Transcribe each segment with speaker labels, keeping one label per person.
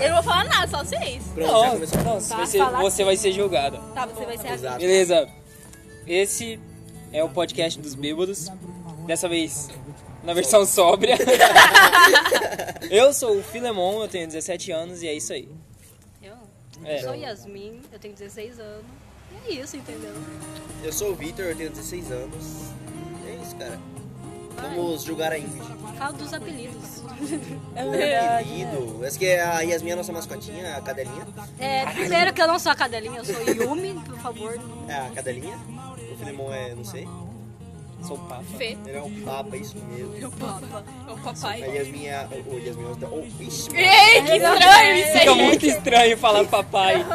Speaker 1: Eu não vou falar nada, só vocês.
Speaker 2: Pronto, já
Speaker 3: Não,
Speaker 2: começou.
Speaker 3: não, você,
Speaker 1: Tá,
Speaker 3: vai ser,
Speaker 1: falar
Speaker 3: você vai ser julgada.
Speaker 1: Tá, você vai ser a
Speaker 2: Exato.
Speaker 3: Beleza. Esse é o podcast dos bêbados. Dessa vez na versão sóbria. eu sou o Filemon, eu tenho 17 anos e é isso aí.
Speaker 1: Eu não.
Speaker 3: É.
Speaker 1: Eu sou Yasmin, eu tenho 16 anos. E é isso, entendeu?
Speaker 2: Eu sou o Vitor, eu tenho 16 anos. É isso, cara. Vamos julgar a Ingrid.
Speaker 1: Fala dos apelidos.
Speaker 3: É
Speaker 2: Querido. Essa que é a Yasmin, a nossa mascotinha, a cadelinha.
Speaker 1: É, primeiro que eu não sou a cadelinha, eu sou Yumi, por favor.
Speaker 2: É a cadelinha. O Filemon é, não sei.
Speaker 3: Sou papa.
Speaker 4: Fê,
Speaker 2: Ele é o Papa, isso mesmo.
Speaker 4: meu papa, é o
Speaker 2: A
Speaker 4: papai.
Speaker 2: Yasmin é. Ô, Yasmin, outra. Ô, ixi, mano.
Speaker 4: Ei, que É estranho isso aí.
Speaker 3: Fica muito estranho falar papai.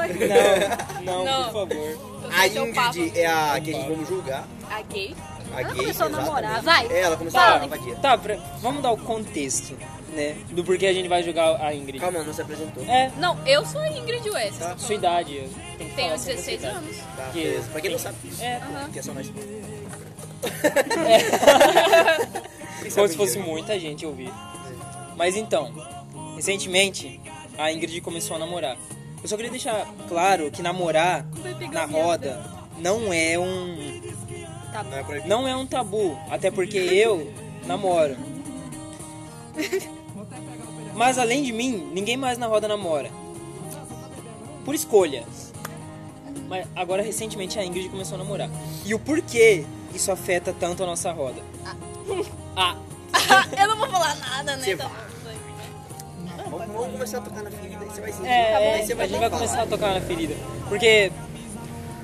Speaker 3: Não, não,
Speaker 4: Não.
Speaker 3: por favor.
Speaker 4: Eu sou
Speaker 2: A
Speaker 4: seu papa.
Speaker 2: Ingrid é a que a gente vamos julgar.
Speaker 4: A gay.
Speaker 2: A
Speaker 1: Ela
Speaker 2: gay.
Speaker 1: começou a namorar,
Speaker 2: exatamente.
Speaker 1: vai.
Speaker 2: É, ela começou a
Speaker 1: Fala.
Speaker 2: namorar.
Speaker 3: Tá, pra- vamos dar o contexto, né? Do porquê a gente vai julgar a Ingrid.
Speaker 2: Calma, não se apresentou.
Speaker 3: É,
Speaker 4: Não, eu sou a Ingrid West.
Speaker 2: Tá.
Speaker 3: sua idade. eu tenho que
Speaker 4: Tenho
Speaker 3: falar sobre a sua
Speaker 4: 16
Speaker 3: idade.
Speaker 4: anos.
Speaker 2: Tá,
Speaker 3: Que-
Speaker 2: beleza. Pra quem não sabe,
Speaker 3: É,
Speaker 2: que é só nós. Como
Speaker 3: É.
Speaker 2: um
Speaker 3: Como se fosse um muita gente ouvir. Mas então, recentemente a Ingrid começou a namorar. Eu só queria deixar claro que namorar na roda não é um
Speaker 2: Não é proibido.
Speaker 3: não é um tabu, até porque eu namoro. Mas além de mim, ninguém mais na roda namora. Por escolha. Mas agora recentemente a Ingrid começou a namorar. E o porquê isso afeta tanto a nossa roda? Ah,
Speaker 1: eu não vou falar nada, né?
Speaker 2: Você
Speaker 1: então.
Speaker 2: Vamos, vamos começar a tocar na ferida, aí você vai sentir.
Speaker 3: É,
Speaker 2: Aí você
Speaker 3: a gente vai
Speaker 2: falar.
Speaker 3: começar a tocar na ferida. Porque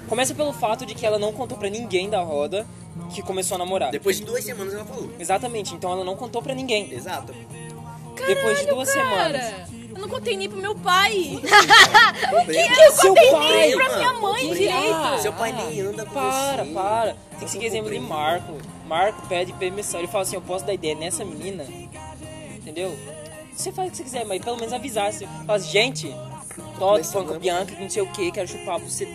Speaker 3: começa pelo fato de que ela não contou pra ninguém da roda que começou a namorar.
Speaker 2: Depois de duas semanas ela falou.
Speaker 3: Exatamente, então ela não contou pra ninguém.
Speaker 2: Exato.
Speaker 3: Depois de duas semanas.
Speaker 4: Cara, eu não contei nem pro meu pai.
Speaker 2: O que
Speaker 3: Seu pai!
Speaker 2: pra minha
Speaker 4: mãe
Speaker 3: direito!
Speaker 2: Seu pai nem anda com
Speaker 3: Para,
Speaker 2: você.
Speaker 3: para. Tem que seguir exemplo de
Speaker 2: compreendo.
Speaker 3: Marco. Marco pede permissão. Ele fala assim: eu posso dar ideia nessa menina. Entendeu? Você faz o que você quiser, mas pelo menos avisar. Você fala assim, gente, Toto,
Speaker 2: Começando.
Speaker 3: Franco Bianca, que não sei o que, quero chupar você.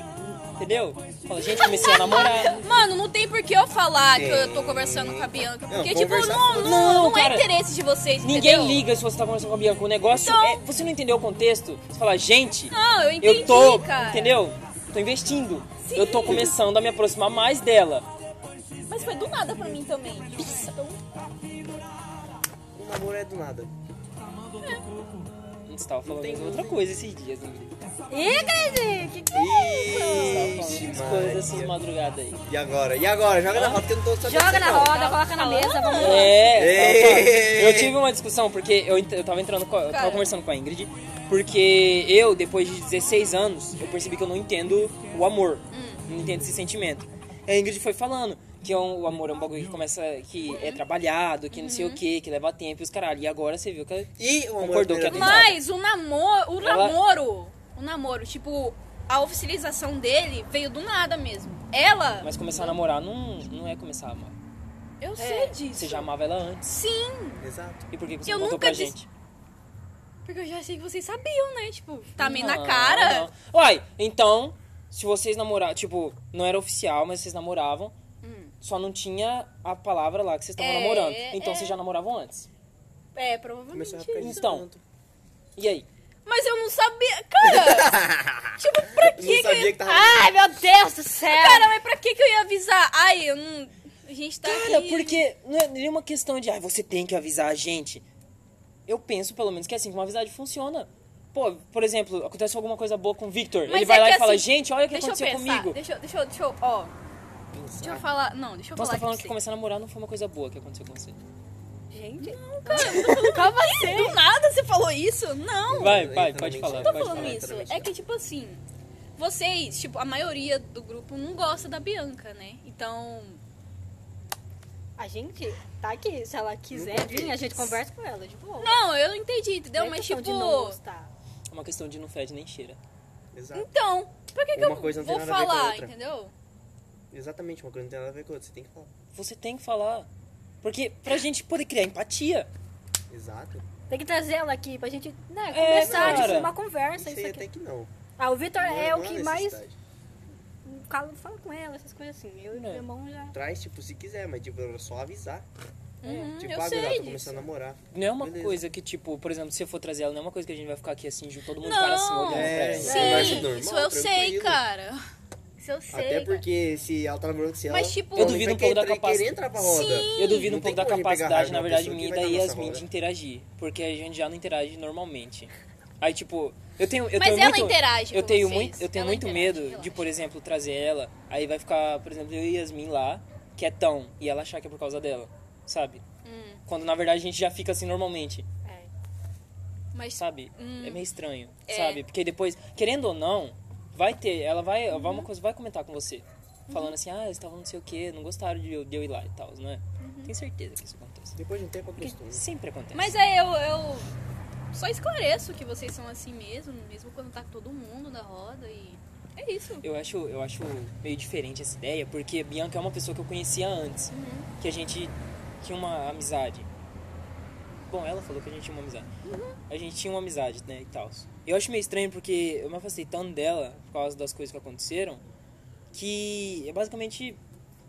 Speaker 3: Entendeu? Fala, gente, comecei a namorar.
Speaker 4: Mano, não tem por que eu falar que eu tô
Speaker 2: Tem.
Speaker 4: conversando com a Bianca.
Speaker 2: Não,
Speaker 4: Porque, tipo,
Speaker 2: conversar
Speaker 4: não,
Speaker 2: com-
Speaker 4: não,
Speaker 3: Não,
Speaker 4: não
Speaker 3: cara.
Speaker 4: é interesse de vocês,
Speaker 3: Ninguém
Speaker 4: entendeu?
Speaker 3: liga se você tá conversando com a Bianca. O negócio
Speaker 4: Então.
Speaker 3: é. Você não entendeu o contexto? Você fala, gente,
Speaker 4: Não, eu entendi,
Speaker 3: eu tô.
Speaker 4: cara.
Speaker 3: Entendeu? Tô investindo.
Speaker 4: Sim.
Speaker 3: Eu tô começando a me aproximar mais dela.
Speaker 1: Mas foi do nada pra mim também. Então,
Speaker 2: O namoro é do nada.
Speaker 3: Você tava falando de outra coisa esses dias, Ingrid.
Speaker 1: e Grazi, que que
Speaker 2: é Ixi,
Speaker 3: Você tava falando assim, de coisas essas
Speaker 2: Maria.
Speaker 3: madrugadas aí.
Speaker 2: E agora? E agora? Joga na roda que eu não tô sabendo.
Speaker 1: Joga na
Speaker 2: não.
Speaker 1: roda, coloca na mesa, vamos lá.
Speaker 3: É,
Speaker 2: Ei!
Speaker 3: eu tive uma discussão porque eu, ent- eu tava entrando com a- eu tava
Speaker 4: Cara.
Speaker 3: conversando com a Ingrid, porque eu, depois de 16 anos, eu percebi que eu não entendo o amor.
Speaker 4: Hum.
Speaker 3: Não entendo esse sentimento. E a Ingrid foi falando que é um- o amor é um bagulho que começa. que é trabalhado, que não
Speaker 4: Uhum.
Speaker 3: sei o que, que leva tempo e os caralho. E agora você viu que é, ela
Speaker 2: E o amor
Speaker 3: Concordou
Speaker 2: à primeira
Speaker 3: que é
Speaker 4: Mas
Speaker 2: vista?
Speaker 4: o namoro. O
Speaker 3: Ela-
Speaker 4: namoro. O namoro, tipo, a oficialização dele veio do nada mesmo. Ela.
Speaker 3: Mas começar a namorar não, não é começar a amar.
Speaker 4: Eu sei
Speaker 3: Você
Speaker 4: disso.
Speaker 3: já amava ela antes.
Speaker 4: Sim.
Speaker 2: Exato.
Speaker 3: E por que que você
Speaker 4: Eu
Speaker 3: contou
Speaker 4: nunca
Speaker 3: pra
Speaker 4: disse-
Speaker 3: gente?
Speaker 4: Porque eu já achei que vocês sabiam, né? Tipo, tá meio na
Speaker 3: Não,
Speaker 4: cara.
Speaker 3: não. Ah. Uai, então, se vocês namoravam, tipo, não era oficial, mas vocês namoravam, só não tinha a palavra lá que vocês estavam
Speaker 4: Hum. É,
Speaker 3: namorando. Então
Speaker 4: é.
Speaker 3: vocês já namoravam antes.
Speaker 4: É, provavelmente.
Speaker 2: Começou a ficar
Speaker 3: Então.
Speaker 2: junto.
Speaker 3: E aí?
Speaker 4: Mas eu não sabia. Cara! tipo, pra
Speaker 2: Eu
Speaker 4: que
Speaker 2: não
Speaker 4: que eu
Speaker 2: sabia
Speaker 4: ia...
Speaker 2: que tava.
Speaker 1: Ai, meu Deus do céu.
Speaker 4: Cara, mas pra que que eu ia avisar? Ai, eu não. A gente tá.
Speaker 3: Cara,
Speaker 4: aqui...
Speaker 3: porque não é nenhuma questão de, ai, você tem que avisar a gente. Eu penso, pelo menos, que é assim que uma amizade funciona. Pô, por exemplo, acontece alguma coisa boa com o Victor.
Speaker 4: Mas
Speaker 3: ele vai
Speaker 4: é
Speaker 3: lá
Speaker 4: que
Speaker 3: e fala,
Speaker 4: assim,
Speaker 3: gente, olha o que
Speaker 4: Deixa eu
Speaker 3: aconteceu
Speaker 4: pensar.
Speaker 3: comigo.
Speaker 4: Deixa, eu- deixa, eu- deixa eu. Ó. Deixa eu falar. Não, deixa eu
Speaker 3: Então você tá
Speaker 4: falar.
Speaker 3: falando
Speaker 4: aqui
Speaker 3: que
Speaker 4: pra
Speaker 3: começar a namorar não foi uma coisa boa que aconteceu com você. É
Speaker 1: Gente,
Speaker 4: você. Calma aí, Do nada você falou isso? Não!
Speaker 3: Vai,
Speaker 2: eu
Speaker 3: vai,
Speaker 2: também
Speaker 3: pode
Speaker 2: sei.
Speaker 3: falar.
Speaker 2: Tô
Speaker 4: tô
Speaker 3: pode
Speaker 4: falando
Speaker 3: falar.
Speaker 4: isso.
Speaker 2: literalmente,
Speaker 4: É
Speaker 2: né?
Speaker 4: que, tipo assim, vocês, tipo, a maioria do grupo não gosta da Bianca, né? Então.
Speaker 1: a gente tá aqui. Se ela quiser vir, a gente conversa com ela, de boa.
Speaker 4: Não, eu entendi, entendeu?
Speaker 1: é
Speaker 4: Mas,
Speaker 1: questão
Speaker 4: tipo.
Speaker 1: de não gostar.
Speaker 3: É uma questão de não fede nem cheira.
Speaker 2: Exato.
Speaker 4: Então, por que, que
Speaker 2: Uma
Speaker 4: eu
Speaker 2: coisa não tem
Speaker 4: vou
Speaker 2: nada a ver com a
Speaker 4: falar,
Speaker 2: outra.
Speaker 4: entendeu?
Speaker 2: Exatamente, uma coisa não tem nada a ver com a outra. Você tem que falar.
Speaker 3: Você tem que falar. Porque pra gente poder criar empatia.
Speaker 2: Exato.
Speaker 1: Tem que trazer ela aqui pra gente, né,
Speaker 3: É,
Speaker 1: conversar,
Speaker 3: cara.
Speaker 1: tipo, uma conversa,
Speaker 2: Isso
Speaker 1: isso
Speaker 2: aí
Speaker 1: aqui.
Speaker 2: até que não.
Speaker 1: Ah, o Vitor
Speaker 2: Não
Speaker 1: é
Speaker 2: não
Speaker 1: o que
Speaker 2: há
Speaker 1: mais
Speaker 2: necessidade.
Speaker 1: fala, fala com ela, essas coisas assim. Eu e
Speaker 3: Não.
Speaker 2: Né.
Speaker 1: meu irmão já...
Speaker 2: Traz, tipo, se quiser, mas tipo, era só avisar.
Speaker 4: Uhum,
Speaker 2: Tipo,
Speaker 4: eu
Speaker 2: ah,
Speaker 4: sei
Speaker 2: gurizada, tô
Speaker 4: disso.
Speaker 2: começando a namorar.
Speaker 3: Não é uma
Speaker 2: Beleza.
Speaker 3: coisa que, tipo, por exemplo, se você for trazer ela, não é uma coisa que a gente vai ficar aqui assim, junto todo mundo
Speaker 4: Não.
Speaker 3: para assim, olhando pra
Speaker 2: É,
Speaker 3: ela.
Speaker 2: Sim. conversa
Speaker 4: Sim,
Speaker 2: normal,
Speaker 4: isso eu sei,
Speaker 2: tranquilo.
Speaker 4: cara. Isso eu sei.
Speaker 2: Até
Speaker 4: cara.
Speaker 2: porque se ela tá namorando com você,
Speaker 4: Mas,
Speaker 2: ela-
Speaker 4: tipo,
Speaker 2: ela
Speaker 3: Eu duvido
Speaker 2: vai
Speaker 3: um pouco da
Speaker 2: querer-
Speaker 3: capaci-
Speaker 2: querer entrar pra roda.
Speaker 4: Sim.
Speaker 3: Eu duvido
Speaker 2: Não
Speaker 3: um
Speaker 2: tem
Speaker 3: pouco da
Speaker 2: como a gente pegar
Speaker 3: capacidade,
Speaker 2: raiva
Speaker 3: na
Speaker 2: de uma
Speaker 3: verdade,
Speaker 2: pessoa que
Speaker 3: minha e
Speaker 2: vai
Speaker 3: da
Speaker 2: dar nossa
Speaker 3: Yasmin
Speaker 2: roda.
Speaker 3: de interagir. Porque a gente já não interage normalmente. Aí, tipo, eu tenho. Eu
Speaker 4: Mas
Speaker 3: tenho
Speaker 4: ela
Speaker 3: muito,
Speaker 4: interage
Speaker 3: eu
Speaker 4: com
Speaker 3: tenho
Speaker 4: vocês.
Speaker 3: muito Eu tenho
Speaker 4: Ela
Speaker 3: muito
Speaker 4: interage,
Speaker 3: medo de,
Speaker 4: relaxa.
Speaker 3: por exemplo, trazer ela. Aí vai ficar, por exemplo, eu e Yasmin lá, quietão, e ela achar que é por causa dela, sabe?
Speaker 4: Hum,
Speaker 3: Quando na verdade a gente já fica assim normalmente,
Speaker 1: É.
Speaker 4: mas
Speaker 3: sabe?
Speaker 4: Hum.
Speaker 3: É meio estranho,
Speaker 4: É.
Speaker 3: sabe? Porque depois, querendo ou não, vai ter. Ela vai. vai Uma coisa vai comentar com você. Falando assim, ah, eles estavam não sei o que, não gostaram de eu, de eu ir lá e tal, né? Tenho certeza que isso acontece.
Speaker 2: Depois de um tempo acostuma.
Speaker 3: Porque sempre acontece.
Speaker 4: Mas é, eu, eu só esclareço que vocês são assim mesmo, mesmo quando tá com todo mundo na roda e. É isso.
Speaker 3: Eu acho, eu acho meio diferente essa ideia, porque a Bianca é uma pessoa que eu conhecia antes,
Speaker 4: Uhum.
Speaker 3: que a gente tinha uma amizade. Bom, ela falou que a gente tinha uma amizade.
Speaker 4: Uhum.
Speaker 3: A gente tinha uma amizade, né, e tal. Eu acho meio estranho porque eu me afastei tanto dela por causa das coisas que aconteceram, que é basicamente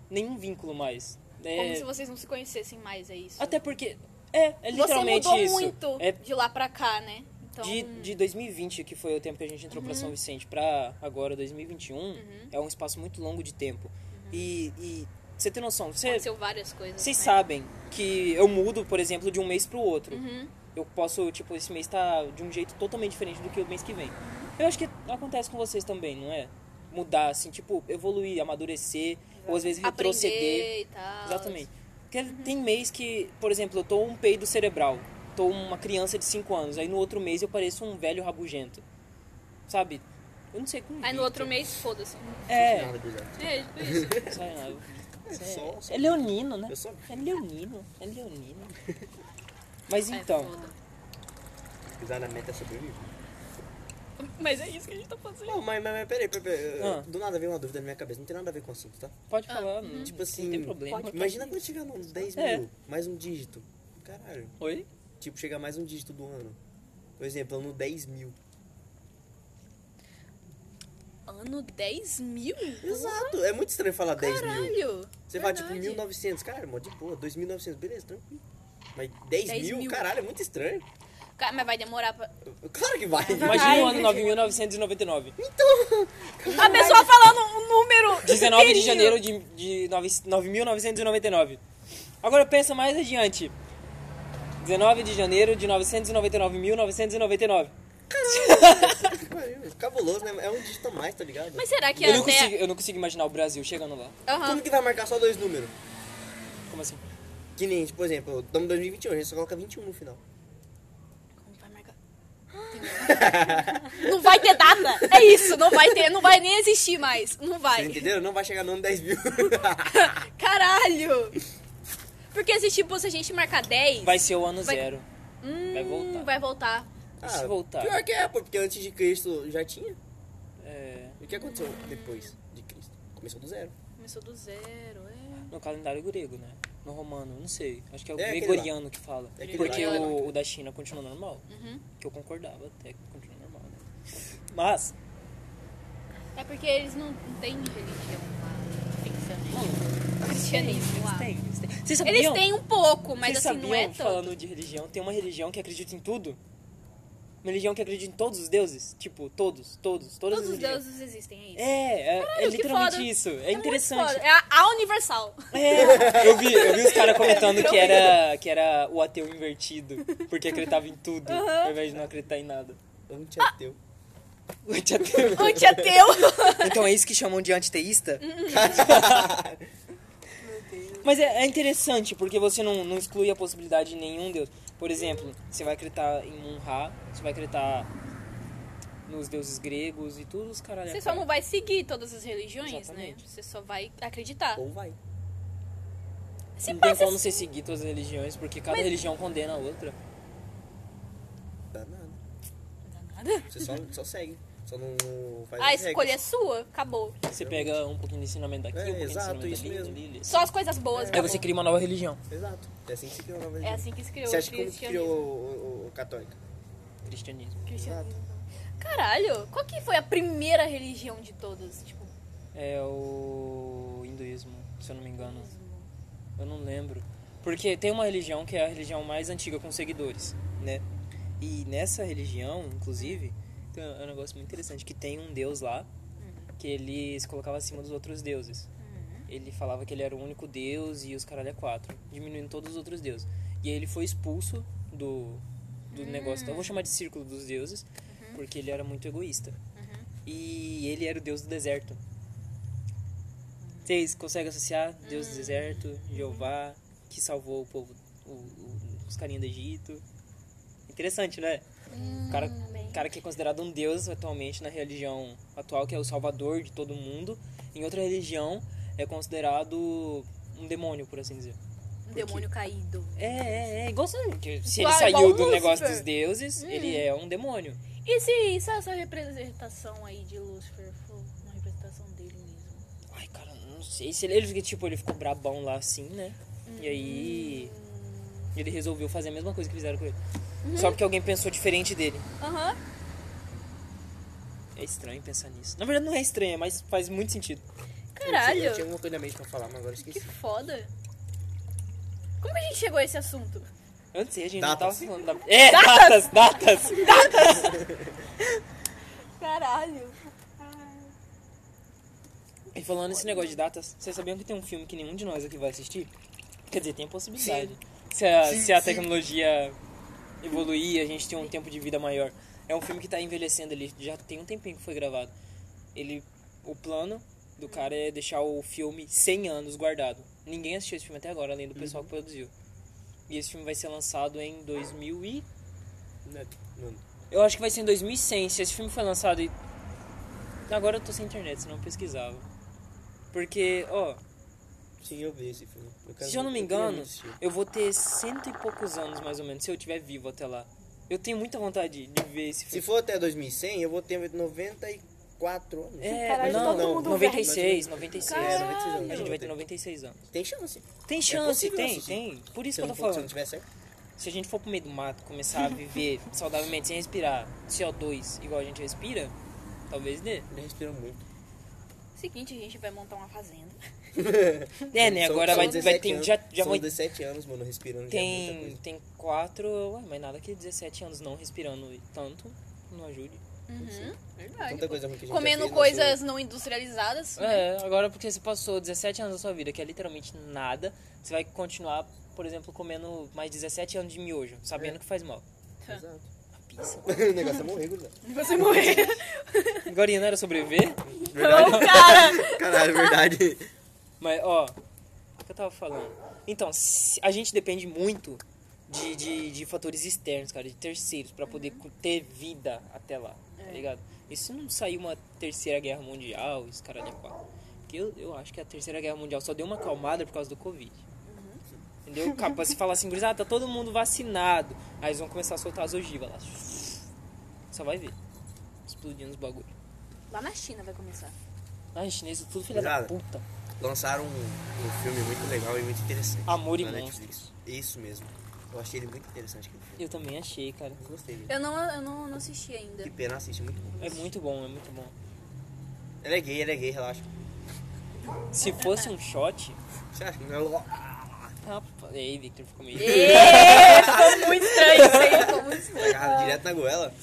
Speaker 3: nenhum vínculo mais. É,
Speaker 4: Como se vocês não se conhecessem mais, é isso.
Speaker 3: Até porque é, é
Speaker 4: Você
Speaker 3: literalmente
Speaker 4: mudou
Speaker 3: isso.
Speaker 4: muito
Speaker 3: É
Speaker 4: de lá pra cá, né? Então, Uhum.
Speaker 3: de, de 2020, que foi o tempo que a gente entrou pra São Vicente, pra agora 2021, é um espaço muito longo de tempo.
Speaker 4: Uhum.
Speaker 3: E, e você tem noção, você,
Speaker 4: aconteceu várias coisas.
Speaker 3: vocês
Speaker 4: né?
Speaker 3: sabem que eu mudo, por exemplo, de um mês pro outro.
Speaker 4: Uhum.
Speaker 3: Eu posso, tipo, esse mês tá de um jeito totalmente diferente do que o mês que vem.
Speaker 4: Uhum.
Speaker 3: Eu acho que acontece com vocês também, não é? Mudar, assim, tipo, evoluir, amadurecer, ou às vezes retroceder.
Speaker 4: Aprender e tal.
Speaker 3: Exatamente. Porque tem mês que, por exemplo, eu tô um peido cerebral. Tô uma criança de 5 anos. Aí no outro mês eu pareço um velho rabugento. Sabe? Eu não sei como.
Speaker 4: Aí no
Speaker 3: é,
Speaker 4: outro mês, foda-se.
Speaker 3: É,
Speaker 2: Nada, gurizada.
Speaker 4: É, tipo isso.
Speaker 3: sabe, não,
Speaker 2: É só- só-
Speaker 3: é leonino, né?
Speaker 2: Eu só-
Speaker 3: É leonino, é leonino. Mas
Speaker 4: É
Speaker 3: então,
Speaker 4: foda.
Speaker 2: Gurizada, a meta é sobreviver.
Speaker 4: Mas é isso que a gente tá fazendo.
Speaker 2: Não, mas, mas, mas peraí, peraí, peraí.
Speaker 3: Ah.
Speaker 2: Do nada veio uma dúvida na minha cabeça. Não tem nada a ver com o assunto, tá?
Speaker 3: pode
Speaker 4: Ah,
Speaker 3: falar, não,
Speaker 4: hum.
Speaker 2: Tipo assim.
Speaker 3: não tem problema.
Speaker 2: pode- imagina quando chegar no 10
Speaker 3: É.
Speaker 2: mil, mais um dígito. Caralho.
Speaker 3: Oi?
Speaker 2: Tipo, chegar mais um dígito do ano. Por exemplo, ano 10 mil.
Speaker 4: Ano 10 mil?
Speaker 2: Exato. É muito estranho falar 10 mil.
Speaker 4: Caralho.
Speaker 2: Você fala, tipo,
Speaker 4: verdade.
Speaker 2: 1900. Caralho, mó de boa. 2.900, beleza, tranquilo. Mas 10,
Speaker 4: 10
Speaker 2: mil,
Speaker 4: mil.
Speaker 2: caralho, é muito estranho.
Speaker 4: Cara, mas vai demorar pra.
Speaker 2: Claro que vai.
Speaker 3: Imagina o ano 9999.
Speaker 4: A pessoa falando um número.
Speaker 3: 19 de
Speaker 4: inteirinho.
Speaker 3: janeiro de, de nove- 9.999. Agora pensa mais adiante. 19 de janeiro de 999.999.
Speaker 2: Pariu, Cabuloso, né? É um dígito a mais, tá ligado?
Speaker 4: Mas será que
Speaker 3: Eu não,
Speaker 4: até.
Speaker 3: consigo, eu não consigo imaginar o Brasil chegando lá.
Speaker 4: Aham.
Speaker 2: Como que vai marcar só dois números?
Speaker 3: Como assim?
Speaker 2: Que nem, por exemplo, estamos em 2021, a gente só coloca 21 no final.
Speaker 4: Como vai marcar? Não vai ter data. É isso, não vai ter, não vai nem existir mais. Não vai.
Speaker 2: Vocês entenderam? Não vai chegar no ano 10 mil.
Speaker 4: Caralho! Porque se tipo, se a gente marcar 10,
Speaker 3: Vai ser o ano
Speaker 4: Vai-
Speaker 3: zero.
Speaker 4: hum,
Speaker 3: vai voltar.
Speaker 4: vai voltar.
Speaker 3: E se voltar?
Speaker 2: Pior que é, pô, porque antes de Cristo já tinha.
Speaker 3: É,
Speaker 2: E o que aconteceu depois de Cristo? Começou do zero.
Speaker 4: Começou do zero, é.
Speaker 3: no calendário grego, né? No romano, não sei. Acho que é o
Speaker 2: É, aquele
Speaker 3: gregoriano que fala.
Speaker 2: É aquele
Speaker 3: porque
Speaker 2: lá.
Speaker 3: o, o da China continua normal.
Speaker 4: Uhum.
Speaker 3: Que eu concordava até que continua normal, né? Mas,
Speaker 4: É porque eles não, não têm religião lá.
Speaker 3: não,
Speaker 4: Pensando.
Speaker 3: eles
Speaker 4: Cristianismo lá.
Speaker 3: têm, eles têm. Vocês sabiam?
Speaker 4: Eles têm um pouco, mas
Speaker 3: Vocês
Speaker 4: assim,
Speaker 3: sabiam,
Speaker 4: não é tanto.
Speaker 3: falando de religião, tem uma religião que acredita em tudo? Uma religião que acredita em todos os deuses? Tipo, todos, todos,
Speaker 4: Todos
Speaker 3: todas as
Speaker 4: os
Speaker 3: religiões.
Speaker 4: deuses existem, é isso.
Speaker 3: É, é, é
Speaker 4: que
Speaker 3: literalmente
Speaker 4: foda.
Speaker 3: isso. É,
Speaker 4: muito foda.
Speaker 3: interessante.
Speaker 4: É a, a universal.
Speaker 3: É, eu vi, eu vi os caras comentando que era, que era o ateu invertido, porque acreditava em tudo, ao invés de não acreditar em nada.
Speaker 2: Anti-ateu.
Speaker 3: O antiateu.
Speaker 4: Anti-ateu.
Speaker 3: Então é isso que chamam de antiteísta? Mas é, é interessante, porque você não, não exclui a possibilidade de nenhum deus. Por exemplo, você vai acreditar em Mun-Ra, você vai acreditar nos deuses gregos e tudo os caralho.
Speaker 4: Você só não vai seguir todas as religiões, né?
Speaker 3: Exatamente.
Speaker 4: Você só vai acreditar.
Speaker 2: Ou vai.
Speaker 4: Se
Speaker 3: Não tem
Speaker 4: passa assim.
Speaker 3: como você seguir todas as religiões, porque cada
Speaker 4: Mas-
Speaker 3: religião condena a outra.
Speaker 2: Dá nada.
Speaker 4: nada.
Speaker 2: Você só, só segue. Só não faz
Speaker 4: A
Speaker 2: as
Speaker 4: escolha é
Speaker 2: regras.
Speaker 4: sua, acabou.
Speaker 3: Você pega um pouquinho de ensinamento daqui,
Speaker 2: É,
Speaker 3: um pouquinho
Speaker 2: exato,
Speaker 3: de
Speaker 2: isso
Speaker 3: ensinamento
Speaker 2: mesmo.
Speaker 3: dali, dali.
Speaker 4: Só as coisas boas.
Speaker 3: Aí
Speaker 4: acabou.
Speaker 3: você cria uma nova religião.
Speaker 2: Exato. É assim que se criou a nova
Speaker 4: É
Speaker 2: religião.
Speaker 4: assim que se criou
Speaker 2: Você acha
Speaker 4: o
Speaker 2: como que
Speaker 4: cristianismo.
Speaker 2: criou o, o, o católico?
Speaker 3: Cristianismo.
Speaker 4: Cristianismo. Caralho, qual que foi a primeira religião de todas? Tipo,
Speaker 3: É o hinduísmo, se eu não me engano. Eu não lembro. Porque tem uma religião que é a religião mais antiga com seguidores, né? E nessa religião, inclusive, tem um é um negócio muito interessante, que tem um deus lá que ele se colocava acima dos outros deuses. Ele falava que ele era o único deus e os caralho é quatro, diminuindo todos os outros deuses. E aí ele foi expulso do, do negócio. Então eu vou chamar de círculo dos deuses, porque ele era muito egoísta. E ele era o deus do deserto. Vocês conseguem associar Deus
Speaker 4: Uhum.
Speaker 3: do deserto, Jeová, que salvou o povo, o- o- os carinhas do Egito. Interessante, né?
Speaker 4: Hum,
Speaker 3: O cara, o cara que é considerado um deus atualmente na religião atual, que é o salvador de todo mundo, em outra religião é considerado um demônio, por assim dizer.
Speaker 4: Um demônio caído.
Speaker 3: É, é, é igual se que se ele
Speaker 4: Igual-
Speaker 3: saiu
Speaker 4: igual
Speaker 3: do
Speaker 4: Lúcifer. Uhum.
Speaker 3: negócio dos deuses, ele é um demônio.
Speaker 4: E se, se essa representação aí de Lucifer for uma representação dele mesmo?
Speaker 3: Ai, cara, não sei se ele, ele tipo, ele ficou brabão lá assim, né? E aí ele resolveu fazer a mesma coisa que fizeram com ele. Só porque alguém pensou diferente dele.
Speaker 4: Aham.
Speaker 3: É estranho pensar nisso. Na verdade não é estranho, mas faz muito sentido.
Speaker 4: Caralho.
Speaker 2: Eu tinha alguma coisa na mente pra falar, mas agora eu
Speaker 4: Que
Speaker 2: esqueci.
Speaker 4: foda. Como que a gente chegou a esse assunto?
Speaker 3: Eu não sei, a gente
Speaker 2: Datas.
Speaker 3: não tava falando da... É, datas, datas!
Speaker 4: Caralho.
Speaker 3: E falando nesse negócio de datas, vocês sabiam que tem um filme que nenhum de nós aqui vai assistir? Quer dizer, tem a possibilidade. Se a,
Speaker 2: Sim,
Speaker 3: se a
Speaker 2: sim.
Speaker 3: tecnologia evoluir, a gente tem um tempo de vida maior. É um filme que tá envelhecendo ali, já tem um tempinho que foi gravado. Ele, o plano do cara é deixar o filme 100 anos guardado. Ninguém assistiu esse filme até agora, além do pessoal
Speaker 2: Uhum.
Speaker 3: que produziu. E esse filme vai ser lançado em 2000 e...
Speaker 2: Não, é não.
Speaker 3: Eu acho que vai ser em 2100, se esse filme foi lançado e... Agora eu tô sem internet, senão eu pesquisava. Porque, ó,
Speaker 2: Sim, eu vi esse filme. quero-
Speaker 3: se eu não me
Speaker 2: queria
Speaker 3: engano,
Speaker 2: muito assistir.
Speaker 3: eu vou ter cento e poucos anos, mais ou menos, se eu estiver vivo até lá. Eu tenho muita vontade de ver esse
Speaker 2: Se
Speaker 3: filme.
Speaker 2: for até 2100, eu vou ter 94 anos.
Speaker 3: É,
Speaker 1: Caralho,
Speaker 3: não,
Speaker 1: todo
Speaker 3: não,
Speaker 1: mundo
Speaker 3: 96, 96.
Speaker 2: É, 96 anos.
Speaker 3: A gente vai ter
Speaker 2: Eu vou
Speaker 3: 96 anos.
Speaker 2: Tem chance. É
Speaker 3: Tem chance,
Speaker 2: possível
Speaker 3: tem,
Speaker 2: assistir. um
Speaker 3: tem. Por isso
Speaker 2: Se
Speaker 3: que
Speaker 2: eu
Speaker 3: eu tô
Speaker 2: não for- se eu não
Speaker 3: falando.
Speaker 2: tiver certo.
Speaker 3: Se a gente for pro meio do mato, começar a viver saudavelmente, sem respirar CO2 igual a gente respira, talvez dê.
Speaker 2: Ele respirou muito.
Speaker 4: Seguinte, a gente vai montar uma fazenda.
Speaker 3: É, né?
Speaker 2: São-
Speaker 3: Agora
Speaker 2: são
Speaker 3: vai, vai
Speaker 2: 17
Speaker 3: ter.
Speaker 2: anos-
Speaker 3: Já, já
Speaker 2: São
Speaker 3: vai
Speaker 2: 17 anos, mano, respirando. Já é muita
Speaker 3: Tem,
Speaker 2: coisa.
Speaker 3: tem quatro, ué, mas nada que 17 anos não respirando e tanto não ajude.
Speaker 4: Verdade.
Speaker 2: Tanta coisa ruim que a gente já
Speaker 4: Ah, Comendo
Speaker 2: fez,
Speaker 4: coisas não industrializadas. né?
Speaker 3: É, agora porque você passou 17 anos da sua vida, que é literalmente nada, você vai continuar, por exemplo, comendo mais 17 anos de miojo, sabendo que faz mal.
Speaker 2: nosso- Exato.
Speaker 3: A pizza.
Speaker 2: o negócio é morrer, gurizada.
Speaker 4: Você morrer.
Speaker 3: Agora não era sobreviver,
Speaker 4: Não, cara.
Speaker 3: é
Speaker 2: Caralho, verdade.
Speaker 3: mas ó, o que eu tava falando? Então, se- a gente depende muito de, de, de fatores externos, cara, de terceiros, pra poder cu- ter vida até lá, tá ligado? E se não sair uma terceira guerra mundial, esse cara de quatro? Porque eu, eu acho que a terceira guerra mundial só deu uma acalmada por causa do Covid. Entendeu? Capaz se falar assim, gurizada, tá todo mundo vacinado. Aí eles vão começar a soltar as ogivas lá. Só vai ver. Explodindo os bagulho.
Speaker 4: Lá na China vai começar.
Speaker 3: Ai, chinês, tudo filha da
Speaker 2: Gurizada.
Speaker 3: puta.
Speaker 2: Lançaram um, um filme muito legal e muito interessante.
Speaker 3: Amor e
Speaker 2: na
Speaker 3: Monstros.
Speaker 2: Netflix. Isso mesmo. Eu achei ele muito interessante aquele filme.
Speaker 3: Eu também achei, cara.
Speaker 2: Eu gostei dele.
Speaker 4: Eu não, eu não, não assisti ainda.
Speaker 2: Que pena, assiste muito bom.
Speaker 3: É muito bom, é muito bom.
Speaker 2: Ele é gay, ele é gay, relaxa.
Speaker 3: Se fosse um shot.
Speaker 2: Você acha que não é...
Speaker 3: Rapaz. Ei, Victor, ficou meio.
Speaker 4: Ê, Ficou muito estranho isso aí. Ficou muito estranho.
Speaker 2: Tá agarrado direto na goela?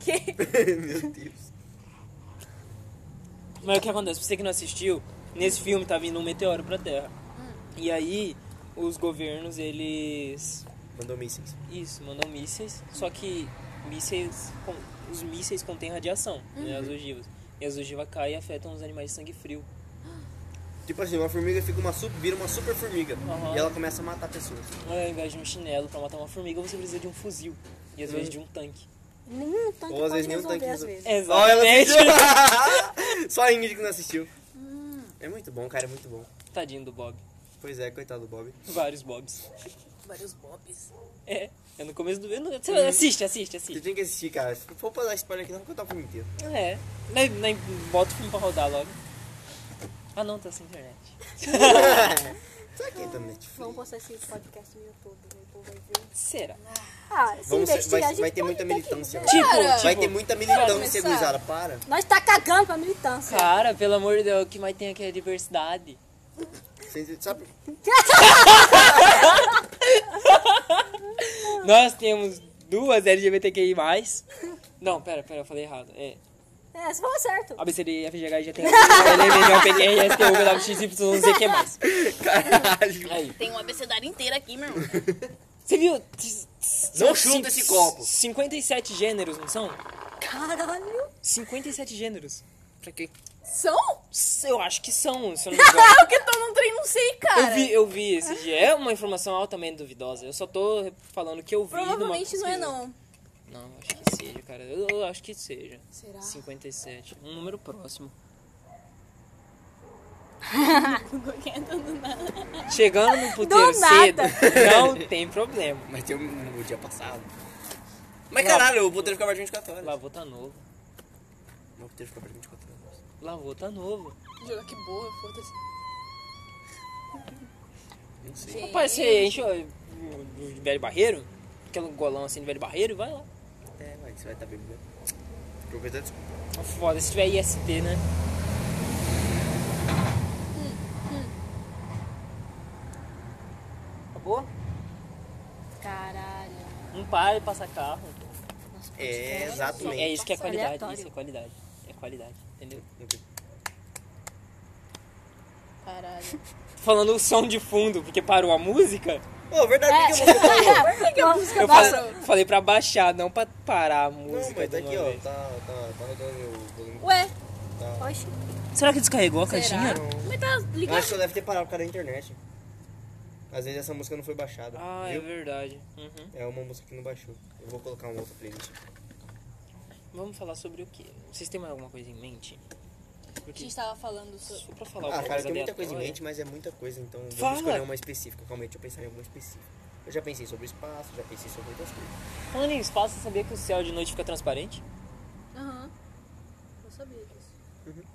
Speaker 4: Que?
Speaker 2: Meu Deus.
Speaker 3: Mas o que acontece? Pra você que não assistiu, nesse filme tá vindo um meteoro pra Terra. E aí, os governos, eles.
Speaker 2: Mandou mísseis.
Speaker 3: Isso, mandam mísseis. Só que mísseis. com- Os mísseis contêm radiação, né? As ogivas. E as ogivas caem e afetam os animais de sangue frio.
Speaker 2: Tipo assim, uma formiga fica uma super, vira uma super formiga.
Speaker 3: Aham.
Speaker 2: E ela começa a matar pessoas.
Speaker 3: Ao invés de um chinelo pra matar uma formiga, você precisa de um fuzil. E às vezes de um tanque.
Speaker 1: Nenhum tanque
Speaker 2: Ou às vezes
Speaker 1: pode
Speaker 2: nem um
Speaker 1: resolver,
Speaker 2: tanque
Speaker 1: às
Speaker 2: resolve.
Speaker 1: vezes.
Speaker 2: Ó, ela
Speaker 3: Exatamente.
Speaker 2: assistiu. Só a Ingrid que não assistiu. É muito bom, cara, é muito bom.
Speaker 3: Tadinho do Bob.
Speaker 2: Pois é, coitado do Bob.
Speaker 3: Vários Bobs.
Speaker 4: Vários bobs.
Speaker 3: É, é no começo do. no- Você
Speaker 2: Hum.
Speaker 3: assiste, assiste,
Speaker 2: Você
Speaker 3: assiste.
Speaker 2: tem que assistir, cara. Se for pra dar spoiler aqui, não vou contar o filme inteiro.
Speaker 3: É, nem, nem bota o filme pra rodar logo. Ah não, tá sem internet.
Speaker 2: Será que entra no Netflix?
Speaker 1: Vamos postar esse podcast no YouTube, né? o povo vai ver.
Speaker 3: Será?
Speaker 1: Ah, se
Speaker 2: Vamos ser-
Speaker 1: investigar,
Speaker 2: vai-
Speaker 1: a gente
Speaker 2: vai ter
Speaker 1: pode
Speaker 2: muita
Speaker 1: que né?
Speaker 2: militância.
Speaker 1: ver.
Speaker 3: Tipo,
Speaker 4: Cara,
Speaker 3: tipo,
Speaker 2: Vai ter muita
Speaker 4: Vai
Speaker 2: militância,
Speaker 4: começar.
Speaker 2: gurizada, para.
Speaker 1: Nós tá cagando pra militância.
Speaker 3: Cara, pelo amor de Deus, o que mais tem aqui é diversidade.
Speaker 2: Vocês- Sabe?
Speaker 3: Nós temos duas LGBTQI. Não, pera, pera, eu falei errado. É.
Speaker 1: É, você falou certo.
Speaker 3: ABCD, FGH já tem. é LMNOPQI, STU, WXYZ, que é mais?
Speaker 2: Caralho.
Speaker 3: Aí.
Speaker 4: Tem um abecedário inteiro aqui, meu irmão.
Speaker 3: Você viu? T- t-
Speaker 2: Não
Speaker 3: são
Speaker 2: chuta
Speaker 3: cin-
Speaker 2: esse copo.
Speaker 3: 57 gêneros, não são?
Speaker 1: Caralho.
Speaker 3: 57 gêneros. Pra quê?
Speaker 4: São?
Speaker 3: Eu acho que são, se eu não me engano.
Speaker 4: que eu tô num trem, não sei, cara.
Speaker 3: Eu vi, eu vi esse dia. É uma informação altamente duvidosa. Eu só tô falando que eu vi numa
Speaker 4: Provavelmente não é,
Speaker 3: pesquisa.
Speaker 4: não.
Speaker 3: Não, acho que seja, cara. Eu, eu acho que seja.
Speaker 4: Será?
Speaker 3: 57. Um número próximo. Chegando no puteiro
Speaker 1: Do nada.
Speaker 3: cedo, não tem problema.
Speaker 2: Mas tem um, o dia passado. Mas
Speaker 3: Lá-
Speaker 2: caralho, o puteiro ficava 24 horas.
Speaker 3: Lavou tá novo.
Speaker 2: Meu puteiro ficava 24 horas.
Speaker 3: Lavou tá novo.
Speaker 4: Jogar que boa, foda-se.
Speaker 2: Não sei.
Speaker 4: Gente.
Speaker 3: Rapaz, você enche o- o- o de velho barreiro? Aquele golão assim de velho barreiro e vai lá.
Speaker 2: É, mas você vai estar bebendo. Aproveitar desculpa.
Speaker 3: Tá Foda, se tiver IST, né? Acabou?
Speaker 4: Caralho.
Speaker 3: Não para de passar carro.
Speaker 2: É,
Speaker 3: É
Speaker 2: exatamente.
Speaker 3: isso que é qualidade,
Speaker 1: Aleatório.
Speaker 3: isso é qualidade. É qualidade, entendeu?
Speaker 4: Caralho.
Speaker 3: Tô falando o som de fundo, porque parou a música.
Speaker 2: Ô, verdade, por que
Speaker 1: É.
Speaker 2: você falou?
Speaker 1: Nossa,
Speaker 3: Eu
Speaker 1: nossa.
Speaker 3: falei, falei pra baixar, não pra parar a música.
Speaker 2: Não, mas tá
Speaker 3: de uma
Speaker 2: aqui, ó.
Speaker 3: vez.
Speaker 2: Tá, tá, tá rodando o volume.
Speaker 4: Ué,
Speaker 2: Tá.
Speaker 1: Oxi.
Speaker 3: Será que descarregou a
Speaker 4: será?
Speaker 3: caixinha?
Speaker 4: Mas tá
Speaker 2: Eu
Speaker 4: ligado?
Speaker 2: acho que eu deve ter parado por causa da internet. Às vezes essa música não foi baixada.
Speaker 3: Ah, é
Speaker 2: viu?
Speaker 3: verdade. Uhum.
Speaker 2: É uma música que não baixou. Eu vou colocar uma outra playlist.
Speaker 3: Vamos falar sobre o quê? Vocês têm mais alguma coisa em mente?
Speaker 4: A
Speaker 3: Porque
Speaker 4: gente tava falando sobre...
Speaker 3: só pra falar
Speaker 2: Ah,
Speaker 3: alguma
Speaker 2: cara, eu tenho
Speaker 3: coisa
Speaker 2: muita
Speaker 3: aleatória.
Speaker 2: coisa em mente, mas é muita coisa, então vamos
Speaker 3: Fala.
Speaker 2: escolher uma específica. Calma aí, deixa eu pensar em alguma específica. Eu já pensei sobre espaço, já pensei sobre outras coisas.
Speaker 3: Falando em espaço, você sabia que o céu de noite fica transparente?
Speaker 4: Aham. Eu sabia disso.
Speaker 3: Eu vi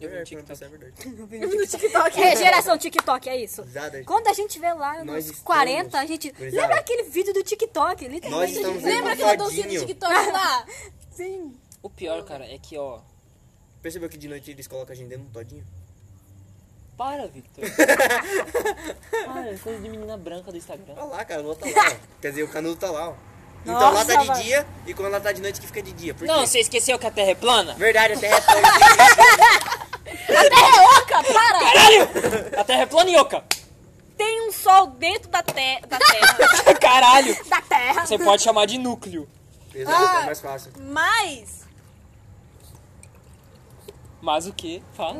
Speaker 2: é,
Speaker 3: no
Speaker 2: pra não
Speaker 3: TikTok.
Speaker 2: pensar, é verdade.
Speaker 1: No TikTok. É, geração TikTok, é isso.
Speaker 2: Nada,
Speaker 1: Quando a gente vê lá
Speaker 2: Nós
Speaker 1: nos
Speaker 2: estamos-
Speaker 1: 40, a gente.
Speaker 3: é.
Speaker 2: Gurizada.
Speaker 1: Lembra aquele vídeo do TikTok?
Speaker 2: Nós
Speaker 1: Literalmente.
Speaker 2: estamos um
Speaker 4: Lembra aquela dancinha do
Speaker 2: Engraçadinho.
Speaker 4: TikTok lá?
Speaker 1: Sim.
Speaker 3: O pior, cara, é que, ó...
Speaker 2: Percebeu que de noite eles colocam a gente dentro de um todinho?
Speaker 3: Para, Victor. Para, coisa de menina branca do Instagram.
Speaker 2: Olha lá, cara, a lua tá lá. ó. Quer dizer, o canudo tá lá, ó. Então
Speaker 1: Nossa,
Speaker 2: lá tá de
Speaker 1: mano.
Speaker 2: dia e quando ela tá de noite que fica de dia. Por
Speaker 3: Não,
Speaker 2: quê?
Speaker 3: você esqueceu que a Terra é plana?
Speaker 2: Verdade, a terra é plana.
Speaker 3: A Terra é plana e oca.
Speaker 4: Tem um sol dentro da, te da terra.
Speaker 3: Caralho.
Speaker 1: Da Terra.
Speaker 3: Você pode chamar de núcleo.
Speaker 2: Exato,
Speaker 4: Ah.
Speaker 2: é mais fácil.
Speaker 4: Mas...
Speaker 3: Mas o quê? Fala.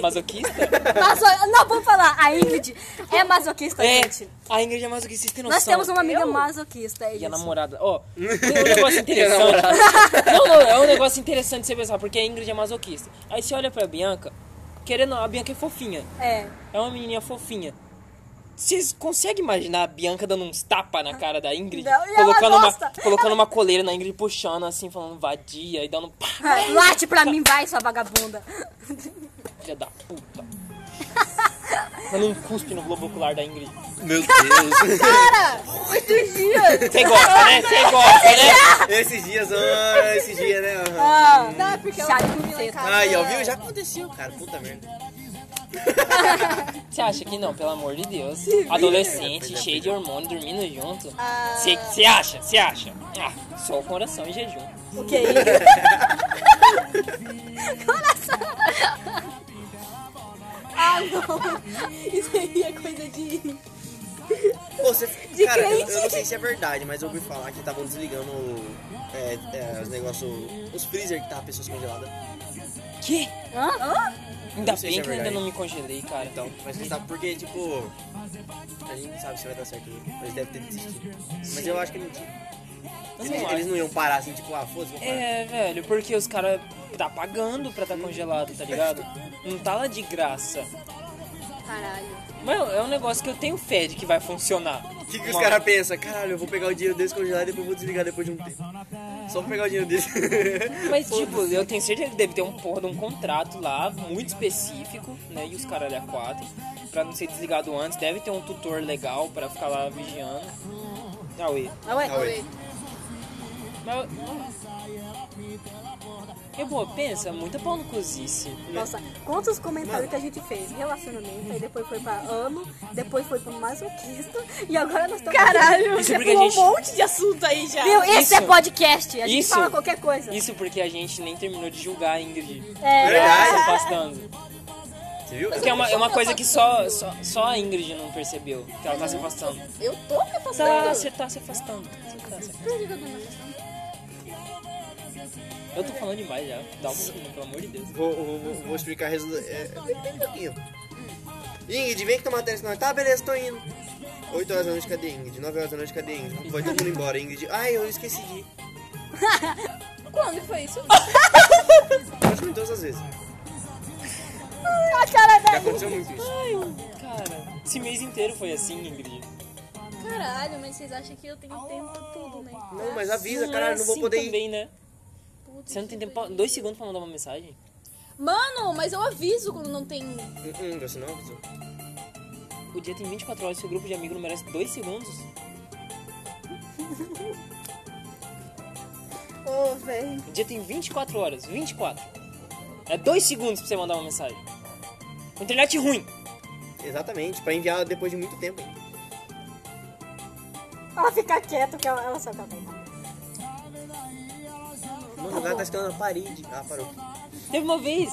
Speaker 3: Masoquista?
Speaker 1: Maso- Não, vamos falar. A Ingrid é masoquista,
Speaker 3: É,
Speaker 1: gente.
Speaker 3: a Ingrid é masoquista, vocês têm noção.
Speaker 1: Nós temos uma amiga
Speaker 3: Eu?
Speaker 1: masoquista, é
Speaker 3: E a
Speaker 1: isso.
Speaker 3: namorada, ó, tem um negócio interessante. não, não, é um negócio interessante você pensar, porque a Ingrid é masoquista. Aí você olha pra Bianca, querendo, a Bianca é fofinha,
Speaker 1: É.
Speaker 3: é uma menininha fofinha. Vocês conseguem imaginar a Bianca dando uns tapa na cara da Ingrid?
Speaker 1: Não, e ela
Speaker 3: colocando uma,
Speaker 1: gosta.
Speaker 3: colocando uma coleira na Ingrid, puxando assim, falando vadia e dando um pá,
Speaker 1: Late pra mim, vai, sua vagabunda.
Speaker 3: filha da puta. Dando um cuspe no globo ocular da Ingrid.
Speaker 2: Meu Deus.
Speaker 3: Você gosta, né? Você gosta, né?
Speaker 2: esses dias, ó, esses dias, né? aham.
Speaker 1: Ah,
Speaker 4: Tá, porque
Speaker 1: Chá de buceta.
Speaker 2: Aí, ó, viu? Já aconteceu, cara. Puta merda.
Speaker 3: Você acha que não, pelo amor de Deus. Adolescente, cheio de hormônio, dormindo junto.
Speaker 4: Ah,
Speaker 3: Você acha? Você acha? Ah, só o coração em jejum.
Speaker 1: O que é
Speaker 4: ah, não. Isso aí é coisa de...
Speaker 2: Pô, você, cara, eu,
Speaker 1: crente.
Speaker 2: eu não sei se é verdade, mas eu ouvi falar que estavam desligando é, é, os negócios, os freezer que tava pessoas congeladas.
Speaker 3: Que? Ainda
Speaker 2: Não sei
Speaker 3: bem
Speaker 2: se
Speaker 3: que
Speaker 2: é
Speaker 3: eu ainda
Speaker 2: verdade.
Speaker 3: não me congelei, cara.
Speaker 2: Então, mas você sabe por quê? Tipo, a gente não sabe se vai dar certo. né? Mas deve ter desistido. Mas eu acho que não tinha.
Speaker 3: Mas eu
Speaker 2: Eles,
Speaker 3: acho.
Speaker 2: eles não iam parar assim, tipo, ah, foda-se, vou parar.
Speaker 3: É, velho, porque os caras tá pagando pra tá congelado, tá ligado? Não tá lá de graça.
Speaker 4: Caralho.
Speaker 3: Mas é um negócio que eu tenho fé de que vai funcionar.
Speaker 2: O que, que os
Speaker 3: Uma-
Speaker 2: caras pensam? Caralho, eu vou pegar o dinheiro deles congelar e depois vou desligar depois de um tempo. Só pra pegar o dinheiro deles.
Speaker 3: Mas, tipo, eu tenho certeza que deve ter um porra de um contrato lá, muito específico, né? E os caras a quatro, pra não ser desligado antes. Deve ter um tutor legal pra ficar lá vigiando. Auê.
Speaker 1: é?
Speaker 2: Tá,
Speaker 3: é.
Speaker 1: Ah, ué.
Speaker 2: Ah, ué.
Speaker 3: Mas, E, pô, pensa, muita pau no cozice.
Speaker 1: Nossa, quantos comentários que a gente fez? Relacionamento, aí depois foi pra amo, depois foi pro masoquista, e agora nós estamos.
Speaker 4: Caralho,
Speaker 3: Isso
Speaker 4: você
Speaker 3: é porque a
Speaker 4: pulou
Speaker 3: gente-
Speaker 4: um monte de assunto aí já.
Speaker 1: Viu? Esse
Speaker 3: Isso.
Speaker 1: é podcast, a gente
Speaker 3: Isso.
Speaker 1: fala qualquer coisa.
Speaker 3: Isso porque a gente nem terminou de julgar a Ingrid.
Speaker 1: É.
Speaker 2: Verdade.
Speaker 3: Essa face da Anza.
Speaker 2: Você viu?
Speaker 3: Porque é uma, é uma coisa que só, só, só a Ingrid não percebeu, que ela tá se afastando.
Speaker 4: Eu tô me
Speaker 3: Tá,
Speaker 4: afastando.
Speaker 3: você tá se afastando. Você tá se afastando.
Speaker 4: Por que que eu tô me afastando?
Speaker 3: Eu tô falando demais já. Dá um minuto, pelo amor de Deus.
Speaker 2: Vou, vou, vou- vou explicar a resolu- é, é, bem pouquinho. Ingrid, vem que tomar tênis não. Tá, beleza, tô indo. 8 horas da noite, cadê Ingrid? 9 horas da noite, cadê Ingrid? Foi todo mundo embora, Ingrid. Ai, eu esqueci de ir.
Speaker 4: Quando que foi isso?
Speaker 2: Acho que todas as vezes.
Speaker 1: A cara
Speaker 2: Já
Speaker 1: da
Speaker 2: aconteceu muito isso.
Speaker 3: Ai, eu- cara, esse mês inteiro foi assim, Ingrid.
Speaker 4: Caralho, mas vocês acham que eu tenho tempo pra tudo, né?
Speaker 2: Não, mas avisa,
Speaker 3: é
Speaker 2: caralho, não vou
Speaker 3: assim
Speaker 2: poder ir.
Speaker 3: também, né?
Speaker 4: Puta
Speaker 3: Você não
Speaker 4: que
Speaker 3: tem tempo, pra-
Speaker 4: pariu.
Speaker 3: dois segundos pra mandar uma mensagem?
Speaker 4: Mano, mas eu aviso quando não tem.
Speaker 2: Hum, hum, você não avisou.
Speaker 3: O dia tem 24 horas, seu grupo de amigos não merece dois segundos?
Speaker 1: Ô, velho.
Speaker 3: O dia tem 24 horas, 24. É dois segundos pra você mandar uma mensagem. Com Internet ruim.
Speaker 2: Exatamente, pra enviar depois de muito tempo. hein?
Speaker 1: Ela fica quieta que ela, ela sabe que ela tá errada.
Speaker 2: Mano, o cara tá escalando na parede. Ah, parou.
Speaker 3: Teve uma vez.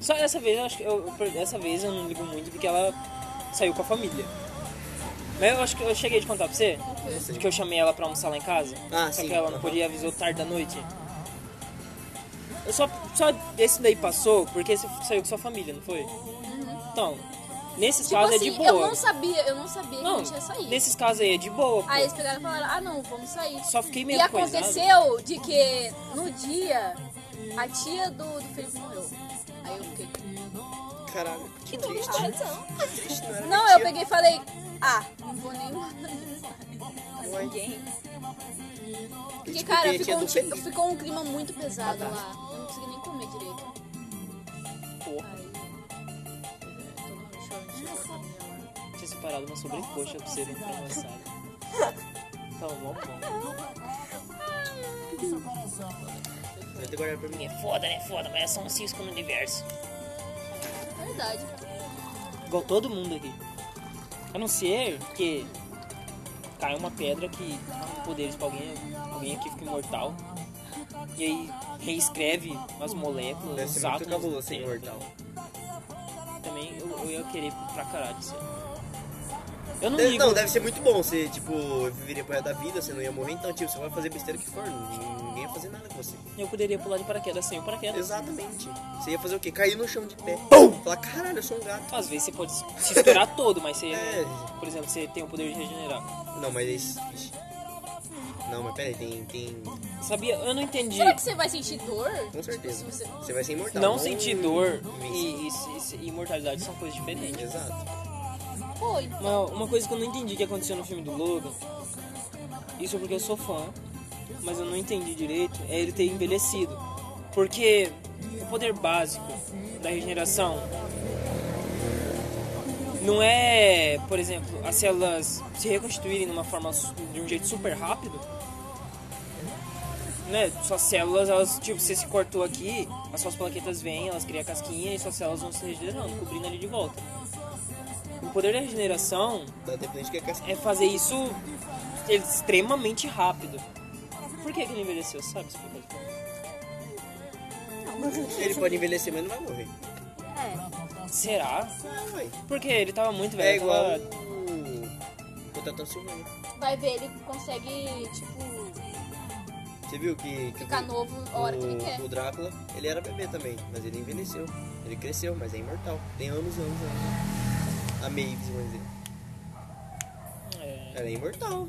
Speaker 3: Só essa vez, eu acho que eu, eu- essa vez eu não ligo muito porque ela saiu com a família. Mas eu acho que eu cheguei de contar pra você de que eu chamei ela pra almoçar lá em casa.
Speaker 2: Ah,
Speaker 3: só
Speaker 2: sim.
Speaker 3: que ela não
Speaker 2: Aham.
Speaker 3: podia avisou tarde da noite. Eu só, só esse daí passou porque você saiu com sua família, não foi? Então, nesses
Speaker 4: Uhum. Tipo
Speaker 3: casos
Speaker 4: assim,
Speaker 3: é de
Speaker 4: eu
Speaker 3: boa.
Speaker 4: não sabia, eu não sabia que a gente ia sair.
Speaker 3: nesses casos aí é de boa. pô.
Speaker 4: Aí eles pegaram e falaram, ah não, vamos sair.
Speaker 3: Só fiquei meio
Speaker 4: E
Speaker 3: coisado.
Speaker 4: aconteceu de que no dia a tia do, do Felipe morreu. Aí eu fiquei.
Speaker 2: Caralho.
Speaker 4: Que
Speaker 2: triste.
Speaker 4: doido.
Speaker 2: Triste, não era
Speaker 4: Não,
Speaker 2: mentira.
Speaker 4: eu peguei e falei, ah, não vou nem mandar mensagem pra
Speaker 2: Ué.
Speaker 4: ninguém.
Speaker 2: E,
Speaker 4: Porque,
Speaker 2: tipo,
Speaker 4: cara,
Speaker 2: tem a tia
Speaker 4: ficou um,
Speaker 2: do
Speaker 4: ti-
Speaker 2: Felipe.
Speaker 4: ficou um clima muito pesado
Speaker 3: Ah, tá.
Speaker 4: lá. Eu não consegui nem comer direito.
Speaker 3: Porra,
Speaker 4: Aí. é, Todo mundo chorando, chorando. com a minha mãe.
Speaker 3: tinha separado uma sobrecoxa pra você no aniversário. Tava mó bom.
Speaker 2: Deve ter guardado pra mim.
Speaker 3: É foda, né? Foda, mas é só um cisco no universo.
Speaker 4: É Verdade.
Speaker 3: Igual todo mundo aqui. A não ser que cai uma pedra que dá poderes pra alguém, alguém aqui fica imortal. E aí reescreve as moléculas,
Speaker 2: Deve
Speaker 3: os
Speaker 2: ser muito
Speaker 3: átomos.
Speaker 2: cabuloso ser
Speaker 3: do tempo.
Speaker 2: imortal.
Speaker 3: Também eu, eu ia querer pra caralho isso. aí. Eu não
Speaker 2: Deve-
Speaker 3: ligo.
Speaker 2: não, deve ser muito bom. Você, tipo, viveria pro resto da vida, você não ia morrer. Então, tipo, você vai fazer besteira que for. Ninguém ia fazer nada com você.
Speaker 3: Eu poderia pular de paraquedas sem o paraquedas.
Speaker 2: Exatamente. Você ia fazer o quê? Cair no chão de pé. Pum! Falar, caralho, eu sou um gato.
Speaker 3: Às vezes você pode se estourar todo, mas você.
Speaker 2: É.
Speaker 3: Por exemplo, você tem o poder de regenerar.
Speaker 2: Não, mas esse. ixi. Não, mas pera aí, tem. tem...
Speaker 3: Sabia? Eu não entendi.
Speaker 4: Será que você vai sentir dor? Tipo,
Speaker 2: Com certeza.
Speaker 4: Se você-
Speaker 2: Você vai ser imortal.
Speaker 3: Não sentir dor
Speaker 2: invencível.
Speaker 3: e, e- e- e imortalidade são coisas diferentes.
Speaker 2: Exato.
Speaker 4: Pô, então.
Speaker 3: Mas uma coisa que eu não entendi que aconteceu no filme do Logan, isso é porque eu sou fã, mas eu não entendi direito, é ele ter envelhecido. Porque o poder básico da regeneração não é, por exemplo, as células se reconstituírem de uma forma su- de um jeito super rápido. Né? Suas células, elas, tipo, você se cortou aqui, as suas plaquetas vêm, elas criam casquinha e suas células vão se regenerando, cobrindo ali de volta. O poder da regeneração
Speaker 2: Dá dependente que é casca.
Speaker 3: é fazer isso extremamente rápido. Por que, que ele envelheceu, sabe? explicar isso pra mim?
Speaker 2: Ele pode envelhecer, mas não vai morrer.
Speaker 1: É.
Speaker 3: Será?
Speaker 2: Não, ué.
Speaker 3: Porque ele tava muito velho.
Speaker 2: É igual.
Speaker 3: tava-
Speaker 2: o- O Tatansilvano.
Speaker 4: Vai ver, ele consegue, tipo,
Speaker 2: Você viu que. que
Speaker 4: ficar
Speaker 2: o-
Speaker 4: novo a hora que ele quer.
Speaker 3: é?
Speaker 2: o, o Drácula, ele era bebê também, mas ele envelheceu. Ele cresceu, mas é imortal. Tem anos, anos, anos. A Mavis, vamos dizer.
Speaker 3: É,
Speaker 2: Ela é imortal,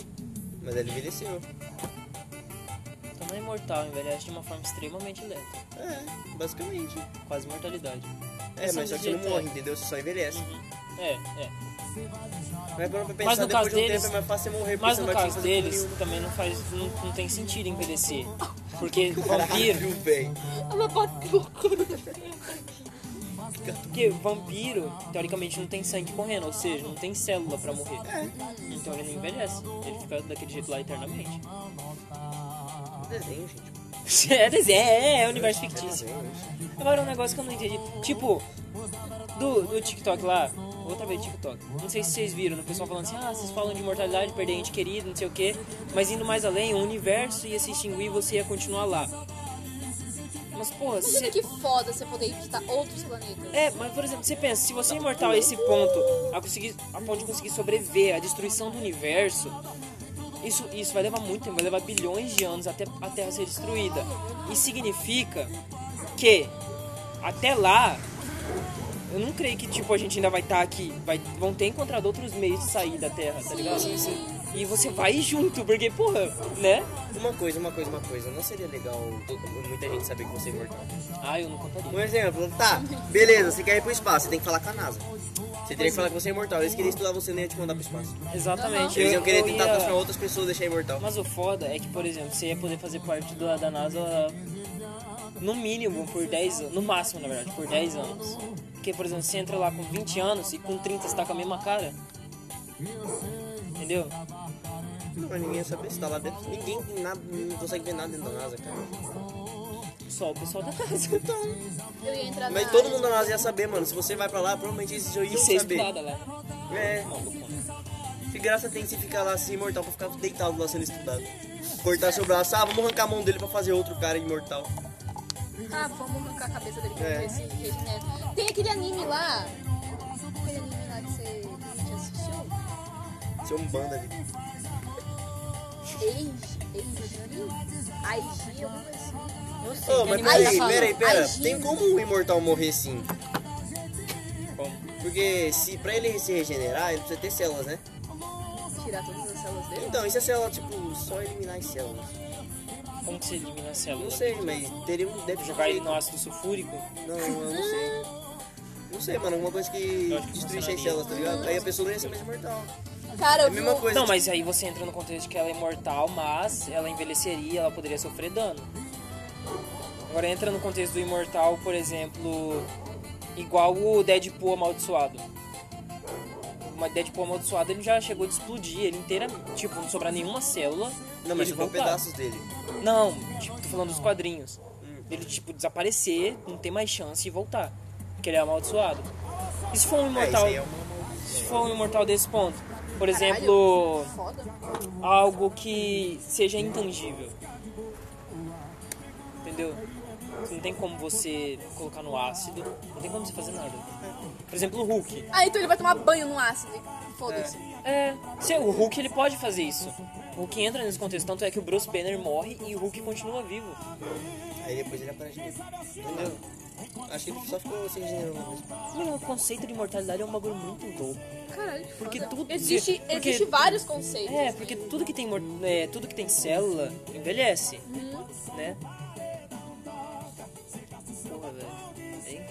Speaker 2: mas ela envelheceu.
Speaker 3: então não é imortal, envelhece de uma forma extremamente lenta.
Speaker 2: É, basicamente.
Speaker 3: Quase imortalidade.
Speaker 2: É, mas só que você não
Speaker 3: jeito,
Speaker 2: morre,
Speaker 3: é.
Speaker 2: entendeu? Você só envelhece.
Speaker 3: É, é.
Speaker 2: Mas agora pra pensar,
Speaker 3: Mas no
Speaker 2: depois
Speaker 3: caso
Speaker 2: de um
Speaker 3: deles-
Speaker 2: tempo é mais fácil você morrer, porque
Speaker 3: Mas
Speaker 2: você
Speaker 3: no
Speaker 2: não vai
Speaker 3: caso
Speaker 2: conseguir fazer
Speaker 3: deles,
Speaker 2: porra
Speaker 3: também não faz. Não, não tem sentido envelhecer. Porque
Speaker 2: nenhuma.
Speaker 3: vampiro.
Speaker 2: Caralho, velho.
Speaker 3: Porque vampiro, teoricamente, não tem sangue correndo, ou seja, não tem célula pra morrer.
Speaker 2: É.
Speaker 3: Então ele não envelhece. Ele fica daquele jeito lá eternamente.
Speaker 2: Desenho, gente.
Speaker 3: É desenho, é, é universo fictício. Agora um negócio que eu não entendi. Tipo, do, do TikTok lá, outra vez TikTok. Não sei se vocês viram, o pessoal falando assim, ah, vocês falam de imortalidade, perder ente querido, não sei o quê. Mas indo mais além, o universo ia se extinguir e você ia continuar lá. Mas, porra, se
Speaker 4: Imagina
Speaker 3: você...
Speaker 4: que foda você poder visitar outros planetas.
Speaker 3: É, mas por exemplo, você pensa, se você é imortal a esse ponto, a, conseguir, a ponto de conseguir sobreviver à destruição do universo, isso, isso vai levar muito tempo, vai levar bilhões de anos até a Terra ser destruída. E significa que até lá, eu não creio que tipo a gente ainda vai estar aqui, vai, vão ter encontrado outros meios de sair da Terra, tá ligado? E você vai junto, porque porra, né?
Speaker 2: Uma coisa, uma coisa, uma coisa. Não seria legal todo- muita gente saber que você é imortal.
Speaker 3: Ah, eu não contaria.
Speaker 5: Um exemplo, tá, beleza, você quer ir pro espaço, você tem que falar com a NASA.
Speaker 2: Você teria que falar que você é imortal. Eles queriam estudar você e nem ia te mandar pro espaço.
Speaker 3: Exatamente.
Speaker 2: Eles iam querer tentar
Speaker 3: ia-
Speaker 2: transformar outras pessoas e deixar imortal.
Speaker 3: Mas o foda é que, por exemplo, você ia poder fazer parte do, da NASA no mínimo por 10 anos, no máximo na verdade, por 10 anos. Porque, por exemplo, você entra lá com 20 anos e com 30 você tá com a mesma cara. Entendeu?
Speaker 2: Não, mas ninguém ia saber se tá lá dentro. Ninguém tem nada, não consegue ver nada dentro da NASA, cara.
Speaker 3: Só o pessoal da NASA.
Speaker 2: Então,
Speaker 4: Eu ia entrar
Speaker 2: Mas
Speaker 4: na
Speaker 2: todo mundo da NASA ia saber, mano. Se você vai pra lá, provavelmente eles já
Speaker 3: E
Speaker 2: iam
Speaker 3: você é
Speaker 2: saber.
Speaker 3: estudada lá.
Speaker 2: É,
Speaker 3: Maluco, né?
Speaker 2: que graça tem se ficar lá assim imortal pra ficar deitado lá sendo estudado. Cortar seu braço, ah, vamos arrancar a mão dele pra fazer outro cara imortal.
Speaker 4: Ah, vamos arrancar a cabeça dele pra
Speaker 2: É.
Speaker 4: ver se regenera. né? Tem aquele anime lá. Aquele anime lá que você que você assistiu?
Speaker 2: Ser um banda ali.
Speaker 4: Eiji. Eiji, anime? Aiji, alguma coisa assim. Eu sei.
Speaker 2: Ô,
Speaker 4: que
Speaker 2: mas
Speaker 4: anime
Speaker 2: peraí,
Speaker 4: tá falando.
Speaker 2: peraí, pera.
Speaker 4: Aiji.
Speaker 2: Tem como um imortal morrer sim? Porque se pra ele se regenerar, ele precisa ter células, né?
Speaker 4: Tirar todas as células dele?
Speaker 2: Então, e se a célula, tipo, só eliminar as células?
Speaker 3: Como que você elimina a célula?
Speaker 2: Não sei, mas teria um. Deve
Speaker 3: Jogar ele
Speaker 2: ter-
Speaker 3: no ácido sulfúrico?
Speaker 2: Não, eu não sei. Não sei, mano, alguma coisa que
Speaker 3: Eu acho que
Speaker 2: destruísse as
Speaker 3: funcionaria.
Speaker 2: células, tá ligado? Aí a pessoa não ia ser mais imortal.
Speaker 4: Cara,
Speaker 2: É
Speaker 4: eu
Speaker 2: a mesma
Speaker 4: vi um-
Speaker 2: coisa.
Speaker 3: Não,
Speaker 2: tipo,
Speaker 3: mas aí você entra no contexto que ela é imortal, mas ela envelheceria, ela poderia sofrer dano. Agora entra no contexto do imortal, por exemplo, igual o Deadpool amaldiçoado. Uma Deadpool amaldiçoado, ele já chegou de explodir, ele inteira, tipo, não sobrar nenhuma célula.
Speaker 2: Não, mas um
Speaker 3: ele
Speaker 2: sobrou
Speaker 3: voltar.
Speaker 2: pedaços dele.
Speaker 3: Não, tipo, tô falando dos quadrinhos.
Speaker 2: Hum.
Speaker 3: Ele, tipo, desaparecer, não ter mais chance e voltar. Porque ele é amaldiçoado. E se for um
Speaker 2: É, isso
Speaker 3: imortal,
Speaker 2: aí é uma.
Speaker 3: se for um imortal desse ponto?
Speaker 4: Caralho,
Speaker 3: Por exemplo
Speaker 4: Foda.
Speaker 3: algo que seja intangível. Entendeu? Não tem como você colocar no ácido, não tem como você fazer nada. Por exemplo, o Hulk.
Speaker 4: Ah, então ele vai tomar banho no ácido. Foda-se.
Speaker 3: É, se- o Hulk ele pode fazer isso. O Hulk entra nesse contexto, tanto é que o Bruce Banner morre e o Hulk continua vivo.
Speaker 2: Aí depois ele aparece de novo. Entendeu? Acho que ele só ficou se regenerando uma vez.
Speaker 3: Mano, o conceito de imortalidade é um bagulho muito louco.
Speaker 4: Caralho, que
Speaker 3: Porque
Speaker 4: foda.
Speaker 3: tudo-
Speaker 4: Existe,
Speaker 3: porque-
Speaker 4: existe vários conceitos. né?
Speaker 3: É, porque tudo que tem, mor- é, tudo que tem célula envelhece, né? Porra, velho. Hein?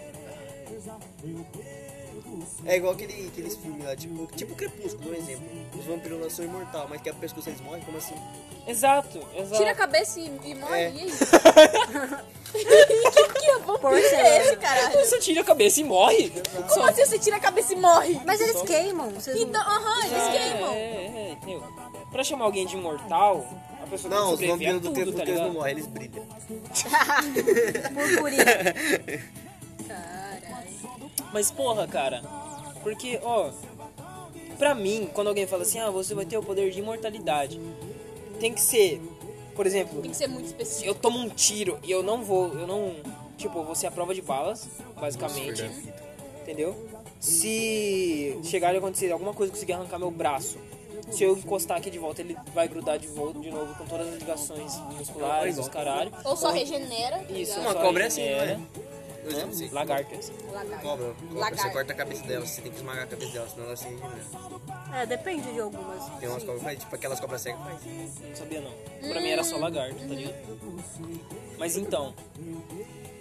Speaker 2: É igual aquele, aqueles filmes lá, tipo, tipo Crepúsculo, por exemplo. Os vampiros lá são imortal, mas que a pescoço eles morrem, como assim?
Speaker 3: Exato, exato.
Speaker 4: Tira a cabeça e, e morre,
Speaker 2: É.
Speaker 4: e aí? que, que vampiro é esse, caralho?
Speaker 3: Você tira a cabeça e morre.
Speaker 2: É.
Speaker 4: Como assim você tira a cabeça e morre?
Speaker 1: Mas eles queimam. Vocês
Speaker 4: Então, aham, eles
Speaker 3: É,
Speaker 4: queimam.
Speaker 3: é, é, entendeu? Pra chamar alguém de imortal, a pessoa
Speaker 2: Não, os
Speaker 3: tem que sobreviver a
Speaker 2: vampiros do
Speaker 3: tudo, tá
Speaker 2: Crepúsculo eles não
Speaker 3: ligado?
Speaker 2: morrem, eles brilham.
Speaker 1: não... Purpurina.
Speaker 4: Caralho.
Speaker 3: Mas porra, cara. Porque, ó... Pra mim, quando alguém fala assim, ah, você vai ter o poder de imortalidade. Tem que ser... Por exemplo,
Speaker 4: Tem que ser muito específico.
Speaker 3: eu tomo um tiro e eu não vou... Eu não... Tipo, eu vou ser a prova de balas, basicamente. entendeu? Se chegar e acontecer alguma coisa, conseguir arrancar meu braço, se eu encostar aqui de volta, ele vai grudar de, volta, de novo com todas as ligações musculares, os caralho.
Speaker 4: Ou só regenera. tá
Speaker 3: Isso,
Speaker 4: ligado?
Speaker 2: Uma
Speaker 3: só
Speaker 2: cobra é
Speaker 3: isso,
Speaker 2: assim,
Speaker 3: é.
Speaker 2: né? Eu já não sei.
Speaker 3: Lagarto é assim.
Speaker 4: Lagarto.
Speaker 2: Cobra, cobra, você
Speaker 4: Lagarto.
Speaker 2: corta a cabeça dela, você tem que esmagar a cabeça dela, senão ela se regenera.
Speaker 1: É, depende de algumas.
Speaker 2: Tem umas cobras, mas, tipo aquelas cobras cegas, faz.
Speaker 3: Não sabia não. Pra mim era só lagarto, tá ligado? Mas então.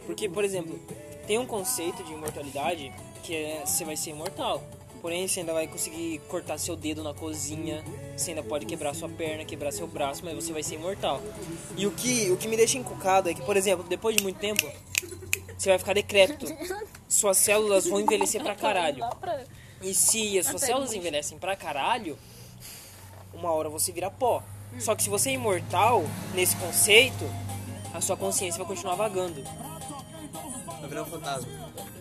Speaker 3: Porque, por exemplo, tem um conceito de imortalidade que é você vai ser imortal. Porém, você ainda vai conseguir cortar seu dedo na cozinha, você ainda pode quebrar sua perna, quebrar seu braço, mas você vai ser imortal. E o que, o que me deixa encucado é que, por exemplo, depois de muito tempo, você vai ficar decrépito. Suas células vão envelhecer pra caralho.
Speaker 4: Dá pra-
Speaker 3: E se as suas células envelhecem pra caralho, uma hora você vira pó. Só que se você é imortal, nesse conceito, a sua consciência vai continuar vagando.
Speaker 2: Vai virar um fantasma.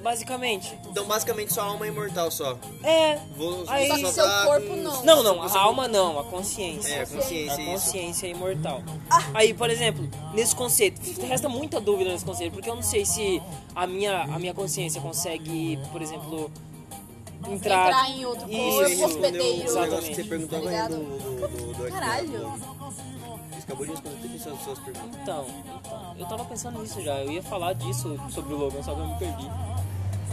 Speaker 3: Basicamente.
Speaker 2: Então, basicamente, sua alma é imortal só.
Speaker 3: É.
Speaker 2: Vou,
Speaker 3: Aí-
Speaker 2: só
Speaker 3: Só
Speaker 2: tá
Speaker 3: que
Speaker 4: seu corpo
Speaker 2: com-
Speaker 4: não.
Speaker 3: Não, não, a alma não, a consciência.
Speaker 2: É, a
Speaker 3: A
Speaker 2: consciência, isso.
Speaker 3: consciência é imortal.
Speaker 4: Ah.
Speaker 3: Aí, por exemplo, nesse conceito, resta muita dúvida nesse conceito, porque eu não sei se a minha, a minha consciência consegue, por exemplo, entrar.
Speaker 4: Entrar em outro
Speaker 3: Isso,
Speaker 4: corpo, hospedeiro.
Speaker 2: O um negócio que você
Speaker 3: Exatamente.
Speaker 4: Tá
Speaker 2: perguntou agora
Speaker 4: ligado?
Speaker 2: do, do, do, do
Speaker 4: Caralho.
Speaker 2: Você acabou de responder todas as suas perguntas.
Speaker 3: Então, então, eu tava pensando nisso já, eu ia falar disso sobre o Logan, só que eu me perdi.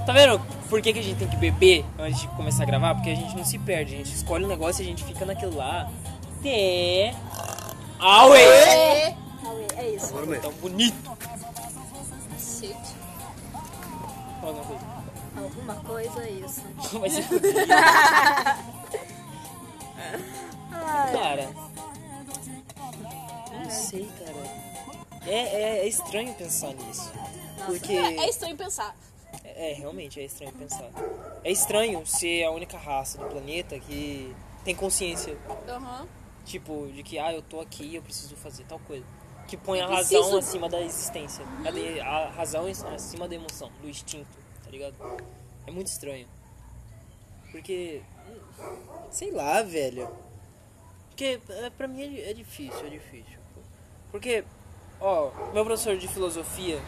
Speaker 3: Tá vendo por que, que a gente tem que beber antes de começar a gravar? Porque a gente não se perde, a gente escolhe um negócio e a gente fica naquilo lá. Até. Aue!
Speaker 4: É.
Speaker 1: Cauê, É isso.
Speaker 5: Agora
Speaker 2: Então,
Speaker 5: mesmo.
Speaker 3: Tão bonito!
Speaker 4: Cacete.
Speaker 3: Fala alguma coisa.
Speaker 1: Alguma coisa é isso.
Speaker 3: Vai se fuder. Cara. Não sei, cara. É, é, é estranho pensar nisso. Porque.
Speaker 4: É é estranho pensar.
Speaker 3: É, é, realmente é estranho pensar. É estranho ser a única raça do planeta que tem consciência.
Speaker 4: Aham. Uhum.
Speaker 3: Tipo, de que, ah, eu tô aqui, eu preciso fazer tal coisa. Que põe a
Speaker 4: Eu preciso-
Speaker 3: razão acima da existência. A, de- a razão acima da emoção, do instinto, tá ligado? É muito estranho. Porque. hum, Sei lá, velho. Porque é, pra mim é di- é, difícil, é difícil. Porque, ó, meu professor de filosofia,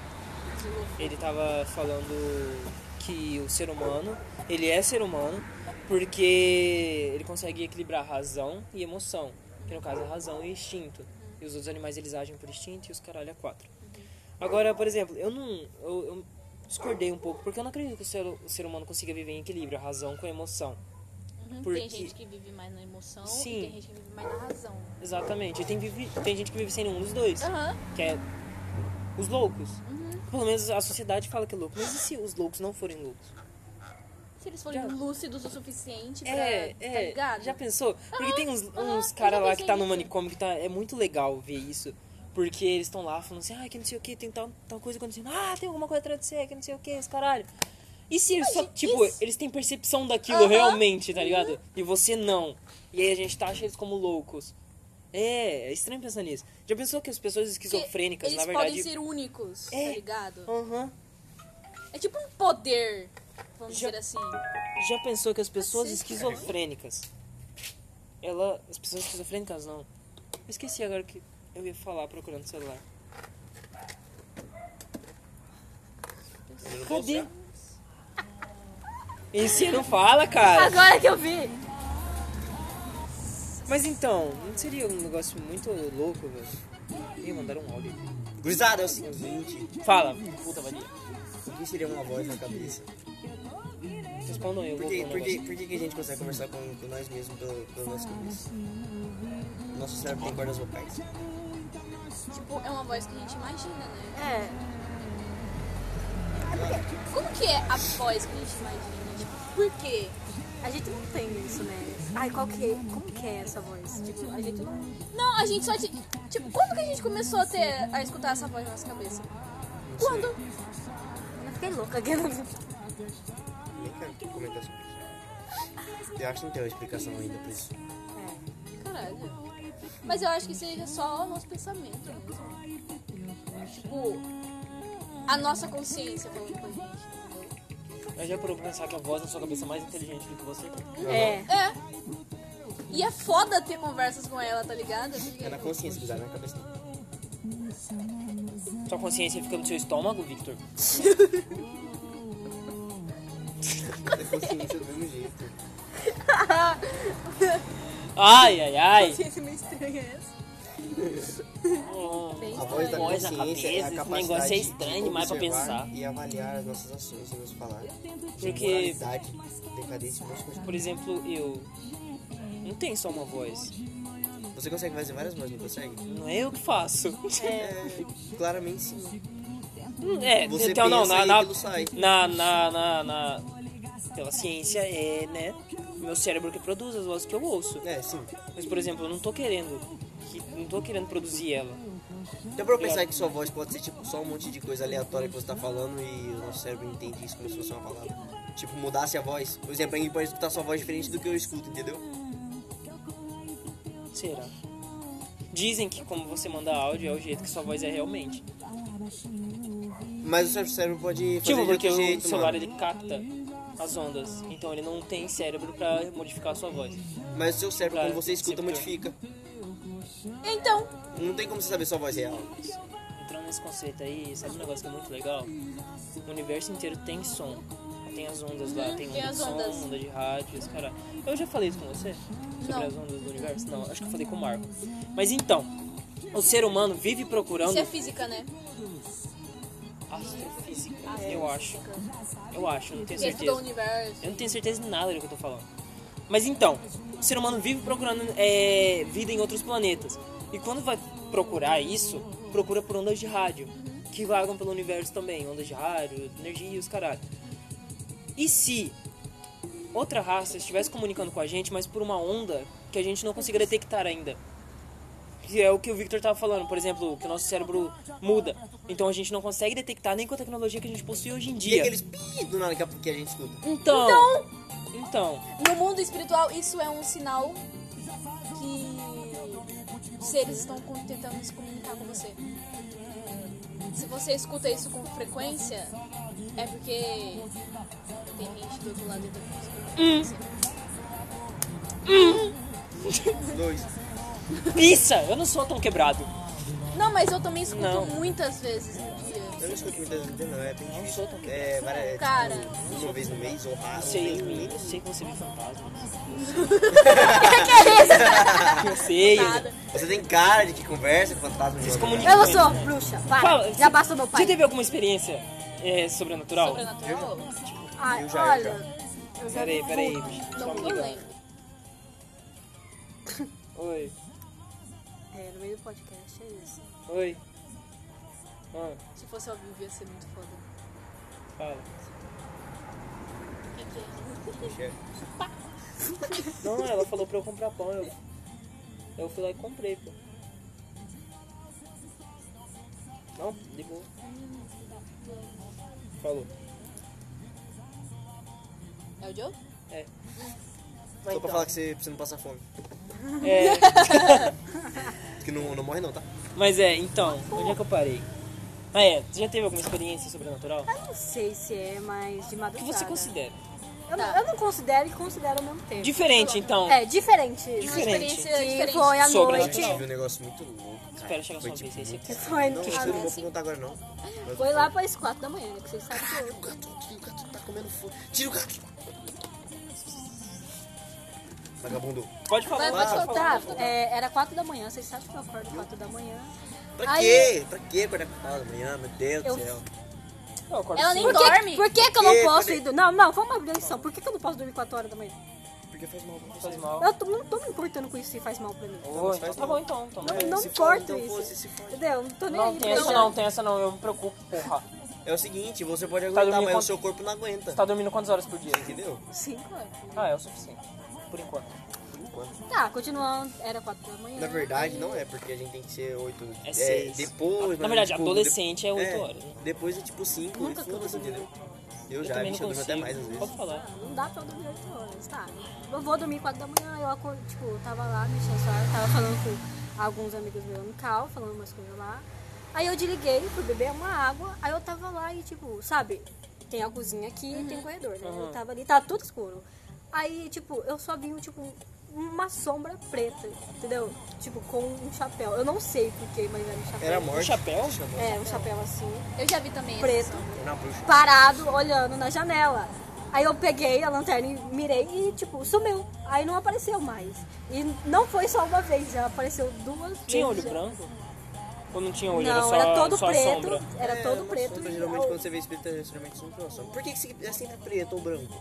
Speaker 3: ele tava falando que o ser humano, ele é ser humano porque ele consegue equilibrar razão e emoção. Que no caso é razão e instinto. E os outros animais eles agem por instinto e os caralho é quatro. Agora, por exemplo, eu não. Eu, eu discordei um pouco, porque eu não acredito que o ser, o ser humano consiga viver em equilíbrio, a razão com a emoção.
Speaker 4: Uhum.
Speaker 3: Porque-
Speaker 4: Tem gente que vive mais na emoção
Speaker 3: Sim.
Speaker 4: e tem gente que vive mais na razão.
Speaker 3: Exatamente. E tem, vive- tem gente que vive sem nenhum dos dois.
Speaker 4: Aham.
Speaker 3: Que é os loucos. Pelo menos a sociedade fala que é louco. Mas e se os loucos não forem loucos?
Speaker 4: Se eles forem
Speaker 3: Já-
Speaker 4: lúcidos o suficiente pra.
Speaker 3: é,
Speaker 4: tá
Speaker 3: é.
Speaker 4: ligado?
Speaker 3: já pensou? Porque tem uns,
Speaker 4: aham,
Speaker 3: uns
Speaker 4: eu
Speaker 3: caras
Speaker 4: já
Speaker 3: lá que
Speaker 4: pensei
Speaker 3: tá no
Speaker 4: nisso.
Speaker 3: manicômio que tá. É muito legal ver isso. Porque eles estão lá falando assim, ah, que não sei o que, tem tal, tal coisa acontecendo. Ah, tem alguma coisa atrás de você, que não sei o que, os caralho. E se eles só,
Speaker 4: Mas
Speaker 3: tipo,
Speaker 4: isso-
Speaker 3: eles têm percepção daquilo
Speaker 4: Aham. Uhum.
Speaker 3: realmente, tá ligado? E você não. E aí a gente taxa eles como loucos. É, é estranho pensar nisso. Já pensou que as pessoas
Speaker 4: Porque
Speaker 3: esquizofrênicas,
Speaker 4: eles
Speaker 3: na verdade.
Speaker 4: podem ser únicos,
Speaker 3: É.
Speaker 4: tá ligado?
Speaker 3: Aham.
Speaker 4: É tipo um poder, vamos
Speaker 3: Já-
Speaker 4: dizer assim.
Speaker 3: Já pensou que as pessoas
Speaker 2: Assim?
Speaker 4: Cacete,
Speaker 3: esquizofrênicas. Ela. As pessoas esquizofrênicas não. Eu esqueci agora o que eu ia falar procurando o celular. Cadê? E você não fala, cara.
Speaker 1: Agora que eu vi!
Speaker 3: Mas então, não seria um negócio muito louco, velho? Ih, mandaram um áudio aqui.
Speaker 2: Gurizada, é o seguinte.
Speaker 3: Fala, puta vadia.
Speaker 2: O que seria uma voz na cabeça?
Speaker 3: Respondam aí, eu
Speaker 2: Por
Speaker 3: vou
Speaker 2: que,
Speaker 3: ver um
Speaker 2: por que,
Speaker 3: negócio.
Speaker 2: por que que a gente consegue conversar com, com nós mesmos pelo, pelo nosso cabeça? O nosso cérebro tem cordas vocais.
Speaker 4: Tipo, é uma voz que a gente imagina, né?
Speaker 1: É,
Speaker 4: Como que é a voz que a gente imagina? Tipo, por quê?
Speaker 1: a gente não tem isso, né? Ai, qual que é? Como que é essa voz? Tipo, a gente não.
Speaker 4: Não, a gente só. ti- Tipo, quando que a gente começou a ter. a escutar essa voz na nossa cabeça? Quando?
Speaker 1: Eu fiquei louca aquela.
Speaker 5: Nem quero comentar sobre isso. Eu acho que não tem uma explicação ainda pra isso.
Speaker 4: Caralho. Mas eu acho que seja só o nosso pensamento mesmo. Tipo, a nossa consciência falando com a gente. entendeu?
Speaker 3: Eu já parou pra pensar que a voz na sua cabeça é mais inteligente do que você?
Speaker 1: É.
Speaker 4: É. E é foda ter conversas com ela, tá ligado?
Speaker 2: É na consciência, gurizada, na cabeça não.
Speaker 3: Sua consciência fica no seu estômago, Victor?
Speaker 2: É consciência do mesmo jeito.
Speaker 3: Ai, ai, ai.
Speaker 4: Consciência meio estranha é essa.
Speaker 2: A voz da
Speaker 3: Voz
Speaker 2: consciência
Speaker 3: na
Speaker 2: é
Speaker 3: cabeça,
Speaker 2: a
Speaker 3: esse
Speaker 2: capacidade
Speaker 3: negócio é
Speaker 2: de
Speaker 3: estranho demais pra
Speaker 2: observar
Speaker 3: pensar.
Speaker 2: E avaliar as nossas ações e nos falar.
Speaker 3: Porque-
Speaker 2: Moralidade, decadência, um monte de coisa.
Speaker 3: Por exemplo, eu. Não tem só uma voz.
Speaker 2: Você consegue fazer várias vozes, não consegue?
Speaker 3: Não é eu que faço.
Speaker 2: É, claramente sim.
Speaker 3: É,
Speaker 2: Você
Speaker 3: então não,
Speaker 2: pensa
Speaker 3: na
Speaker 2: e
Speaker 3: na,
Speaker 2: aquilo sai.
Speaker 3: na, na, na, na- Pela ciência é, né? Meu cérebro que produz as vozes que eu ouço.
Speaker 2: É, sim.
Speaker 3: Mas, por exemplo, eu não tô querendo. que- Não tô querendo produzir ela.
Speaker 2: Já pra eu pensar que sua voz pode ser tipo só um monte de coisa aleatória que você tá falando e o nosso cérebro entende isso como se fosse uma palavra. Tipo, mudasse a voz. Por exemplo, alguém pode escutar sua voz diferente do que eu escuto, entendeu?
Speaker 3: Será? Dizem que como você manda áudio é o jeito que sua voz é realmente.
Speaker 2: Mas o seu cérebro pode fazer
Speaker 3: Tipo,
Speaker 2: de
Speaker 3: porque
Speaker 2: outro
Speaker 3: o
Speaker 2: jeito,
Speaker 3: celular
Speaker 2: mano.
Speaker 3: ele capta as ondas, então ele não tem cérebro pra modificar a sua voz.
Speaker 2: Mas o seu cérebro,
Speaker 3: Pra
Speaker 2: quando você escuta,
Speaker 3: sempre-
Speaker 2: modifica.
Speaker 4: Então,
Speaker 2: Não tem como você saber sua voz real.
Speaker 3: Entrando nesse conceito aí, sabe um negócio que é muito legal? O universo inteiro tem som. Tem as ondas lá,
Speaker 4: tem
Speaker 3: tem, onda de
Speaker 4: as
Speaker 3: som,
Speaker 4: ondas.
Speaker 3: onda de rádio, os cara. Eu já falei isso com você? Sobre
Speaker 4: Não.
Speaker 3: as ondas do universo? Não, acho que eu falei com o Marco. Mas então, o ser humano vive procurando
Speaker 4: isso é física, né?
Speaker 3: astrofísica, eu acho. Eu acho, eu não tenho
Speaker 4: Porque estudou o
Speaker 3: certeza.
Speaker 4: universo.
Speaker 3: Eu não tenho certeza de nada do que eu tô falando. Mas então, o ser humano vive procurando é, vida em outros planetas. E quando vai procurar isso, procura por ondas de rádio, que vagam pelo universo também, ondas de rádio, energia e os caralho. E se outra raça estivesse comunicando com a gente, mas por uma onda que a gente não consiga detectar ainda? Que é o que o Victor tava falando, por exemplo, que o nosso cérebro muda. Então a gente não consegue detectar nem com a tecnologia que a gente possui hoje em
Speaker 2: E
Speaker 3: dia.
Speaker 2: aqueles pi do nada que a- que a gente escuta.
Speaker 3: Então. Então.
Speaker 4: No mundo espiritual, isso é um sinal que os seres estão com- tentando se comunicar com você. Se você escuta isso com frequência, é porque tem gente do outro lado tentando se
Speaker 1: Hum.
Speaker 4: comunicar com você.
Speaker 2: Dois.
Speaker 3: Pizza! Eu não sou tão quebrado.
Speaker 4: Não, mas eu também escuto
Speaker 3: Não.
Speaker 4: muitas vezes no dia.
Speaker 2: Eu não escuto muitas vezes, não. É bem difícil.
Speaker 3: sou tão
Speaker 2: É, várias,
Speaker 4: Cara.
Speaker 2: tipo, uma vez no mês ou raro.
Speaker 3: Sei,
Speaker 2: não tem-
Speaker 3: eu
Speaker 2: nem-
Speaker 3: sei que você viu fantasma.
Speaker 4: que é isso?
Speaker 3: Eu sei.
Speaker 4: Nada.
Speaker 2: Você tem cara de que conversa com fantasma. Vocês
Speaker 3: comunicam.
Speaker 1: Eu não sou bruxa, para.
Speaker 3: Fala,
Speaker 1: já
Speaker 3: você-
Speaker 1: basta meu pai.
Speaker 3: Você teve alguma experiência é, sobrenatural?
Speaker 4: Sobrenatural?
Speaker 1: Ai,
Speaker 2: Eu já, eu
Speaker 1: Ah, olha.
Speaker 2: já.
Speaker 1: eu já
Speaker 3: Peraí,
Speaker 1: vi
Speaker 3: peraí.
Speaker 1: vulto.
Speaker 3: bicho, só um
Speaker 4: Não,
Speaker 3: me
Speaker 4: não
Speaker 3: ligar.
Speaker 4: lembro.
Speaker 3: Oi,
Speaker 1: É, no meio do podcast é isso.
Speaker 3: oi. Ah,
Speaker 4: Se fosse ao vivo, ia ser muito foda.
Speaker 3: fala.
Speaker 4: O que, que é?
Speaker 2: Então,
Speaker 3: Não, ela falou pra eu comprar pão. Eu, eu fui lá e comprei, pô. Não, de boa. Falou.
Speaker 4: É o Joe?
Speaker 3: É.
Speaker 2: Só pra falar que você, pra você não passar fome.
Speaker 3: É.
Speaker 2: Que não, não morre não, tá?
Speaker 3: Mas é, então, onde é que eu parei? Ah, é, você já teve alguma experiência sobrenatural?
Speaker 1: Eu não sei se é, mas de
Speaker 3: O que
Speaker 1: madrugada.
Speaker 3: você considera?
Speaker 1: Eu, não- eu não considero e considero ao mesmo tempo.
Speaker 3: Diferente, então.
Speaker 1: É, diferente.
Speaker 4: Uma
Speaker 3: Diferente.
Speaker 4: experiência
Speaker 1: Que
Speaker 4: diferente.
Speaker 1: foi à
Speaker 2: Eu
Speaker 1: noite.
Speaker 3: Sobrenatural. Sim.
Speaker 2: tive um negócio muito louco, cara.
Speaker 3: Espera chegar a
Speaker 2: Foi
Speaker 3: sua vez, aí
Speaker 2: tipo,
Speaker 3: você tá-
Speaker 2: muito-
Speaker 1: Que foi,
Speaker 2: Não,
Speaker 1: à
Speaker 2: isso eu não vou
Speaker 1: noite.
Speaker 2: contar agora, não.
Speaker 1: foi lá para as quatro da manhã, né? Que vocês sabem que eu.
Speaker 2: O gato, o gato tá comendo fogo. Tira o gato. Vagabundo.
Speaker 3: Pode
Speaker 4: Vai,
Speaker 3: falar.
Speaker 4: pode
Speaker 3: pode
Speaker 1: Tá,
Speaker 3: falar.
Speaker 1: é, era quatro da manhã, vocês sabem que eu acordo quatro da manhã.
Speaker 2: Pra
Speaker 1: Aí-
Speaker 2: quê? Pra quê acordar com quatro da manhã? Meu Deus
Speaker 1: Eu-
Speaker 2: do céu.
Speaker 3: Não, eu acordo
Speaker 4: Ela
Speaker 3: cedo.
Speaker 4: nem
Speaker 1: Por que,
Speaker 4: dorme.
Speaker 1: por que, que eu não
Speaker 2: Por quê?
Speaker 1: posso
Speaker 2: Por-
Speaker 1: ir do... Não, não, vamos abrir a lição. Por que, que eu não posso dormir quatro horas da manhã?
Speaker 2: Porque faz mal pra
Speaker 3: Faz mal.
Speaker 1: Eu tô- não tô me importando com isso se faz mal pra mim.
Speaker 3: Ô, então
Speaker 2: faz
Speaker 3: tá
Speaker 2: mal.
Speaker 3: bom então. então
Speaker 1: Não,
Speaker 3: vai.
Speaker 1: não
Speaker 2: se
Speaker 1: importo
Speaker 2: for, então,
Speaker 1: isso.
Speaker 2: pô, se- se for.
Speaker 1: Entendeu? Não tô nem
Speaker 3: Não,
Speaker 1: aí.
Speaker 3: tem essa
Speaker 1: pra
Speaker 3: não, tem essa não. Eu me preocupo, porra. Você
Speaker 2: É o seguinte, você pode
Speaker 3: Tá
Speaker 2: aguentar,
Speaker 3: dormindo
Speaker 2: mas
Speaker 3: quanto-
Speaker 2: o seu corpo não aguenta.
Speaker 3: tá dormindo quantas horas por dia?
Speaker 2: Entendeu?
Speaker 1: Cinco horas.
Speaker 3: Ah, é o suficiente. Por enquanto.
Speaker 1: Tá, continuando. Era quatro da manhã.
Speaker 2: Na verdade, não é, porque a gente tem que ser 8.
Speaker 3: É seis.
Speaker 2: Depois, mas,
Speaker 3: Na verdade,
Speaker 2: tipo,
Speaker 3: adolescente é
Speaker 2: de-
Speaker 3: 8 horas. né?
Speaker 2: Depois é tipo 5.
Speaker 1: Nunca né? que eu tô
Speaker 2: entendeu? Eu
Speaker 3: Eu
Speaker 2: já,
Speaker 3: também
Speaker 2: bicho, eu
Speaker 3: não
Speaker 2: durmo
Speaker 3: consigo.
Speaker 2: até mais às
Speaker 3: Pode
Speaker 2: vezes.
Speaker 3: falar.
Speaker 1: Não dá pra eu dormir 8 horas, tá? Eu vou dormir 4 da manhã, eu acordo, tipo, eu tava lá mexendo só, eu tava falando com alguns amigos meus no cal, falando umas coisas lá. Aí eu desliguei, fui beber uma água, aí eu tava lá e, tipo, sabe, tem a cozinha aqui e tem o corredor, né? Eu tava ali, tava tudo escuro. Aí, tipo, eu só vi, um, tipo, uma sombra preta, entendeu? Tipo, com um chapéu. Eu não sei porquê, mas era um chapéu.
Speaker 2: Era
Speaker 3: O
Speaker 2: morte.
Speaker 3: chapéu?
Speaker 1: É, um chapéu assim,
Speaker 4: Eu já vi também essa
Speaker 1: preto
Speaker 4: ação.
Speaker 2: Era uma bruxa.
Speaker 1: parado olhando na janela. Aí eu peguei a lanterna e mirei e, tipo, sumiu. Aí não apareceu mais. E não foi só uma vez, já apareceu duas
Speaker 3: Tinha olho
Speaker 1: vezes.
Speaker 3: branco? Ou não tinha olho?
Speaker 1: Não,
Speaker 3: só,
Speaker 1: era todo
Speaker 3: só a
Speaker 1: preto.
Speaker 3: sombra.
Speaker 1: Era
Speaker 2: É,
Speaker 1: todo
Speaker 2: uma
Speaker 1: preto.
Speaker 2: sombra,
Speaker 1: e
Speaker 2: geralmente
Speaker 1: eu-
Speaker 2: quando você vê espírito, é geralmente sempre uma sombra. Por que, que se- é sempre preto ou branco?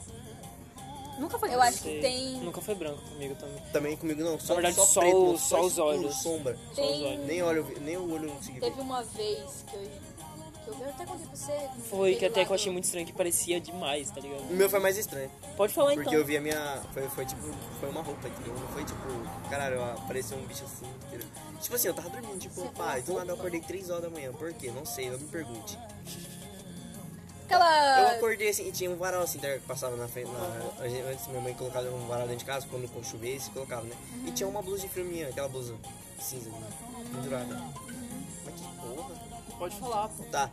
Speaker 1: Nunca foi
Speaker 4: Eu
Speaker 1: isso.
Speaker 4: acho que tem.
Speaker 3: Nunca foi branco comigo também.
Speaker 2: Também comigo não. Só,
Speaker 3: Na verdade, só
Speaker 2: preto,
Speaker 3: o-
Speaker 2: mano,
Speaker 3: só os
Speaker 2: escuro,
Speaker 3: olhos.
Speaker 2: sombra.
Speaker 3: Só os
Speaker 4: Tem-
Speaker 3: olhos.
Speaker 2: Nem, olho, eu vi- nem o olho eu não consegui ver.
Speaker 4: Teve uma vez que eu. que eu, eu até contei pra você.
Speaker 3: Foi, que
Speaker 4: aquele
Speaker 3: até
Speaker 4: lá
Speaker 3: que eu achei
Speaker 4: do-
Speaker 3: muito estranho, que parecia demais, tá ligado?
Speaker 2: O meu foi mais estranho.
Speaker 3: Pode falar
Speaker 2: Porque
Speaker 3: então.
Speaker 2: eu vi a minha. Foi, foi tipo. Foi uma roupa, entendeu? Não foi tipo. Caralho, apareceu um bicho assim, entendeu? Tipo assim, eu tava dormindo, tipo, pai, do nada eu acordei 3 horas da manhã. Por quê? Não sei, eu me pergunte. Eu
Speaker 4: Aquela.
Speaker 2: acordei assim, e tinha um varal assim, tá, que passava na frente. Na, a gente- antes minha mãe colocava um varal dentro de casa, quando quando chovesse, colocava, né? E tinha uma blusa de frio minha, aquela blusa cinza, né? Pendurada. Mas que porra.
Speaker 6: Pode falar, pô.
Speaker 5: Tá.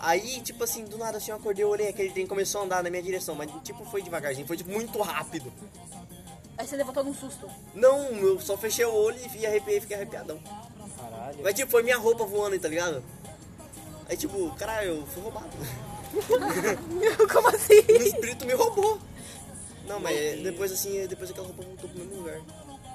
Speaker 5: Aí, tipo assim, do nada assim eu acordei, eu olhei, aquele trem começou a andar na minha direção, mas tipo foi devagarzinho, foi tipo muito rápido.
Speaker 1: Aí você levantou num susto.
Speaker 5: Não, eu só fechei o olho e vi arrepiei, fiquei arrepiadão.
Speaker 3: Caralho.
Speaker 5: Mas tipo, foi minha roupa voando, tá ligado? Aí tipo, caralho, eu fui roubado.
Speaker 1: Como assim?
Speaker 5: O espírito me roubou. Não, mas depois assim, depois aquela roupa voltou pro mesmo lugar.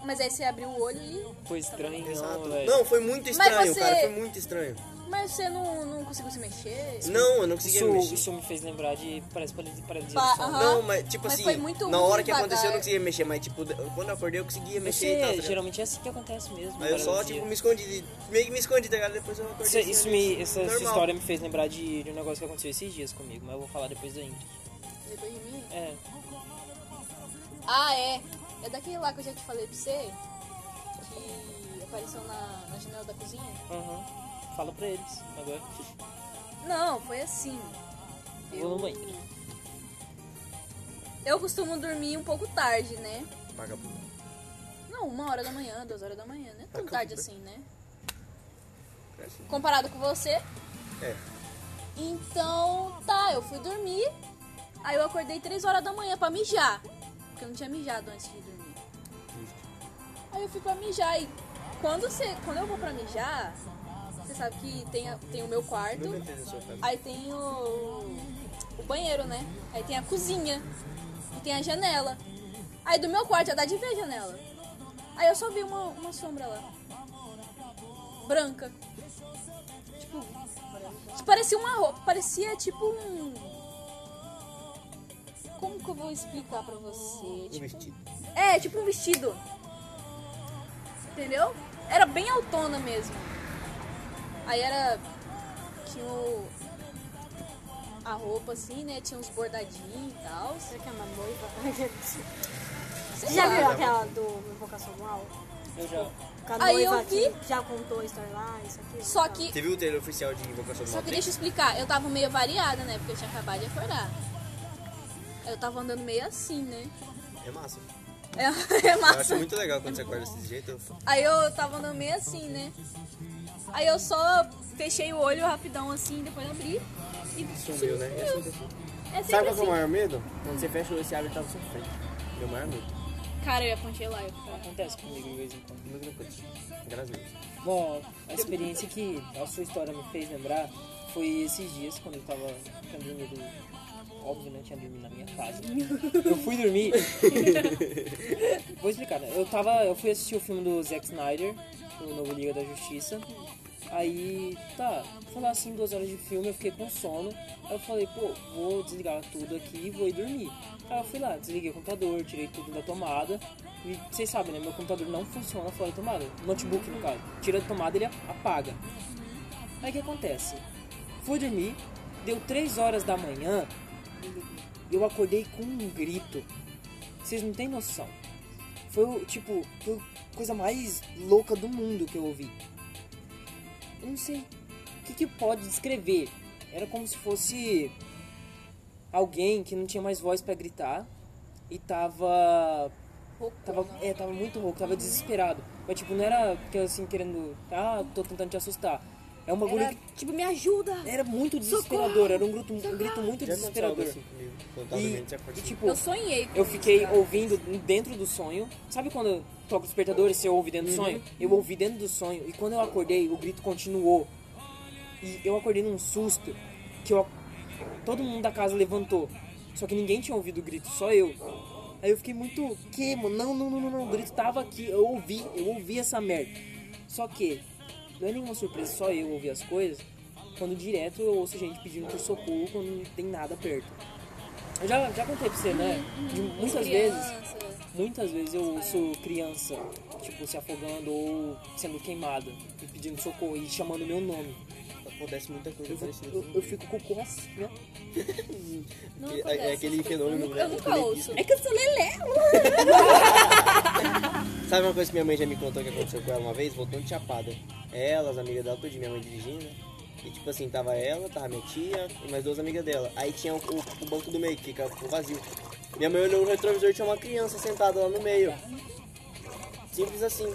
Speaker 4: Mas aí você abriu o olho e.
Speaker 3: Foi estranho,
Speaker 5: Exato.
Speaker 3: velho.
Speaker 5: Não, foi muito estranho,
Speaker 4: você-
Speaker 5: cara, foi muito estranho.
Speaker 4: Mas você não, não conseguiu se mexer?
Speaker 5: Não, eu não conseguia me
Speaker 3: Isso,
Speaker 5: mexer.
Speaker 3: isso me fez lembrar de. Parece paralisia do
Speaker 4: Pa-
Speaker 3: sono.
Speaker 4: aham.
Speaker 5: Não, mas tipo
Speaker 4: Mas
Speaker 5: assim,
Speaker 4: foi muito
Speaker 5: na hora que
Speaker 4: devagar.
Speaker 5: aconteceu eu não conseguia mexer, mas tipo, de- quando eu acordei eu conseguia
Speaker 3: Eu
Speaker 5: mexer
Speaker 3: sei,
Speaker 5: e tal. tá ligado?
Speaker 3: geralmente é assim que acontece mesmo.
Speaker 5: Aí eu só,
Speaker 3: paralisia.
Speaker 5: tipo, me escondi, meio que me escondi, tá ligado? Depois eu acordei.
Speaker 3: Isso,
Speaker 5: assim,
Speaker 3: isso
Speaker 5: olhei,
Speaker 3: me, essa, essa
Speaker 5: normal.
Speaker 3: história me fez lembrar de, de um negócio que aconteceu esses dias comigo, mas eu vou falar depois da Ingrid.
Speaker 4: Depois de mim?
Speaker 3: É,
Speaker 4: Ah, é. É daquele lá que eu já te falei pra você. Que apareceu na, na janela da cozinha.
Speaker 3: aham. Fala pra eles agora.
Speaker 4: Não, foi assim.
Speaker 3: Vou no banheiro.
Speaker 4: Eu costumo dormir um pouco tarde, né?
Speaker 5: Vagabundo.
Speaker 4: Não, uma hora da manhã, duas horas da manhã. Não é tão tarde assim, né?
Speaker 5: Parece.
Speaker 4: Comparado com você.
Speaker 5: assim, É.
Speaker 4: Então, tá, eu fui dormir. Aí eu acordei três horas da manhã pra mijar. Porque eu não tinha mijado antes de dormir. Aí eu fui pra mijar. E quando, você, quando eu vou pra mijar, você sabe que tem, a- tem o meu quarto.
Speaker 5: Nunca entrei na sua casa.
Speaker 4: Aí tem o, o banheiro, né? Aí tem a cozinha. E tem a janela. Aí do meu quarto já dá de ver a janela. Aí eu só vi uma, uma sombra lá. Branca. Tipo. Parecia uma roupa. Parecia tipo um. Como que eu vou explicar pra você?
Speaker 5: Um
Speaker 4: Tipo,
Speaker 5: vestido.
Speaker 4: é, tipo um vestido. Entendeu? Era bem autona mesmo. Aí era. Tinha o. A roupa assim, né? Tinha uns bordadinhos e tal.
Speaker 1: Será que é uma noiva? Você
Speaker 4: Sei
Speaker 1: já
Speaker 4: lá.
Speaker 1: viu aquela do Invocação do Mal?
Speaker 3: Eu já.
Speaker 1: Com a
Speaker 4: Aí eu
Speaker 1: noiva que
Speaker 4: vi.
Speaker 1: já contou a história lá, isso aqui.
Speaker 4: Só
Speaker 1: tal.
Speaker 4: que.
Speaker 5: Você viu o trailer oficial de Invocação do
Speaker 4: Só
Speaker 5: Mal
Speaker 4: que
Speaker 5: três?
Speaker 4: deixa eu explicar. Eu tava meio variada, né? Porque eu tinha acabado de acordar. Eu tava andando meio assim, né?
Speaker 5: É massa.
Speaker 4: É, é
Speaker 5: Eu
Speaker 4: massa.
Speaker 5: acho muito legal quando você acorda desse jeito. eu-
Speaker 4: Aí eu tava andando meio assim, né? Aí eu só fechei o olho rapidão assim, depois abri. E
Speaker 5: Sumiu, né? É Hum. assim que eu sou.
Speaker 4: É
Speaker 2: Sabe
Speaker 4: sempre
Speaker 2: qual que é o
Speaker 4: assim.
Speaker 2: maior medo? Quando você fecha o olho, você abre e tá na sua frente. Meu maior medo.
Speaker 4: Cara, eu ia pontear lá. eu ia ficar-
Speaker 3: Acontece comigo de vez em quando.
Speaker 2: Muito tranquilo. Graças a Deus.
Speaker 3: Bom, a experiência que a sua história me fez lembrar foi esses dias, quando eu tava tinha dormido. Óbvio, não tinha dormido na minha casa. Eu fui dormir. Vou explicar, né? Eu, tava, eu fui assistir o filme do Zack Snyder, o novo Liga da Justiça. Aí, tá, foi lá assim, duas horas de filme, eu fiquei com sono. Aí eu falei, pô, vou desligar tudo aqui e vou ir dormir. Aí eu fui lá, desliguei o computador, tirei tudo da tomada. E vocês sabem, né? Meu computador não funciona fora da tomada. Notebook, no caso. Tira da tomada, ele apaga. Aí o que acontece? Fui dormir, deu três horas da manhã, eu acordei com um grito. Vocês não têm noção. Foi o tipo, foi a coisa mais louca do mundo que eu ouvi. Eu não sei o que, que pode descrever. Era como se fosse alguém que não tinha mais voz pra gritar e tava Tava, é, tava muito rouco, tava desesperado. Mas, tipo, não era porque assim, querendo. Ah, tô tentando te assustar. É um bagulho
Speaker 1: Era, tipo, me ajuda!
Speaker 3: que. Era muito desesperador, era um grito, um grito muito
Speaker 5: Já aconteceu algo
Speaker 3: desesperador.
Speaker 5: assim comigo. Quando tava
Speaker 3: E,
Speaker 5: dormindo, você acorda
Speaker 3: e,
Speaker 5: assim.
Speaker 3: tipo,
Speaker 4: Eu sonhei. com
Speaker 3: eu
Speaker 4: isso,
Speaker 3: fiquei
Speaker 4: cara.
Speaker 3: ouvindo dentro do sonho. Sabe quando toca o despertador e você ouve dentro do sonho? Eu ouvi dentro do sonho e quando eu acordei, o grito continuou. E eu acordei num susto que eu, todo mundo da casa levantou. Só que ninguém tinha ouvido o grito, só eu. Aí eu fiquei muito. Que, mano? Não, não, não, não, não. O grito tava aqui. Eu ouvi, eu ouvi essa merda. Só que, não é nenhuma surpresa, só eu ouvi as coisas. Quando direto eu ouço gente pedindo por socorro quando não tem nada perto. Eu já, já contei pra você, né? De muitas vezes,
Speaker 4: Criança.
Speaker 3: muitas vezes eu ouço criança, tipo, se afogando ou sendo queimada e pedindo socorro e chamando meu nome.
Speaker 5: tipo,
Speaker 2: Acontece muita coisa
Speaker 3: Eu,
Speaker 2: parecida.
Speaker 3: fico- eu, eu fico com o cu assim, né?
Speaker 4: Não
Speaker 2: É-
Speaker 4: acontece.
Speaker 2: é aquele
Speaker 4: Eu
Speaker 2: fenômeno,
Speaker 4: nunca, eu
Speaker 2: né?
Speaker 4: nunca ouço.
Speaker 3: É que eu sou lelé!
Speaker 2: Sabe uma coisa que minha mãe já me contou que aconteceu com ela uma vez? Voltando de Chapada. É Ela, as amigas dela, tudo minha mãe dirigindo. né? E tipo assim, tava ela, tava minha tia e mais duas amigas dela. Aí tinha o, o banco do meio, que ficava com vazio. Minha mãe olhou no retrovisor e tinha uma criança sentada lá no meio. Simples assim.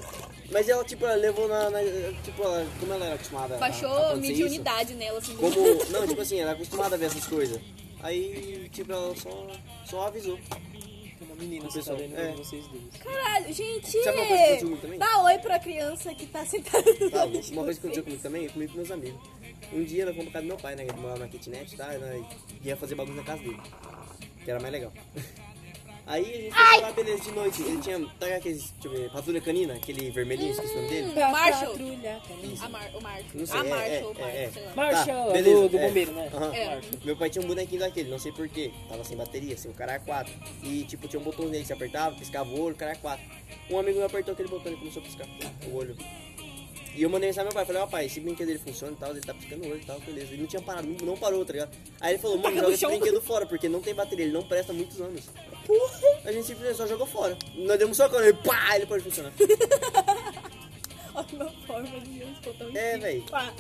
Speaker 2: Mas ela, tipo, ela levou na. na- tipo, ela, como ela era acostumada. a- a
Speaker 4: Baixou
Speaker 2: acontecer
Speaker 4: medir
Speaker 2: Ah, isso,
Speaker 4: unidade nela, assim. do-
Speaker 2: Como. Não, tipo assim, ela é acostumada a ver essas coisas. Aí, tipo, ela só, só avisou.
Speaker 3: Tem uma menina
Speaker 2: Pessoal,
Speaker 3: separando
Speaker 2: é.
Speaker 3: de vocês dois.
Speaker 4: Caralho, gente!
Speaker 2: Sabe uma coisa que aconteceu comigo também?
Speaker 4: Dá oi pra criança que tá sentada do
Speaker 2: Tá,
Speaker 4: lado
Speaker 2: uma
Speaker 4: de
Speaker 2: coisa que
Speaker 4: você.
Speaker 2: aconteceu comigo também, eu comi com meus amigos. Um dia nós fomos pra casa do meu pai, né? Ele morava na kitnet, tá? E nós ia fazer bagunça na casa dele. Que era mais legal. Aí a gente foi lá, beleza, de noite. Ele tinha, tá ligado aqueles, deixa eu ver, patrulha canina, aquele vermelhinho, esqueci o nome dele.
Speaker 4: Marshall.
Speaker 6: Patrulha, cara.
Speaker 4: A Mar o Marco.
Speaker 2: Não sei,
Speaker 4: a
Speaker 2: é,
Speaker 4: Marshall,
Speaker 2: é,
Speaker 4: o Marco,
Speaker 2: é, é.
Speaker 4: sei lá.
Speaker 3: Marshall,
Speaker 2: Tá,
Speaker 3: do,
Speaker 2: beleza,
Speaker 3: do
Speaker 2: é.
Speaker 3: bombeiro, né?
Speaker 2: Aham.
Speaker 4: É.
Speaker 3: Marshall.
Speaker 2: Meu pai tinha um bonequinho daquele, não sei porquê. Tava sem bateria, sem o cara 4. E tipo, tinha um botão nele, você apertava, piscava o olho, o cara 4. Um amigo meu apertou aquele botão e começou a piscar o olho. E eu mandei mensagem pro meu pai, falei, ó pai, esse brinquedo ele funciona e tal, ele tá piscando o olho e tal, beleza. Ele não tinha parado, não, não parou, tá ligado? Aí ele falou, mano, joga esse brinquedo fora, porque não tem bateria, ele não presta há muitos anos. A gente simplesmente só jogou fora. Nós demos só quando ele pá, ele pode funcionar.
Speaker 4: Olha uma forma de um botão de
Speaker 2: É, véi.
Speaker 4: pá.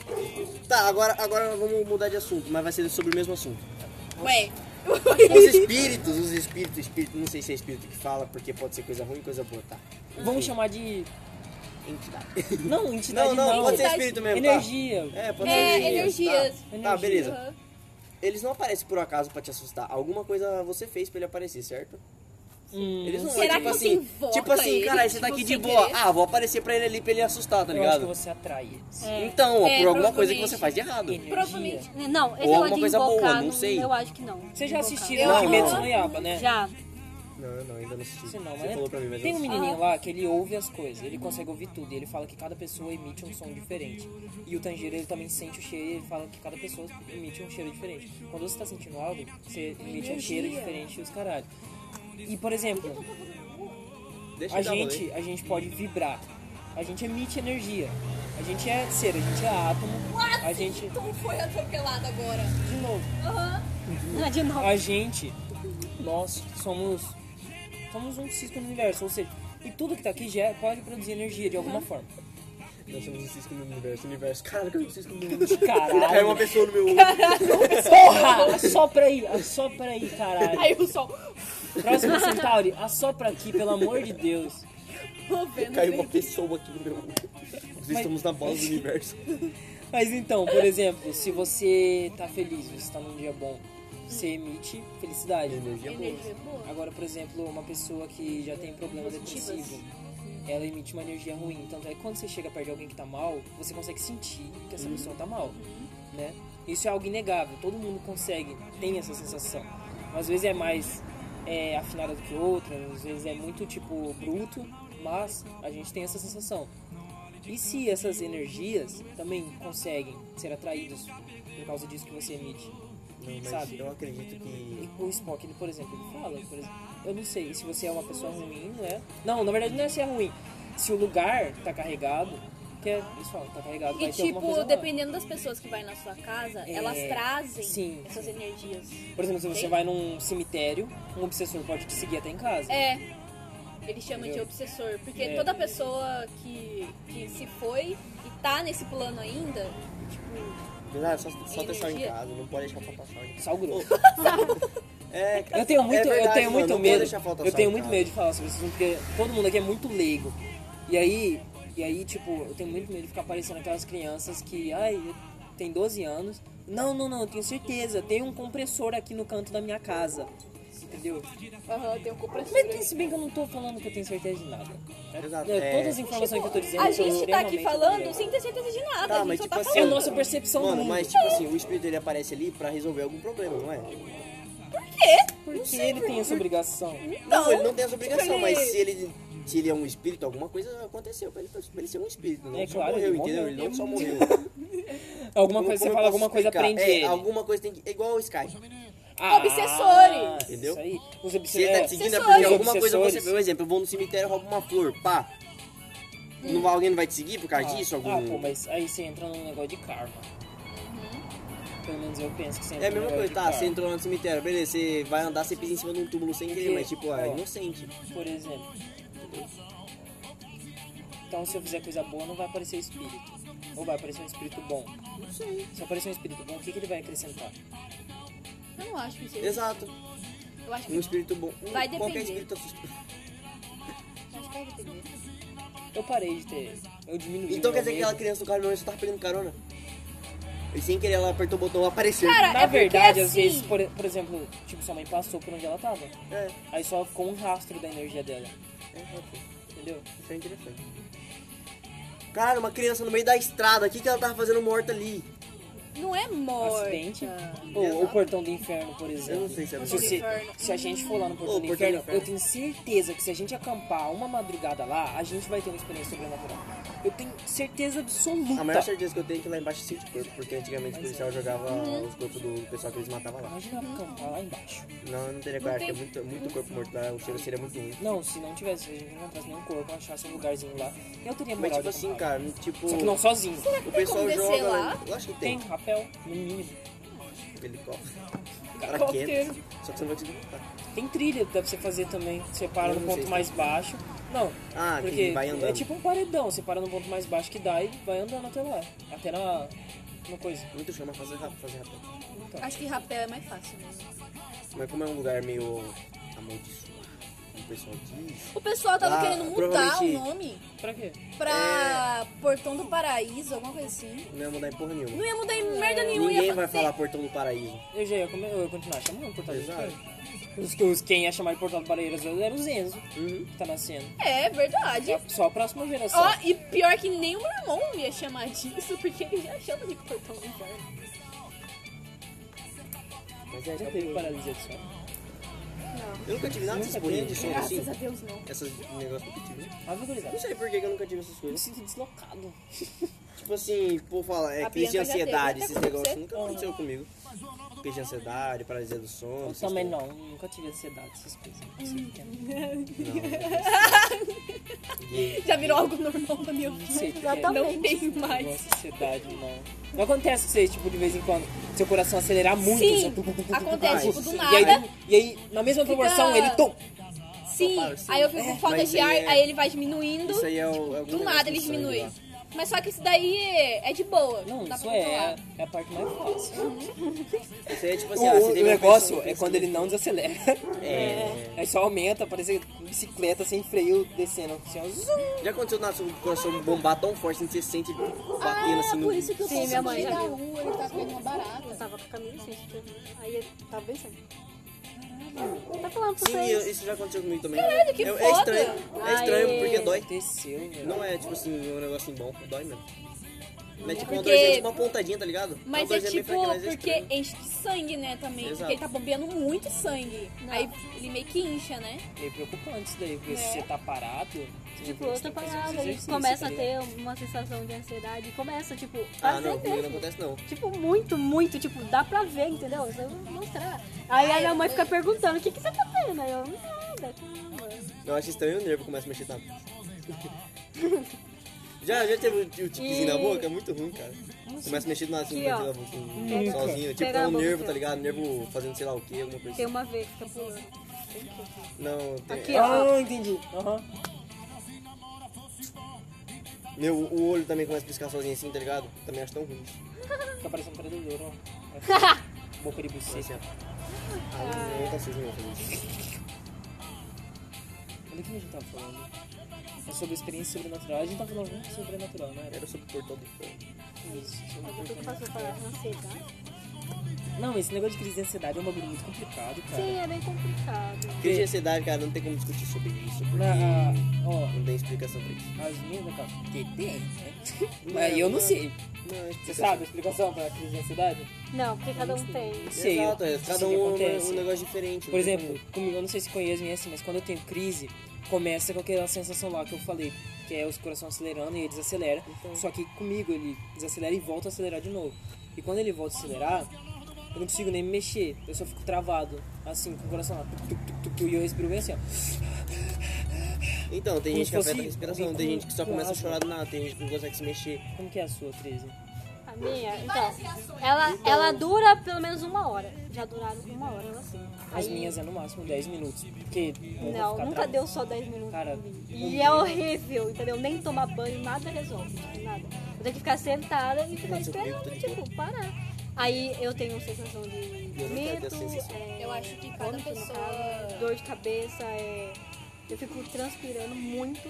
Speaker 2: Tá, agora, agora nós vamos mudar de assunto, mas vai ser sobre o mesmo assunto. É,
Speaker 4: Ué,
Speaker 2: Os espíritos, os espíritos, espírito, não sei se é espírito que fala, porque pode ser coisa ruim, coisa boa, tá?
Speaker 3: Vamos chamar de.
Speaker 2: Entidade.
Speaker 3: Não,
Speaker 2: Não,
Speaker 3: entidade não.
Speaker 2: não, pode ser
Speaker 4: Entidade.
Speaker 2: espírito mesmo, tá?
Speaker 3: Energia.
Speaker 2: É, pode
Speaker 4: é,
Speaker 2: ser
Speaker 4: energias.
Speaker 2: Tá, Tá, beleza.
Speaker 4: Aham.
Speaker 2: Eles não aparecem por acaso pra te assustar. Alguma coisa você fez pra ele aparecer, certo?
Speaker 3: Hum,
Speaker 2: Eles não
Speaker 4: Será
Speaker 2: tipo
Speaker 4: que você
Speaker 2: assim,
Speaker 4: invoca
Speaker 2: Tipo assim,
Speaker 4: ele,
Speaker 2: caralho, você tá
Speaker 4: tipo,
Speaker 2: aqui de
Speaker 4: sem
Speaker 2: boa.
Speaker 4: querer?
Speaker 2: Ah, vou aparecer pra ele ali pra ele assustar, tá
Speaker 3: eu acho que
Speaker 2: ligado?
Speaker 3: você atrai eles.
Speaker 2: Então, ó,
Speaker 4: É,
Speaker 2: por alguma coisa que
Speaker 4: provavelmente.
Speaker 2: você faz de errado.
Speaker 3: Energia.
Speaker 4: Provavelmente.
Speaker 1: Né, Não,
Speaker 2: Ou
Speaker 1: esse negócio
Speaker 2: alguma
Speaker 1: de
Speaker 2: coisa boa,
Speaker 1: invocar,
Speaker 2: não sei.
Speaker 1: Eu acho que não.
Speaker 3: Vocês já
Speaker 1: Invocar.
Speaker 3: assistiram
Speaker 2: Não,
Speaker 3: Kimetsu
Speaker 2: não.
Speaker 3: no Yaba, né?
Speaker 1: Já.
Speaker 2: Não, não, ainda não assisti. Você
Speaker 3: Você não,
Speaker 2: falou pra mim,
Speaker 3: mas
Speaker 2: mas
Speaker 3: tem um
Speaker 2: eu não assisti.
Speaker 3: menininho lá que ele ouve as coisas, ele consegue ouvir tudo, e ele fala que cada pessoa emite um som diferente. E o Tanjiro ele também sente o cheiro, e ele fala que cada pessoa emite um cheiro diferente. Quando você tá sentindo algo, você emite um cheiro diferente e os caralho. E por exemplo,
Speaker 2: Deixa
Speaker 3: a
Speaker 2: eu dar um
Speaker 3: gente, a gente pode vibrar. A gente emite energia. A gente é ser, a gente é átomo. A gente.
Speaker 4: Tom Então foi atropelado agora.
Speaker 3: De novo.
Speaker 1: Não é de novo.
Speaker 3: A gente, nós somos somos um cisco no universo, ou seja, e tudo que tá aqui já pode produzir energia de alguma forma.
Speaker 2: rolê. Nós somos um cisco no universo. Universo, caralho, que eu não cisco no universo. Caiu É uma
Speaker 3: Caralho.
Speaker 2: pessoa no meu olho.
Speaker 3: Porra! Assopra aí, assopra aí, caralho.
Speaker 4: Aí o sol.
Speaker 3: Próximo Centauri, assopra aqui, pelo amor de Deus.
Speaker 4: Tô vendo.
Speaker 2: Caiu uma
Speaker 4: gente.
Speaker 2: pessoa aqui no meu olho. Nós estamos na bola do universo.
Speaker 3: Mas então, por exemplo, se você tá feliz, você tá num dia bom, você emite felicidade.
Speaker 2: Energia boa.
Speaker 4: Energia boa.
Speaker 3: Agora, por exemplo, uma pessoa que já tem problema depressivo, ela emite uma energia ruim. Tanto é que quando você chega perto de alguém que tá mal, você consegue sentir que essa pessoa tá mal, né? Isso é algo inegável, todo mundo consegue, tem essa sensação. Às vezes é mais é, afinada do que outra, às vezes é muito, tipo, bruto, mas a gente tem essa sensação. E se essas energias também conseguem ser atraídas por causa disso que você emite?
Speaker 2: Não, mas
Speaker 3: Sabe?
Speaker 2: eu acredito
Speaker 3: E
Speaker 2: que.
Speaker 3: o Spock, ele, por exemplo, ele fala, por exemplo, eu não sei se você é uma pessoa ruim, né? Não, na verdade não é se é ruim. Se o lugar tá carregado, que é, eles falam, tá carregado, vai
Speaker 4: E
Speaker 3: ter alguma coisa
Speaker 4: tipo,
Speaker 3: lá.
Speaker 4: dependendo das pessoas que vai na sua casa,
Speaker 3: É,
Speaker 4: elas trazem
Speaker 3: sim.
Speaker 4: essas energias.
Speaker 3: Por exemplo, se você
Speaker 4: Tem?
Speaker 3: vai num cemitério, um obsessor pode te seguir até em casa.
Speaker 4: É. Ele chama de
Speaker 3: Entendeu?
Speaker 4: obsessor, porque
Speaker 3: É.
Speaker 4: toda pessoa que, que se foi e tá nesse plano ainda, tipo,
Speaker 2: Ah, só, só deixar em
Speaker 4: Energia.
Speaker 2: casa, não pode deixar faltar sal. em casa.
Speaker 3: Sal grosso.
Speaker 2: É,
Speaker 3: Eu tenho muito, eu
Speaker 2: verdade,
Speaker 3: tenho
Speaker 2: mano,
Speaker 3: muito
Speaker 2: não pode
Speaker 3: medo.
Speaker 2: deixar faltar um
Speaker 3: Eu
Speaker 2: sal
Speaker 3: tenho
Speaker 2: em
Speaker 3: muito
Speaker 2: casa.
Speaker 3: medo de falar sobre isso, porque todo mundo aqui é muito leigo. E aí, e aí, tipo, eu tenho muito medo de ficar parecendo aquelas crianças que, ai, tem 12 anos. Não, não, não, eu tenho certeza, tem um compressor aqui no canto da minha casa. Entendeu?
Speaker 4: aham, tem um compressor.
Speaker 3: Mas que- se bem que eu não tô falando que eu tenho certeza de nada.
Speaker 2: Exato,
Speaker 3: É,
Speaker 2: é.
Speaker 3: Todas as informações que eu um tô dizendo
Speaker 4: A
Speaker 3: são
Speaker 4: gente tá aqui
Speaker 3: extremamente
Speaker 4: falando
Speaker 3: objetivas.
Speaker 4: sem ter certeza de nada,
Speaker 2: Tá,
Speaker 4: a gente
Speaker 2: mas
Speaker 4: só
Speaker 2: tipo
Speaker 4: tá
Speaker 2: assim.
Speaker 3: É a
Speaker 4: falando.
Speaker 3: nossa percepção do
Speaker 2: Mano,
Speaker 3: mundo.
Speaker 2: mas tipo assim, o espírito ele aparece ali pra resolver algum problema, não é?
Speaker 4: um
Speaker 3: Porque ele tem essa obrigação.
Speaker 2: Não, ele não tem essa obrigação,
Speaker 4: tipo,
Speaker 2: mas
Speaker 4: ele-
Speaker 2: se ele. Se ele é um espírito, alguma coisa aconteceu pra ele, pra ele ser um espírito. Não
Speaker 3: É
Speaker 2: só
Speaker 3: claro,
Speaker 2: morreu,
Speaker 3: ele
Speaker 2: entendeu?
Speaker 3: morreu.
Speaker 2: Ele não só morreu.
Speaker 3: Alguma
Speaker 2: Como- como
Speaker 3: coisa, você
Speaker 2: eu
Speaker 3: fala
Speaker 2: posso
Speaker 3: alguma coisa,
Speaker 2: explicar?
Speaker 3: aprende
Speaker 2: é,
Speaker 3: ele.
Speaker 2: Alguma coisa tem que. É igual o Sky.
Speaker 3: Ah,
Speaker 4: Obsessores.
Speaker 2: Entendeu?
Speaker 3: Isso aí. Os
Speaker 2: Se ele tá te
Speaker 3: obsessores.
Speaker 2: seguindo é porque
Speaker 4: Obsessores.
Speaker 2: alguma coisa você.
Speaker 3: Obsessores.
Speaker 2: Por exemplo, eu vou no cemitério e roubo uma flor, pá.
Speaker 4: Hum.
Speaker 2: Não, alguém não vai te seguir por causa disso? Algum...
Speaker 3: Ah, pô, mas aí você entra num negócio de karma.
Speaker 4: Uhum.
Speaker 3: Pelo menos eu penso que você entra
Speaker 2: É a mesma
Speaker 3: num
Speaker 2: coisa,
Speaker 3: negócio
Speaker 2: tá? Você
Speaker 3: de karma.
Speaker 2: entrou lá no cemitério, beleza, você vai andar, você pisa em cima de um túmulo sem querer,
Speaker 3: Porque,
Speaker 2: mas tipo,
Speaker 3: ó,
Speaker 2: é inocente.
Speaker 3: Por exemplo. Então se eu fizer coisa boa, não vai aparecer espírito. Ou vai aparecer um espírito bom.
Speaker 2: Não sei.
Speaker 3: Se aparecer um espírito bom, o que, que ele vai acrescentar?
Speaker 4: Eu não acho que seja.
Speaker 2: Exato.
Speaker 4: Eu acho que
Speaker 2: Um espírito bom. Um,
Speaker 4: Vai
Speaker 2: qualquer
Speaker 4: depender.
Speaker 2: espírito assusta.
Speaker 4: Acho que vai depender.
Speaker 3: Eu parei de ter. Eu diminuí.
Speaker 2: Então
Speaker 3: meu
Speaker 2: quer dizer que
Speaker 3: medo.
Speaker 2: aquela criança do caminhão só tava perdendo carona? E sem querer ela apertou o botão, apareceu.
Speaker 4: Cara,
Speaker 3: Na
Speaker 4: é porque,
Speaker 3: verdade, às
Speaker 4: assim,
Speaker 3: vezes, por, por exemplo, tipo, sua mãe passou por onde ela tava.
Speaker 2: É,
Speaker 3: Aí só ficou um rastro da energia dela.
Speaker 2: é, ok.
Speaker 3: Entendeu?
Speaker 2: Isso é interessante. Cara, uma criança no meio da estrada, o que, que ela tava fazendo morta ali?
Speaker 4: Não é morta.
Speaker 3: Acidente. Ou o portão do inferno, por exemplo.
Speaker 2: Eu não sei se é
Speaker 3: se,
Speaker 2: portão
Speaker 4: do
Speaker 3: você-
Speaker 4: inferno.
Speaker 3: se a gente for lá no portão,
Speaker 2: Ô,
Speaker 3: do,
Speaker 2: portão do
Speaker 3: inferno,
Speaker 2: inferno.
Speaker 3: eu tenho certeza que se a gente acampar uma madrugada lá, a gente vai ter uma experiência sobrenatural. Eu tenho certeza absoluta.
Speaker 2: A maior certeza que eu tenho é que lá embaixo é sítio de corpo, porque antigamente o policial jogava os corpos do pessoal que eles matavam lá.
Speaker 3: Imagina acampar lá embaixo.
Speaker 2: Não, eu não teria coragem, porque é muito, muito corpo morto lá, o cheiro seria muito ruim.
Speaker 3: Não, se não tivesse, se a gente não encontrasse nenhum corpo, achasse um lugarzinho lá, eu teria
Speaker 2: Mas
Speaker 3: moral
Speaker 2: tipo
Speaker 3: de
Speaker 2: assim,
Speaker 3: acampar.
Speaker 2: cara, no- tipo.
Speaker 3: Só que não sozinho.
Speaker 2: O pessoal
Speaker 4: como descer
Speaker 2: joga.
Speaker 4: lá?
Speaker 2: Eu acho que
Speaker 3: Tem
Speaker 2: tem.
Speaker 3: rapel, no mínimo.
Speaker 2: Helicóptero.
Speaker 3: Helicóptero.
Speaker 2: Raquete. Só que você não vai te derrotar.
Speaker 3: Tem trilha, dá pra você fazer também. Você para
Speaker 2: Eu
Speaker 3: no
Speaker 2: não
Speaker 3: ponto
Speaker 2: sei.
Speaker 3: mais baixo. Não.
Speaker 2: Ah, que
Speaker 3: porque
Speaker 2: vai andando.
Speaker 3: É tipo um paredão, você para no ponto mais baixo que dá e vai andando até lá. Até na. na coisa. Então,
Speaker 2: Muito chama fazer rápido, fazer rápido.
Speaker 4: Acho que rapel é mais fácil mesmo.
Speaker 2: Mas como é um lugar meio amaldiçoado, como o pessoal diz.
Speaker 4: O pessoal tava
Speaker 2: Ah,
Speaker 4: querendo mudar o
Speaker 2: provavelmente-
Speaker 4: nome
Speaker 3: Pra quê?
Speaker 4: pra
Speaker 2: É.
Speaker 4: Portão do Paraíso, alguma coisa assim.
Speaker 2: Não ia mudar em porra
Speaker 4: Não
Speaker 2: nenhuma.
Speaker 4: ia mudar em merda nenhuma.
Speaker 2: Ninguém
Speaker 4: ia
Speaker 2: vai
Speaker 4: fazer-
Speaker 2: falar portão do paraíso.
Speaker 3: Eu já ia, come- eu ia continuar chamando Portal do
Speaker 2: Exato.
Speaker 3: Inferno. Os, os, quem ia chamar de Portal do Pareiras era o Zenzo,
Speaker 2: Uhum.
Speaker 3: que tá nascendo.
Speaker 4: É, verdade.
Speaker 3: Só, só a próxima geração.
Speaker 4: Ó, e pior que nem o meu irmão ia chamar disso, porque ele já chama de Portão do Inferno.
Speaker 2: Mas é,
Speaker 3: Já
Speaker 2: acabou.
Speaker 3: teve um paralisia do sono?
Speaker 2: Eu nunca tive nada dessas
Speaker 3: Nunca
Speaker 2: porrinhas de
Speaker 3: teve?
Speaker 2: som assim.
Speaker 4: Graças a Deus, não.
Speaker 2: Essas negócios que eu tive.
Speaker 3: Ah, vou gurizada.
Speaker 2: Não sei por que que eu nunca tive essas
Speaker 3: Eu me
Speaker 2: coisas.
Speaker 3: sinto deslocado.
Speaker 2: Tipo assim, pô, fala, é
Speaker 4: A
Speaker 2: crise de
Speaker 4: Bianca já teve,
Speaker 2: ansiedade,
Speaker 4: nunca
Speaker 2: esses negócios.
Speaker 4: aconteceu.
Speaker 2: Nunca aconteceu comigo. Crise de ansiedade, paralisia do sono.
Speaker 3: Eu
Speaker 2: essas
Speaker 3: também
Speaker 2: coisas.
Speaker 3: não, nunca tive ansiedade, essas coisas. Não sei o que é.
Speaker 4: Já virou algo normal na minha
Speaker 3: Não sei
Speaker 4: vida.
Speaker 3: o que é.
Speaker 4: Não tem
Speaker 3: Não
Speaker 4: mais.
Speaker 3: gosto de ansiedade, não. Não acontece com vocês, tipo, de vez em quando, seu coração acelerar muito.
Speaker 4: Sim,
Speaker 3: assim, tu, tu, tu, tu, tu,
Speaker 4: acontece,
Speaker 3: tu,
Speaker 4: tipo,
Speaker 3: tu,
Speaker 4: do
Speaker 3: E
Speaker 4: nada.
Speaker 3: aí, e aí, na mesma proporção, ele... Tum,
Speaker 4: Sim,
Speaker 2: Claro, sim.
Speaker 4: aí eu fico com falta
Speaker 2: mas
Speaker 4: de
Speaker 2: isso
Speaker 4: ar,
Speaker 2: aí é-
Speaker 4: aí ele vai diminuindo, Tipo,
Speaker 2: Isso aí é o. é algum
Speaker 4: do
Speaker 2: negócio
Speaker 4: nada
Speaker 2: do
Speaker 4: ele
Speaker 2: sangue
Speaker 4: diminui.
Speaker 2: lá.
Speaker 4: Mas só que isso daí é é de boa.
Speaker 3: não,
Speaker 4: dá
Speaker 3: isso
Speaker 4: pra controlar.
Speaker 3: é, é a parte mais fácil.
Speaker 2: Isso aí é tipo assim, ah,
Speaker 3: O,
Speaker 2: você
Speaker 3: o
Speaker 2: teve uma
Speaker 3: negócio
Speaker 2: pessoa-
Speaker 3: é quando ele não desacelera.
Speaker 2: É.
Speaker 3: Aí só aumenta, parece bicicleta sem freio descendo. Assim, ó, zum.
Speaker 2: Já aconteceu na sua coração bombar tão forte assim, você sente
Speaker 4: Ah,
Speaker 2: batendo assim no.
Speaker 6: Por isso que o
Speaker 1: Sim, minha
Speaker 6: Sim,
Speaker 1: mãe
Speaker 6: mãe
Speaker 1: já
Speaker 6: da
Speaker 1: viu.
Speaker 6: rua, ele tá pegando uma
Speaker 1: Eu
Speaker 6: barata.
Speaker 1: tava com a camisa sem sutiã. Aí eu tava pensando. Tá falando pra
Speaker 2: Sim, eu-
Speaker 1: vocês.
Speaker 2: isso já aconteceu comigo também.
Speaker 4: Caralho, que
Speaker 2: é, é
Speaker 4: foda.
Speaker 2: estranho, é estranho
Speaker 1: Aê.
Speaker 2: porque dói.
Speaker 3: Desceu, velho.
Speaker 2: Não é tipo assim, um negocinho bom, dói mesmo. Não é tipo uma
Speaker 4: Porque-
Speaker 2: dorzinha, é tipo uma pontadinha, tá ligado?
Speaker 3: Então,
Speaker 4: Mas
Speaker 2: uma
Speaker 4: é
Speaker 2: dorzinha bem
Speaker 4: tipo,
Speaker 2: fraquinha, mas é
Speaker 4: porque
Speaker 2: estranho.
Speaker 4: enche de sangue, né, também.
Speaker 2: Exato.
Speaker 4: Porque ele tá bombeando muito sangue. Aí ele meio que incha, né?
Speaker 3: Meio É preocupante isso daí, porque
Speaker 4: É.
Speaker 3: se você tá parado... você
Speaker 1: Tipo,
Speaker 3: não
Speaker 1: eu tô
Speaker 3: consegue fazer um
Speaker 1: parada
Speaker 3: os
Speaker 1: e
Speaker 3: exercícios,
Speaker 1: começa
Speaker 3: tá
Speaker 1: a
Speaker 3: ligado?
Speaker 1: ter uma sensação de ansiedade. Começa, tipo,
Speaker 2: Ah,
Speaker 1: fazer
Speaker 2: não, comigo não
Speaker 1: mesmo.
Speaker 2: acontece não.
Speaker 1: Tipo, muito, muito, tipo, dá pra ver, entendeu? Se eu mostrar. Aí a minha mãe fica perguntando, o que, que você tá vendo? Aí eu, nada, calma.
Speaker 2: Eu acho estranho o nervo começa a mexer tá? já, já teve o tiquezinho
Speaker 1: E-
Speaker 2: na boca? É muito ruim, cara. Começa a mexer do nada assim,
Speaker 1: Aqui, ó.
Speaker 2: batendo na boca, assim,
Speaker 1: Pega-
Speaker 2: sozinho. Tipo,
Speaker 1: pega
Speaker 2: é
Speaker 1: a
Speaker 2: um
Speaker 1: boca
Speaker 2: nervo,
Speaker 1: aqui,
Speaker 2: tá
Speaker 1: ó.
Speaker 2: ligado? Nervo fazendo sei lá o que, alguma coisa
Speaker 1: Tem
Speaker 2: assim.
Speaker 1: uma vez que fica pulando.
Speaker 2: Não, tem...
Speaker 1: Aqui, ó.
Speaker 3: Ah, entendi. Aham.
Speaker 2: Meu, o olho também começa a piscar sozinho assim, tá ligado? Também acho tão ruim. isso.
Speaker 3: Fica parecendo um predador, ó. né? Boca de buceta.
Speaker 2: Assim, ó. Ah, não tá sujo não, fazer isso.
Speaker 3: Olha o que a gente tá falando. É sobre experiência sobrenatural. A gente tá falando muito sobrenatural, né?
Speaker 2: Era sobre o portão do fogo.
Speaker 3: Isso,
Speaker 1: O que que
Speaker 3: sobrenatural.
Speaker 1: passou pra ansiedade?
Speaker 3: Não, esse negócio de crise de ansiedade é um bagulho muito complicado, cara.
Speaker 1: Sim, é bem complicado.
Speaker 2: Crise de ansiedade, cara, não tem como discutir sobre isso, porque
Speaker 3: Na- ó,
Speaker 2: não tem explicação pra isso.
Speaker 3: as minhas, né, cara? Que tem, né?
Speaker 2: Não,
Speaker 3: Mas eu não
Speaker 2: não.
Speaker 3: sei.
Speaker 2: Não,
Speaker 3: Você sabe a explicação pra crise de ansiedade?
Speaker 1: Não, porque cada um tem.
Speaker 3: Não sei.
Speaker 2: Exato, é,
Speaker 3: eu-
Speaker 2: cada
Speaker 3: sei o
Speaker 2: um
Speaker 3: que
Speaker 2: é um-
Speaker 3: acontece.
Speaker 2: um negócio diferente.
Speaker 3: Por exemplo, comigo, eu não sei se conhece assim, mas quando eu tenho crise, começa com aquela sensação lá que eu falei, que é os coração acelerando e ele desacelera.
Speaker 1: Então.
Speaker 3: Só que comigo ele desacelera e volta a acelerar de novo. E quando ele volta a acelerar, eu não consigo nem me mexer, eu só fico travado, assim, com o coração lá, tuc, tuc, tuc, tuc, e eu respiro bem assim, ó.
Speaker 2: Então, tem
Speaker 3: Como
Speaker 2: gente
Speaker 3: se
Speaker 2: que afeta a
Speaker 3: fosse
Speaker 2: respiração,
Speaker 3: bem
Speaker 2: tem gente que só
Speaker 3: com- com
Speaker 2: começa a
Speaker 3: asma.
Speaker 2: chorar do nada, tem gente que não consegue se mexer.
Speaker 3: Como que é a sua, 13?
Speaker 1: A minha, então, ela, ela dura pelo menos uma hora. Já duraram uma hora, ela assim.
Speaker 3: As
Speaker 1: Aí-
Speaker 3: minhas é no máximo 10 minutos, porque... eu vou
Speaker 1: Não,
Speaker 3: ficar
Speaker 1: nunca
Speaker 3: travado.
Speaker 1: deu só 10 minutos.
Speaker 3: Cara,
Speaker 1: e é horrível, entendeu? Nem tomar banho, nada resolve, tipo, nada. Eu tenho que ficar sentada e ficar
Speaker 2: Nossa, eu fico
Speaker 1: esperando,
Speaker 2: tudo de
Speaker 1: tipo, parar. Aí eu tenho sensação de
Speaker 2: Eu não quero ter
Speaker 1: medo,
Speaker 2: essa sensação.
Speaker 1: é,
Speaker 4: Eu acho que cada
Speaker 1: vômito, no
Speaker 4: pessoa-
Speaker 1: caso, dor de cabeça, é, Eu fico transpirando muito.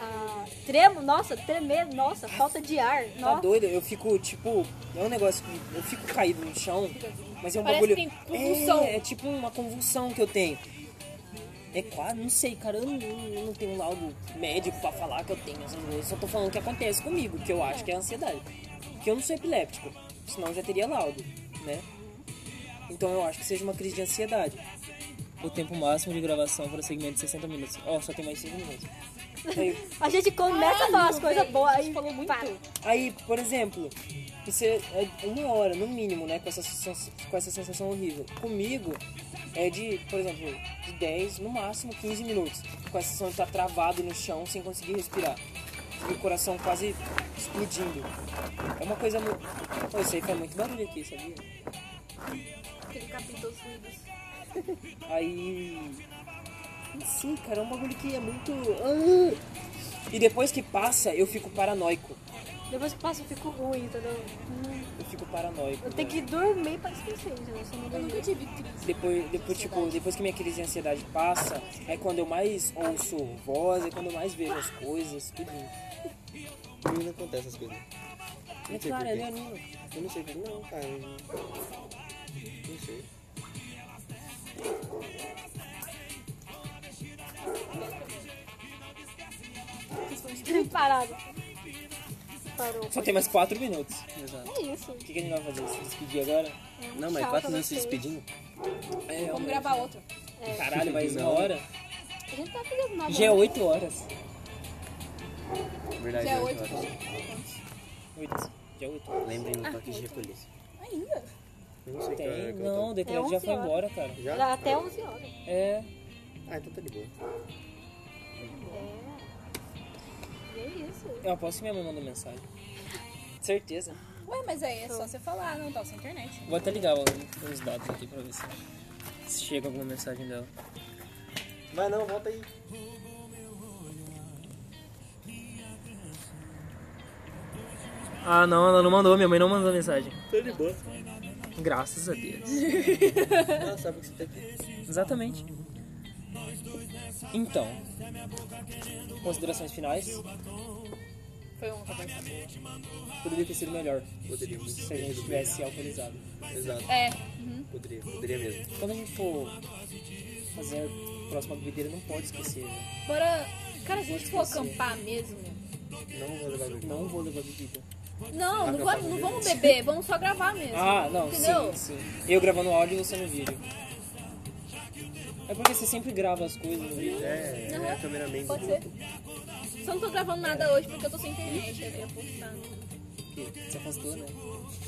Speaker 1: Ah, tremo, nossa, tremer, nossa, falta de ar.
Speaker 3: Tá
Speaker 1: Nossa.
Speaker 3: doido? Eu fico, tipo, é um negócio que eu fico caído no chão, mas é um
Speaker 4: Parece
Speaker 3: bagulho.
Speaker 4: que tem convulsão.
Speaker 3: É, é tipo uma convulsão que eu tenho. É quase, não sei, cara, eu não, eu não tenho laudo médico pra falar que eu tenho essas coisas. Só tô falando que acontece comigo, que eu acho que é ansiedade. Porque eu não sou epiléptico, senão eu já teria laudo, né? Então eu acho que seja uma crise de ansiedade. O tempo máximo de gravação para o segmento de 60 minutos. Ó, só tem mais 5 minutos. Aí,
Speaker 1: A gente começa a falar as
Speaker 4: Caralho,
Speaker 1: coisas
Speaker 4: velho,
Speaker 1: boas
Speaker 4: a gente
Speaker 1: aí
Speaker 4: falou muito.
Speaker 1: para.
Speaker 3: Aí, por exemplo, você é uma hora, no mínimo, né, com essa, sensação, com essa sensação horrível. Comigo, é de, por exemplo, de 10, no máximo 15 minutos. Com a sensação de estar travado no chão sem conseguir respirar. E o coração quase explodindo. É uma coisa muito. Pô, isso aí faz muito barulho aqui, sabia?
Speaker 4: Aquele capítulo dos ruídos.
Speaker 3: Aí. Não sei, cara, é um bagulho que é muito. Ah! E depois que passa, eu fico paranoico.
Speaker 1: Depois que passa, eu fico ruim, entendeu?
Speaker 3: Eu fico paranoico. né?
Speaker 1: Eu tenho que
Speaker 3: velho.
Speaker 1: dormir pra esquecer, entendeu? Se eu não
Speaker 4: Eu nunca
Speaker 1: dormir.
Speaker 4: tive crise.
Speaker 3: Depois, depois, tipo, depois que minha crise de ansiedade passa, é quando eu mais ouço voz, é quando eu mais vejo as coisas, tudo.
Speaker 2: Comigo não acontece essas coisas.
Speaker 3: É
Speaker 2: Não sei
Speaker 3: claro, é
Speaker 2: porquê.
Speaker 3: leonino.
Speaker 2: Eu não sei por Não, cara. eu Não não sei.
Speaker 1: Parada. Parou.
Speaker 3: Só tem mais 4 minutos.
Speaker 2: Exato.
Speaker 1: É isso. É
Speaker 3: O que, que a gente vai fazer? Se despedir agora?
Speaker 2: Não, mas
Speaker 1: Tchau
Speaker 2: quatro
Speaker 1: pra
Speaker 2: minutos se
Speaker 1: vocês.
Speaker 2: despedindo?
Speaker 3: É,
Speaker 4: Vamos gravar outra.
Speaker 3: Caralho, mais uma hora?
Speaker 1: A gente não tá fazendo nada.
Speaker 3: Já é 8 horas.
Speaker 2: Verdade,
Speaker 4: Dia
Speaker 2: eu
Speaker 4: 8.
Speaker 2: acho.
Speaker 3: Oito. Já é 8 horas.
Speaker 2: Lembrem no toque de recolher.
Speaker 4: Ainda?
Speaker 2: Eu Não sei que hora
Speaker 3: Tem?
Speaker 2: que eu
Speaker 3: Não, o decreto já
Speaker 1: onze
Speaker 3: foi
Speaker 1: horas.
Speaker 3: embora, cara.
Speaker 2: tô.
Speaker 1: Era
Speaker 2: Já?
Speaker 1: até 11 horas.
Speaker 3: É.
Speaker 2: Ah, então tá de boa.
Speaker 1: E é isso.
Speaker 3: Eu aposto que minha mãe mandou mensagem. Certeza.
Speaker 4: Ué, mas aí é só você falar, não tá sem internet.
Speaker 3: Vou até ligar o- os dados aqui pra ver se, se chega alguma mensagem dela.
Speaker 2: Vai não, volta aí.
Speaker 3: Ah, não, ela não mandou. Minha mãe não mandou mensagem.
Speaker 2: Tá de boa.
Speaker 3: Graças a Deus.
Speaker 2: Ah, sabe o que você tá aqui.
Speaker 3: Exatamente. Então, considerações finais.
Speaker 4: Foi uma conversa.
Speaker 3: Poderia ter sido melhor
Speaker 2: Poderia muito
Speaker 3: se a gente tivesse autorizado.
Speaker 2: Exato.
Speaker 4: É.
Speaker 2: Poderia, poderia mesmo.
Speaker 3: Quando a gente for fazer a próxima bebedeira, não pode esquecer. né?
Speaker 4: Bora. Cara, se a gente for acampar mesmo.
Speaker 2: Não vou levar bebida.
Speaker 3: Não vou levar bebida.
Speaker 4: Não, não, vamos- não vamos beber, vamos só gravar mesmo.
Speaker 3: Ah, não,
Speaker 4: Entendeu?
Speaker 3: sim, sim. Eu gravando áudio e você no vídeo. É porque você sempre grava as coisas no vídeo. né?
Speaker 2: É, é a cameraman do
Speaker 4: Pode ser.
Speaker 2: grupo.
Speaker 4: Só não tô gravando nada hoje porque eu tô sem internet, eu ia postar.
Speaker 3: Porque se afastou, né?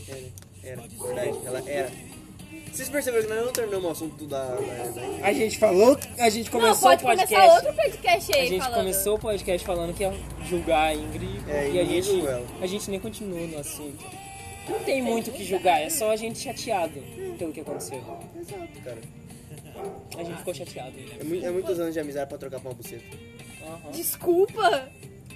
Speaker 2: É, Era, era. Verdade, ela era. Vocês perceberam que nós não terminamos o assunto da... da- da-
Speaker 3: A gente falou, a gente
Speaker 4: Não,
Speaker 3: começou
Speaker 4: pode
Speaker 3: o podcast.
Speaker 4: começar outro podcast aí
Speaker 3: A gente
Speaker 4: falando.
Speaker 3: começou o podcast falando que ia julgar a Ingrid
Speaker 2: É,
Speaker 3: e a
Speaker 2: e ninguém
Speaker 3: gente,
Speaker 2: julgou ela.
Speaker 3: a gente nem continuou no assunto. Não tem muito o que julgar, é só a gente chateado pelo que aconteceu.
Speaker 2: Exato, cara.
Speaker 3: A gente ficou chateado. né?
Speaker 2: É, mui- é muitos anos de amizade pra trocar pra uma buceta.
Speaker 3: Aham.
Speaker 4: Desculpa!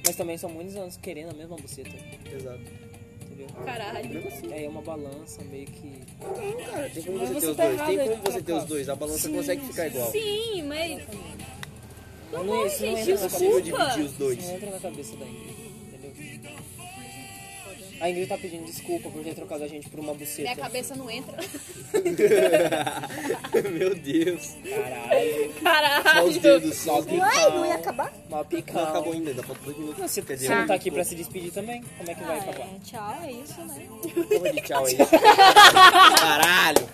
Speaker 3: Mas também são muitos anos querendo a mesma buceta,
Speaker 2: Exato.
Speaker 3: entendeu?
Speaker 4: Caralho.
Speaker 3: É uma balança meio que.
Speaker 2: Não, cara, Ah, tem como
Speaker 3: Mas
Speaker 2: você
Speaker 3: você
Speaker 2: ter os
Speaker 3: tá
Speaker 2: dois. Tem
Speaker 3: errada de
Speaker 2: como você ter
Speaker 3: trocar.
Speaker 2: os dois. A balança consegue ficar igual.
Speaker 4: Sim, mas.
Speaker 3: Não, é- não, isso não
Speaker 4: gente,
Speaker 3: entra na
Speaker 4: isso-
Speaker 3: cabeça.
Speaker 2: Possível Tá dividir os dois.
Speaker 3: Isso não entra na cabeça da Ingrid, entendeu? A Ingrid tá pedindo desculpa por ter trocado a gente por uma
Speaker 4: Minha
Speaker 3: buceta.
Speaker 4: cabeça não entra.
Speaker 3: É.
Speaker 2: Meu Deus.
Speaker 3: Caralho,
Speaker 2: Só os
Speaker 4: Caralho!
Speaker 2: dedos, só os dedos.
Speaker 1: Ai, não ia acabar?
Speaker 3: mal
Speaker 2: Não
Speaker 3: picão.
Speaker 2: acabou ainda, ainda falta dois minutos.
Speaker 3: Você,
Speaker 2: Quer dizer,
Speaker 3: você é não
Speaker 2: um
Speaker 3: tá aqui pra
Speaker 2: minuto.
Speaker 3: se despedir também? Como é que vai
Speaker 1: Ah,
Speaker 3: acabar?
Speaker 1: é, tchau, é isso, né?
Speaker 2: Porra de tchau aí. Caralho.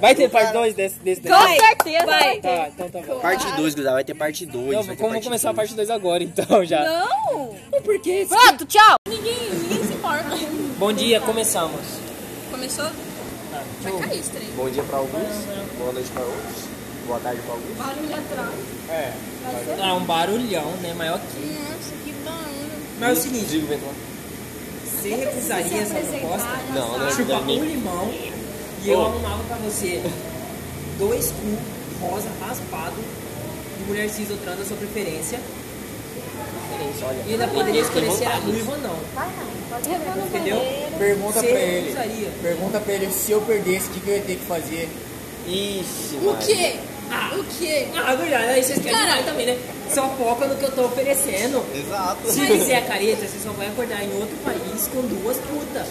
Speaker 3: Vai ter parte 2 desse, desse daqui?
Speaker 1: Com certeza
Speaker 4: vai.
Speaker 3: Tá, então tá bom.
Speaker 2: Parte 2, Guzá. Vai ter parte 2.
Speaker 3: Não, vamos começar a parte 2 agora, então, já.
Speaker 4: Não!
Speaker 3: Por quê?
Speaker 1: Pronto, tchau!
Speaker 4: Ninguém, ninguém se importa.
Speaker 3: Bom dia, começamos.
Speaker 4: Começou? Vai cair esse trem.
Speaker 2: Bom dia pra alguns. Boa noite pra outros. Boa tarde pra alguns.
Speaker 3: Ah, um barulhão, né? Maior que...
Speaker 4: Nossa, que barulho.
Speaker 3: Mas é o seguinte,
Speaker 2: Digo, Bento.
Speaker 3: você recusaria essa proposta?
Speaker 2: Não, não é
Speaker 3: Chupa
Speaker 2: pra
Speaker 3: um
Speaker 2: mim.
Speaker 3: limão e eu arrumava pra você dois cu rosa raspado de mulher cis ou trans da sua preferência. E ainda poderia escolher se era ruivo ou não. Entendeu?
Speaker 6: Pergunta
Speaker 3: Você
Speaker 6: pra ele.
Speaker 3: recusaria.
Speaker 6: Pergunta pra ele se eu perdesse, o que, que eu ia ter que fazer?
Speaker 2: Ixi,
Speaker 4: O
Speaker 2: Maria.
Speaker 4: quê? O quê?
Speaker 3: Ah, agulhada, aí vocês querem
Speaker 4: Cara.
Speaker 3: demais também, né? Só foca no que eu tô oferecendo.
Speaker 5: Exato.
Speaker 3: Se fizer a careta, você só vai acordar em outro país com duas putas.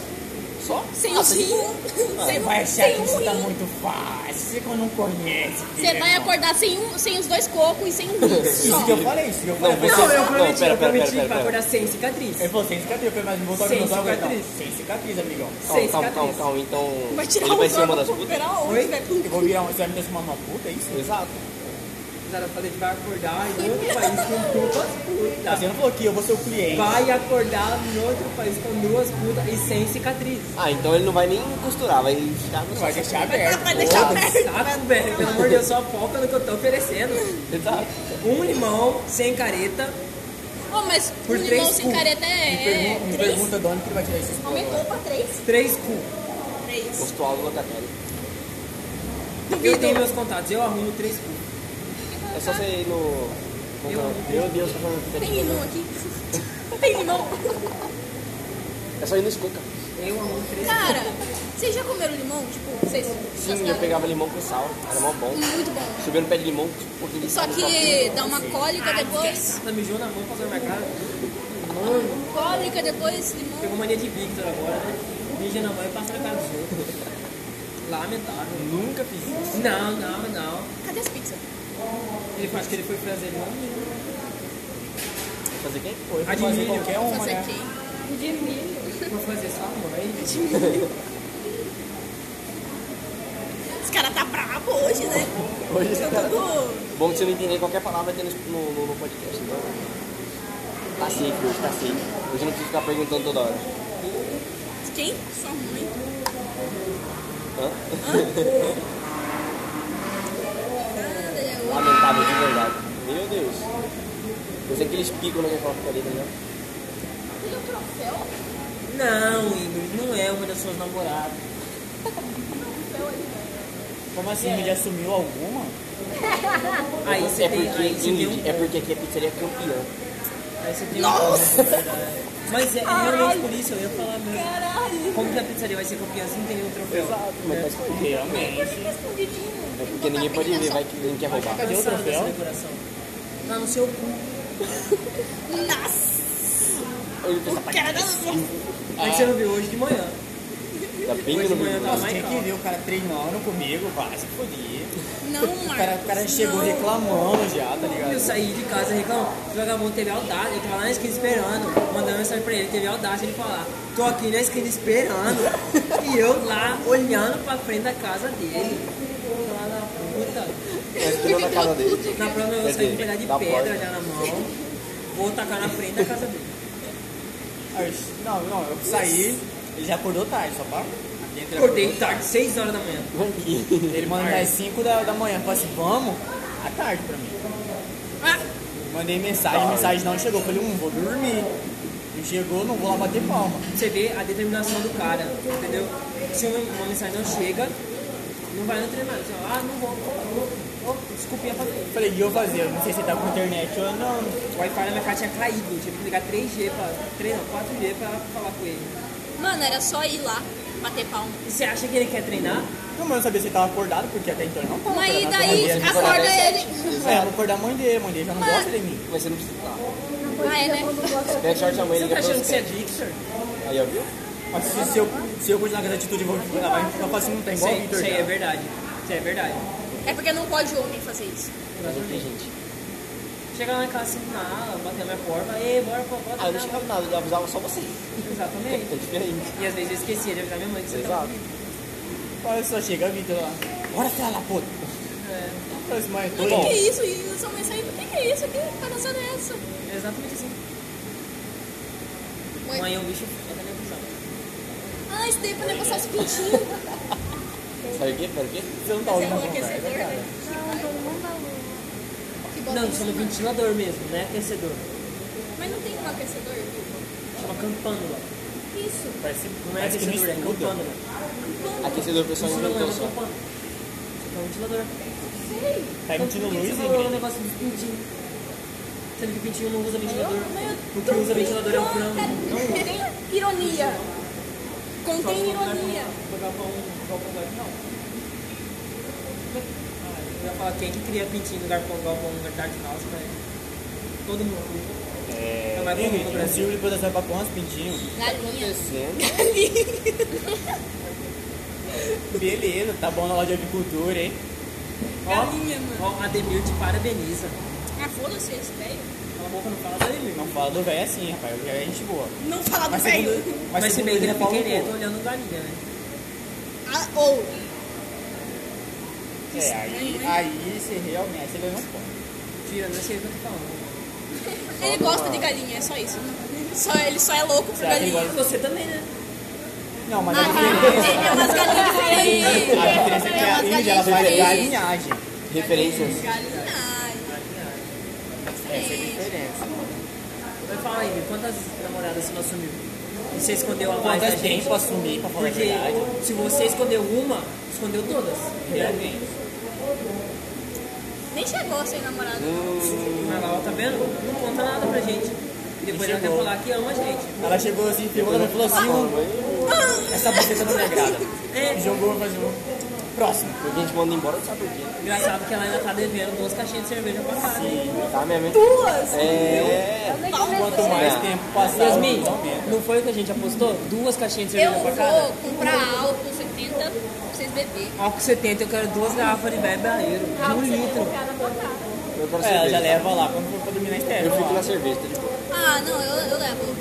Speaker 3: Só?
Speaker 4: Sem os rins.
Speaker 6: Você vai achar
Speaker 4: Sem
Speaker 6: que
Speaker 4: um
Speaker 6: isso tá
Speaker 4: rim.
Speaker 6: muito fácil, que eu não conheço.
Speaker 4: Você vai acordar sem, um, sem os dois cocos e sem um rim.
Speaker 6: Isso que eu falei, isso que eu falei.
Speaker 3: Não, eu
Speaker 2: pera, pera,
Speaker 3: prometi, eu prometi
Speaker 2: pera, pera,
Speaker 3: pra
Speaker 2: pera.
Speaker 3: acordar sem cicatriz.
Speaker 6: Ele falou sem cicatriz, eu falei, mas não vou
Speaker 3: Sem
Speaker 6: tocar no salve, então.
Speaker 3: cicatriz.
Speaker 6: Sem cicatriz, amigão.
Speaker 3: sem
Speaker 2: Calma, calma, calma,
Speaker 3: cicatriz.
Speaker 2: calma. Então.
Speaker 4: Vai tirar
Speaker 2: Ele
Speaker 4: o
Speaker 2: vai ser uma
Speaker 4: órgão
Speaker 2: das
Speaker 4: pra
Speaker 2: putas?
Speaker 4: operar onde, velho?
Speaker 6: Eu vou virar uma, você vai me transformar numa puta, é isso?
Speaker 2: Exato.
Speaker 3: Cara, eu falei que vai acordar em outro país com duas putas.
Speaker 6: Tá, Você não falou que eu vou ser o cliente.
Speaker 3: Vai acordar em outro país com duas putas e sem cicatriz.
Speaker 2: Ah, então ele não vai nem costurar, vai ficar no
Speaker 6: Vai
Speaker 2: saco.
Speaker 6: deixar
Speaker 3: tá,
Speaker 6: aberto.
Speaker 4: Vai deixar
Speaker 6: foda-se.
Speaker 4: aberto.
Speaker 3: Saco, velho, pelo amor de Deus, só foca no que eu tô oferecendo.
Speaker 2: Exato.
Speaker 3: Um limão, sem careta,
Speaker 4: Ô, mas
Speaker 3: Por
Speaker 4: um limão
Speaker 3: três
Speaker 4: sem
Speaker 3: cubos.
Speaker 4: careta
Speaker 6: Me,
Speaker 4: é,
Speaker 6: pergun-
Speaker 4: é
Speaker 6: me
Speaker 4: três?
Speaker 6: pergunta de onde que vai tirar esses
Speaker 4: Aumentou pra três?
Speaker 3: três cu.
Speaker 4: Três.
Speaker 2: Postual do locatário.
Speaker 3: Eu tenho meus contatos, eu arrumo três cu.
Speaker 2: É só você ir no. Meu Deus, tá falando
Speaker 4: Tem
Speaker 2: diferente.
Speaker 4: limão aqui? Tem limão?
Speaker 2: É só ir no escuca.
Speaker 3: Eu arrumo três cu.
Speaker 4: Cara, vocês já comeram limão? Tipo, vocês...
Speaker 2: Sim, eu pegava limão com sal, era mó bom.
Speaker 4: Muito bom.
Speaker 2: Subia no pé de limão, tipo, um pouquinho de
Speaker 4: Só
Speaker 2: sal no
Speaker 4: que dá uma cólica
Speaker 6: Ah,
Speaker 4: depois.
Speaker 3: Ela mijou na tá mão, passou na minha cara. Mano,
Speaker 4: Cólica depois, limão.
Speaker 3: pegou mania de Victor agora, né? Mija na mão e passa na cara dos outros. Lamentável. Nunca fiz isso. Não, não, não.
Speaker 4: Cadê as pizzas?
Speaker 3: Ele acho que ele foi fazer limão.
Speaker 2: pau. Fazer quem?
Speaker 6: Pô, eu vou
Speaker 3: Admiro.
Speaker 6: fazer qualquer
Speaker 4: Vou
Speaker 6: uma,
Speaker 4: fazer
Speaker 6: né?
Speaker 4: aqui.
Speaker 3: Vou fazer é sua mãe.
Speaker 4: Os caras tá brabo hoje, né?
Speaker 2: Hoje esse
Speaker 4: Eu
Speaker 2: cara-
Speaker 4: tô...
Speaker 2: Bom que você não entender qualquer palavra vai ter no, no, no podcast, então. Tá safe hoje, tá safe. Hoje eu não preciso ficar perguntando toda hora.
Speaker 4: Quem? Sua mãe.
Speaker 2: Hã?
Speaker 4: Nada, e agora?
Speaker 2: Lamentável, de verdade. Meu Deus. Eu sei que eles picam naquela fala ficaria, né?
Speaker 4: Ele é um troféu?
Speaker 3: Não, Igor, não é uma das suas namoradas.
Speaker 6: Como assim? Ele assumiu alguma?
Speaker 3: Aí você
Speaker 2: É
Speaker 3: tem, aí
Speaker 2: porque,
Speaker 3: você tem um
Speaker 2: Ingrid, é porque aqui a pizzaria é campeã.
Speaker 3: Aí você tem Nossa! Mas é, é realmente por isso, eu ia falar mesmo. Como que a pizzaria vai ser campeã se não tem nenhum troféu?
Speaker 2: Mas tá escondido.
Speaker 4: Fica escondidinho.
Speaker 2: É porque ninguém pode ver, vai que ninguém quer roubar.
Speaker 3: Cadê
Speaker 6: o troféu?
Speaker 3: decoração. Tá no seu cu.
Speaker 4: Nossa,
Speaker 2: Ele pensa,
Speaker 4: o cara da
Speaker 3: Aí você não viu hoje de manhã.
Speaker 2: Ainda Tá bem que eu não
Speaker 3: Hoje Ah. de manhã
Speaker 7: é,
Speaker 3: eu
Speaker 2: vi.
Speaker 3: tava
Speaker 6: Nossa,
Speaker 3: mais
Speaker 6: tinha que
Speaker 3: calmo.
Speaker 6: ver o cara treinando comigo, vai se foder.
Speaker 4: Não,
Speaker 6: O cara,
Speaker 3: Tá
Speaker 4: Marcos.
Speaker 6: o cara chegou
Speaker 4: não.
Speaker 6: reclamando já, tá ligado?
Speaker 3: Eu saí de casa reclamando, o vagabundo teve audácia, ele tava lá na esquina esperando, mandando mensagem pra ele, teve audácia de falar, tô aqui na esquina esperando, e eu lá olhando pra frente da casa dele, lá na puta.
Speaker 2: Tá esperando na casa dele.
Speaker 3: Na próxima eu vou
Speaker 2: Quer
Speaker 3: sair com um
Speaker 2: dizer,
Speaker 3: pedaço de
Speaker 2: da
Speaker 3: pedra
Speaker 2: porta.
Speaker 3: já na mão, vou tacar na frente da casa dele.
Speaker 6: Aí, Não, não, eu saí, ele já acordou tarde, só pra. Ele
Speaker 3: Acordei tarde, 6 horas da manhã.
Speaker 6: Ele mandou às 5 da, da manhã, falou assim, vamos? À tarde pra mim.
Speaker 4: Ah,
Speaker 6: Mandei mensagem,
Speaker 3: Tá.
Speaker 6: mensagem não chegou. Falei, hum, vou dormir. Não chegou, não vou lá bater palma.
Speaker 3: Você vê a determinação do cara, entendeu? Se uma, uma mensagem não chega, não vai no treinamento. Você fala, ah, não vou, oh, oh, oh, desculpinha pra ele.
Speaker 6: Falei, o que eu vou fazer? Eu não sei se tá com internet ou não.
Speaker 3: O Wi-Fi na minha casa tinha caído, eu tive que ligar 3G pra. 3 não, 4G pra falar com ele.
Speaker 4: mano, era só ir lá, bater palma.
Speaker 3: E você acha que ele quer treinar?
Speaker 6: Não, mas eu não sabia se ele tava acordado, porque até então ele não tava.
Speaker 4: Mas
Speaker 6: acordado.
Speaker 4: daí
Speaker 2: ele
Speaker 4: acorda
Speaker 2: acordar às
Speaker 4: ele.
Speaker 6: É, eu vou acordar a mãe dele, a mãe dele já não
Speaker 4: Mas-
Speaker 6: gosta de mim.
Speaker 2: Mas você não precisa. Ah,
Speaker 4: Ah, é, né?
Speaker 2: Pega sorte a mãe
Speaker 3: Você não
Speaker 2: liga
Speaker 3: tá
Speaker 2: pra
Speaker 3: achando que você
Speaker 2: você.
Speaker 3: é Victor?
Speaker 2: Aí, ó, viu?
Speaker 6: Mas se, se eu, se eu continuar com essa atitude, eu vou ela vai ficar falando assim, não tá
Speaker 3: Isso
Speaker 6: igual o
Speaker 3: aí,
Speaker 6: Victor
Speaker 3: isso aí
Speaker 6: já.
Speaker 3: é verdade. Isso aí é verdade.
Speaker 4: É porque não pode homem fazer isso.
Speaker 2: Mas não tem gente.
Speaker 3: Chega lá na casa assim, na ala, bater na minha porta, ei, bora, bora, bora.
Speaker 2: Ah, eu não
Speaker 3: treinar,
Speaker 2: chegava nada, eu avisava só você.
Speaker 3: bora. Exatamente.
Speaker 2: É diferente.
Speaker 3: E às vezes eu esquecia de avisar minha mãe que você tá tava
Speaker 2: Exato.
Speaker 6: Olha só, chega a Victor lá. Bora filha da puta. Olha esse mãe,
Speaker 4: O que, que
Speaker 6: doido.
Speaker 4: é isso? E sua mãe saindo, o que, que é isso? Que palhaçada é essa?
Speaker 3: É exatamente assim.
Speaker 4: Mãe.
Speaker 3: Mãe é um bicho foda, né, cuzão?
Speaker 4: Ah, isso daí é pra nem passar os pintinhos.
Speaker 2: Sabe o quê? Sabe o quê?
Speaker 6: Você não tá
Speaker 4: Mas é
Speaker 6: ouvindo a
Speaker 4: um
Speaker 6: conversa,
Speaker 4: aquecedor,
Speaker 6: cara.
Speaker 4: né? Que é bota
Speaker 3: Não,
Speaker 4: isso,
Speaker 3: chama
Speaker 4: mano.
Speaker 3: ventilador mesmo, não é aquecedor.
Speaker 4: Mas não tem um aquecedor.
Speaker 3: Chama campânula.
Speaker 4: Isso.
Speaker 6: Parece,
Speaker 3: Não é
Speaker 6: parece que não
Speaker 3: aquecedor, é
Speaker 6: escuta.
Speaker 3: campânula.
Speaker 2: Aquecedor pessoal
Speaker 3: Isso não é
Speaker 2: inventou
Speaker 3: uma
Speaker 2: só.
Speaker 3: campana. É um ventilador.
Speaker 6: Tá emitindo
Speaker 3: Por que
Speaker 6: luz,
Speaker 3: Você falou um
Speaker 6: Ingrid.
Speaker 3: negócio de pintinho. Sendo que pintinho não usa ventilador.
Speaker 4: Mas
Speaker 3: É O que usa ventilador é o frango. Não usa.
Speaker 4: Contém ironia. Contém ironia.
Speaker 3: Não. falar quem que cria pintinho no galpão, galpão cardinal, você vai... Todo mundo.
Speaker 6: É, né?
Speaker 3: É mais comum no
Speaker 6: Ingrid, o
Speaker 3: Brasil.
Speaker 6: Silvio depois dessa papo umas pintinhos.
Speaker 4: Galinha.
Speaker 6: Beleza, tá bom na aula de agricultura, hein?
Speaker 4: Galinha, mano.
Speaker 3: Ó, Ademir te parabeniza.
Speaker 4: Ah, foda-se esse velho.
Speaker 3: Cala a boca, não fala dele.
Speaker 6: Não fala do velho assim, rapaz. O velho é gente boa.
Speaker 4: Não fala do
Speaker 6: Mas
Speaker 4: velho.
Speaker 6: segundo,
Speaker 3: Mas se
Speaker 6: segundo
Speaker 3: bem que
Speaker 6: ele
Speaker 3: ele é
Speaker 6: é Paulo
Speaker 3: pequenino,
Speaker 6: Boa.
Speaker 3: tô olhando galinha, né?
Speaker 4: Ah, ou.
Speaker 6: É, aí, aí você realmente você ganhou um ponto.
Speaker 3: Tira, não sei o que eu tô falando.
Speaker 4: Ele gosta de galinha, é só isso. Só, ele só é louco por
Speaker 6: Será que ele
Speaker 4: galinha.
Speaker 6: gosta-
Speaker 3: Você também, né?
Speaker 6: Não, mas a diferença,
Speaker 4: É umas galinhas diferentes.
Speaker 6: a diferença é que a
Speaker 4: umas
Speaker 6: Ingrid, ela faz
Speaker 4: galinhas.
Speaker 6: galinhagem.
Speaker 2: Referências.
Speaker 4: Galinha.
Speaker 6: Essa é a diferença.
Speaker 3: Vai falar aí, quantas namoradas você não assumiu? E você escondeu a mais da
Speaker 6: Quantas tem
Speaker 3: gente?
Speaker 6: pra assumir, pra falar a
Speaker 3: Porque
Speaker 6: verdade?
Speaker 3: se você escondeu uma, escondeu todas.
Speaker 6: Realmente.
Speaker 4: Nem chegou a ser namorado.
Speaker 3: Mas lá, ó, tá vendo? Não conta nada pra gente. E Depois ela quer
Speaker 6: chegou.
Speaker 3: falar que ama a gente.
Speaker 6: Ela chegou assim, filmando, ela falou assim, essa buceta não me agrada.
Speaker 3: É.
Speaker 6: Jogou, mas jogou. Próximo.
Speaker 2: Porque a gente manda embora, não sabe por quê.
Speaker 3: Engraçado que ela ainda tá devendo duas caixinhas de cerveja pra cara. né?
Speaker 2: Tá, minha mãe?
Speaker 4: Duas?
Speaker 2: É.
Speaker 1: Eu nem comecei.
Speaker 6: Quanto mais
Speaker 2: Não.
Speaker 6: tempo passar,
Speaker 3: Yasmin,
Speaker 6: menos aumenta.
Speaker 3: não foi o que a gente apostou? Duas caixinhas de
Speaker 4: Eu
Speaker 3: cerveja pra cada?
Speaker 4: vou comprar álcool 70 pra vocês beberem.
Speaker 3: Álcool 70, eu quero duas garrafas de bebeiro.
Speaker 1: Ah,
Speaker 3: Um litro.
Speaker 2: Eu quero
Speaker 3: É,
Speaker 6: Ela É, já
Speaker 2: cerveja.
Speaker 6: leva lá, quando for pra dominar a estéreo.
Speaker 2: Eu fico na cerveja, tá de boa.
Speaker 4: Ah, não, eu, eu levo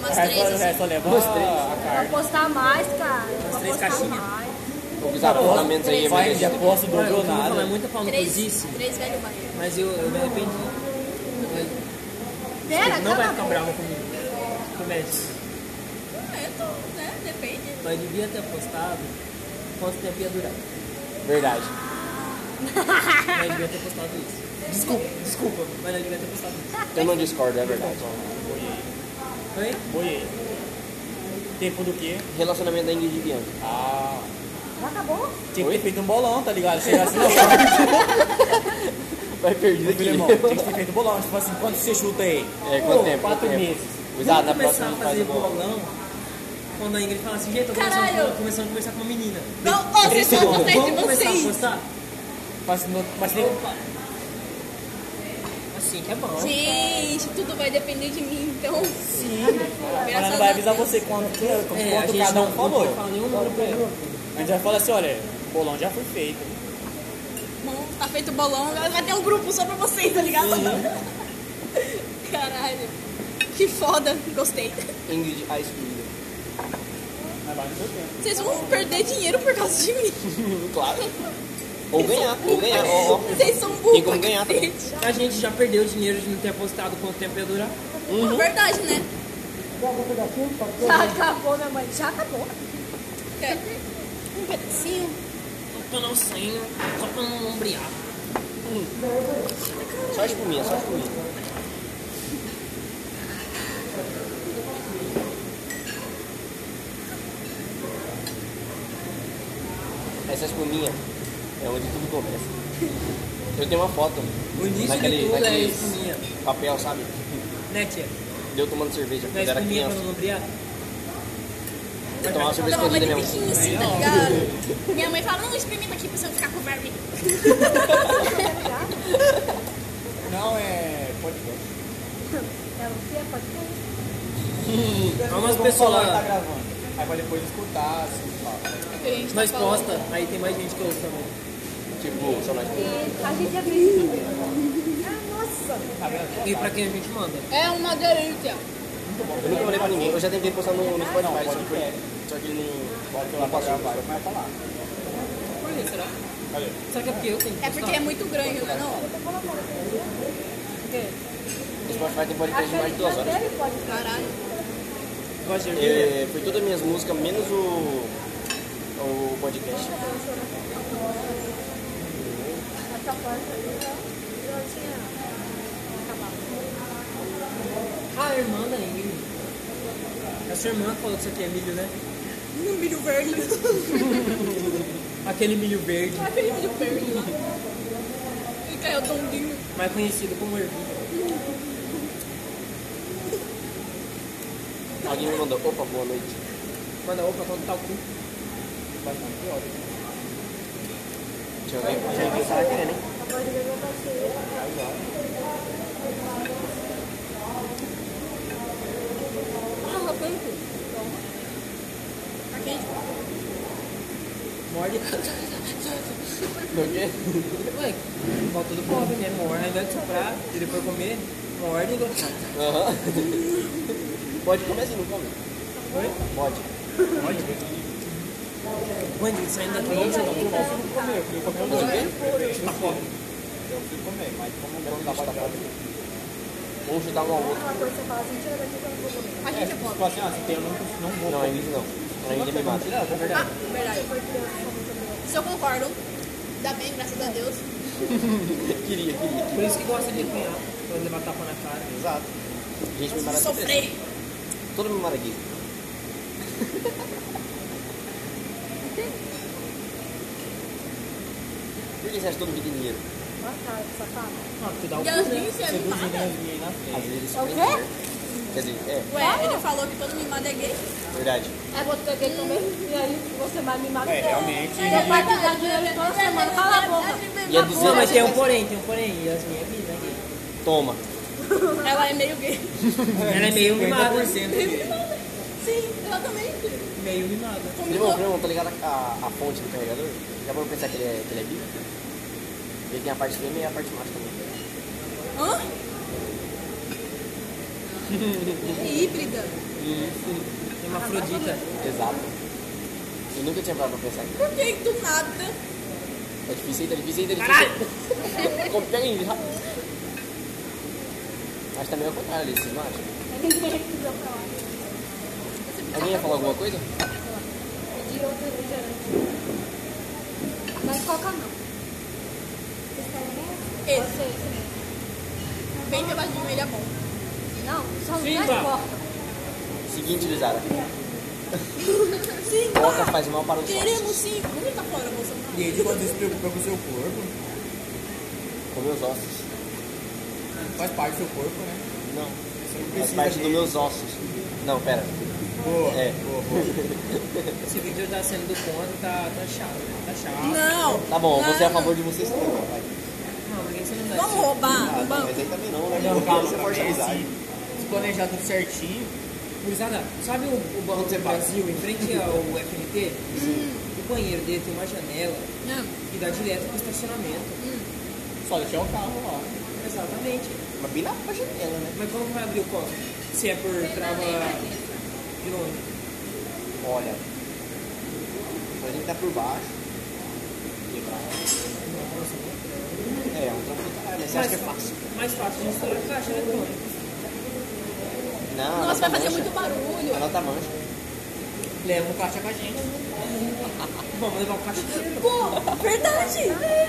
Speaker 4: umas
Speaker 3: É,
Speaker 6: O resto,
Speaker 4: três
Speaker 6: o
Speaker 4: assim.
Speaker 6: resto só leva
Speaker 2: Duas, três.
Speaker 6: a
Speaker 1: Pra
Speaker 6: carne.
Speaker 1: apostar mais, cara. Pra
Speaker 3: três
Speaker 1: apostar
Speaker 3: caixinhas.
Speaker 1: mais.
Speaker 2: Os apontamentos aí é
Speaker 6: Tá Vai, já
Speaker 2: merecido.
Speaker 6: posso,
Speaker 3: Olha, eu
Speaker 6: dobrou
Speaker 3: vou falar
Speaker 6: nada.
Speaker 3: muita pau no que eu
Speaker 4: Três,
Speaker 3: disse,
Speaker 4: três velho barreiro.
Speaker 3: mas eu, eu me arrependi. Mas
Speaker 1: Pera,
Speaker 3: Não vai
Speaker 1: calma.
Speaker 3: ficar bravo comigo. Com o médico.
Speaker 4: É, eu tô, né? Depende.
Speaker 3: Mas devia ter apostado quanto tempo ia durar.
Speaker 2: Verdade.
Speaker 3: Mas devia ter apostado isso. Desculpa, desculpa, mas eu devia ter apostado isso.
Speaker 2: Eu não discordo, é verdade.
Speaker 3: Oi?
Speaker 6: Boiei. Tempo do quê?
Speaker 2: Relacionamento da Ingrid e Bianca.
Speaker 6: Ah,
Speaker 1: Já acabou?
Speaker 6: tinha que ter feito um bolão, tá ligado? Chegar assim, não, cara,
Speaker 2: Vai perdido aqui.
Speaker 6: meu irmão, tinha que ter feito um bolão. Tipo assim, quanto você chuta aí?
Speaker 2: É, quanto
Speaker 6: Pô,
Speaker 2: tempo?
Speaker 6: Quatro
Speaker 2: Quanto tempo?
Speaker 6: meses.
Speaker 2: Cuidado, na
Speaker 3: Vamos começar
Speaker 2: próxima a
Speaker 3: a
Speaker 2: gente faz
Speaker 3: fazer
Speaker 2: o bolo.
Speaker 3: bolão quando a Ingrid fala assim, gente, eu tô começando,
Speaker 4: Caralho.
Speaker 3: a- começando a conversar com uma menina.
Speaker 4: Não, ó, vocês vão
Speaker 3: Vamos
Speaker 4: atrás de
Speaker 3: começar a
Speaker 4: vocês.
Speaker 3: apostar?
Speaker 6: Mas, no- mas tem...
Speaker 3: Opa. Assim que é bom.
Speaker 4: Gente, tudo vai depender de mim, então.
Speaker 6: Sim. Ela não vai avisar você quanto, quanto
Speaker 3: É, a gente
Speaker 6: cada um
Speaker 3: não, não
Speaker 6: falou.
Speaker 3: pode falar nenhum número pro grupo.
Speaker 6: A gente vai falar assim, olha, o bolão já foi feito.
Speaker 4: Bom, tá feito o bolão, agora vai ter um grupo só pra vocês, tá ligado? Caralho. Que foda, gostei.
Speaker 2: Ingrid ah, a excluída.
Speaker 6: Mas vai no seu tempo.
Speaker 4: Vocês vão perder dinheiro por causa de mim.
Speaker 2: Então, Claro. Ou ganhar, ou ganhar. Ó, ó.
Speaker 4: Vocês são burros.
Speaker 2: Tem como ganhar também.
Speaker 4: cacete.
Speaker 3: A gente já perdeu o dinheiro de não ter apostado quanto tempo ia durar.
Speaker 4: Verdade, né?
Speaker 1: Já acabou, minha mãe. Já acabou.
Speaker 4: Quer Um pedacinho.
Speaker 3: Tô não saindo, só pra não ombrear.
Speaker 2: Só espuminha, só espuminha. Essa espuminha é onde tudo começa. Eu tenho uma foto.
Speaker 3: O início
Speaker 2: Naquele-
Speaker 3: de tudo é a
Speaker 2: naquele-
Speaker 3: espuminha.
Speaker 2: Papel, sabe?
Speaker 3: Né, tia?
Speaker 2: Deu tomando cerveja
Speaker 3: Não é
Speaker 2: quando era
Speaker 3: espuminha pra
Speaker 2: criança.
Speaker 3: não ombrear?
Speaker 2: Eu tomava cerveja
Speaker 4: Dá uma de
Speaker 2: escondida mesmo.
Speaker 4: biquinho assim, tá ligado? Minha mãe fala, não experimenta aqui pra você não ficar com verme.
Speaker 6: Não, é... Pode ver.
Speaker 1: Ela não quer, pode comer.
Speaker 3: Há umas
Speaker 6: Vamos falar
Speaker 3: pessoas.
Speaker 6: que tá gravando. Aí vai depois escutar, assim, fala.
Speaker 3: Nós posta, aí tem mais gente que ouve também.
Speaker 2: Tipo, só nós.
Speaker 6: é
Speaker 1: E a gente já fez isso. Ah, nossa.
Speaker 6: Tá vendo?
Speaker 3: E pra quem a gente manda?
Speaker 4: É uma garanta.
Speaker 2: Eu nunca mandei pra ninguém. Eu já tentei postar no, no
Speaker 6: Ah, Não,
Speaker 2: Spotify, só
Speaker 6: pode
Speaker 2: que,
Speaker 6: ver.
Speaker 2: só que ele não,
Speaker 6: Pode
Speaker 2: não
Speaker 6: falar pra
Speaker 2: passou.
Speaker 6: gravar, vai falar.
Speaker 3: Por que será?
Speaker 6: Olha.
Speaker 3: Será que é porque eu tenho que
Speaker 4: É porque é muito grande, né? Não,
Speaker 2: No Spotify tem podcast de mais de duas horas.
Speaker 1: Ele pode.
Speaker 4: caralho.
Speaker 3: Gosta de ervilha?
Speaker 2: É, foi todas as minhas músicas, menos o, o podcast.
Speaker 3: Ah, a irmã da Ingrid. A sua irmã que falou que isso aqui é milho, né?
Speaker 4: No milho verde.
Speaker 3: Aquele milho verde,
Speaker 4: Aquele milho verde né? lá. Ele caiu tondinho.
Speaker 3: mais conhecido como ervilha.
Speaker 2: Alguém me mandou, opa, boa noite.
Speaker 3: Manda opa quando tá o cu.
Speaker 2: Deixa eu ver. Já vi que tava querendo, hein?
Speaker 1: Ah, peito.
Speaker 3: Morde.
Speaker 6: Por quê?
Speaker 3: Ué, volta do pobre, né? Morde, ao invés de soprar, se ele for comer, morde e gosta.
Speaker 6: Aham.
Speaker 2: Pode comer assim, não come.
Speaker 3: Oi?
Speaker 2: Pode.
Speaker 3: Mano, ele saindo daqui, vamos jogar um
Speaker 6: Eu fui comer, eu fui comer um dois. Tá fome. Eu fui comer, mas como não dá pra dar
Speaker 2: Vamos chutar um ao outro.
Speaker 4: A gente é pobre.
Speaker 6: Tipo assim, ó, se tem, eu não, não vou.
Speaker 2: Não, a Ingrid não. A Ingrid me mata.
Speaker 6: Não, é verdade.
Speaker 4: Verdade. Isso eu concordo. Ainda bem, graças a Deus.
Speaker 2: Queria, queria.
Speaker 3: Por isso que gosta de apanhar, pra levar tapa na cara. né?
Speaker 6: Exato.
Speaker 2: Gente, me mata sempre.
Speaker 4: Sofrei.
Speaker 2: Todo mundo mata aqui. Por que você acha que todo mundo tem dinheiro?
Speaker 1: Boa tarde, safado.
Speaker 3: Ah, tu dá o
Speaker 4: E elas nem se animadas.
Speaker 3: dinheiro né? na frente.
Speaker 2: Às vezes
Speaker 1: É o
Speaker 2: tem
Speaker 1: quê?
Speaker 2: dinheiro. Quer dizer, é,
Speaker 4: Ué, ele falou que todo mimado é gay.
Speaker 2: verdade.
Speaker 1: Aí É você gay também, e aí você vai me matar.
Speaker 6: É, realmente.
Speaker 1: Você vai te dar dinheiro toda semana, cala a boca.
Speaker 2: E é
Speaker 3: Não,
Speaker 2: 200.
Speaker 3: mas tem um porém, tem um porém. Yasmin é vida, né?
Speaker 2: Toma.
Speaker 4: Ela é meio gay.
Speaker 3: Ela é meio mimada.
Speaker 6: 50% gay.
Speaker 4: Sim, ela também.
Speaker 3: Meio mimada.
Speaker 2: Primo,
Speaker 4: Combinou.
Speaker 2: primo, tá ligado a, a fonte do carregador? Já vou pensar que ele é, que ele é bi? Ele tem a parte fêmea e a parte macho também.
Speaker 4: Hã? É híbrida.
Speaker 3: Tem uma afrodita.
Speaker 2: né? Exato. Eu nunca tinha parado pra pensar.
Speaker 4: Por que do nada?
Speaker 2: É difícil aí, tá difícil aí, tá difícil aí. Como pega ainda, rápido. Mas também é o contrário ali, vocês não acham? Alguém ia falar alguma coisa?
Speaker 1: Mas coca não.
Speaker 4: Esse. Bem debaixo de milha é bom.
Speaker 1: Não, só
Speaker 3: Sim,
Speaker 1: não é
Speaker 3: tá.
Speaker 1: coca.
Speaker 2: Seguinte, Lizara.
Speaker 4: Sim,
Speaker 2: Coca
Speaker 4: pá.
Speaker 2: faz mal para os corpos.
Speaker 4: Queremos sim. Como tá fora, Bolsonaro?
Speaker 6: E aí, de quando você se preocupa com o seu corpo,
Speaker 2: Com meus ossos.
Speaker 6: faz parte do seu corpo, né?
Speaker 2: Não.
Speaker 6: Você não
Speaker 2: Faz
Speaker 6: precisa.
Speaker 2: parte dos
Speaker 6: dele.
Speaker 2: meus ossos. Não, pera.
Speaker 6: Boa,
Speaker 2: É.
Speaker 6: boa, boa.
Speaker 3: Esse vídeo tá sendo do conto, tá, tá chato. Tá chato.
Speaker 4: Não.
Speaker 2: Tá bom, você é
Speaker 3: Ah.
Speaker 2: a
Speaker 4: Não.
Speaker 2: favor de vocês também, vai.
Speaker 3: Não, por que você não dá
Speaker 4: Vamos roubar um banco.
Speaker 2: Mas aí também não, né?
Speaker 6: Não,
Speaker 2: Porque
Speaker 6: calma,
Speaker 2: você força
Speaker 6: também,
Speaker 2: amizade.
Speaker 3: isso? Se planejar tudo certinho. Gurizada, sabe o, o Banco do Brasil em frente ao FNT? O banheiro dele tem uma janela
Speaker 4: Não.
Speaker 3: que dá direto pro estacionamento.
Speaker 6: Só deixar o carro lá.
Speaker 3: Exatamente.
Speaker 2: Mas bem na na janela, né?
Speaker 3: Mas como vai abrir o copo? Se é por trava de longe.
Speaker 2: Olha. A gente tá por baixo. Quebrar. É, é um trampo do caralho, mas você acha que é fácil?
Speaker 3: Mais fácil de estourar a caixa eletrônica.
Speaker 2: Não,
Speaker 4: Nossa,
Speaker 2: anota
Speaker 4: vai fazer
Speaker 2: mancha.
Speaker 4: muito barulho.
Speaker 2: Anota a mancha.
Speaker 3: Leva o caixa com a gente. Vamos levar o caixa inteiro.
Speaker 4: Pô, verdade.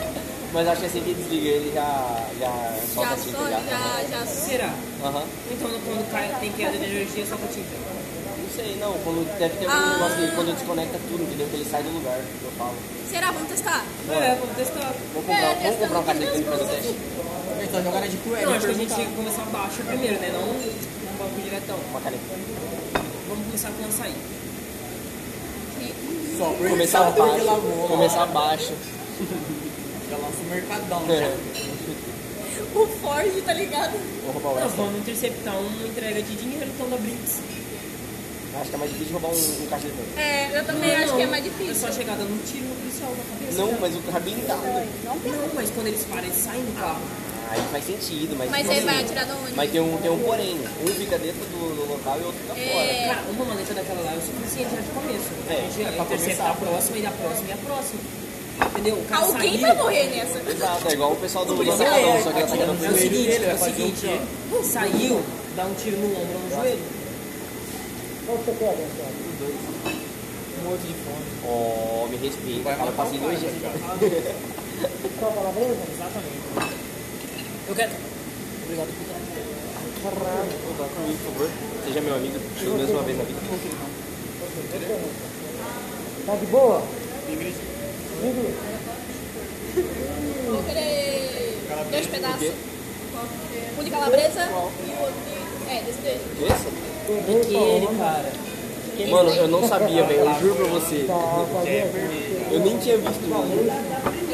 Speaker 2: Mas acho que assim que desliga ele já, já solta
Speaker 4: Já
Speaker 2: a tinta
Speaker 4: sou,
Speaker 2: já.
Speaker 4: já, já sou.
Speaker 3: Será?
Speaker 2: Aham.
Speaker 3: Então quando cai, tem queda de energia, só com tinta.
Speaker 2: Não sei, não. Quando deve ter um
Speaker 4: Ah.
Speaker 2: negócio dele, quando desconecta tudo, entendeu? Que ele sai do lugar, eu falo.
Speaker 4: Será? Vamos testar?
Speaker 3: É, vamos testar.
Speaker 2: Vou comprar,
Speaker 4: É,
Speaker 2: vamos comprar um caixa
Speaker 4: testando
Speaker 2: eletrônico pra fazer o teste.
Speaker 6: Então, jogada de
Speaker 3: Não,
Speaker 6: coelho.
Speaker 3: acho que a gente tem que começar baixo primeiro, né? Não um banco diretão.
Speaker 2: Uma caneta.
Speaker 3: Vamos começar com açaí.
Speaker 6: Só por
Speaker 2: Começar
Speaker 6: só porque
Speaker 2: abaixo.
Speaker 6: lavou.
Speaker 2: Começar abaixo.
Speaker 6: Já lança o mercadão. né?
Speaker 2: É.
Speaker 4: O Ford, tá ligado?
Speaker 2: Vou roubar o
Speaker 3: Nós
Speaker 2: extra.
Speaker 3: vamos interceptar uma entrega de dinheiro então da Brinks.
Speaker 2: Acho que é mais difícil roubar um, um caixa eletrônico.
Speaker 4: É, eu também acho que é mais
Speaker 3: É
Speaker 4: difícil.
Speaker 3: só chegar dando um tiro no policial na cabeça.
Speaker 2: Não, mas o carro é blindado.
Speaker 3: Não, mas quando eles param, eles saem do carro.
Speaker 2: Aí faz sentido, mas.
Speaker 4: Mas
Speaker 2: tipo
Speaker 4: aí
Speaker 2: assim,
Speaker 4: vai atirar no ônibus.
Speaker 2: Mas tem um, tem um porém. Um fica dentro do, do local e outro fica fora.
Speaker 4: É.
Speaker 3: Cara, uma maleta daquela lá é o suficiente já de começo.
Speaker 2: É,
Speaker 3: a gente
Speaker 2: é
Speaker 3: já
Speaker 2: pra
Speaker 3: intercepta
Speaker 2: começar.
Speaker 3: a próxima e da próxima e a próxima. Entendeu? Ah, O cara
Speaker 4: Alguém
Speaker 3: sair-
Speaker 4: vai morrer nessa.
Speaker 2: Exato, é igual o pessoal do
Speaker 3: Não, mas
Speaker 2: Mercadão,
Speaker 3: é,
Speaker 2: só que ela tá querendo
Speaker 3: É o
Speaker 2: fugir.
Speaker 3: seguinte,
Speaker 6: dele,
Speaker 3: é
Speaker 6: vai
Speaker 3: o
Speaker 6: fazer um
Speaker 3: seguinte, é, saiu, dá um tiro no ombro ou no joelho.
Speaker 6: Morto de fome.
Speaker 2: Ó, me respeita, cara. Eu passei dois dias. sem-
Speaker 3: Exatamente. Eu quero. Obrigado por
Speaker 2: Caralho, pô, dá comigo, por favor. Seja meu amigo, pelo menos uma vez na vida.
Speaker 6: Ingrid,
Speaker 4: Vou querer dois pedaços.
Speaker 2: O quê?
Speaker 4: Um de calabresa e o outro de... É, desse beijo.
Speaker 2: Esse?
Speaker 3: ter É ele, cara. Tá,
Speaker 2: Mano, eu não sabia, velho. Eu juro pra você.
Speaker 6: é perdido.
Speaker 2: Eu Eu nem tinha visto o maluco.
Speaker 4: Eu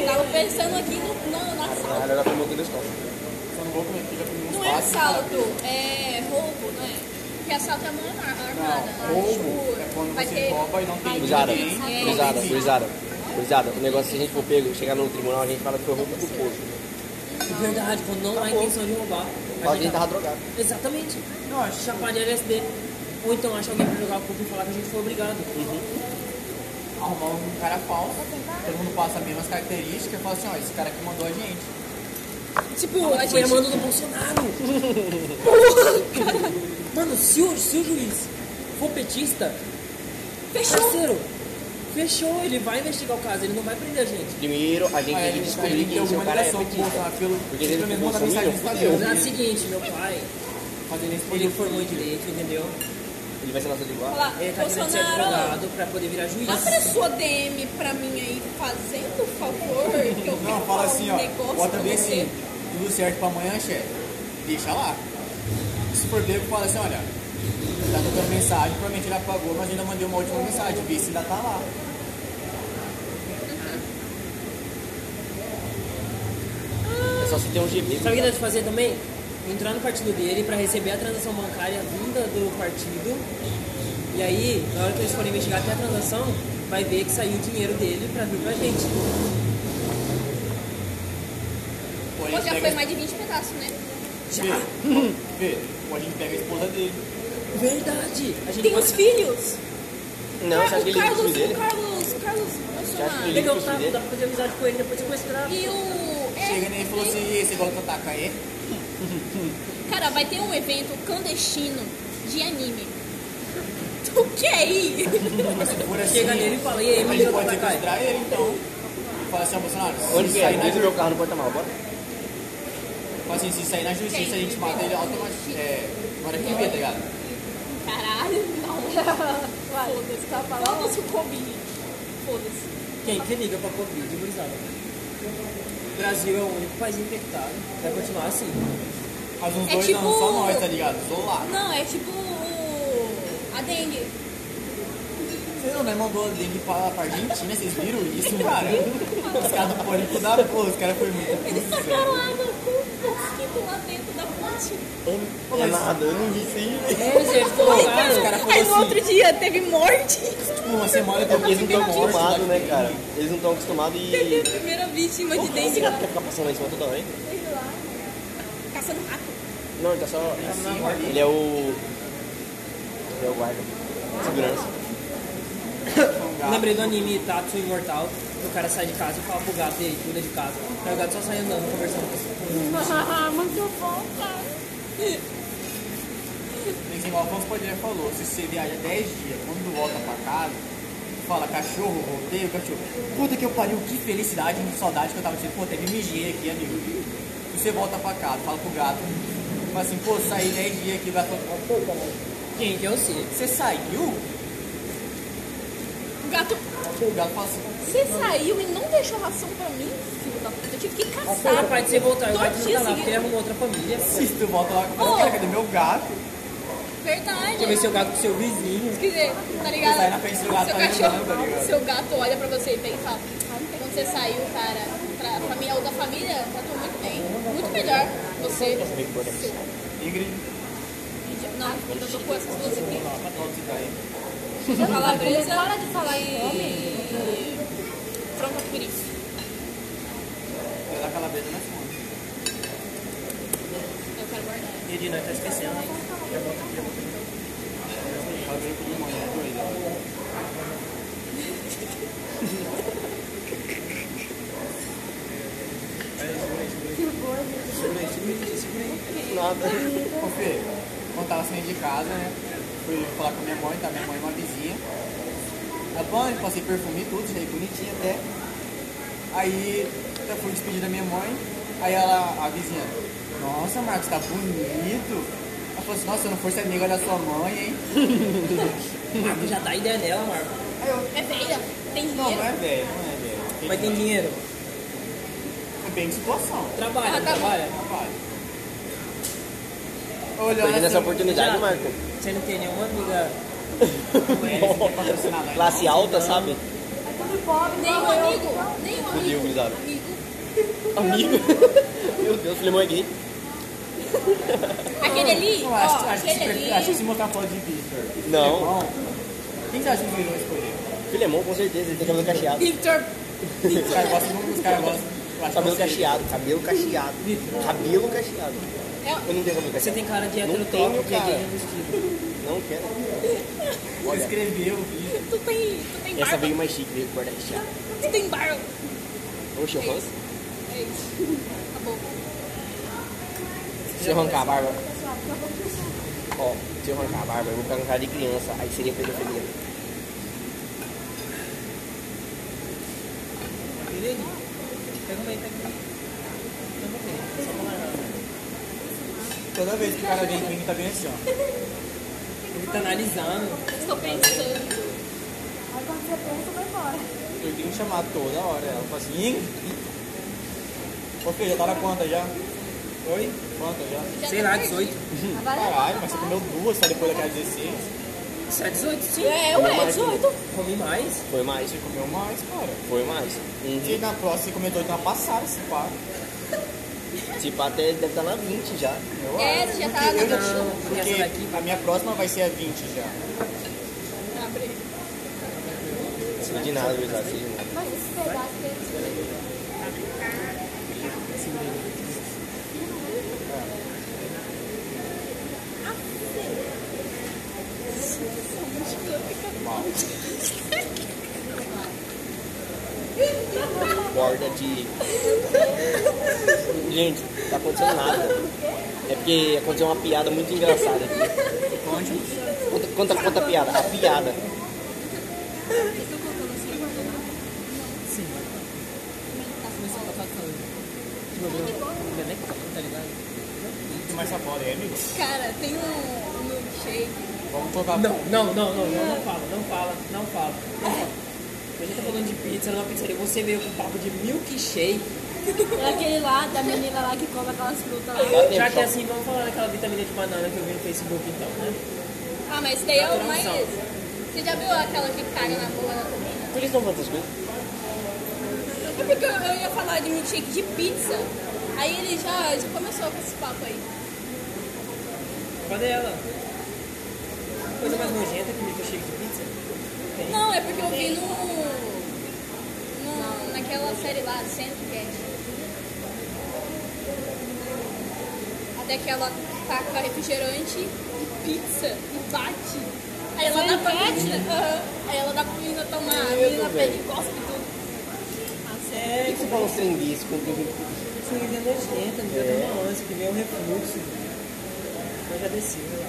Speaker 4: tava pensando aqui no, no, na sala.
Speaker 2: Ela tomou todas as calças.
Speaker 6: Só não vou comer aqui, já comi uns
Speaker 4: Não é
Speaker 6: quatro.
Speaker 4: assalto, é roubo, não é? Porque assalto é mão arma- armada. né?
Speaker 6: Roubo é quando
Speaker 4: Vai
Speaker 6: você
Speaker 4: ter-
Speaker 6: rouba e não tem
Speaker 2: Cruzada,
Speaker 6: ninguém.
Speaker 2: cruzada,
Speaker 4: assim.
Speaker 2: cruzada. Cruzada, o negócio se a gente for pego, chegar no tribunal, a gente fala que foi roubo do povo.
Speaker 3: É Verdade, quando não há intenção de roubar.
Speaker 2: Mas a gente tava drogado.
Speaker 3: Exatamente. Não, a gente chapar de LSD. Ou então acha alguém pra jogar o pouco e falar que a gente foi obrigado.
Speaker 6: Arrumar um cara falso, todo mundo passa as mesmas características e fala assim, ó, esse cara que mandou a gente.
Speaker 3: Tipo, a gente... mano do Bolsonaro. mano, se o, se o juiz for petista, fechou. Parceiro, fechou, ele vai investigar o caso, ele não vai prender a gente.
Speaker 2: Primeiro, a gente
Speaker 6: Aí
Speaker 2: tem que
Speaker 6: ele
Speaker 2: descobrir
Speaker 6: tem
Speaker 2: quem seu
Speaker 6: alguma
Speaker 2: cara é
Speaker 6: ligação com o
Speaker 2: petista.
Speaker 6: Bolsonaro, pelo tipo,
Speaker 2: Porque ele
Speaker 6: pelo menos
Speaker 2: ficou
Speaker 6: mandar mensagem no
Speaker 2: bolsominion,
Speaker 6: Instagram.
Speaker 3: Mas é o seguinte, meu pai,
Speaker 6: Fazendo isso
Speaker 3: ele formou em direito, entendeu?
Speaker 2: Ele vai ser nosso advogado.
Speaker 4: Olha lá,
Speaker 3: Ele tá querendo ser
Speaker 4: Bolsonaro,
Speaker 3: advogado pra poder virar juiz.
Speaker 4: abre a sua DM pra mim aí, fazendo um favor. Que eu
Speaker 6: Não,
Speaker 4: quero
Speaker 6: fala
Speaker 4: falar
Speaker 6: assim,
Speaker 4: um
Speaker 6: ó.
Speaker 4: negócio
Speaker 6: Bota
Speaker 4: com
Speaker 6: bem
Speaker 4: você.
Speaker 6: assim. Tudo certo pra amanhã, chefe. Deixa lá. Se for pego, fala assim, olha. Tá tocando mensagem, provavelmente ele apagou, mas ainda mandei uma última mensagem. Vê se ainda tá lá.
Speaker 2: É só se tem um GB.
Speaker 3: Sabe o que ele deve fazer também? Entrar no partido dele pra receber a transação bancária vinda do partido. E aí, na hora que eles forem investigar até a transação, vai ver que saiu o dinheiro dele pra vir pra gente.
Speaker 6: Pô, a
Speaker 4: Pô,
Speaker 6: gente
Speaker 4: já
Speaker 6: pega
Speaker 4: foi mais de 20 pedaços, né?
Speaker 6: Vê, vê. Pô, a gente pega a esposa dele.
Speaker 3: Verdade! A gente
Speaker 4: Tem um
Speaker 3: pode
Speaker 4: os filhos.
Speaker 2: Não, você acha que
Speaker 4: o
Speaker 2: ele
Speaker 4: Carlos,
Speaker 2: descobriu dele?
Speaker 4: o Carlos, o Carlos Bolsonaro.
Speaker 2: ele-
Speaker 3: pegar o
Speaker 2: Ele
Speaker 3: taco,
Speaker 2: dele?
Speaker 3: tá, dá pra fazer amizade com ele, depois sequestrar.
Speaker 4: E o. é,
Speaker 6: Chega nele e falou assim, "E aí, você gosta de atacar aí?
Speaker 4: Cara, vai ter um evento clandestino de anime. O que é aí?
Speaker 6: Mas se for assim,
Speaker 3: Chega nele e fala, e aí,
Speaker 6: a
Speaker 3: menino,
Speaker 6: gente
Speaker 3: vai
Speaker 6: pode
Speaker 3: atacar?
Speaker 6: sequestrar ele, então. Fala assim, ó, Bolsonaro,
Speaker 2: Onde
Speaker 6: se
Speaker 2: que é?
Speaker 6: sair, na,
Speaker 2: Diz o meu carro no porta-mal, bora.
Speaker 6: fala assim, se sair na justiça, a gente mata ele automaticamente. É, agora que vê, tá ligado?
Speaker 4: Caralho, não. Foda-se, tá falando. Foda-se o Covid. Foda-se.
Speaker 3: Quem que liga pra Covid, gurizada? O Brasil é o único país infectado. Vai continuar assim.
Speaker 6: Faz uns
Speaker 4: É
Speaker 6: dois
Speaker 4: tipo-
Speaker 6: anos só nós, tá ligado? Isolado.
Speaker 4: Não, é tipo o. A dengue.
Speaker 6: Vocês não, né? Mandou a dengue pra, pra Argentina, vocês viram isso, cara? Os caras do pânico da porra, os caras foi muito
Speaker 4: Eles sacaram água com um mosquito lá dentro da fonte.
Speaker 2: É nada, eu não vi isso aí.
Speaker 3: É, eles
Speaker 6: Os
Speaker 3: colocaram.
Speaker 6: caras falaram assim,
Speaker 4: dia teve morte.
Speaker 6: tipo, uma semana
Speaker 2: É porque
Speaker 6: depois
Speaker 2: eles não
Speaker 6: não deu
Speaker 2: estão
Speaker 6: morte.
Speaker 2: acostumados,
Speaker 6: lá.
Speaker 2: né, cara? Eles não estão acostumados
Speaker 4: Teve
Speaker 2: e.
Speaker 4: a primeira vítima de dengue
Speaker 2: Será que
Speaker 4: lá.
Speaker 2: quer ficar passando lá em cima toda hora, hein?
Speaker 4: Caçando rato.
Speaker 2: Não, ele tá só. Ele é o. Ele é o guarda. Segurança.
Speaker 3: Lembrei do anime Tatsu Imortal, que o cara sai de casa e fala pro gato e aí, cuida de casa. Aí o gato só sai andando, conversando com as- com
Speaker 8: Muito bom, cara.
Speaker 6: Assim, o Alfonso Padilha falou, se você viaja 10 dias, quando volta pra casa, fala, cachorro, voltei, o cachorro. Puta que eu pariu, que felicidade, que saudade que eu tava tendo. Pô, teve mijinha aqui, amigo. Você volta pra casa, fala pro gato. Fala assim, pô, saí 10 dias aqui, vai falar, pô, cara,
Speaker 3: Quem que é eu sei?
Speaker 6: você saiu?
Speaker 4: O gato
Speaker 6: O gato fala assim,
Speaker 4: Você saiu e não deixou ração pra mim, filho da puta. Eu tive que
Speaker 3: Mas foi
Speaker 4: caçar.
Speaker 3: capaz de você voltar, eu
Speaker 4: Todo
Speaker 3: vou te
Speaker 4: dia
Speaker 3: lá, porque ele
Speaker 4: seguido.
Speaker 3: arrumou outra família.
Speaker 6: se tu volta lá,
Speaker 4: Ô.
Speaker 6: fala, cara, cadê meu gato?
Speaker 3: Quer ver
Speaker 4: Verdade.
Speaker 3: seu gato com seu vizinho.
Speaker 4: Quer dizer, tá ligado?
Speaker 6: Sai na frente do gato,
Speaker 4: seu,
Speaker 6: tá
Speaker 4: cachorro,
Speaker 6: ligado, tá ligado?
Speaker 4: seu gato olha pra você e pensa, fala, quando você saiu, cara, pra, pra minha outra família, tratou muito bem. Muito melhor. Você.
Speaker 6: Ingrid,
Speaker 4: Não, eu tô com essas duas aqui.
Speaker 6: não se daí.
Speaker 4: Calabresa. Para de falar em nome. Tronca por isso.
Speaker 6: Vai dar calabresa na fonte.
Speaker 4: Eu quero guardar.
Speaker 3: Ele nós tá esquecendo.
Speaker 6: Calabresa com limão, é doida.
Speaker 2: Nada.
Speaker 6: Ô Fê, quando tava saindo de casa, né? Fui falar com minha mãe, tá? Minha mãe é uma vizinha. Tá bom, eu passei perfume e tudo, cheguei bonitinha até. Aí eu fui despedir da minha mãe. Aí ela, a vizinha, nossa Marcos, tá bonito. Ela falou assim, nossa, eu não fosse amiga da sua mãe, hein?
Speaker 3: Marco Ah, já dá ideia nela, Marco.
Speaker 4: É velha, tem
Speaker 6: Não, não
Speaker 4: dinheiro.
Speaker 6: é velho, não é velho.
Speaker 3: Mas tem dinheiro.
Speaker 6: Foi bem de situação.
Speaker 3: Trabalha,
Speaker 4: Ah, tá bom.
Speaker 3: trabalha.
Speaker 6: Rapaz. Olhando
Speaker 2: Perdendo essa
Speaker 6: assim,
Speaker 2: oportunidade,
Speaker 3: Já.
Speaker 2: Marco.
Speaker 3: Você não tem nenhuma amiga.
Speaker 6: não é, você não é patrocinado,
Speaker 2: Classe
Speaker 6: não.
Speaker 2: alta, sabe?
Speaker 9: pobre,
Speaker 4: Nenhum
Speaker 9: igual eu.
Speaker 4: um amigo, nenhum
Speaker 2: Fudeu,
Speaker 4: amigo.
Speaker 2: gurizada.
Speaker 4: Amigo.
Speaker 2: Amigo. Meu Deus, Filemão é gay.
Speaker 4: Aquele ali,
Speaker 6: Eu
Speaker 4: ó,
Speaker 6: acho, acho, que se,
Speaker 4: aquele ali.
Speaker 6: pre- acho que se botar foto de Victor. e
Speaker 2: Não.
Speaker 6: Filemão, Quem você acha que eles vão escolher?
Speaker 2: Filemão, com certeza, ele tem cabelo cacheado.
Speaker 4: Victor,
Speaker 6: Os caras gostam, os caras gostam. Eu acho
Speaker 2: Cabelo
Speaker 6: que eu sei.
Speaker 2: cacheado, cabelo cacheado. Cabelo cacheado.
Speaker 4: É-
Speaker 2: Eu não tenho cabelo
Speaker 3: Você
Speaker 2: cacheado.
Speaker 3: tem cara de
Speaker 2: Não
Speaker 3: hétero
Speaker 2: tenho,
Speaker 3: top, que é
Speaker 2: cara.
Speaker 3: gay revestido.
Speaker 2: Não quero.
Speaker 6: Você escreveu o vídeo.
Speaker 4: tu tem, tu tem
Speaker 2: Essa
Speaker 4: barba.
Speaker 2: veio mais chique, veio com guarda recheado.
Speaker 4: Tu tem barba.
Speaker 2: Oxe, eu ranço.
Speaker 4: É isso. Acabou.
Speaker 2: Se eu arrancar a barba. Ó, se eu arrancar a barba, eu vou ficar com cara de criança. Aí seria pedofilia.
Speaker 3: Pega ele. Pega uma aí, pega uma aí. Eu vou pegar, só pra largar.
Speaker 6: Toda vez que o cara vem comigo, tá bem assim, ó.
Speaker 3: Ele tá analisando.
Speaker 4: Estou pensando.
Speaker 9: Aí quando você pensa, vai embora.
Speaker 6: Eu tenho que chamar toda hora. Ela fala assim, Ingrid. Ô filho, já tá na conta já? Oi? Quanta já?
Speaker 4: Já
Speaker 3: Sei
Speaker 4: tá
Speaker 3: lá,
Speaker 4: perdido.
Speaker 3: 18.
Speaker 6: Caralho, mas você comeu duas só depois daquela 16.
Speaker 3: Isso é 18, sim.
Speaker 4: É, ué, 18.
Speaker 3: Comi mais.
Speaker 2: Foi mais,
Speaker 6: Você comeu mais, cara.
Speaker 2: foi mais.
Speaker 6: E
Speaker 2: Uhum.
Speaker 6: na próxima você comeu dois na passada, esse pá.
Speaker 2: Tipo, até deve estar na 20 já.
Speaker 6: Eu
Speaker 4: É,
Speaker 6: acho.
Speaker 4: você já tá
Speaker 6: Porque eu
Speaker 4: na
Speaker 6: já tinha-
Speaker 3: Não, porque essa daqui
Speaker 6: Porque a minha próxima vai ser a 20 já.
Speaker 4: Abre.
Speaker 2: Sei de nada, né? Luiz Arce, de nada.
Speaker 9: Mas esse pedaço é que ele
Speaker 2: Borda de. Gente, tá acontecendo nada. É porque aconteceu uma piada muito engraçada aqui. Conta, conta, conta a piada. A piada.
Speaker 6: Mas essa bola é, amigo?
Speaker 4: Cara, tem um milkshake.
Speaker 6: Vamos colocar
Speaker 3: Não, não, não, não, não, não fala, não fala, não fala. não fala. A gente tá falando de pizza numa pizzaria, você veio com um papo de milkshake.
Speaker 9: É aquele lá, da menina lá que come aquelas frutas lá.
Speaker 2: Dá tempo,
Speaker 3: Já que é
Speaker 2: só.
Speaker 3: assim, vamos falar daquela vitamina de banana que eu vi no Facebook então, né?
Speaker 4: Ah, mas daí é o mais.
Speaker 3: Naturalzão.
Speaker 4: Você já viu aquela que caga na boca da comida?
Speaker 2: Por que estão falando essas coisas?
Speaker 4: É porque eu, eu ia falar de milkshake de pizza. Aí ele já, já começou com esse papo aí.
Speaker 3: Cadê ela? Coisa mais nojenta que milkshake de pizza? Tem.
Speaker 4: Não, é porque eu vi no. no naquela série lá, Sandcat. Até que ela taca refrigerante e pizza e bate. Aí ela dá pra menina. aham. Aí ela dá pra menina tomar, a menina pede e cospe tudo.
Speaker 2: Por que você fala uns trem desse? quando eu-
Speaker 3: Essa coisa é nojenta, me deu uma ânsia, que veio um refluxo. Eu já desci, né?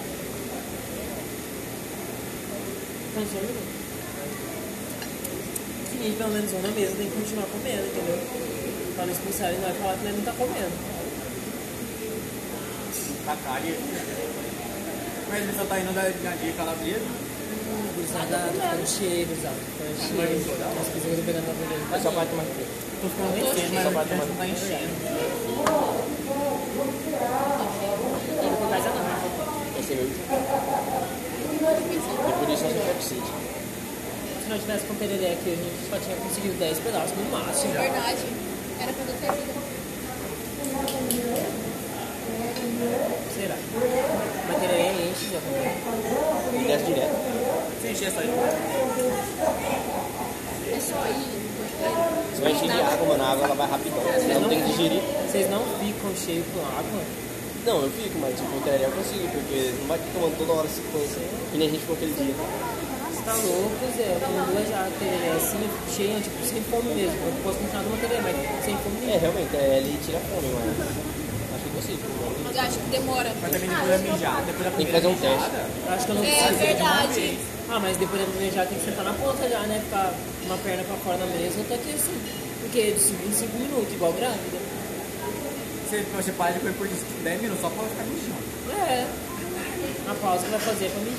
Speaker 3: Consome não. Sim, pelo menos um na mesa tem que continuar comendo, entendeu? Pra não expulsar ele, não vai falar que nós não tá comendo.
Speaker 6: a cara. Mas você tá indo da, da de calabresa?
Speaker 3: Gurizada, tô ficando cheio, gurizada. Tô ficando cheio. Nossa, que eu tô pegando na bandeira. Tá
Speaker 2: Só pra tomar aqui.
Speaker 6: Tô ficando bem cheio, mas a gente não tá enchendo.
Speaker 3: mais nada.
Speaker 2: Esse é meu. E por isso eu sou Pepsi.
Speaker 3: Se nós tivéssemos com o Pererê aqui, a gente só tinha conseguido 10 pedaços no máximo.
Speaker 4: Verdade. Era pra eu ter ido.
Speaker 3: Será? Mas Pererê enche já também.
Speaker 2: E desce direto.
Speaker 6: Você encher essa aí?
Speaker 4: É só ir.
Speaker 2: Você vai encher de água, mano. A água ela vai rapidão. Você não tem que digerir.
Speaker 3: Vocês não ficam cheios com água?
Speaker 2: Não, eu fico, mas tipo, o tereré eu consigo, porque não vai ficar tomando toda hora 50. Que nem a gente ficou aquele dia.
Speaker 3: Você tá louco, Zé? Com duas já tereré assim, eu fico cheio, tipo, sem fome mesmo. Eu posso continuar numa tereré, mas sem fome
Speaker 2: É,
Speaker 3: nenhuma.
Speaker 2: realmente, é, ele tira a fome, mas acho que eu consigo.
Speaker 4: Mas eu acho que demora.
Speaker 6: Mas também depois da mijada, depois da
Speaker 2: Tem que
Speaker 6: primeira
Speaker 2: fazer um teste.
Speaker 6: mijada,
Speaker 3: Eu acho que eu não
Speaker 4: É
Speaker 3: preciso.
Speaker 4: verdade.
Speaker 3: Ah, mas depois da primeira já tem que sentar na ponta já, né? Ficar uma perna pra fora na mesa, eu tô aqui assim. Porque de 5 em 5 minutos, igual grávida.
Speaker 6: Você, você para de comer por 10 minutos só pra ficar mijando.
Speaker 3: É. A pausa que vai fazer é pra mim.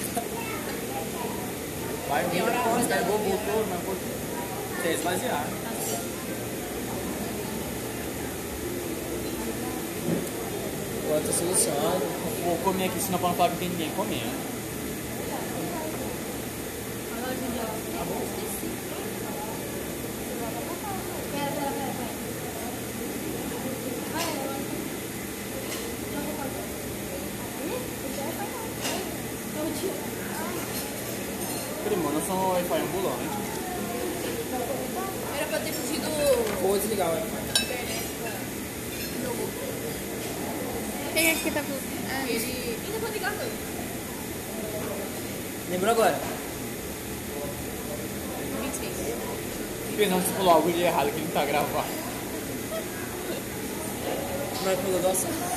Speaker 6: Vai, mija, você pega o voltou, mas voltou. Quer esvaziar.
Speaker 3: Agora eu tô solucionando.
Speaker 6: Vou comer aqui, senão pra não falar que tem ninguém comendo. um
Speaker 3: legal.
Speaker 4: Quem é que tá com. Ah, ele. Ainda vou ligar, não.
Speaker 3: Lembrou agora?
Speaker 4: 26.
Speaker 6: Fernando se falou algo de errado que ele não tá gravando.
Speaker 3: Nós pulou do assunto.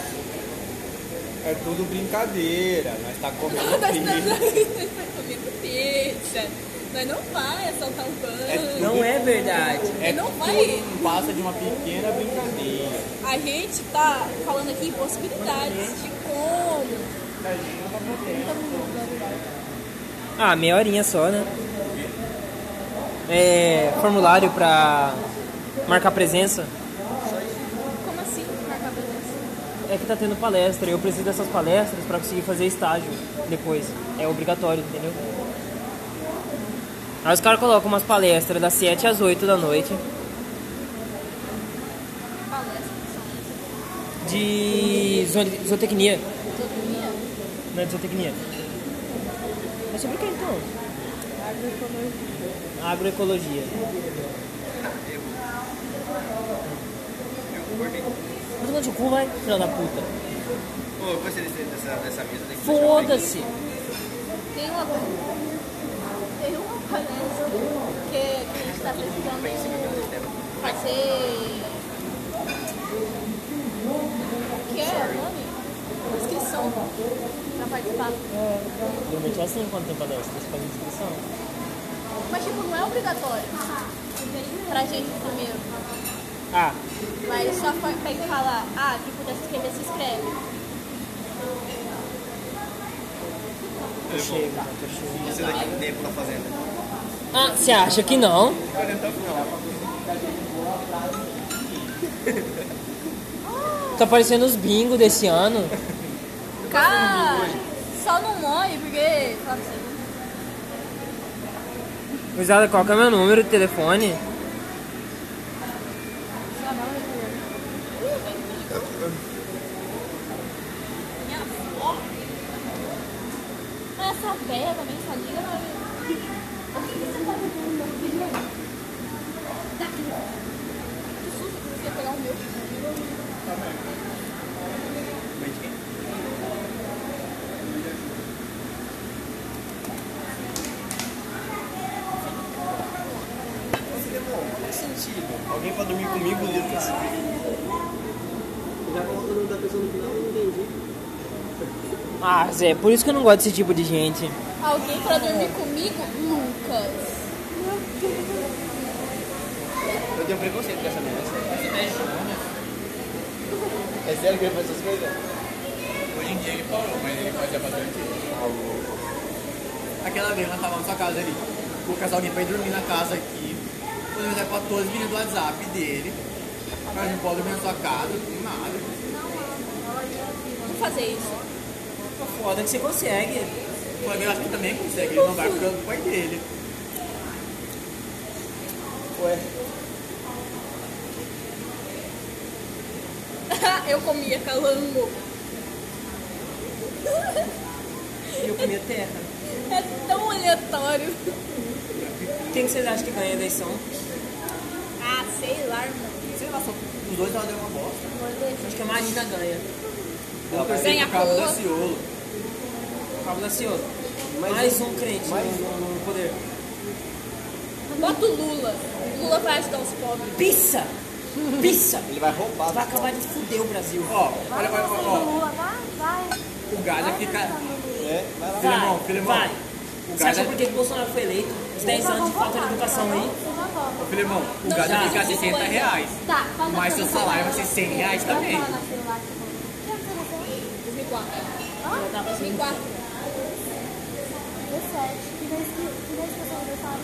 Speaker 6: É tudo brincadeira, nós tá comendo
Speaker 4: Nós tá
Speaker 6: pizza.
Speaker 4: comendo pizza. Nós não vai assaltar um banco.
Speaker 3: Não é verdade.
Speaker 6: É
Speaker 4: Não vai.
Speaker 6: tudo passa de uma pequena brincadeira.
Speaker 4: A gente tá falando aqui possibilidades de como.
Speaker 3: Ah, meia horinha só, né? É. Formulário pra marcar presença.
Speaker 4: Como assim marcar presença?
Speaker 3: É que tá tendo palestra, eu preciso dessas palestras pra conseguir fazer estágio depois. É obrigatório, entendeu? Aí os caras colocam umas palestras das 7 às 8 da noite
Speaker 4: Palestra,
Speaker 3: de zo- zootecnia.
Speaker 4: autonomia?
Speaker 3: Não é de zootecnia. É sobre o que então? Agroecologia. Vai tomar no seu cu, vai, filha da puta.
Speaker 10: Pô, eu gostei desse- dessa, dessa mesa daqui.
Speaker 3: Foda-se.
Speaker 4: Tem uma, tem uma palestra que, que a gente está precisando fazer. Que é o nome? Inscrição para participar.
Speaker 3: Normalmente é assim quando tem palestra, você faz inscrição.
Speaker 4: Mas tipo, não é obrigatório. Pra gente primeiro.
Speaker 3: Ah,
Speaker 4: Mas só fa- pega e fala, ah, quem puder se inscrever, se inscreve.
Speaker 3: tô cheio, já tô cheio.
Speaker 10: Você daqui do tempo na fazenda.
Speaker 3: Ah, você acha que não? Tá parecendo os bingo desse ano.
Speaker 4: Cara, Ah, só não morre porque. fala pra você.
Speaker 3: Usada, qual que é o meu número de telefone?
Speaker 4: Minha avó. Mas essa velha também só liga pra mim. O que você tá fazendo, meu filho? Daqui. Que susto que você ia pegar o meu.
Speaker 10: Alguém pra dormir comigo, Lucas?
Speaker 2: Já colocou o nome da pessoa no final, eu não entendi.
Speaker 3: Ah, Zé, por isso que eu não gosto desse tipo de gente.
Speaker 4: Alguém pra dormir comigo? Lucas.
Speaker 10: Eu tenho preconceito com essa mesa.
Speaker 2: É sério que eu ia fazer essas coisas?
Speaker 6: Hoje em dia ele parou, mas ele fazia bastante. Aquela vez nós tava na sua casa ali, o casal alguém pra ir dormir na casa aqui. um Quando ele vai pra todos os meninos do WhatsApp dele, mas não pode dormir na sua casa, nem nada.
Speaker 4: Vamos fazer isso.
Speaker 3: Foda que você consegue.
Speaker 6: O amigo acho que também consegue, ele não vai ficando com o pai dele.
Speaker 4: Eu comia calango.
Speaker 3: Eu comia terra.
Speaker 4: É tão aleatório.
Speaker 3: Quem que vocês acham que ganha a eleição?
Speaker 4: Ah, sei lá, irmão.
Speaker 6: Sei lá, só os dois ela deu uma bosta.
Speaker 3: Acho que a Marina ganha.
Speaker 6: Ela vai
Speaker 4: Ganha
Speaker 6: por causa
Speaker 4: pouco.
Speaker 6: da Ciolo.
Speaker 3: Pablo Daciolo. Mais, um crente no, no poder.
Speaker 4: Bota o Lula. O Lula vai ajudar os pobres.
Speaker 3: Pizza! Pizza!
Speaker 2: Ele vai roubar.
Speaker 3: Vai acabar de fuder o Brasil.
Speaker 6: Ó, olha, olha, ó,
Speaker 1: Lula, vai, vai.
Speaker 6: o Gaza fica.
Speaker 2: É, vai lá.
Speaker 6: Filemão,
Speaker 3: Vai,
Speaker 6: Filemão.
Speaker 3: vai.
Speaker 6: O
Speaker 3: Sabe
Speaker 6: Gaza-
Speaker 3: por que o Bolsonaro foi eleito? Os 10 anos de falta de educação aí.
Speaker 6: Ô, Filemão, o Gaza
Speaker 3: já.
Speaker 6: fica 60 reais.
Speaker 1: Tá, faz a
Speaker 6: Mas seu
Speaker 1: pergunta.
Speaker 6: salário vai ser 100 reais também.
Speaker 1: Vai falar naquele lá que eu vou- Quem que eu vou-
Speaker 4: 2004. 2004.
Speaker 1: 17. Que vez que- que vez que eu sou aniversário?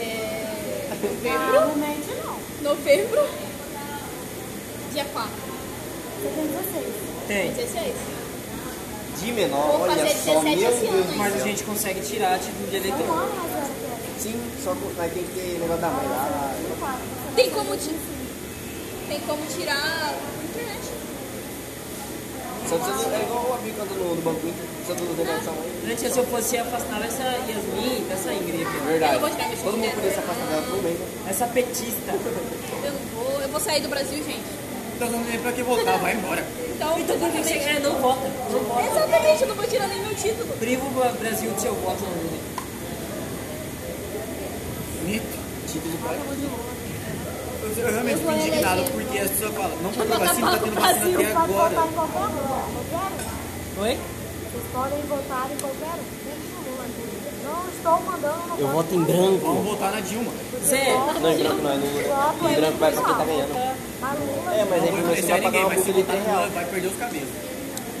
Speaker 4: É...
Speaker 1: Provavelmente não.
Speaker 4: Novembro. Dia 4.
Speaker 1: Você tem 16.
Speaker 3: Tem.
Speaker 4: 16.
Speaker 2: De menor,
Speaker 4: Vou
Speaker 2: olha
Speaker 4: fazer
Speaker 2: só,
Speaker 4: 17
Speaker 2: meu
Speaker 4: esse
Speaker 2: Deus
Speaker 4: ano,
Speaker 2: do
Speaker 4: hein?
Speaker 3: Mas a
Speaker 2: céu.
Speaker 3: gente consegue tirar a título de
Speaker 1: Não
Speaker 3: eleitor.
Speaker 1: é mais velho que eu.
Speaker 2: Sim, só que vai ter que ter negócio da mãe lá.
Speaker 4: Tem como, ti- tem como tirar por internet.
Speaker 2: Só precisa do, é igual o amigo cantando no, no banco Inter, precisa do
Speaker 4: Ah.
Speaker 2: negócio da sua mãe.
Speaker 3: Gente, se eu fosse afastar essa Yasmin, essa Ingrid aqui,
Speaker 4: Eu não vou tirar meu
Speaker 2: Todo mundo
Speaker 4: dinheiro.
Speaker 2: podia se afastar dela por um mês, né?
Speaker 3: ó. essa petista. Então,
Speaker 4: Eu não vou. vou sair do Brasil, gente.
Speaker 6: Então não tem nem pra que voltar, vai embora.
Speaker 4: Então,
Speaker 3: Então, por que você é, não vota? Não vota.
Speaker 4: Exatamente, eu não vou tirar nem meu título.
Speaker 3: Priva o Brasil do seu voto na urna.
Speaker 6: Mito, título Tipo de pai. Eu, eu realmente fico indignado porque as pessoas falam, não comprou vacina, tá tendo vacina até
Speaker 1: Pode votar
Speaker 6: agora.
Speaker 1: em qualquer um, qualquer um.
Speaker 3: Oi?
Speaker 1: Vocês podem votar em qualquer um. Menos no Lula, inclusive. Não estou mandando no
Speaker 2: Eu
Speaker 1: voto
Speaker 2: voto em
Speaker 1: do Lula.
Speaker 6: Vamos
Speaker 2: branco.
Speaker 6: votar na Dilma.
Speaker 3: Zé,
Speaker 2: Não, em branco não, é
Speaker 1: Voto
Speaker 2: Lula.
Speaker 1: é
Speaker 2: Em branco vai pra quem tá
Speaker 1: pessoal.
Speaker 2: ganhando.
Speaker 1: Mas Lula,
Speaker 2: É, mas aí
Speaker 6: Não
Speaker 2: primeiro
Speaker 6: vai
Speaker 2: você
Speaker 6: influenciar
Speaker 2: vai pagar
Speaker 6: ninguém,
Speaker 2: uma
Speaker 6: mas se
Speaker 2: multa de 3
Speaker 6: votar no Lula
Speaker 2: reais.
Speaker 6: vai perder os cabelos.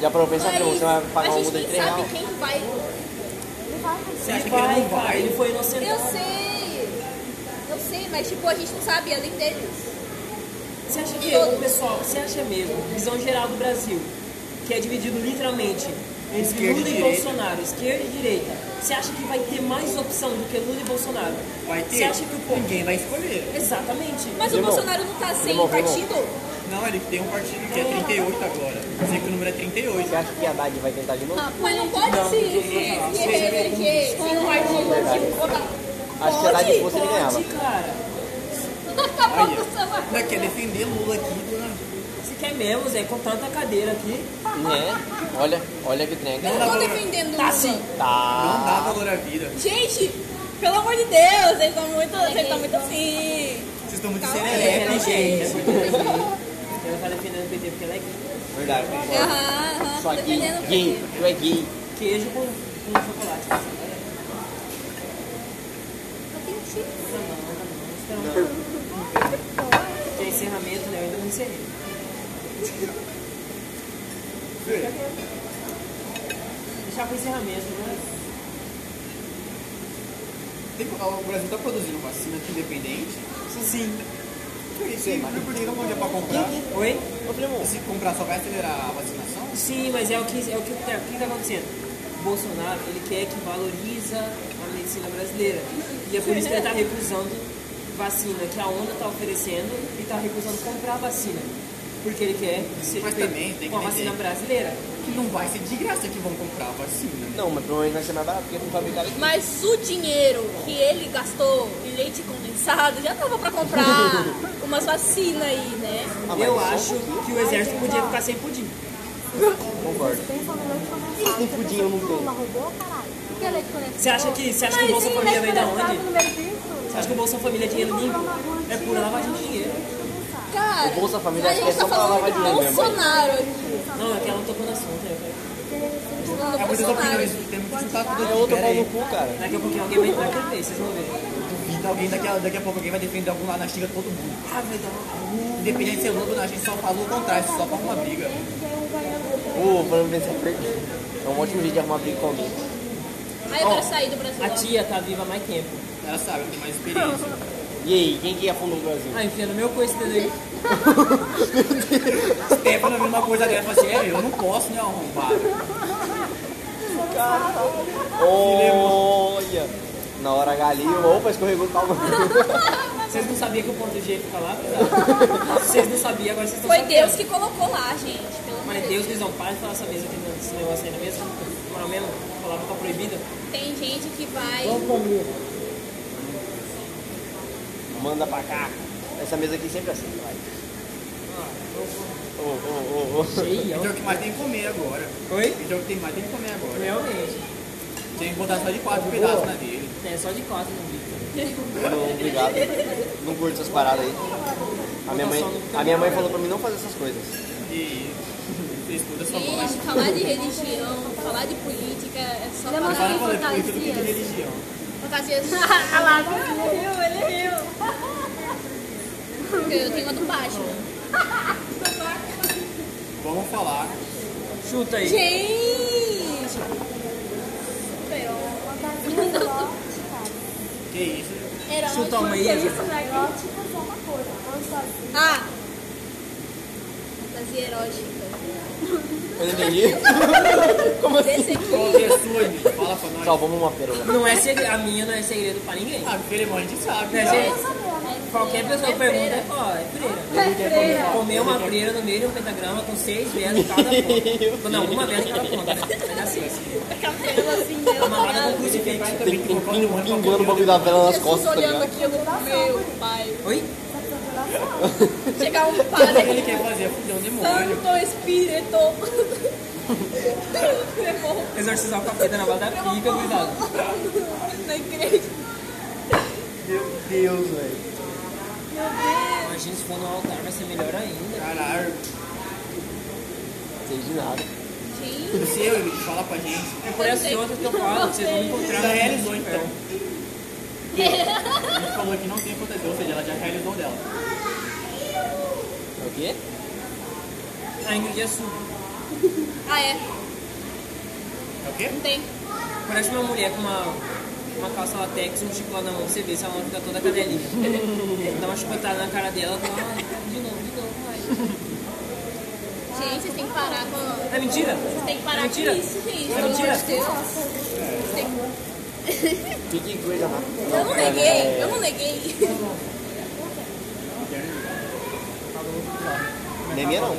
Speaker 2: Já parou pra pensar pra
Speaker 4: Mas
Speaker 2: você vai pagar
Speaker 4: a
Speaker 2: uma
Speaker 4: gente
Speaker 2: multa de
Speaker 4: nem
Speaker 2: 3
Speaker 4: sabe
Speaker 2: reais.
Speaker 4: quem vai.
Speaker 1: ele vai
Speaker 6: Você acha que ele
Speaker 3: vai,
Speaker 6: não
Speaker 3: cara,
Speaker 6: vai?
Speaker 3: ele foi inocentado.
Speaker 4: Eu sei. Eu sei, mas tipo, a gente não sabe além deles.
Speaker 3: Você acha que o pessoal, você acha mesmo, visão geral do Brasil, que é dividido literalmente entre
Speaker 6: Esquerda e
Speaker 3: Lula e
Speaker 6: direita.
Speaker 3: Bolsonaro, esquerda e direita, você acha que vai ter mais opção do que Lula e Bolsonaro?
Speaker 6: Vai ter?
Speaker 3: Você acha que o povo...
Speaker 6: Ninguém vai escolher.
Speaker 3: Exatamente.
Speaker 4: Mas o
Speaker 2: Irmão,
Speaker 4: Bolsonaro não tá sem
Speaker 2: irmão, irmão.
Speaker 4: partido?
Speaker 6: Não, ele tem um partido que é 38 agora. Eu sei que o número é 38.
Speaker 2: Você acha que a Haddad vai tentar de novo?
Speaker 4: Mas não pode se, se, se reeleger sem um partido. votar.
Speaker 2: Acho que a Haddad fosse ele ganhava.
Speaker 3: Pode, cara.
Speaker 4: Acabou
Speaker 6: Aí,
Speaker 4: com o celular.
Speaker 6: ó. Não, quer defender Lula aqui do nada.
Speaker 3: Você quer mesmo, Zé, com tanta cadeira aqui.
Speaker 2: Né? Olha, olha que trem.
Speaker 4: Eu não tô defendendo
Speaker 3: Tá
Speaker 4: Lula.
Speaker 3: sim.
Speaker 2: Tá.
Speaker 6: Não dá valor à vida.
Speaker 4: Gente, pelo amor de Deus, vocês estão muito, vocês estão muito assim.
Speaker 6: Vocês estão muito
Speaker 4: Calma aí,
Speaker 6: serelepe.
Speaker 3: ela é gay. Ela tá defendendo o PT porque ela é gay.
Speaker 2: Verdade, concordo.
Speaker 4: Aham, aham,
Speaker 2: Só
Speaker 4: tô
Speaker 2: gay,
Speaker 4: defendendo o
Speaker 2: gay,
Speaker 4: PT.
Speaker 2: tu é gay.
Speaker 3: Queijo com, com chocolate. assim. Não um tem cheiro. Não, não, não. Então, tem encerramento, né? Eu ainda não encerrei. Deixar pro encerramento, né?
Speaker 6: Tem- O Brasil tá produzindo vacina aqui independente.
Speaker 3: Sim.
Speaker 6: Por que sim? Por que não pode pra comprar?
Speaker 3: Oi?
Speaker 2: Ô, primo,
Speaker 6: Se comprar só vai acelerar a vacinação?
Speaker 3: Sim, mas é o que é o que tá, o que tá acontecendo. O Bolsonaro, ele quer que valoriza a medicina brasileira. E é por isso que ele tá recusando vacina que a ONU tá oferecendo e tá recusando comprar vacina. Porque ele quer que seja
Speaker 6: Mas
Speaker 3: feito
Speaker 6: também tem que
Speaker 3: com a
Speaker 6: vender. Ah,
Speaker 3: vacina brasileira.
Speaker 6: Que não vai ser de graça que vão comprar a vacina. né?
Speaker 2: Não, mas provavelmente vai ser mais barato porque não fabricaram aqui.
Speaker 4: Mas o dinheiro que ele gastou em leite condensado já tava pra comprar umas vacinas aí, né?
Speaker 2: Ah, mas
Speaker 3: Eu
Speaker 2: só um
Speaker 3: acho que o exército podia ficar sem pudim.
Speaker 2: Concordo.
Speaker 1: pensar no leite condensado.
Speaker 2: Tem
Speaker 1: Você
Speaker 2: pudim,
Speaker 1: pensa
Speaker 2: eu não
Speaker 1: que o
Speaker 2: tenho.
Speaker 1: Lula roubou, caralho.
Speaker 11: O que é leite condensado?
Speaker 3: Você acha que, você acha que o Bolsa
Speaker 1: tem
Speaker 3: Família
Speaker 1: leite
Speaker 3: vem da
Speaker 1: condensado
Speaker 3: onde?
Speaker 1: no meio disso?
Speaker 3: Você acha que o Bolsa Família é dinheiro
Speaker 1: Comprar
Speaker 3: limpo?
Speaker 1: uma
Speaker 3: É
Speaker 1: plantinha,
Speaker 3: pura lavagem
Speaker 1: não,
Speaker 3: de dinheiro.
Speaker 1: leite condensado.
Speaker 4: Cara,
Speaker 2: O Bolsa Família
Speaker 4: a
Speaker 2: acho
Speaker 4: gente
Speaker 2: que é
Speaker 4: tá
Speaker 2: só pra
Speaker 4: falando
Speaker 2: lavar
Speaker 4: de
Speaker 2: dinheiro mesmo.
Speaker 4: Bolsonaro aqui.
Speaker 3: Não, é que ela não tocou no assunto. né?
Speaker 4: falando do
Speaker 6: É muitas
Speaker 4: Bolsonaro
Speaker 6: opiniões,
Speaker 4: aqui.
Speaker 6: temos que juntar tudo
Speaker 2: É
Speaker 6: aqui.
Speaker 2: outro
Speaker 6: Pera
Speaker 2: pau no
Speaker 6: aí.
Speaker 2: cu, cara.
Speaker 3: Daqui a pouquinho alguém vai entrar aqui no meio, vocês vão ver.
Speaker 6: Duvido Então, alguém daqui a, daqui a pouco alguém vai defender algum lá na xinga todo mundo.
Speaker 3: Ah, vai dar uma...
Speaker 6: Independente de ser louco, a gente só fala o contrário, só forma uma briga.
Speaker 2: Ô, pra mim pensar perto. É um ótimo jeito de arrumar briga com alguém.
Speaker 4: Aí eu quero é sair do Brasil.
Speaker 3: A tia tá viva há mais tempo.
Speaker 6: Ela sabe, tem mais experiência.
Speaker 2: E aí, quem que afundou o Brasil?
Speaker 3: Ah, enfia no meu coice dele aí.
Speaker 6: Stefano viu uma coisa dela e falou assim, é, eu não posso, né, arrombado.
Speaker 2: Olha! Na hora H ali, opa, escorregou, calma.
Speaker 3: Vocês não sabiam que o ponto G fica lá? tá? Vocês não sabiam, agora vocês estão
Speaker 4: Foi
Speaker 3: sabendo.
Speaker 4: Deus que colocou lá, gente. Pelo amor de
Speaker 3: Mas
Speaker 4: Deus.
Speaker 3: Deus, eles não param de falar essa mesa aqui, não, esse negócio aí na mesa. Moral mesmo, palavra tá proibida.
Speaker 4: Tem gente que vai.
Speaker 3: comigo.
Speaker 2: Manda pra cá. Essa mesa aqui sempre é assim, vai. Ô, ô, ô, ô.
Speaker 6: Então é o que mais tem que comer agora.
Speaker 3: Oi?
Speaker 6: Então é o que mais tem que comer agora.
Speaker 3: Realmente.
Speaker 6: Tem que botar só de quatro pedaços na dele.
Speaker 3: É só de quatro no bico.
Speaker 2: Não, Obrigado. Não curto essas paradas aí. A minha, mãe, a minha mãe falou pra mim não fazer essas coisas.
Speaker 6: E você escuta sua voz.
Speaker 4: Gente, falar de religião, falar de política é só
Speaker 11: Lembra
Speaker 4: falar.
Speaker 6: Fala
Speaker 11: Sim,
Speaker 6: com a política do que é de
Speaker 11: fantasias.
Speaker 6: religião.
Speaker 4: Fantasias.
Speaker 11: Ah lá,
Speaker 4: tá
Speaker 11: ele riu, ele riu.
Speaker 4: Eu tenho outro Batman.
Speaker 6: Vamos falar.
Speaker 3: Chuta aí.
Speaker 4: Gente!
Speaker 6: Que é isso?
Speaker 3: Chuta uma aí. Isa.
Speaker 1: Erótica só uma coisa, não sozinho.
Speaker 4: Ah! Fantasia erótica.
Speaker 2: Eu não entendi. Como assim?
Speaker 4: Desse aqui.
Speaker 6: Qual que é a sua, gente? Fala pra nós.
Speaker 2: Salvamos uma pérola.
Speaker 3: Não é segredo. A minha não é segredo pra ninguém.
Speaker 6: Ah, porque irmão, a gente sabe.
Speaker 3: Né,
Speaker 6: né?
Speaker 3: gente? Qualquer pessoa pergunta, ó, é freira.
Speaker 11: É freira.
Speaker 3: Comer uma freira no meio de um pentagrama com seis velas cada ponta. Não, uma vela cada ponta. né? Vai dar seis.
Speaker 4: Cabelo assim, meu.
Speaker 3: Amarrada com crucifixo.
Speaker 2: Tem que pingando o bagulho da vela nas
Speaker 4: Jesus
Speaker 2: costas, tá
Speaker 4: olhando
Speaker 2: ligado?
Speaker 4: aquilo. Meu pai.
Speaker 3: Oi?
Speaker 4: Chegar um
Speaker 3: O que ele
Speaker 4: padre.
Speaker 3: quer fazer é fuder um demônio.
Speaker 4: Santo Espírito. Demônio.
Speaker 3: Exorcizar o capeta na base da pica, cuidado.
Speaker 4: Na igreja.
Speaker 6: Meu Deus, velho.
Speaker 3: Imagina se for no altar, vai ser melhor ainda.
Speaker 6: Caralho.
Speaker 2: Sei de nada.
Speaker 4: Gente.
Speaker 6: O seu, ele fala pra gente.
Speaker 3: É por essas e outras que eu falo, vocês vão me encontrar É.
Speaker 6: Já
Speaker 3: no
Speaker 6: realizou,
Speaker 3: inferno.
Speaker 6: então. A gente falou que não tem acontecido, ou seja, ela já realizou dela.
Speaker 12: É o quê?
Speaker 3: A Ingrid é surda.
Speaker 4: Ah, é.
Speaker 6: É o quê?
Speaker 4: Não tem.
Speaker 3: Parece uma mulher com uma, uma calça latex, um chiclete na mão, você vê se ela não fica toda cadelinha. Dá uma chicotada na cara dela, tá dá uma... de novo, de novo, vai.
Speaker 4: Gente, vocês têm que parar com.
Speaker 3: É mentira?
Speaker 4: Vocês têm que parar
Speaker 3: É mentira?
Speaker 4: com isso, gente.
Speaker 3: É
Speaker 4: Pelo amor
Speaker 3: mentira?
Speaker 4: de Deus. Vocês têm que-
Speaker 2: Fique em coisa rápida.
Speaker 4: Eu não neguei, eu não neguei.
Speaker 2: Nem minha não.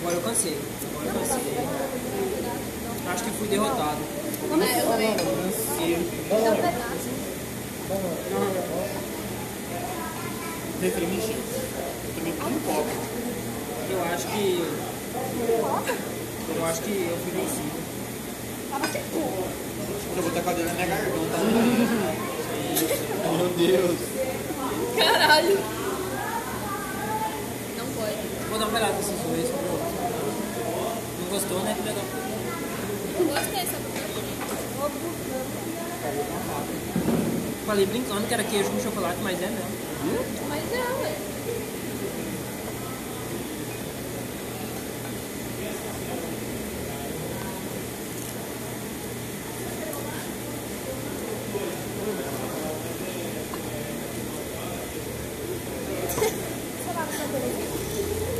Speaker 3: Agora eu cansei. Agora eu cansei. Acho que fui derrotado.
Speaker 4: É, eu também.
Speaker 6: Refri me encheu. Eu também fiquei um copo.
Speaker 3: Eu acho que. Eu acho que eu fui vencido.
Speaker 6: Eu vou tacar o dedo na minha garganta. Meu Deus.
Speaker 4: Caralho. Não pode.
Speaker 3: Vou dar uma olhada nesses dois. Pronto. Não gostou, né? Filha da puta?
Speaker 4: Eu gostei dessa
Speaker 3: Falei brincando que era queijo com chocolate, mas é mesmo.
Speaker 4: Mas é, ué.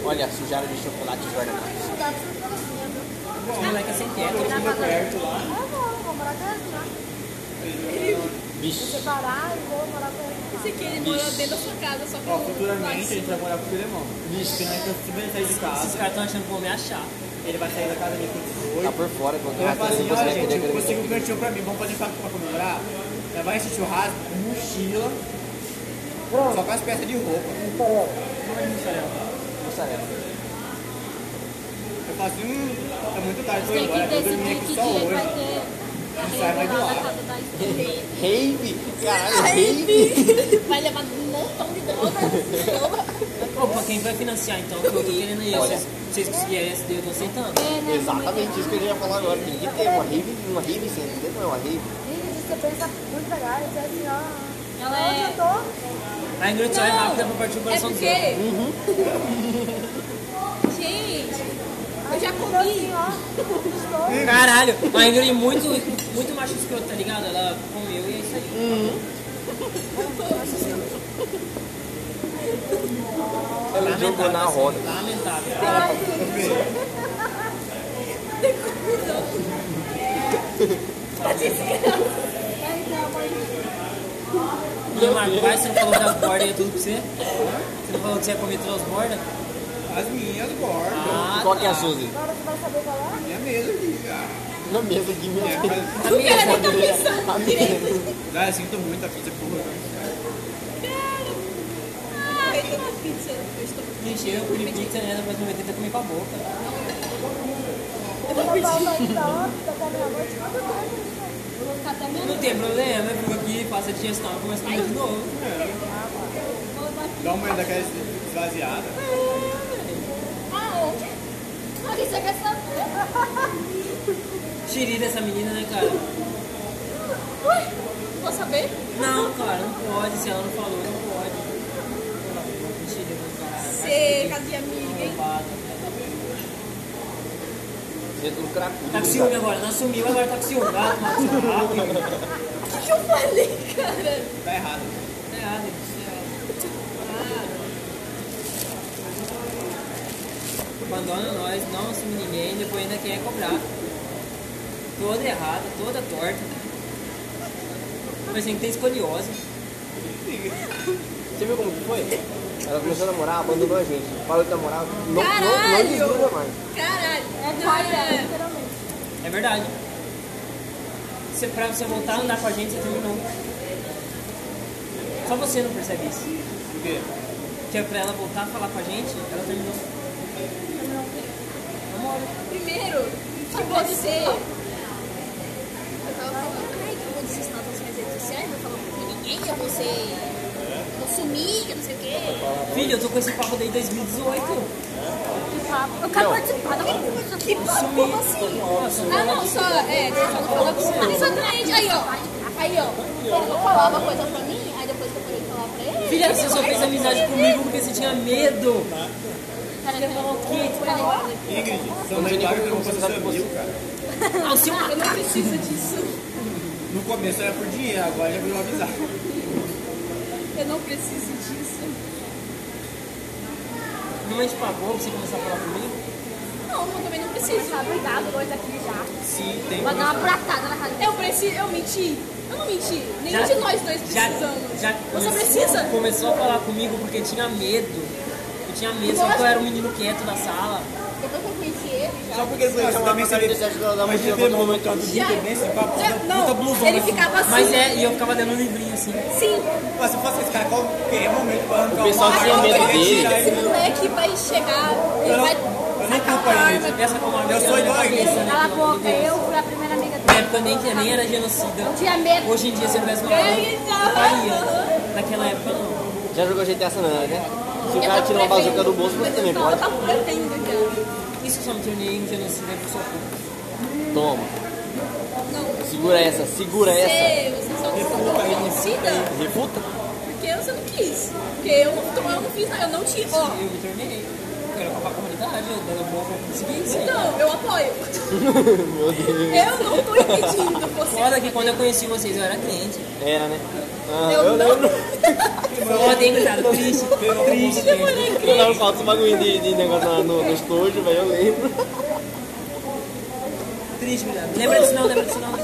Speaker 2: Olha, sujaram de chocolate os guardanapos.
Speaker 3: Os moleques é sem teto, eles
Speaker 1: Tá
Speaker 3: ficam
Speaker 1: perto lá. Eu vou, vou morar perto lá.
Speaker 2: Vixe.
Speaker 1: Separar e vou morar perto lá.
Speaker 4: Esse aqui ele mora dentro da sua casa, só que
Speaker 6: Ó,
Speaker 4: ele-
Speaker 6: futuramente a gente vai morar com o meu irmão.
Speaker 2: Vixe.
Speaker 6: Se nós conseguimos sair de
Speaker 3: Esses
Speaker 6: casa,
Speaker 3: caras estão tá achando que vão me achar.
Speaker 6: ele vai sair da casa dele com 18.
Speaker 2: Tá por fora, quando
Speaker 6: Eu
Speaker 2: vai
Speaker 6: vai falar
Speaker 2: fazer
Speaker 6: assim,
Speaker 2: você
Speaker 6: olha
Speaker 2: vai
Speaker 6: gente,
Speaker 2: querer
Speaker 6: eu consegui
Speaker 2: aquele
Speaker 6: um cantinho pra mim, vamos fazer churrasco pra comemorar? Nós vai esse churrasco com mochila, só com as peças de roupa. Como é que mussarela?
Speaker 2: mussarela.
Speaker 6: Eu falo assim, hum, tá muito tarde, vou
Speaker 13: Tem que
Speaker 6: embora, eu dormi
Speaker 13: decidir
Speaker 6: aqui
Speaker 13: que
Speaker 6: só
Speaker 13: dia vai
Speaker 6: hoje.
Speaker 13: ter a
Speaker 6: Sai, vai
Speaker 13: rave lá
Speaker 6: de lá.
Speaker 13: na casa da escola.
Speaker 2: Rave? Caralho, rave?
Speaker 4: vai levar um montão de drogas.
Speaker 3: Opa, quem vai financiar então? Que eu tô querendo ir.
Speaker 2: Olha.
Speaker 3: Vocês, vocês conseguirem SD, eu tô aceitando.
Speaker 2: Exatamente isso que eu ia falar agora. Ninguém tem uma rave, uma rave sem entender não é uma rave.
Speaker 1: Ele disse que você pensa muito legal, ele disse assim, ó.
Speaker 13: Ela
Speaker 1: Onde
Speaker 13: é-
Speaker 1: eu tô?
Speaker 3: A Ingrid só é
Speaker 4: Não,
Speaker 3: rápida pra partir o
Speaker 4: É
Speaker 3: coração dela.
Speaker 4: porque. Gente, eu já
Speaker 1: Tô assim,
Speaker 4: comi.
Speaker 1: ó. Estou.
Speaker 3: Caralho, a Ingrid é muito, muito macho escroto, tá ligado? Ela comeu e é isso aí.
Speaker 2: Ela jogou na roda.
Speaker 3: Lamentável. E aí, Marco, vai, você não falou das bordas e é tudo pra você? Você não falou que você ia comer todas as bordas?
Speaker 6: As minhas bordas,
Speaker 3: Ah,
Speaker 2: Qual que é a Suzy?
Speaker 1: Agora você vai saber qual é?
Speaker 6: minha mesa aqui já.
Speaker 2: Na mesa de mim.
Speaker 3: tá mesmo.
Speaker 4: Eu tô pensando direito.
Speaker 6: Ah, eu sinto muito a pizza porra.
Speaker 4: Ai, tem uma pizza. Eu estou
Speaker 3: Gente, eu comi pizza, né? Mas não vai tentar comer com a boca.
Speaker 1: Eu tô saindo da onda, até meia-noite, quando eu tô aqui.
Speaker 13: Eu vou ficar até meia
Speaker 3: Não tem problema, eu vou aqui, faço a digestão e começo a comer de novo.
Speaker 6: Dá uma daquela esvaziada.
Speaker 4: Aonde? Olha isso aqui, essa
Speaker 3: Xiri dessa menina, né, cara?
Speaker 4: Ué, vou saber?
Speaker 3: Não, cara, não pode. Se ela não falou, não pode. Xiri,
Speaker 4: Você, cadê a amiga, hein?
Speaker 3: tá
Speaker 2: Dentro do cracudo.
Speaker 6: né,
Speaker 3: Tá com ciúme agora, não assumiu, agora tá com ciúme. Vai tomar no seu rabo.
Speaker 4: O que, que eu falei, cara?
Speaker 6: Tá errado.
Speaker 3: Tá errado, isso é errado. Abandona nós, não assume ninguém, depois ainda quer cobrar. Toda errada, toda torta. Mas tem que ter escoliose.
Speaker 2: Você viu como que foi? Ela começou a namorar, abandonou a gente. Parou de namorar, não, não, não
Speaker 4: Caralho!
Speaker 2: desgruda mais.
Speaker 4: Caralho.
Speaker 13: É
Speaker 4: não
Speaker 13: quase, literalmente.
Speaker 3: É verdade. É você, pra você voltar a andar com a gente, você terminou. Só você não percebe isso.
Speaker 6: Por quê?
Speaker 3: Que é pra ela voltar a falar com a gente, ela terminou.
Speaker 4: Primeiro, que você. é, Eu tava falando, ai, que eu vou desistir nas suas redes sociais, eu falando com ninguém, eu vou ser. Eu vou sumir, eu não sei o quê.
Speaker 3: Filha, eu tô com esse papo desde 2018.
Speaker 14: Eu quero participar
Speaker 4: tá
Speaker 14: da conversa. Que
Speaker 3: Sumi. Nossa,
Speaker 4: Ah, não, só. É, deixa eu só falar pra você. Exatamente, aí ó. Aí ó, ele não falava coisa pra mim, aí depois que eu parei de falar pra ele.
Speaker 3: Filha, você só fez amizade comigo porque você tinha medo.
Speaker 4: Cara, ele falou o quê? Tipo,
Speaker 6: Ingrid, seu noitário que você sumiu, cara.
Speaker 3: Ah, o seu
Speaker 4: eu não preciso disso.
Speaker 6: No começo era por dinheiro, agora já virou amizade.
Speaker 4: Eu não preciso disso.
Speaker 3: não é te pagou pra você começar a falar comigo?
Speaker 4: Não, eu também não preciso.
Speaker 1: Cuidado, dois aqui já.
Speaker 6: Sim, tem.
Speaker 1: Vai dar uma pratada na cara
Speaker 4: Eu preciso, eu menti. Eu não menti. Nenhum de nós dois
Speaker 3: já,
Speaker 4: precisamos.
Speaker 3: já
Speaker 4: Você
Speaker 3: começou-
Speaker 4: precisa?
Speaker 3: Começou a falar comigo porque tinha medo. Eu tinha medo, só que eu era um menino quieto da sala.
Speaker 4: Depois que eu conheci ele, já.
Speaker 2: Só porque ele foi
Speaker 6: Mas
Speaker 2: chamar
Speaker 6: também
Speaker 2: pra sair
Speaker 6: seria-
Speaker 2: desse ajudar da
Speaker 6: Mas é
Speaker 2: mochila,
Speaker 6: de
Speaker 2: botou no
Speaker 6: demônio,
Speaker 2: momento
Speaker 6: tanto de
Speaker 4: Já-
Speaker 6: independência, papo,
Speaker 4: já-
Speaker 6: puta
Speaker 4: não,
Speaker 6: blusona.
Speaker 4: ele ficava assim.
Speaker 3: Mas é, e eu ficava dando um livrinho assim.
Speaker 4: Sim.
Speaker 6: Mas se fosse esse cara, qualquer momento pra arrancar
Speaker 2: O pessoal
Speaker 6: uma
Speaker 2: tinha
Speaker 6: arma, né?
Speaker 2: medo
Speaker 6: ele ia
Speaker 2: dele.
Speaker 6: tirar
Speaker 4: Esse
Speaker 6: ele.
Speaker 4: moleque vai chegar, ele
Speaker 6: Eu não-
Speaker 4: vai
Speaker 6: eu nem
Speaker 4: sacar
Speaker 6: culpo
Speaker 4: a
Speaker 6: a
Speaker 4: arma.
Speaker 6: Ingrid.
Speaker 3: Essa comadre.
Speaker 6: Eu sou igual a Ingrid.
Speaker 1: Cala a boca, eu fui a primeira amiga
Speaker 6: É,
Speaker 3: Na
Speaker 1: dele.
Speaker 3: época nem, que- nem era genocida.
Speaker 1: Tinha medo.
Speaker 3: Hoje em dia, se eu tivesse uma
Speaker 4: Eu
Speaker 3: arma,
Speaker 4: ia dar-
Speaker 3: tá faria. Naquela época, não.
Speaker 2: Já jogou GTA essa não, né? Se o
Speaker 4: Eu
Speaker 2: cara
Speaker 4: tava
Speaker 2: tirar uma bazuca do
Speaker 4: prevendo.
Speaker 2: bolso, você também
Speaker 4: Não, eu
Speaker 2: pode.
Speaker 4: tava pretendo, cara.
Speaker 3: Isso eu só me tornei um genocida por sua culpa.
Speaker 2: Toma.
Speaker 4: Não.
Speaker 2: Segura essa, segura essa.
Speaker 4: Você, você só foi conhecida
Speaker 2: Refuta?
Speaker 4: porque você não quis. Porque eu, então, eu não fiz nada, eu não tive. Ó,
Speaker 3: Eu me tornei. Eu quero acabar com a comunidade, eu dando boa pra conseguir isso.
Speaker 4: então, eu apoio. Eu não tô impedindo você.
Speaker 3: Foda que quando eu conheci vocês, eu era crente.
Speaker 2: Era, né? Ah,
Speaker 4: Eu não.
Speaker 3: Foda, hein, cara? Triste. Triste.
Speaker 2: Eu não falo desse bagulho de, de negócio na- no, no estojo, velho, eu lembro.
Speaker 3: Triste, mulher. Lembra disso não, lembra disso não.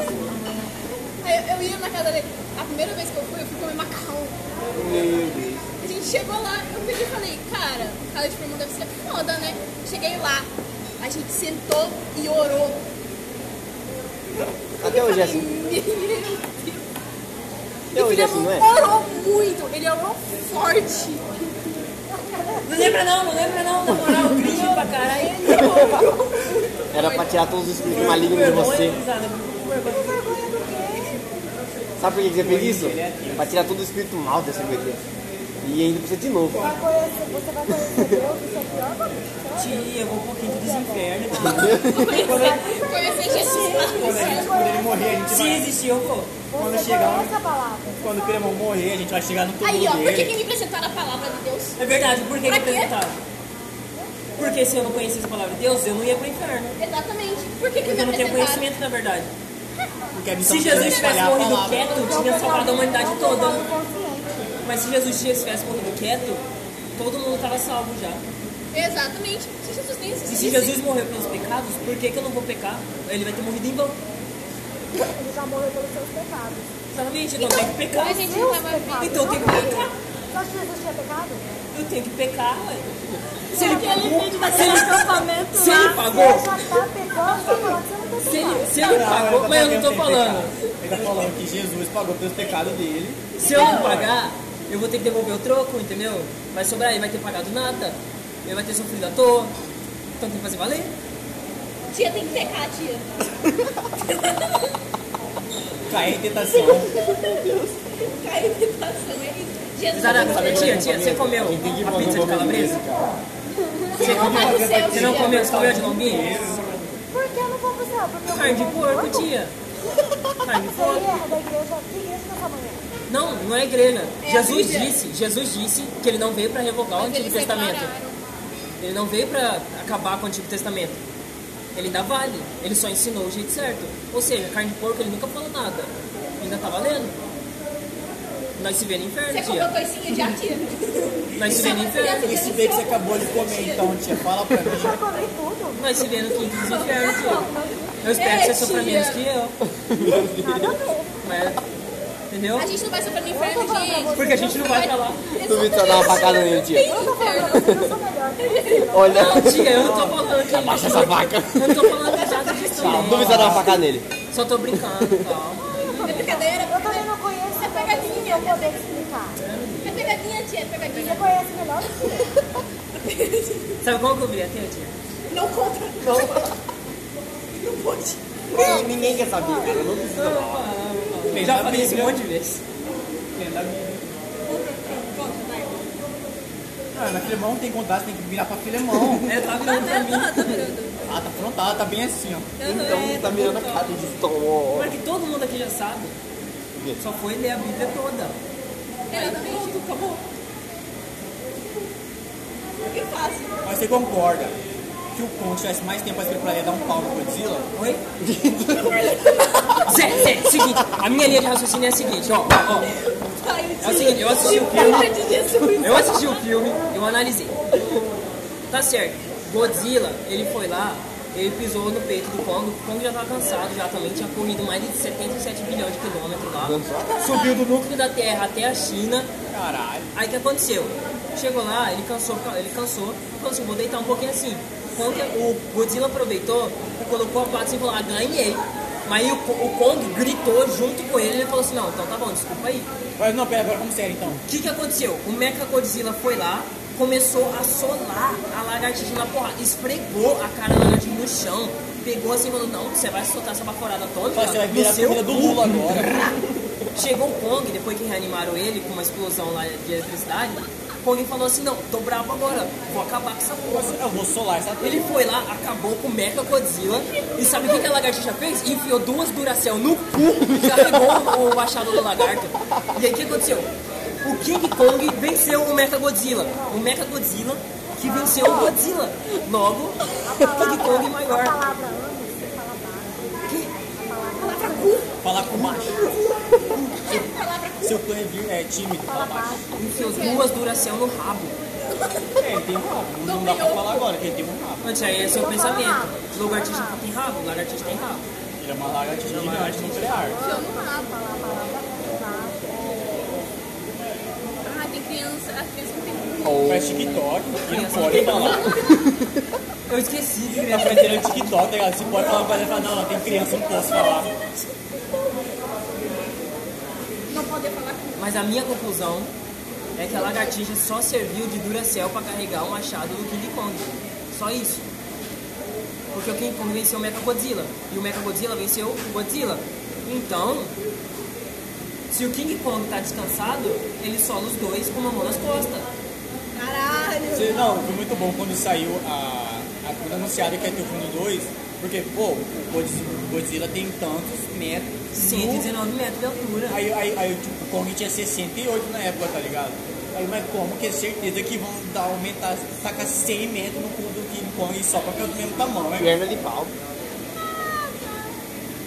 Speaker 4: Aí eu, eu ia na casa dele. A primeira vez que eu fui, eu fui comer macarrão. A gente chegou lá, eu pedi e falei, cara, casa de formão deve ser foda, né? Cheguei lá, a gente sentou e orou.
Speaker 2: Até hoje é
Speaker 4: Falei,
Speaker 2: assim.
Speaker 4: Meu Deus. Meu
Speaker 2: Até hoje é
Speaker 4: filho
Speaker 2: assim, não é?
Speaker 4: orou muito, ele orou forte.
Speaker 3: Não lembra não, não lembra não. Na moral, triste pra caralho.
Speaker 2: Era pra tirar todos os espíritos malignos de você. Sabe por que que você fez isso? Pra tirar todo o espírito mal dessa guria. E ainda precisa de novo.
Speaker 1: Vai conhecer- Você vai conhecer Deus, isso é pior pra mim.
Speaker 3: Tia, eu vou um pouquinho dos infernos.
Speaker 4: Conhecer Jesus lá no
Speaker 6: Quando a gente-
Speaker 4: céu.
Speaker 6: quando ele morrer, a gente
Speaker 3: Se
Speaker 6: vai.
Speaker 3: existir, eu vou.
Speaker 6: Quando
Speaker 1: Você
Speaker 6: chegar-
Speaker 1: conhece a palavra.
Speaker 6: Quando o Piremão morrer, a gente vai chegar no
Speaker 4: Aí, ó,
Speaker 6: túmulo
Speaker 4: por que,
Speaker 6: dele.
Speaker 4: que me apresentaram a palavra de Deus?
Speaker 3: É verdade, por que
Speaker 4: Pra
Speaker 3: que
Speaker 4: quê?
Speaker 3: apresentava? Porque se eu não conhecesse a palavra de Deus, eu não ia pro inferno.
Speaker 4: Exatamente. Por que, que
Speaker 3: Porque
Speaker 4: me
Speaker 3: eu não tinha
Speaker 4: apresentaram?
Speaker 3: conhecimento, na é verdade.
Speaker 6: Porque a missão
Speaker 3: Se Jesus
Speaker 6: de Deus é
Speaker 3: tivesse
Speaker 6: espalhar a
Speaker 3: morrido
Speaker 6: palavra.
Speaker 3: quieto, tinha salvado a humanidade
Speaker 1: Não
Speaker 3: toda.
Speaker 1: pecado consciente.
Speaker 3: Mas se Jesus tivesse morrido quieto, todo mundo tava salvo já.
Speaker 4: Exatamente. Se Jesus nem
Speaker 3: E se
Speaker 4: existisse.
Speaker 3: Jesus morreu pelos pecados, por que, que eu não vou pecar? Ele vai ter morrido em vão.
Speaker 1: Ele já morreu pelos seus pecados.
Speaker 3: Exatamente, então eu tenho que pecar.
Speaker 4: A gente
Speaker 1: Seus
Speaker 4: tava
Speaker 1: pecados,
Speaker 3: Então
Speaker 1: não
Speaker 3: tem que pecar.
Speaker 1: dele. Você acha que Jesus tinha pecado?
Speaker 3: Eu tenho que pecar, ué. Se ele
Speaker 4: Porque ele fez
Speaker 3: se
Speaker 4: daquele
Speaker 3: ele,
Speaker 4: acampamento
Speaker 3: se ele
Speaker 4: lá.
Speaker 3: pagou,
Speaker 1: Você já tá pecando, você tá falando que você não tem
Speaker 3: se ele,
Speaker 1: pecado.
Speaker 3: se
Speaker 6: tá
Speaker 3: ele pagou, mas eu não tô falando.
Speaker 6: Ele tá falando que Jesus pagou pelos pecados dele.
Speaker 3: Se eu não pagar, eu vou ter que devolver o troco, entendeu? Vai sobrar, ele vai ter pagado nada, ele vai ter sofrido à toa. Então tem que fazer valer.
Speaker 4: Tia tem que pecar, tia.
Speaker 6: Cair em tentação.
Speaker 4: Caiu de passão, é isso. Jesus
Speaker 3: Zara,
Speaker 4: não
Speaker 3: fala, tia, tia, você comeu a pizza de calabresa?
Speaker 4: Você não vai pro céu,
Speaker 3: Você não
Speaker 4: tia.
Speaker 3: comeu os colher de lombinho?
Speaker 1: Por que eu não vou pro céu? Porque eu
Speaker 3: Carne de
Speaker 1: como
Speaker 3: porco, tia. Carne de
Speaker 1: Você
Speaker 3: porco.
Speaker 1: erra da igreja, que igreja nessa manhã?
Speaker 3: Não, não é igreja.
Speaker 4: É a
Speaker 3: Jesus
Speaker 4: Bíblia.
Speaker 3: disse, Jesus disse que ele não veio para revogar o
Speaker 4: Mas
Speaker 3: Antigo
Speaker 4: eles
Speaker 3: Testamento.
Speaker 4: declararam.
Speaker 3: Ele não veio para acabar com o Antigo Testamento. Ele ainda vale. Ele só ensinou o jeito certo. Ou seja, carne de porco ele nunca falou nada. Ainda tá valendo. Nós se vê no inferno,
Speaker 4: Você
Speaker 3: tia.
Speaker 4: comprou coisinha de atia.
Speaker 3: Nós se vê no inferno.
Speaker 6: Esse bem que você acabou de comer, então, tia, fala pra mim.
Speaker 1: Eu já comi tudo.
Speaker 3: Nós se vê no quinto dos infernos, tia. Eu espero que você
Speaker 4: É,
Speaker 3: sofra
Speaker 4: tia.
Speaker 3: menos que eu.
Speaker 1: Nada a ver.
Speaker 3: Mas, entendeu?
Speaker 4: A gente não vai sofrer no inferno, gente.
Speaker 3: Porque a gente não vai pra lá.
Speaker 2: Duvido que você dá uma facada nele, tia.
Speaker 1: Eu tô falando pra você que eu sou melhor que você. não.
Speaker 2: Olha,
Speaker 3: Não, tia, eu não tô falando que...
Speaker 2: abaixa essa vaca.
Speaker 3: Eu não tô falando nada disso
Speaker 2: Tá. Duvido que você dá uma facada nele.
Speaker 3: Só tô brincando, calma.
Speaker 4: É brincadeira, é
Speaker 1: Eu também não conheço,
Speaker 4: Isso é
Speaker 1: então
Speaker 4: pegadinha.
Speaker 1: Eu não vou poder te explicar.
Speaker 4: É pegadinha, tia, é pegadinha.
Speaker 1: Você conhece melhor do que eu.
Speaker 3: Sabe qual que eu vi até, tia?
Speaker 4: Não conta. Não. Não pode.
Speaker 2: Ninguém, ninguém quer saber, cara. Não precisa falar.
Speaker 3: Eu já falei isso um monte de vezes.
Speaker 6: Ah, na Filemão tem contato, tem que virar pra É, Filemão.
Speaker 3: Ela tá virando pra mim.
Speaker 6: ah, tá afrontada, tá bem assim, ó.
Speaker 2: Então tá mirando a cara de
Speaker 3: Agora
Speaker 2: Stone.
Speaker 3: que todo mundo aqui já sabe. Só foi ler a Bíblia toda.
Speaker 4: É, Pronto, acabou. O que eu faço?
Speaker 6: Mas você concorda que o Conte tivesse mais tempo pra escrever pra ler dar um pau no Godzilla?
Speaker 3: Oi? Zé, Zé, seguinte, a minha linha de raciocínio é a seguinte, ó, ó, ó.
Speaker 4: Ai, eu
Speaker 3: É o seguinte, eu assisti o filme.
Speaker 4: Cara de Jesus.
Speaker 3: Eu assisti o filme, eu analisei. Tá certo. Godzilla, ele foi lá, ele pisou no peito do Kong. O Kong já tava cansado, já também tinha corrido mais de 77 bilhões de quilômetros lá. Subiu do núcleo da Terra até a China.
Speaker 6: Caralho.
Speaker 3: Aí o que aconteceu? Chegou lá, ele cansou, ele cansou, falou assim, vou deitar um pouquinho assim. Kong, o Godzilla aproveitou e colocou a pata assim e falou, ah, ganhei. Mas aí o, o Kong gritou junto com ele, ele falou assim, não, então tá bom, desculpa aí.
Speaker 6: Mas não, pera, agora como sério então.
Speaker 3: O que, que aconteceu? O Mecha Godzilla foi lá, começou a solar a lagartixa na porrada, esfregou a cara da lagartixa no chão, pegou assim e falou, não, você vai soltar essa baforada toda
Speaker 6: Fala, Você vai virar a
Speaker 3: no seu
Speaker 6: comida do
Speaker 3: cu."
Speaker 6: Lula agora.
Speaker 3: Chegou o Kong, depois que reanimaram ele com uma explosão lá de eletricidade, o Kong falou assim, não, tô bravo agora, vou acabar com essa porra.
Speaker 6: Eu vou solar essa
Speaker 3: Ele foi lá, acabou com o Mecha Godzilla e sabe o que, que a lagartixa fez? Enfiou duas duracel no cu e carregou o machado do lagarto. E aí o que aconteceu? O King Kong venceu o Mecha Godzilla. O Mecha Godzilla que venceu o Godzilla. Logo, o King Kong
Speaker 1: A
Speaker 3: maior.
Speaker 1: palavra anos, você fala barba.
Speaker 6: Falar com macho. Seu clã é vir- é tímido, fala baixo.
Speaker 3: Enfiou duas duracel no rabo.
Speaker 6: É, ele tem um rabo. Não dá pra falar agora, porque ele tem um rabo.
Speaker 3: Antes aí é seu pensamento. Lagartixa tem rabo, lagartixa tem rabo.
Speaker 6: Ele é uma lagartixa gigante nuclear.
Speaker 1: Falar a palavra barba.
Speaker 4: Ah, tem criança. As crianças não tem
Speaker 3: Oh.
Speaker 6: Faz TikTok, ele não pode falar.
Speaker 3: Eu esqueci de
Speaker 6: Tá
Speaker 3: criança.
Speaker 6: fazendo TikTok, tá ligado? Se pode falar uma coisa, fala, não, não, tem criança, não posso falar.
Speaker 4: Não poder falar com
Speaker 3: Mas a minha conclusão é que a lagartixa só serviu de Duracell pra carregar o machado do King Kong. Só isso. Porque o King Kong venceu o Mecha Godzilla. E o Mecha Godzilla venceu o Godzilla. Então, se o King Kong tá descansado, ele sola os dois com uma mão nas costas.
Speaker 4: Caralho.
Speaker 6: Você- Não, foi muito bom quando saiu a. a- quando anunciaram que ia ter o filme 2, porque, pô, o Godzilla, o Godzilla tem tantos metros.
Speaker 3: 119 metros de altura.
Speaker 6: Aí, aí, aí tipo, o Kong tinha 68 na época, tá ligado? Aí, mas como que é certeza que vão dar, aumentar, tacar 100 metros no cu do King Kong e só pra ficar do mesmo tamanho, né?
Speaker 2: Perna de pau.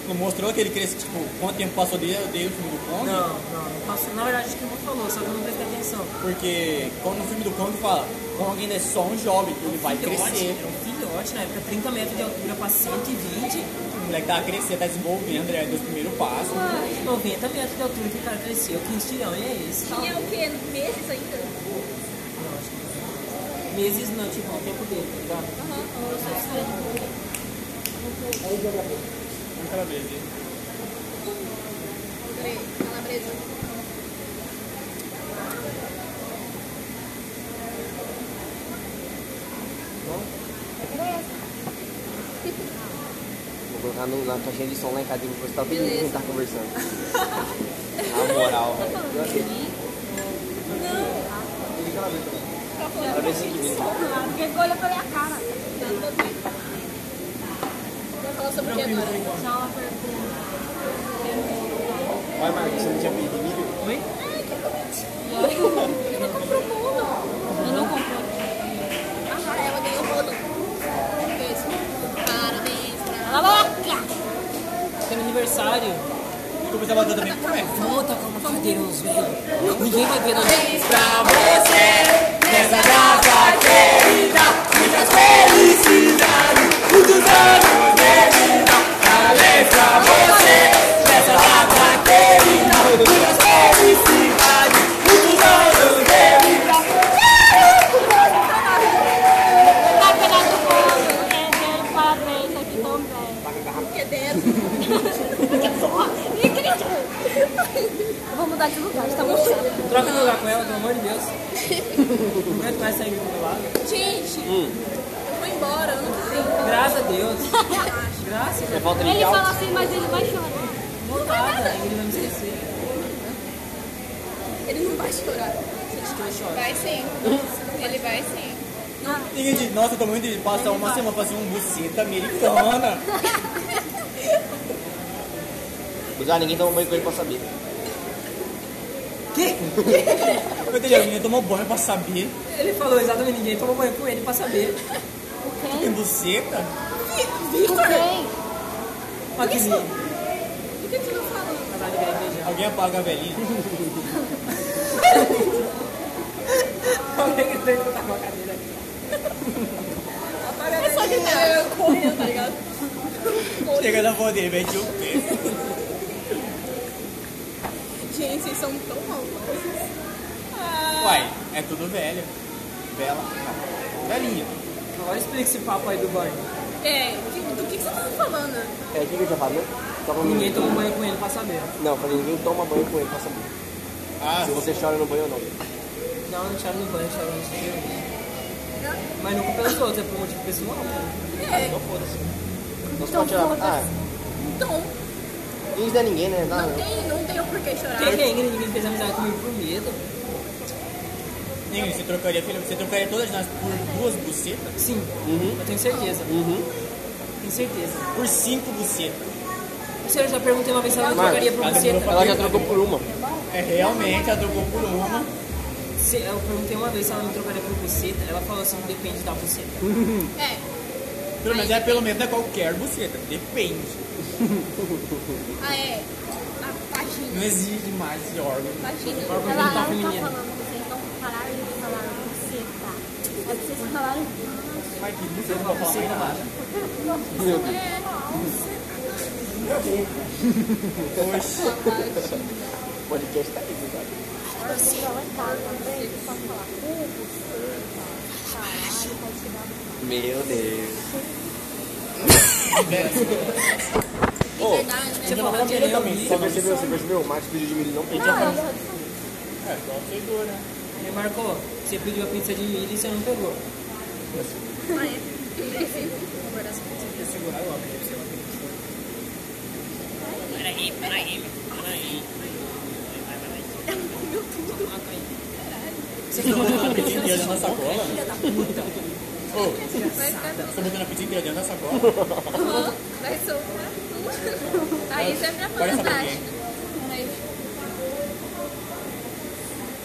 Speaker 6: Não mostrou que ele cresceu, tipo, quanto tempo passou desde, desde o filme do Kong?
Speaker 3: Não, não, não passou. Na verdade, acho que não falou, só que eu não prestei atenção.
Speaker 6: Porque quando no filme do Kong fala, Kong ainda é só um jovem, ele vai
Speaker 3: Filhote,
Speaker 6: crescer.
Speaker 3: é um filhote na época, 30 metros de altura pra 120.
Speaker 6: O moleque tá crescendo, tá desenvolvendo, ele é dos primeiros passos.
Speaker 3: Ai, 90 metros de altura que o cara cresceu, que estirão e é esse.
Speaker 4: Tinha o quê? Meses ainda?
Speaker 3: Meses não, tipo, o tempo dele, tá ligado?
Speaker 4: Aham. Eu sou estranho. Peraí, calabresa.
Speaker 2: Vou colocar no- na caixinha de som lá em casa e vou postar todo mundo que
Speaker 4: Beleza.
Speaker 2: tá conversando. Na moral, velho.
Speaker 4: Tá
Speaker 2: Parece que
Speaker 1: Porque olha pra minha cara.
Speaker 4: Vai falar sobre o que agora? Tchau, pergunta.
Speaker 2: Vai, Marcos, você não tinha pedido milho?
Speaker 4: Ai, que comentinho. Ele comprou bolo. Eu não comprou. Agora ela ganhou bolo. Fez. Parabéns pra louca.
Speaker 3: Tem aniversário.
Speaker 6: Eu comecei a bater também com é.
Speaker 3: Vamos tacar uma carteira nos velhos. Ninguém vai ver nós.
Speaker 6: Pra você, nessa data querida, muitas felicidades, muitos anos de vida. Parabéns pra você, nessa data querida, muitas felicidades, muitos anos de vida.
Speaker 1: Tá pegando fogo. É, é, parabéns aqui também.
Speaker 4: Que dedo.
Speaker 1: vontade, tá mostrando.
Speaker 3: Troca de lugar com ela, pelo amor de Deus. Não aguento mais sair do meu lado.
Speaker 4: Gente, eu vou embora, eu não sei.
Speaker 3: Graças a Deus. Graças a
Speaker 2: É falta de
Speaker 1: Ele
Speaker 2: calma.
Speaker 1: fala assim, mas ele vai chorar.
Speaker 3: Deus. Nada, ele vai me esquecer.
Speaker 4: Ele não vai chorar.
Speaker 3: Acho que eu choro.
Speaker 15: Vai sim. Ele vai sim.
Speaker 6: E de, nossa, eu tô muito de passar uma semana fazendo um buceta americana.
Speaker 2: Cuidado, ah, ninguém toma banho com ele pra saber.
Speaker 3: Que?
Speaker 6: Eu entendi, a menina tomou banho pra saber
Speaker 3: Ele falou exatamente ninguém tomou banho com ele pra saber.
Speaker 1: Com
Speaker 6: que tem
Speaker 1: quem?
Speaker 6: buceta.
Speaker 1: Com quem?
Speaker 3: Olha que lindo.
Speaker 4: Por que tu não fala?
Speaker 3: Casal de velho beijando.
Speaker 6: Alguém apaga a velhinha.
Speaker 3: Alguém que tem que botar com a cadeira aqui.
Speaker 4: É só que tá eu correndo, tá ligado?
Speaker 6: Chega na avó dele, mete o pé.
Speaker 4: Gente, vocês são tão maldosos.
Speaker 6: Uai, é tudo velho. Bela. Velhinha.
Speaker 3: Agora explica esse papo aí do banho.
Speaker 4: É, que- do que, que você tá falando?
Speaker 2: É, o que que eu já falei? Só pra
Speaker 3: Ninguém tomou banho com ele pra saber.
Speaker 2: Não, eu falei, ninguém toma banho com ele pra saber.
Speaker 6: Ah,
Speaker 2: Se você chora no banho ou não.
Speaker 3: Não, não choro no banho, choro no banho. Mas nunca pelos outros, é por motivo pessoal. né?
Speaker 4: É,
Speaker 2: Então foda-se. Não se pode chorar. Ah,
Speaker 4: Então,
Speaker 2: isso não é ninguém, né? Não, não.
Speaker 4: tem, não tem o porquê chorar.
Speaker 3: Quem que é Ingrid? Ninguém fez amizade comigo por medo.
Speaker 6: Ingrid, você trocaria, filho, você trocaria todas nós por duas bucetas?
Speaker 3: Sim,
Speaker 6: Uhum.
Speaker 3: eu tenho certeza. Tenho certeza.
Speaker 6: Por cinco bucetas.
Speaker 3: Você eu já perguntei uma vez se ela não um
Speaker 2: Marcos,
Speaker 3: trocaria por
Speaker 6: ela
Speaker 3: você.
Speaker 6: demorou
Speaker 2: Ela já trocou por uma.
Speaker 6: É, realmente, ela trocou por uma.
Speaker 3: Se- eu perguntei uma vez se ela não trocaria por buceta, ela falou assim, depende da buceta.
Speaker 4: É,
Speaker 6: Pelo menos é pelo menos não é qualquer buceta. Depende.
Speaker 4: ah, é. A vagina.
Speaker 6: Não exige mais esse órgão.
Speaker 4: Vagina.
Speaker 3: Agora
Speaker 1: Ela
Speaker 3: perguntar
Speaker 1: não
Speaker 3: pra
Speaker 1: tá
Speaker 3: menina.
Speaker 1: falando, vocês não pararam de falar com você, tá? É que vocês falaram
Speaker 6: Ai, que buceta pra falar mais
Speaker 3: Buceta
Speaker 6: nada.
Speaker 3: baixa.
Speaker 2: Podcast tá aqui, cuidado. Meu Deus.
Speaker 4: Verdade, né?
Speaker 3: Você falou que ele é horrível.
Speaker 2: Você percebeu? Você percebeu? O Max pediu de milho não pediu.
Speaker 3: Ele marcou, você pediu a pizza de milho e você não pegou.
Speaker 6: Pedindo dinheiro na sacola? Ô, você botando a pizza inteira dentro da sacola?
Speaker 4: Vai soltar tudo. Aí isso é pra
Speaker 6: Vai
Speaker 4: fazer
Speaker 6: saber
Speaker 4: teste.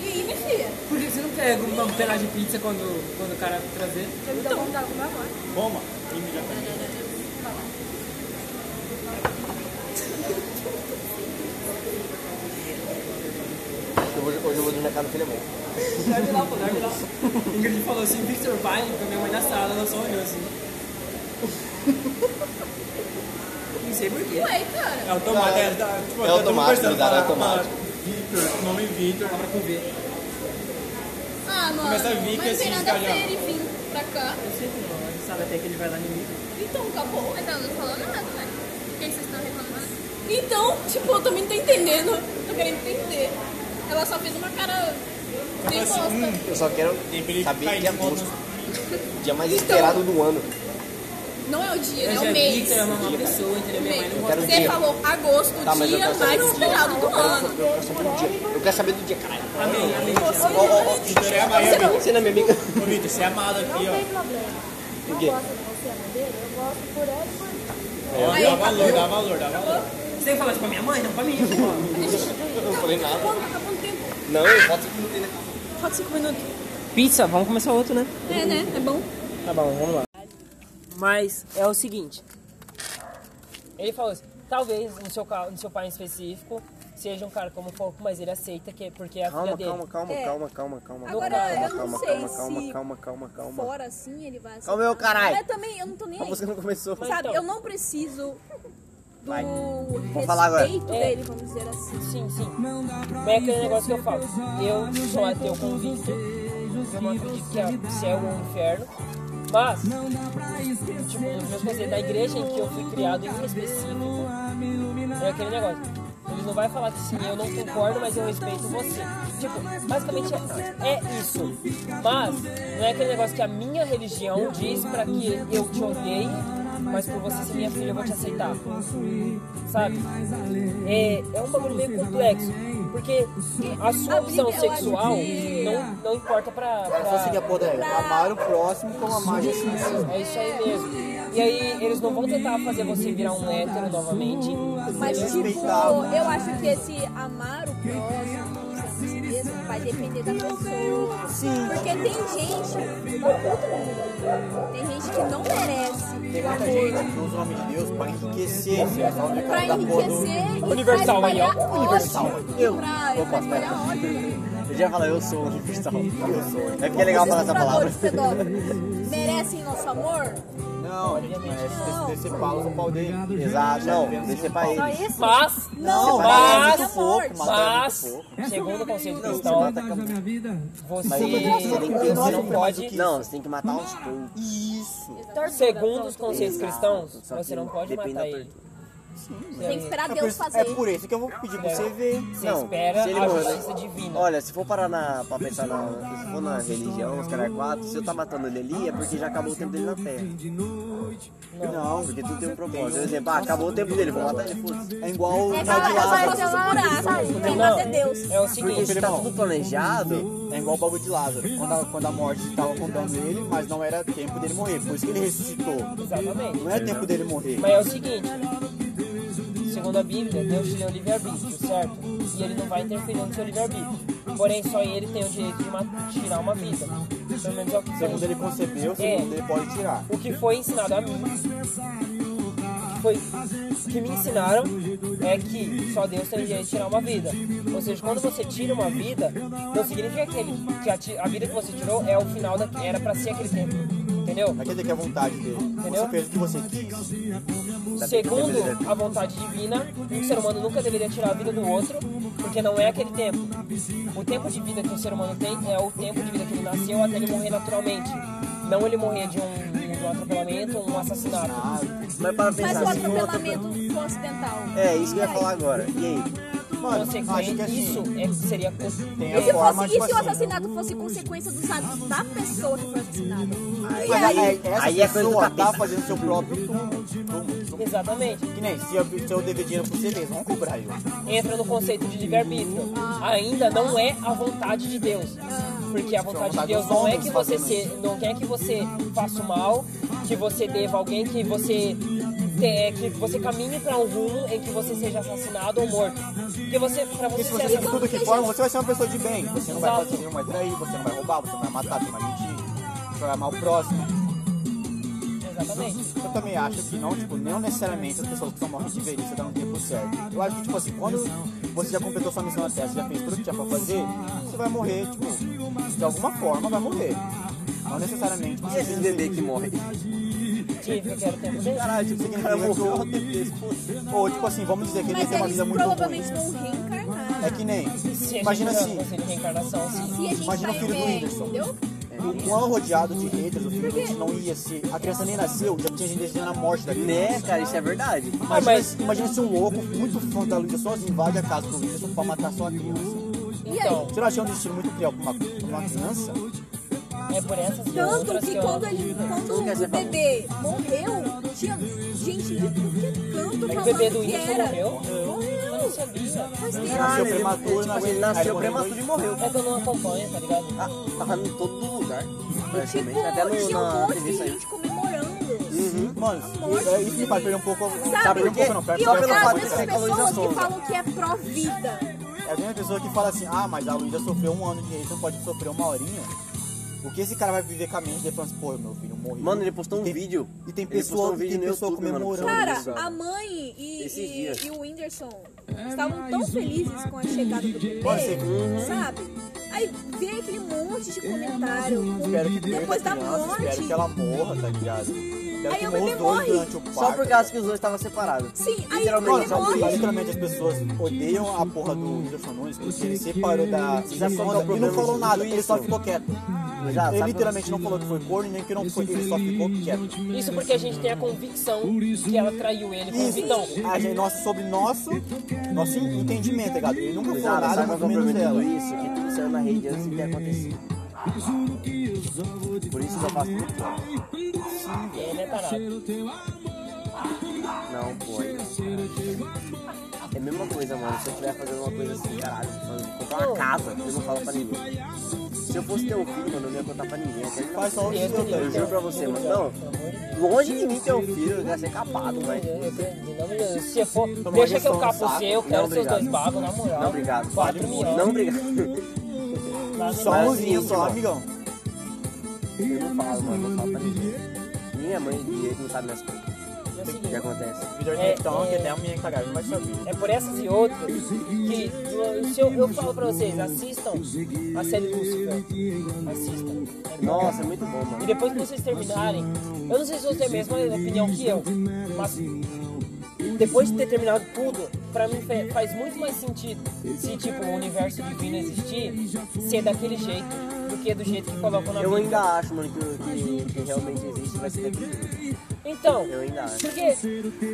Speaker 4: E aí, minha filha?
Speaker 3: Por que você não pega um pedaço de pizza quando, quando o cara trazer?
Speaker 4: Então.
Speaker 6: Toma, imediatamente.
Speaker 2: Eu vou- Hoje eu vou no mercado que ele é bom.
Speaker 3: Deve lá, pô, deve lá. Ingrid falou assim, Victor vai, com a minha mãe na sala, ela só olhou assim. Não sei porquê.
Speaker 4: Aí, cara.
Speaker 6: É automático. É, tá- tipo,
Speaker 2: É
Speaker 6: tá todo
Speaker 2: automático,
Speaker 6: mundo pensando,
Speaker 2: cuidado, é
Speaker 6: fala,
Speaker 2: automático.
Speaker 6: fala, Vitor, nome Vitor.
Speaker 3: Palavra com V. Eu
Speaker 4: Ah, mano.
Speaker 6: Começa a vir que
Speaker 4: mas
Speaker 6: assim,
Speaker 4: tem nada a
Speaker 6: calhar.
Speaker 4: ver ele vir pra cá.
Speaker 3: sei que não, ele sabe até que ele vai lá em mim.
Speaker 4: Então, acabou. Mas ela não falou nada, né? Por que vocês estão reclamando? Então, tipo, eu também não tô entendendo. Tô querendo entender. Ela só fez uma cara bem
Speaker 6: Assim,
Speaker 4: bosta.
Speaker 6: hum,
Speaker 2: Eu só quero
Speaker 6: Lembrei de
Speaker 2: saber
Speaker 6: cair
Speaker 2: que
Speaker 6: de
Speaker 2: é
Speaker 6: volta
Speaker 2: agosto.
Speaker 6: no-
Speaker 2: Dia mais esperado do ano.
Speaker 4: Não é o dia, né?
Speaker 3: Eu
Speaker 4: É
Speaker 3: já
Speaker 4: o mês.
Speaker 3: Victor é uma má pessoa, entendeu? Minha mãe não
Speaker 2: Eu quero
Speaker 3: gosta
Speaker 2: o
Speaker 4: Você
Speaker 2: dia.
Speaker 4: falou agosto,
Speaker 2: Tá, mas eu
Speaker 4: dia
Speaker 2: quero saber
Speaker 4: mais
Speaker 2: do dia.
Speaker 4: esperado do ano.
Speaker 2: Eu quero saber do dia. Eu quero saber do dia, caralho.
Speaker 3: Amém, amém.
Speaker 2: Ó, ó, ó,
Speaker 6: Vitor é amarelo, Vitor.
Speaker 2: Você não é minha amiga?
Speaker 6: Ô, Vitor, você é amado aqui,
Speaker 16: tem
Speaker 6: ó.
Speaker 16: problema. Não
Speaker 2: quê?
Speaker 16: gosto de você, amor dele, eu gosto por ele e por mim.
Speaker 6: Ó, Dá valor, dá valor, dá valor.
Speaker 3: Você tem que falar isso pra minha mãe? Não, pra mim. pô.
Speaker 2: Eu não falei nada.
Speaker 4: Quando acabou o tempo?
Speaker 2: Não, eu posso que não tem, né?
Speaker 4: Falta cinco minutos.
Speaker 3: Pizza, vamos começar outro, né?
Speaker 4: É, né? É bom.
Speaker 3: Tá bom, vamos lá. Mas é o seguinte. Ele falou assim, talvez no seu, ca- no seu pai em específico seja um cara como o Foco, mas ele aceita que é porque é a filha
Speaker 2: Calma,
Speaker 3: dele.
Speaker 2: calma, calma,
Speaker 4: É.
Speaker 2: calma, calma, calma.
Speaker 4: Agora,
Speaker 2: calma,
Speaker 4: eu não
Speaker 2: calma,
Speaker 4: sei
Speaker 2: calma,
Speaker 4: se
Speaker 2: calma, calma, calma, calma.
Speaker 4: Fora assim, ele vai
Speaker 2: Calma, meu caralho.
Speaker 4: Mas também, eu não tô nem
Speaker 2: A
Speaker 4: aí.
Speaker 2: música não começou.
Speaker 4: Sabe,
Speaker 3: então.
Speaker 4: eu não preciso do
Speaker 2: Vai.
Speaker 4: respeito
Speaker 2: falar agora.
Speaker 3: É.
Speaker 4: dele, vamos dizer assim.
Speaker 3: Sim, sim. Mas é aquele negócio que eu falo. Eu sou ateu convicto. Eu não acredito que é céu ou inferno. Mas, tipo, nos meus conceitos da igreja em que eu fui criado em específico, é aquele negócio. Ele não vai falar que sim, eu não concordo, mas eu respeito você. Tipo, basicamente é, é isso. Mas não é aquele negócio que a minha religião diz pra que eu te odeie, mas por você ser minha filha eu vou te aceitar. Sabe? É, é um bagulho meio complexo. Porque a sua opção sexual não, não importa pra.
Speaker 2: Ela só
Speaker 3: pra-
Speaker 2: seria poder amar o próximo como amar Jesus.
Speaker 3: é isso aí mesmo. E aí, eles não vão tentar fazer você virar um hétero novamente.
Speaker 4: Mas, tipo,
Speaker 2: Respeitável.
Speaker 4: eu acho que esse amar o próximo, amar a si mesmo, vai depender da pessoa.
Speaker 2: Sim.
Speaker 4: Porque tem gente, tem gente que não merece
Speaker 2: Tem muita gente que usa o nome de Deus para enriquecer, se é só ver
Speaker 4: pra
Speaker 2: cara da porra do-
Speaker 4: enriquecer e
Speaker 3: Universal
Speaker 4: pra
Speaker 3: aí, ó.
Speaker 4: espalhar ódio.
Speaker 2: Universal. Eu.
Speaker 4: E pra, e
Speaker 2: Opa,
Speaker 4: pra espalhar ódio.
Speaker 2: Eu já falei, eu sou universal. Eu sou. É porque é legal falar essa palavra.
Speaker 4: Estupradores, pedófilos, merecem nosso amor?
Speaker 2: Não, a gente
Speaker 4: Não.
Speaker 2: merece decepar o pau dele. Exato, não, decepar
Speaker 17: Só
Speaker 2: ele.
Speaker 17: isso?
Speaker 3: Mas,
Speaker 2: Não,
Speaker 3: mas,
Speaker 2: mas é muito pouco,
Speaker 3: mas,
Speaker 2: mas é muito pouco.
Speaker 3: segundo o conceito
Speaker 2: Você
Speaker 3: cristão,
Speaker 2: mata com-
Speaker 3: você,
Speaker 2: Mas você tem que
Speaker 3: você
Speaker 2: pensar
Speaker 3: não
Speaker 2: muito mais do
Speaker 3: pode.
Speaker 2: que
Speaker 18: Não, você tem que matar uns poucos.
Speaker 2: Isso.
Speaker 3: Segundo os conceitos
Speaker 2: Exato,
Speaker 3: cristãos,
Speaker 18: só que
Speaker 3: você não pode
Speaker 18: depende
Speaker 3: matar
Speaker 18: da
Speaker 3: ele.
Speaker 4: Tem que esperar
Speaker 2: É por
Speaker 4: Deus
Speaker 2: isso-
Speaker 4: fazer.
Speaker 2: É por isso que eu vou pedir pra você ver.
Speaker 3: Você
Speaker 18: Não,
Speaker 3: espera
Speaker 18: se ele
Speaker 3: a
Speaker 18: morrer- né?
Speaker 3: justiça divina.
Speaker 18: Olha, se for parar na, pra pensar na, se for na religião, os caras é quatro, se eu tá matando ele ali, é porque já acabou o tempo dele na Terra.
Speaker 2: Não,
Speaker 18: Porque tudo tem um propósito. Por exemplo, ah, acabou o tempo dele, vou matar ele, foda-se.
Speaker 2: é igual o
Speaker 4: É
Speaker 2: tal de
Speaker 4: aquela coisa
Speaker 2: Lázaro.
Speaker 4: dos buracos. Quem
Speaker 3: Não,
Speaker 4: mata é Deus.
Speaker 3: é o
Speaker 18: Porque
Speaker 3: seguinte,
Speaker 18: se tá tudo planejado,
Speaker 2: É igual o bagulho de Lázaro. Quando a, quando a morte estava contando ele, mas não era tempo dele morrer. Por isso que ele ressuscitou.
Speaker 3: exatamente.
Speaker 2: Não é tempo dele morrer.
Speaker 3: Mas é o seguinte, segundo a Bíblia, Deus te deu livre-arbítrio, certo? E ele não vai interferir no seu livre-arbítrio. Porém, só ele tem o direito de ma- tirar uma vida. Pelo menos é o que
Speaker 2: Segundo ele
Speaker 18: É.
Speaker 2: concebeu, segundo ele pode tirar.
Speaker 3: o que foi ensinado a mim, o que, foi, o que me ensinaram é que só Deus tem direito de tirar uma vida. Ou seja, quando você tira uma vida, não significa que, ele, que a, ti- a vida que você tirou é o final da era pra ser aquele tempo. Entendeu?
Speaker 2: Aquele que é a vontade dele. Você fez o que você quis.
Speaker 3: Segundo a vontade divina, um ser humano nunca deveria tirar a vida do outro, porque não é aquele tempo. O tempo de vida que o ser humano tem é o tempo de vida que ele nasceu até ele morrer naturalmente. Não ele morrer de um, de um atropelamento ou um assassinato.
Speaker 18: mas para
Speaker 4: Mas
Speaker 18: pensar
Speaker 4: o
Speaker 18: se for outra-
Speaker 4: atropelamento foi acidental.
Speaker 18: É, isso que eu ia falar agora. E aí?
Speaker 2: Mano, acho que
Speaker 3: Consequente,
Speaker 2: assim,
Speaker 3: isso é, seria cons-
Speaker 2: tem
Speaker 4: E se,
Speaker 2: a forma,
Speaker 4: fosse,
Speaker 2: tipo
Speaker 4: e se o
Speaker 2: assim,
Speaker 4: assassinato fosse consequência dos atos da pessoa que foi assassinada?
Speaker 2: Mas aí,
Speaker 18: Aí-
Speaker 2: é, essa
Speaker 18: aí é coisa do
Speaker 2: pessoa tá
Speaker 18: capeta.
Speaker 2: fazendo seu próprio túmulo. túmulo.
Speaker 3: Exatamente.
Speaker 2: Que nem se eu, se eu dever dinheiro pra você mesmo, vamos cobrar eu.
Speaker 3: Entra no conceito de livre-arbítrio. Ainda não é a vontade de Deus. Porque a vontade de
Speaker 2: vontade
Speaker 3: Deus
Speaker 2: dos
Speaker 3: não é
Speaker 2: homens
Speaker 3: que você
Speaker 2: fazendo
Speaker 3: se, não quer que você faça o mal, que você deva alguém, que você te- é, que você caminhe para um rumo em que você seja assassinado ou morto. Porque você, para
Speaker 2: Porque se
Speaker 3: você ser
Speaker 2: você fez
Speaker 3: assassinado,
Speaker 2: tudo que for, você vai ser uma pessoa de bem. Você não vai
Speaker 3: Exato.
Speaker 2: fazer, você não vai trair, você não vai roubar, você não vai matar, você não vai mentir, você não vai amar o próximo.
Speaker 3: exatamente.
Speaker 2: Eu também acho que não, tipo, não necessariamente as pessoas que estão morrendo de velhice dão um tempo certo. Eu acho que, tipo assim, quando você já completou sua missão na Terra, você já fez tudo que tinha pra fazer, você vai morrer, tipo, de alguma forma vai morrer. Não necessariamente
Speaker 18: E esses bebês que morrem?
Speaker 3: Tive, eu quero tempo desse.
Speaker 2: Caralho, tipo, significa que eu... Ou, tipo assim, vamos dizer que ele
Speaker 4: Mas
Speaker 2: tem uma
Speaker 4: eles
Speaker 2: vida muito ruim.
Speaker 4: provavelmente vão reencarnar.
Speaker 2: É que nem,
Speaker 3: Se a
Speaker 2: imagina
Speaker 3: gente
Speaker 2: assim,
Speaker 3: Você de reencarnação, assim. sim.
Speaker 4: E a gente
Speaker 2: Imagina
Speaker 4: vai
Speaker 2: o filho do
Speaker 4: ver,
Speaker 2: Whindersson.
Speaker 4: entendeu?
Speaker 2: o quão rodeado de haters o filho do Whindersson não ia ser. A criança nem nasceu, já tinha gente desejando a morte da criança.
Speaker 18: Né, cara, isso é verdade.
Speaker 2: Imagina,
Speaker 3: mas-
Speaker 2: imagina se um louco muito fã da Luísa sozinho invade a casa do Luísa pra matar só a criança.
Speaker 3: Então,
Speaker 2: Você não achou um destino muito cruel pra uma, pra uma criança?
Speaker 3: é por essas e
Speaker 4: Tanto
Speaker 3: outras
Speaker 4: que
Speaker 3: que
Speaker 4: quando,
Speaker 3: eu...
Speaker 4: ele, quando
Speaker 18: quer
Speaker 4: o
Speaker 18: ser famoso.
Speaker 4: bebê morreu, tinha gente de tudo que é canto
Speaker 3: O
Speaker 4: falando
Speaker 3: bebê do
Speaker 4: que
Speaker 3: Whindersson
Speaker 4: era.
Speaker 3: morreu? Eu não
Speaker 4: Morreu.
Speaker 3: sabia.
Speaker 4: Faz tempo.
Speaker 2: Nasceu
Speaker 18: ele-
Speaker 2: prematuro,
Speaker 18: tipo
Speaker 2: não
Speaker 18: assim,
Speaker 2: aguenta- aí
Speaker 18: nasceu
Speaker 2: ele morreu
Speaker 18: prematuro e morreu.
Speaker 3: É que eu não acompanho, tá ligado?
Speaker 18: Ah, tava em todo lugar. Praticamente. Até
Speaker 4: Tipo,
Speaker 18: no,
Speaker 4: tinha um
Speaker 18: na
Speaker 4: monte de
Speaker 18: revista aí.
Speaker 4: gente comemorando.
Speaker 18: Uhum.
Speaker 2: Mano, é isso me faz perder um pouco.
Speaker 4: Sabe
Speaker 2: perder um pouco
Speaker 18: por quê?
Speaker 2: não, perde
Speaker 4: E
Speaker 18: Só
Speaker 2: perde
Speaker 4: outra,
Speaker 18: pelo
Speaker 2: um
Speaker 4: as
Speaker 18: fato
Speaker 2: pouco.
Speaker 18: de
Speaker 4: mesmas
Speaker 18: ser
Speaker 2: cara.
Speaker 18: com a Luísa
Speaker 4: pessoas que
Speaker 18: Sonza.
Speaker 4: falam que é pró-vida.
Speaker 2: É a mesma pessoa que fala assim, ah, mas a Luísa sofreu um ano de hate, não pode sofrer uma horinha. O que esse cara vai viver com a mente depois, assim, pô, meu filho morreu.
Speaker 18: Mano, ele postou um
Speaker 2: Tem-
Speaker 18: vídeo.
Speaker 2: E tem
Speaker 18: Ele postou
Speaker 2: pessoa,
Speaker 18: um vídeo
Speaker 2: tem
Speaker 18: no
Speaker 2: pessoa
Speaker 18: YouTube, mano,
Speaker 2: comemorando.
Speaker 18: sobre
Speaker 4: Cara,
Speaker 18: isso.
Speaker 4: a mãe e,
Speaker 18: Esses
Speaker 4: e-
Speaker 18: dias.
Speaker 4: e o Whindersson estavam tão felizes com a chegada do bebê,
Speaker 2: Pode ser.
Speaker 4: sabe? Aí veio aquele monte de comentário
Speaker 2: Espero que perca a
Speaker 4: depois da
Speaker 2: criança, espero
Speaker 4: morte.
Speaker 2: que ela morra, tá ligado? Espero
Speaker 4: Aí
Speaker 2: que
Speaker 4: o
Speaker 2: morra
Speaker 4: bebê
Speaker 2: os dois
Speaker 4: morre.
Speaker 2: durante o parto.
Speaker 18: Só por causa que os dois estavam separados.
Speaker 4: Sim, aí o
Speaker 18: Literalmente,
Speaker 4: bebê
Speaker 2: Mano,
Speaker 18: só
Speaker 2: sabe,
Speaker 4: morre.
Speaker 2: literalmente as pessoas odeiam a porra do Whindersson Nunes porque ele separou da
Speaker 18: Já
Speaker 2: Cida
Speaker 18: é só
Speaker 2: Sonda e
Speaker 18: dá
Speaker 2: não
Speaker 18: problema
Speaker 2: falou
Speaker 18: com
Speaker 2: nada,
Speaker 18: tudo
Speaker 2: ele só
Speaker 18: isso.
Speaker 2: ficou quieto.
Speaker 7: Já, ele literalmente não falou que foi corno, nem que não foi, ele só ficou quieto.
Speaker 3: Isso porque a gente tem a convicção que ela traiu ele.
Speaker 7: Isso,
Speaker 3: Convicção.
Speaker 7: Então, a gente, nosso, sobre nosso, nosso entendimento, tá ligado? Ele nunca falou
Speaker 2: Cuidado,
Speaker 7: nada,
Speaker 2: sabe qual
Speaker 7: muito
Speaker 2: é o
Speaker 7: menos
Speaker 2: problema
Speaker 7: dela.
Speaker 2: disso? Que tudo saiu na rede antes de ter acontecido. Por isso que eu faço muito bom.
Speaker 3: Ele é tarado.
Speaker 2: Não, pô. aí não. É a mesma coisa, mano. Se eu estiver fazendo uma coisa assim, caralho, tipo, comprar uma casa, eu não falo pra ninguém. Se eu fosse ter um filho, mano, eu não ia contar pra ninguém. até que-
Speaker 7: Faz só o seu,
Speaker 2: Eu
Speaker 7: velho.
Speaker 2: juro pra você, mano. Não, longe de mim ter um filho, eu ia ser capado, velho.
Speaker 3: Em nome de Jesus, Se for, deixa que eu capo você, eu quero
Speaker 2: Não,
Speaker 3: seus dois
Speaker 2: obrigado.
Speaker 3: pagos, na moral.
Speaker 2: Não, obrigado.
Speaker 3: Quatro milhões.
Speaker 2: Não, assim, é obrigado.
Speaker 7: Só
Speaker 2: Mas,
Speaker 7: um umzinho,
Speaker 2: sim,
Speaker 7: só,
Speaker 2: mano.
Speaker 7: amigão.
Speaker 2: Eu não falo, mano, eu não falo pra ninguém. Minha mãe e ele não sabem as coisas
Speaker 3: E é o
Speaker 2: que
Speaker 3: seguinte,
Speaker 2: acontece.
Speaker 7: Vídeo
Speaker 3: É,
Speaker 7: então,
Speaker 3: é.
Speaker 7: que até a menina cagar, não vai saber.
Speaker 3: É por essas e outras que se eu, eu falo pra vocês, assistam a série Lúcifer. Assistam. É bom.
Speaker 2: Nossa, é muito bom, mano.
Speaker 3: E depois que vocês terminarem, eu não sei se vocês têm a mesma opinião que eu, mas depois de ter terminado tudo, pra mim fe- faz muito mais sentido se tipo o universo divino existir, ser daquele jeito, do que do jeito que colocam na
Speaker 2: Eu
Speaker 3: Bíblia.
Speaker 2: ainda acho, mano, que, que, que realmente existe vai ser daquele jeito.
Speaker 3: Então,
Speaker 2: Eu ainda acho.
Speaker 3: porque,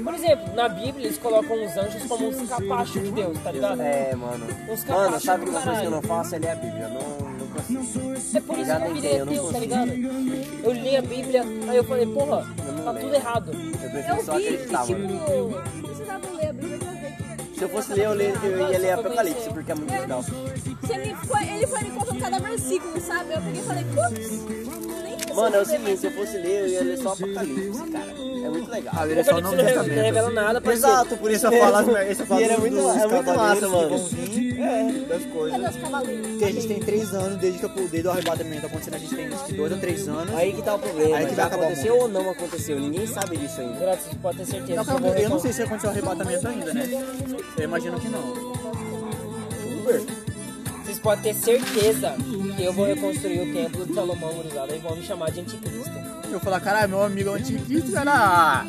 Speaker 3: por exemplo, na Bíblia eles colocam os anjos como uns capachos de Deus, tá ligado?
Speaker 2: É, mano.
Speaker 3: Os
Speaker 2: Mano,
Speaker 3: capachos
Speaker 2: sabe que
Speaker 3: do
Speaker 2: uma coisa que eu
Speaker 3: caralho.
Speaker 2: não faço é ler a Bíblia. Eu não, não consigo.
Speaker 3: É por isso que
Speaker 2: Já
Speaker 3: eu
Speaker 2: tentei,
Speaker 3: virei
Speaker 2: eu não
Speaker 3: ateu, tá
Speaker 2: consigo.
Speaker 3: ligado? Eu li a Bíblia, aí eu falei, porra,
Speaker 2: não
Speaker 3: tá
Speaker 2: leio.
Speaker 3: tudo errado.
Speaker 2: Eu
Speaker 4: Eu
Speaker 2: prefiro só
Speaker 4: vi que,
Speaker 2: acreditar, mano.
Speaker 4: tipo, não precisava ler, porque eu ver que...
Speaker 2: Se eu fosse ler, eu, ler, eu ia ler Apocalipse, porque é muito
Speaker 4: É.
Speaker 2: legal.
Speaker 4: Você me foi, ele foi me contando cada versículo, sabe? Eu peguei e falei, putz, nem preciso
Speaker 2: Mano, é o
Speaker 4: ler
Speaker 2: seguinte,
Speaker 4: mais.
Speaker 2: se eu fosse ler, eu ia ler só Apocalipse, cara. É muito legal.
Speaker 7: Ele é só o
Speaker 3: Apocalipse
Speaker 7: Novo
Speaker 3: não revela, não
Speaker 7: Testamento.
Speaker 3: revela nada, parceiro.
Speaker 2: Exato,
Speaker 7: Por isso eu falo as merdas, eu falo
Speaker 2: E era
Speaker 7: dos-
Speaker 2: muito-
Speaker 7: dos
Speaker 2: é muito
Speaker 7: cavaleiros
Speaker 2: massa,
Speaker 7: que
Speaker 2: mano.
Speaker 7: vão vir, das coisas.
Speaker 4: Cadê os cavaleiros?
Speaker 7: Porque a gente tem 3 anos, desde que eu, desde o arrebatamento acontecendo, a gente tem acho que 2 ou 3 anos.
Speaker 2: Aí que tá o problema.
Speaker 7: Aí que vai
Speaker 2: já
Speaker 7: acabar o
Speaker 2: aconteceu ou não aconteceu? Ninguém sabe disso ainda.
Speaker 3: Graças, vocês podem ter certeza.
Speaker 7: Não, calma, Tá eu não sei se aconteceu o arrebatamento ainda, né? Eu imagino que não.
Speaker 3: Vocês podem ter certeza que eu vou reconstruir o templo de Salomão, gurizada, e vão me chamar de anticristo.
Speaker 7: Eu vou falar, caralho, meu amigo anticristo, era.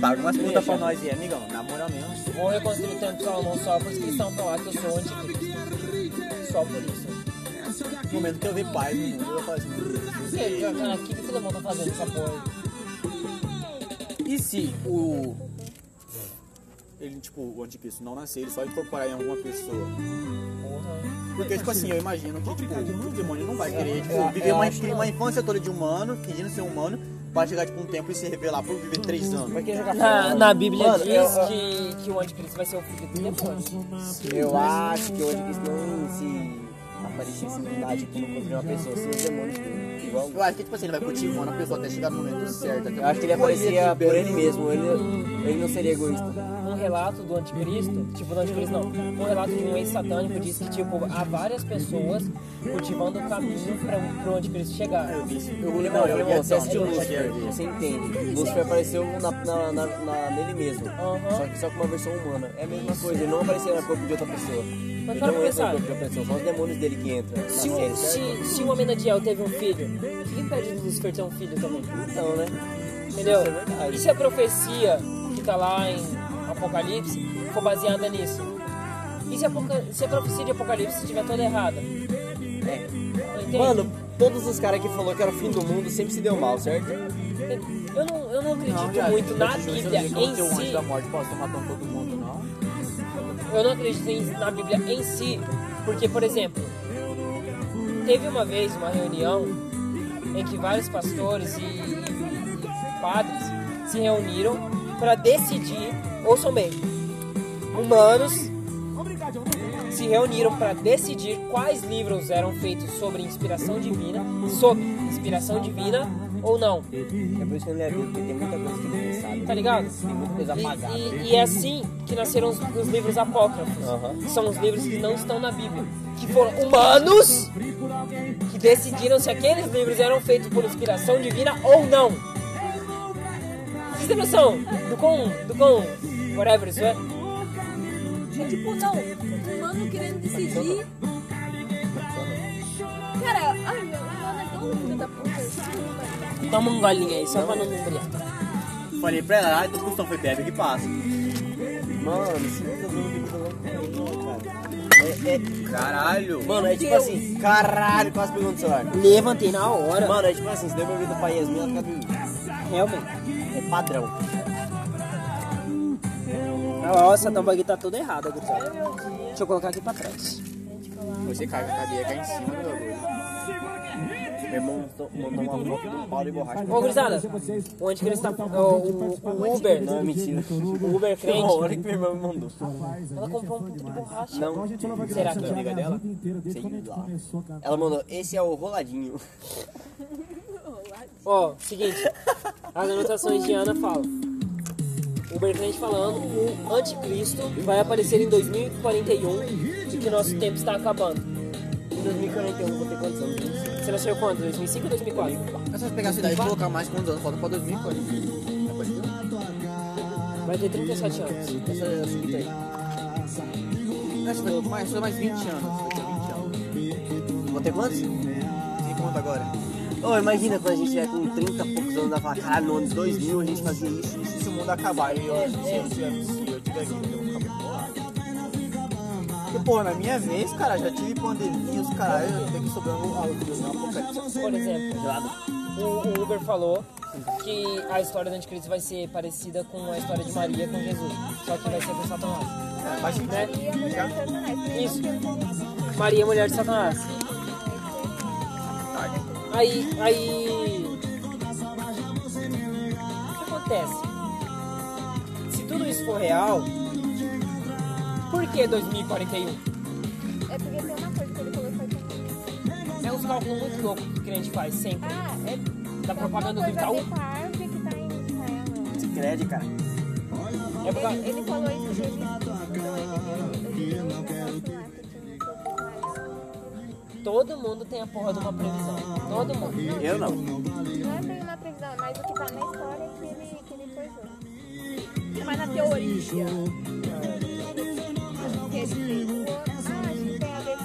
Speaker 7: Paga umas putas pra nós aí, amigão. Na moral mesmo.
Speaker 3: Vou reconstruir o templo de Salomão só por inscrição pra lá que eu sou anticristo. Só por isso.
Speaker 7: No momento que eu ver paz no mundo, eu assim, vou fazer.
Speaker 3: E aí, cara, O que que o Salomão tá fazendo com essa porra aí?
Speaker 7: E se o. Ele, tipo, o anticristo não nascer, ele só incorporar em alguma pessoa.
Speaker 3: Porra.
Speaker 7: Porque, tipo assim, eu imagino que, tipo, o demônio não vai querer, tipo,
Speaker 3: eu
Speaker 7: viver uma,
Speaker 3: acho que não.
Speaker 7: uma infância toda de humano, fingindo ser humano, pra chegar, tipo, um tempo e se revelar por viver três anos.
Speaker 2: Pra quem jogar
Speaker 3: Na,
Speaker 2: futebol?
Speaker 3: na Bíblia
Speaker 2: Mano,
Speaker 3: diz
Speaker 2: eu-
Speaker 3: que, que o anticristo vai ser o filho do demônio.
Speaker 2: Eu acho que o anticristo não se aparecer em similar, tipo, não construir uma pessoa, sim, os demônios dele. Igual.
Speaker 7: Eu acho que, tipo assim, ele vai cultivando a pessoa até chegar no momento certo. até é
Speaker 2: Eu acho que ele
Speaker 7: colher
Speaker 2: aparecia
Speaker 7: de
Speaker 2: por
Speaker 7: belo.
Speaker 2: ele mesmo, ele, ele não seria egoísta.
Speaker 3: um relato do anticristo, tipo, do anticristo não, um relato de um ex-satânico diz que, tipo, há várias pessoas cultivando o caminho pra, um, pro anticristo chegar.
Speaker 2: Eu li,
Speaker 7: Não,
Speaker 2: não, eu
Speaker 7: eu
Speaker 2: li,
Speaker 7: ia
Speaker 2: você assistiu
Speaker 7: não, eu
Speaker 2: Lúcifer,
Speaker 7: achei.
Speaker 3: um,
Speaker 2: você entende. Lúcifer apareceu na, na, na, na- nele mesmo,
Speaker 3: Aham.
Speaker 2: só que só com uma versão humana. É a mesma coisa, ele não apareceu no corpo de outra pessoa. Ele
Speaker 3: para
Speaker 2: não entra
Speaker 3: pensar.
Speaker 2: no corpo de outra pessoa, só os demônios dele que entram na
Speaker 3: Se,
Speaker 2: série,
Speaker 3: o,
Speaker 2: certo?
Speaker 3: se, se o Amenadiel teve um filho, o que impede do Lucifer ter um filho também?
Speaker 2: Então, né?
Speaker 3: Entendeu?
Speaker 2: Isso é verdade.
Speaker 3: E se a profecia que tá lá em Apocalipse for baseada nisso? E se a, apoca- se a profecia de Apocalipse estiver toda errada?
Speaker 2: É.
Speaker 3: Entende?
Speaker 2: Mano, todos os caras que falou que era o fim do mundo sempre se deu mal, certo? Tipo
Speaker 3: eu não, eu não acredito
Speaker 7: Não, viado,
Speaker 3: muito na
Speaker 7: eu te juro,
Speaker 3: Bíblia
Speaker 7: eu
Speaker 3: em
Speaker 7: não sei o anjo
Speaker 3: si.
Speaker 7: da morte posso matando todo mundo, não.
Speaker 3: eu não acredito em- na Bíblia em si, porque, por exemplo, teve uma vez uma reunião em que vários pastores e, e padres se reuniram para decidir, ouçam bem, humanos se reuniram para decidir quais livros eram feitos sobre inspiração divina, sob inspiração divina ou não
Speaker 2: É por isso que eu não li a Bíblia, porque tem muita coisa que ninguém sabe.
Speaker 3: tá ligado?
Speaker 2: coisa
Speaker 3: E-
Speaker 2: apagada.
Speaker 3: E, e é assim que nasceram os, os livros apócrifos. que São os livros que não estão na Bíblia. Que foram humanos que decidiram se aqueles livros eram feitos por inspiração divina ou não. Vocês têm noção do quão, do quão whatever isso é?
Speaker 4: É tipo, não, o humano querendo decidir. Cara, ai meu, o humano é tão filho da puta. desculpa.
Speaker 3: Toma um golinho aí, só pra não me embriagar.
Speaker 7: Falei pra ela, "Ah, então a discussão foi bebe que passa.
Speaker 2: Mano, se não tá dando Big Bang, não, cara. É é.
Speaker 19: Caralho.
Speaker 2: Mano, é tipo assim, caralho, quase pegou no celular.
Speaker 3: Levantei na hora.
Speaker 2: Mano, é tipo assim, se deu pra ouvir do pai Yasmin, ela fica dormindo.
Speaker 3: Realmente.
Speaker 2: É padrão.
Speaker 3: Ó, essa tampa aqui tá toda errada, gurizada. Deixa eu colocar aqui pra trás.
Speaker 19: Você cai na cadeia, cai em cima do bagulho.
Speaker 2: Meu irmão to- mandou uma foto de um pau de borracha.
Speaker 3: Ô, gurizada, onde que eles tá... ó, o, o Uber,
Speaker 2: Não, é mentira.
Speaker 3: o Uber é
Speaker 2: Tem uma hora
Speaker 3: crente,
Speaker 2: que meu irmão me mandou.
Speaker 3: ela comprou um pouco de borracha.
Speaker 2: Não, será que é amiga dela? Sei lá. Ela mandou, esse é o roladinho.
Speaker 3: Ó, seguinte, as anotações de Ana falam. O Bertrand falando, o anticristo vai aparecer em 2041 e que nosso tempo está acabando.
Speaker 2: Em 2041 eu vou ter quantos anos?
Speaker 3: Você nasceu quando? 2005 ou 2004?
Speaker 19: É só pegar a cidade e colocar mais quantos anos falta pra 2040.
Speaker 3: Vai ter 37 anos.
Speaker 2: Essa é a seguinte aí.
Speaker 19: Acho que mais, só mais 20 anos. Daqui a 20 anos.
Speaker 2: Vou ter quantos?
Speaker 19: Tem conta agora.
Speaker 2: Ô, imagina quando a gente tiver com 30 e poucos anos, vai falar, caralho, no ano de 2000 a gente fazia isso.
Speaker 19: E se o mundo acabar, e eu, se eu tiver se eu tiver vivo, eu vou ficar muito bolado. Porque, porra, na minha vez, cara, já tive pandemia, os caralho, eu tenho que sobrar um algo do meu apocalipse.
Speaker 3: Por exemplo, o, o Uber falou que a história do anticristo vai ser parecida com a história de Maria com Jesus. Só que vai ser com Satanás.
Speaker 19: É, mas
Speaker 3: Né? Isso.
Speaker 18: Isso.
Speaker 3: Maria, mulher de Satanás. Aí, aí. O que acontece? Se tudo isso for real, por que 2041?
Speaker 18: É porque tem uma coisa que ele colocou aqui.
Speaker 3: É uns cálculos muito loucos que a gente faz sempre.
Speaker 18: Ah, é.
Speaker 3: Da propaganda do
Speaker 18: alguma coisa a
Speaker 3: Itaú.
Speaker 18: ver com a árvore que tá em Israel.
Speaker 2: Crédito, cara.
Speaker 3: É por causa-
Speaker 18: Ele, ele falou isso dele. Então, ele- ele- ele negócio lá que tinha um pouco mais.
Speaker 3: Todo mundo tem a porra de uma previsão. Todo mundo.
Speaker 2: Eu não.
Speaker 18: Não é bem uma previsão, mas o que tá na história que ele, que ele coisou. Mas na teoria. Que ele fez. Ah, acho que tem a ver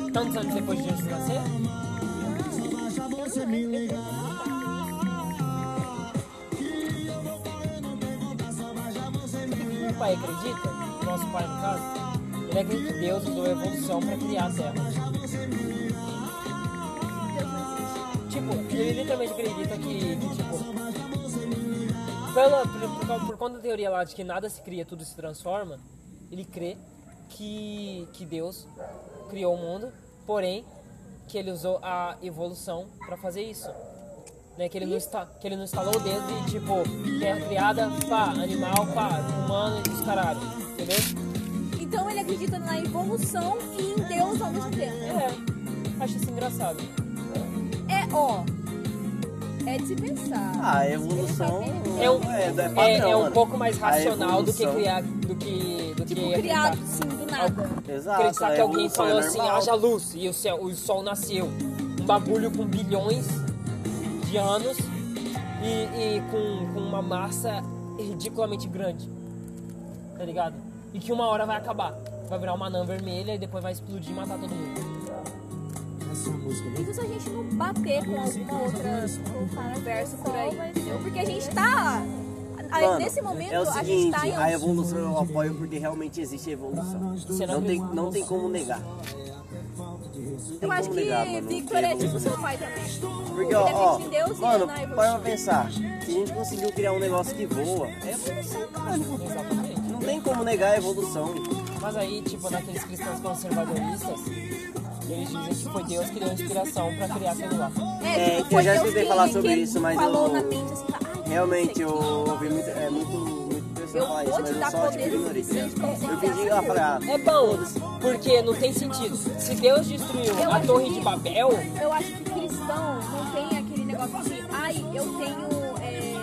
Speaker 18: com.
Speaker 3: Tantos anos depois de Jesus nascer? Por que que Meu pai acredita, nosso pai no caso, ele acredita que Deus usou a evolução pra criar a Terra. Tipo, ele literalmente acredita que, que, tipo, pela, por, por, causa- por conta da teoria lá de que nada se cria, tudo se transforma, ele crê que, que Deus criou o mundo, porém que ele usou a evolução pra fazer isso. Né, que, ele não está, que ele não estalou o dedo e tipo, terra criada, pá, animal, pá, humano e os caralho. Entendeu?
Speaker 4: Então ele acredita na evolução e em Deus ao mesmo tempo.
Speaker 3: É, acho isso engraçado.
Speaker 4: É, ó. É de se pensar.
Speaker 2: Ah, a evolução
Speaker 3: É um,
Speaker 2: é, é padrão,
Speaker 3: é, é um
Speaker 2: mano.
Speaker 3: pouco mais
Speaker 2: A
Speaker 3: racional do que
Speaker 2: evolução-
Speaker 3: criar. Do que, do que
Speaker 4: tipo, Criado,
Speaker 3: acreditar.
Speaker 4: sim, do nada.
Speaker 2: Exato,
Speaker 3: acreditar
Speaker 2: a
Speaker 19: né?
Speaker 3: que alguém
Speaker 2: evolução é
Speaker 3: falou assim,
Speaker 2: normal.
Speaker 3: haja luz, e o, céu, o sol nasceu. Um bagulho com bilhões de anos e, e com, com uma massa ridiculamente grande. Tá ligado? E que uma hora vai acabar. Vai virar uma anã vermelha e depois vai explodir e matar todo mundo.
Speaker 4: Isso se a gente não bater com alguma outra conversa por aí. Porque a gente tá. a-
Speaker 2: Mano,
Speaker 4: nesse momento,
Speaker 2: é o
Speaker 4: a gente
Speaker 2: seguinte,
Speaker 4: tá em
Speaker 2: a evolução eu apoio porque realmente existe evolução.
Speaker 3: Você não
Speaker 2: Não tem,
Speaker 3: acredita.
Speaker 2: não tem como negar.
Speaker 4: né? É, Eu acho
Speaker 2: como
Speaker 4: que
Speaker 2: negar, mano.
Speaker 4: Victor é
Speaker 2: Evolução.
Speaker 4: tipo seu pai também.
Speaker 2: Porque,
Speaker 4: Ele
Speaker 2: ó,
Speaker 4: acredita
Speaker 2: ó
Speaker 4: em Deus e é
Speaker 2: mano,
Speaker 4: na
Speaker 2: para
Speaker 4: evolução.
Speaker 2: pra pensar. Se a gente conseguiu criar um negócio que voa, é evolução, cara.
Speaker 3: Exatamente.
Speaker 2: Não tem como negar a evolução.
Speaker 3: Mas aí, tipo, naqueles cristãos conservadoristas, eles dizem que foi Deus que deu a inspiração pra criar aquilo lá.
Speaker 2: É,
Speaker 4: tipo,
Speaker 2: que
Speaker 4: foi
Speaker 2: eu já
Speaker 4: Deus
Speaker 2: escutei
Speaker 4: que-
Speaker 2: falar
Speaker 4: que
Speaker 2: sobre isso, mas
Speaker 4: falou
Speaker 2: eu-
Speaker 4: na mente, assim, fala, "Ai,
Speaker 2: Realmente, eu ouvi muito, é, muito, muito pessoal
Speaker 4: Eu
Speaker 2: falar
Speaker 4: vou
Speaker 2: isso,
Speaker 4: te
Speaker 2: mas
Speaker 4: dar
Speaker 2: eu só tipo,
Speaker 4: poderes
Speaker 2: ignorei. tá ligado?
Speaker 4: suficientes pra
Speaker 2: Eu
Speaker 4: você
Speaker 2: pedi
Speaker 4: criar
Speaker 2: lá pra...
Speaker 3: É bom, porque não tem sentido. Se Deus destruiu
Speaker 4: Eu
Speaker 3: a
Speaker 4: acho
Speaker 3: Torre
Speaker 4: que-
Speaker 3: de Babel,
Speaker 4: Eu acho que cristão não tem aquele negócio de, ai, eu tenho é,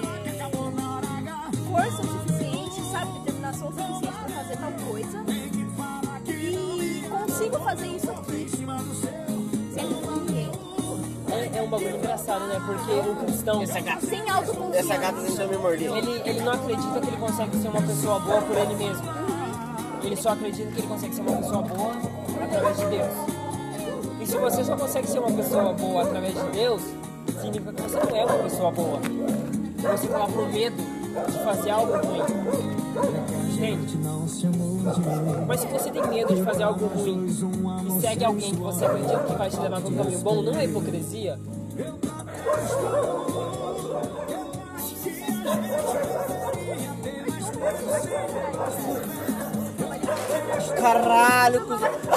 Speaker 4: força o suficiente, sabe, determinação o suficiente pra fazer tal coisa e consigo fazer isso aqui. Sem ninguém.
Speaker 3: é, é um bagulho engraçado, né? Porque o cristão,
Speaker 4: Sem autoconfiança.
Speaker 2: Essa gata tentou me morder.
Speaker 3: ele, ele não acredita que ele consegue ser uma pessoa boa por ele mesmo. Ele só acredita que ele consegue ser uma pessoa boa através de Deus. E se você só consegue ser uma pessoa boa através de Deus, significa que você não é uma pessoa boa. Você tá lá por medo de fazer algo ruim. Gente, mas se você tem medo de fazer algo ruim e segue alguém que você acredita que vai te levar para um caminho bom, não é hipocrisia?
Speaker 20: Caralho, cu-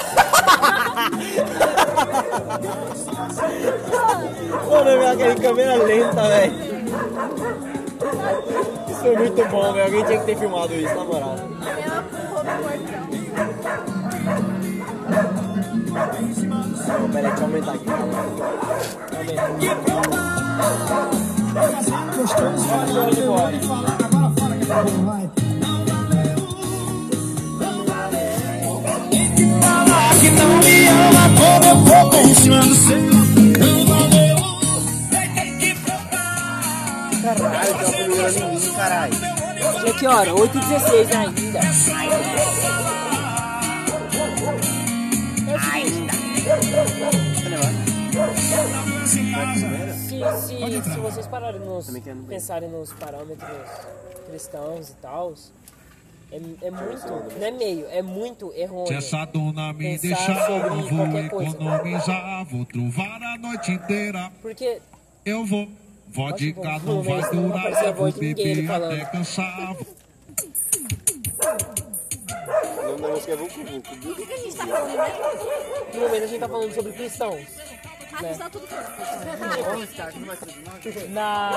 Speaker 2: Mano, aquela câmera lenta, velho. Isso é muito bom, velho. Alguém tinha que ter filmado isso, na moral.
Speaker 1: Ela pulou no portão.
Speaker 2: Pera aí, deixa eu aumentar aqui.
Speaker 3: é
Speaker 2: Caralho, tá procurando em mim, caralho.
Speaker 3: Já é que hora? 8h16 ainda. É o seguinte. Se, se, se vocês pararem nos, pensarem nos parâmetros cristãos e tal, é, é muito, não é meio, é muito errôneo.
Speaker 6: dona
Speaker 3: me Pensar deixar, sobre eu vou qualquer coisa.
Speaker 6: economizar, vou trovar a noite inteira.
Speaker 3: Porque
Speaker 6: Eu vou. Vó
Speaker 3: de cá não vai durar, eu vou beber até
Speaker 6: cansar.
Speaker 2: O nome da música é Vucu Vucu.
Speaker 1: O que a gente tá falando, né?
Speaker 3: no momento a gente tá falando sobre cristãos.
Speaker 2: é
Speaker 4: Aqui tudo
Speaker 3: Na.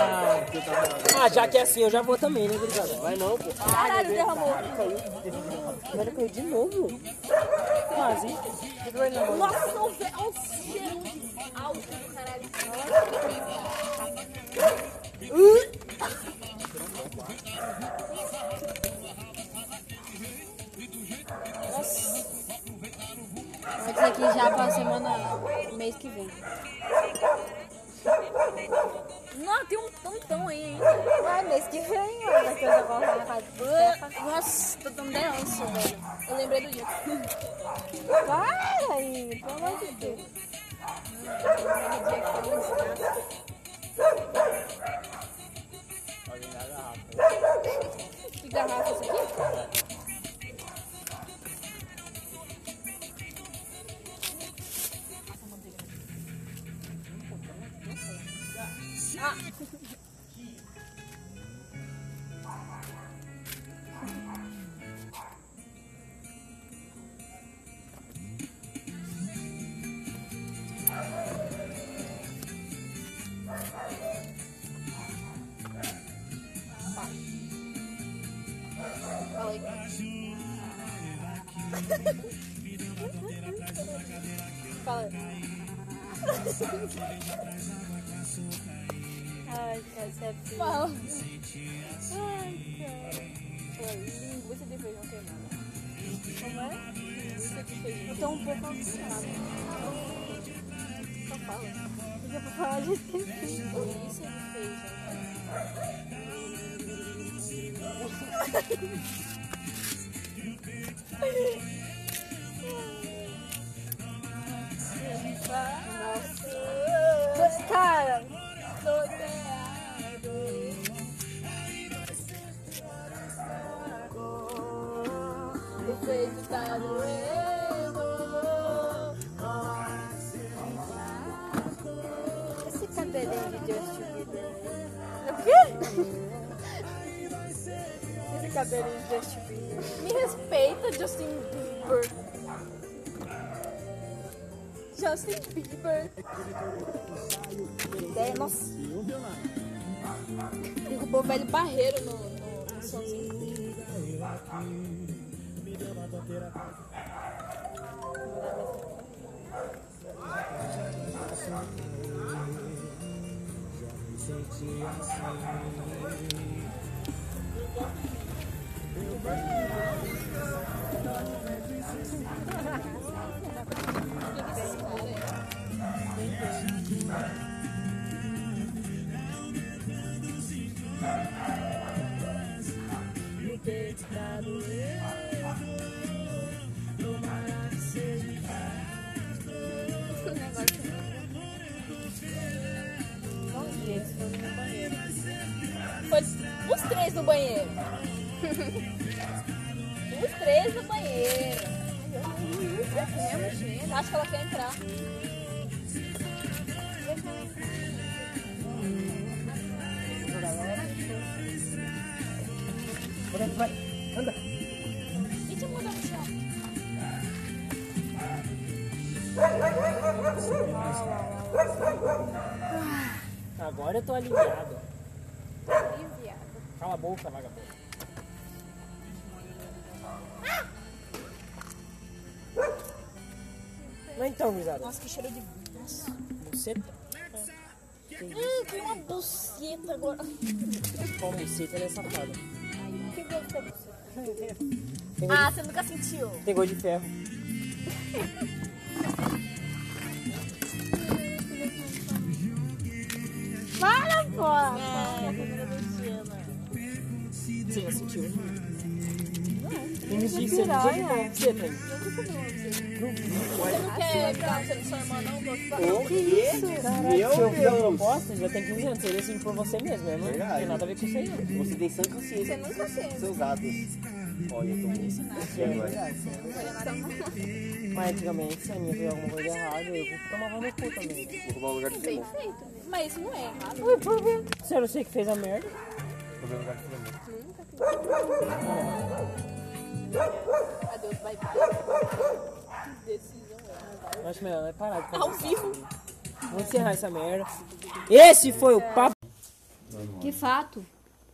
Speaker 3: Ah, já que é assim, eu já vou também, né, gurizada? Vai não, pô.
Speaker 1: Caralho, derramou.
Speaker 3: Agora eu perdi de novo. Quase. O que que vai dar?
Speaker 1: Nossa, o ve- olha o cheiro de álcool do caralho.
Speaker 4: já pra semana, mês que vem.
Speaker 1: Não, tem um tantão aí ainda. Ai, mês que vem, ó. Vai ter os avós lá na casa do Stefa.
Speaker 4: Nossa, tô tão denso, velho.
Speaker 1: Eu lembrei do dia.
Speaker 4: Para, Aline, pelo amor de Deus. Tá
Speaker 1: Que garrafa é essa aqui? Fala.
Speaker 4: Ai, cara, você é feio.
Speaker 1: Fala. Ai, cara. Pô, linguiça de feijão queimado. Como é? Linguiça de feijão.
Speaker 4: Eu tô um pouco ansiosa.
Speaker 1: Só fala.
Speaker 4: O que eu vou falar disso?
Speaker 1: Linguiça é de feijão.
Speaker 4: Cara,
Speaker 1: O peito tá doendo.
Speaker 4: esse
Speaker 1: tá
Speaker 4: cabelinho de Justin Bieber.
Speaker 1: O quê? tá
Speaker 4: Esse cabelinho de Justin Bieber.
Speaker 1: Me respeita, Justin Bieber. Justin Bieber.
Speaker 4: Ideia, nossa.
Speaker 1: Derrubou o velho barreiro no, no, no somzinho.
Speaker 4: Gente,
Speaker 1: Foi os três no banheiro.
Speaker 4: Temos menina, acho que ela quer entrar. Gente, muda pro chão.
Speaker 3: Agora eu tô aliviado.
Speaker 4: Aliviado.
Speaker 3: Cala a boca, vagabundo.
Speaker 4: Ah!
Speaker 3: Mas então, gurizada,
Speaker 4: Nossa, que cheiro de. Nossa.
Speaker 3: buceta,
Speaker 4: Hum, tem uma buceta agora.
Speaker 3: qual buceta, ela é safada.
Speaker 4: Que gosto da buceta? Ah, você nunca sentiu?
Speaker 3: Tem gol de ferro.
Speaker 21: Para, pô!
Speaker 4: É, primeira beijana.
Speaker 3: Você já sentiu? Não. Tem gente que você já viu
Speaker 4: é.
Speaker 3: uma buceta.
Speaker 4: Você não quer dar pra sua irmã, não? Gosto
Speaker 2: O quê?
Speaker 3: Caralho, se eu vi a
Speaker 2: Deus.
Speaker 3: proposta, já tem 15 anos, você decidiu por você mesmo, eu não
Speaker 2: Verdade.
Speaker 3: tem nada a ver com isso aí, não.
Speaker 2: Você tem sã consciência
Speaker 4: Você nunca
Speaker 2: dos
Speaker 4: sente.
Speaker 2: seus atos. Olha, eu tô muito sério agora.
Speaker 3: Mas antigamente, se a minha viu alguma coisa errada, eu tomava no cu também. né?
Speaker 2: Vou roubar o lugar de
Speaker 4: Bem
Speaker 2: Filemon.
Speaker 4: feito. Mas isso não é errado.
Speaker 3: Ué, por quê? Se eu não sei que fez a merda,
Speaker 2: Roubei o lugar de Filemon.
Speaker 4: Adeus, bye bye. Que decisão é?
Speaker 3: eu acho melhor não é parar de fazer
Speaker 4: Ao
Speaker 3: isso.
Speaker 4: vivo.
Speaker 3: Vou encerrar essa merda. Esse foi o papo.
Speaker 1: Que fato.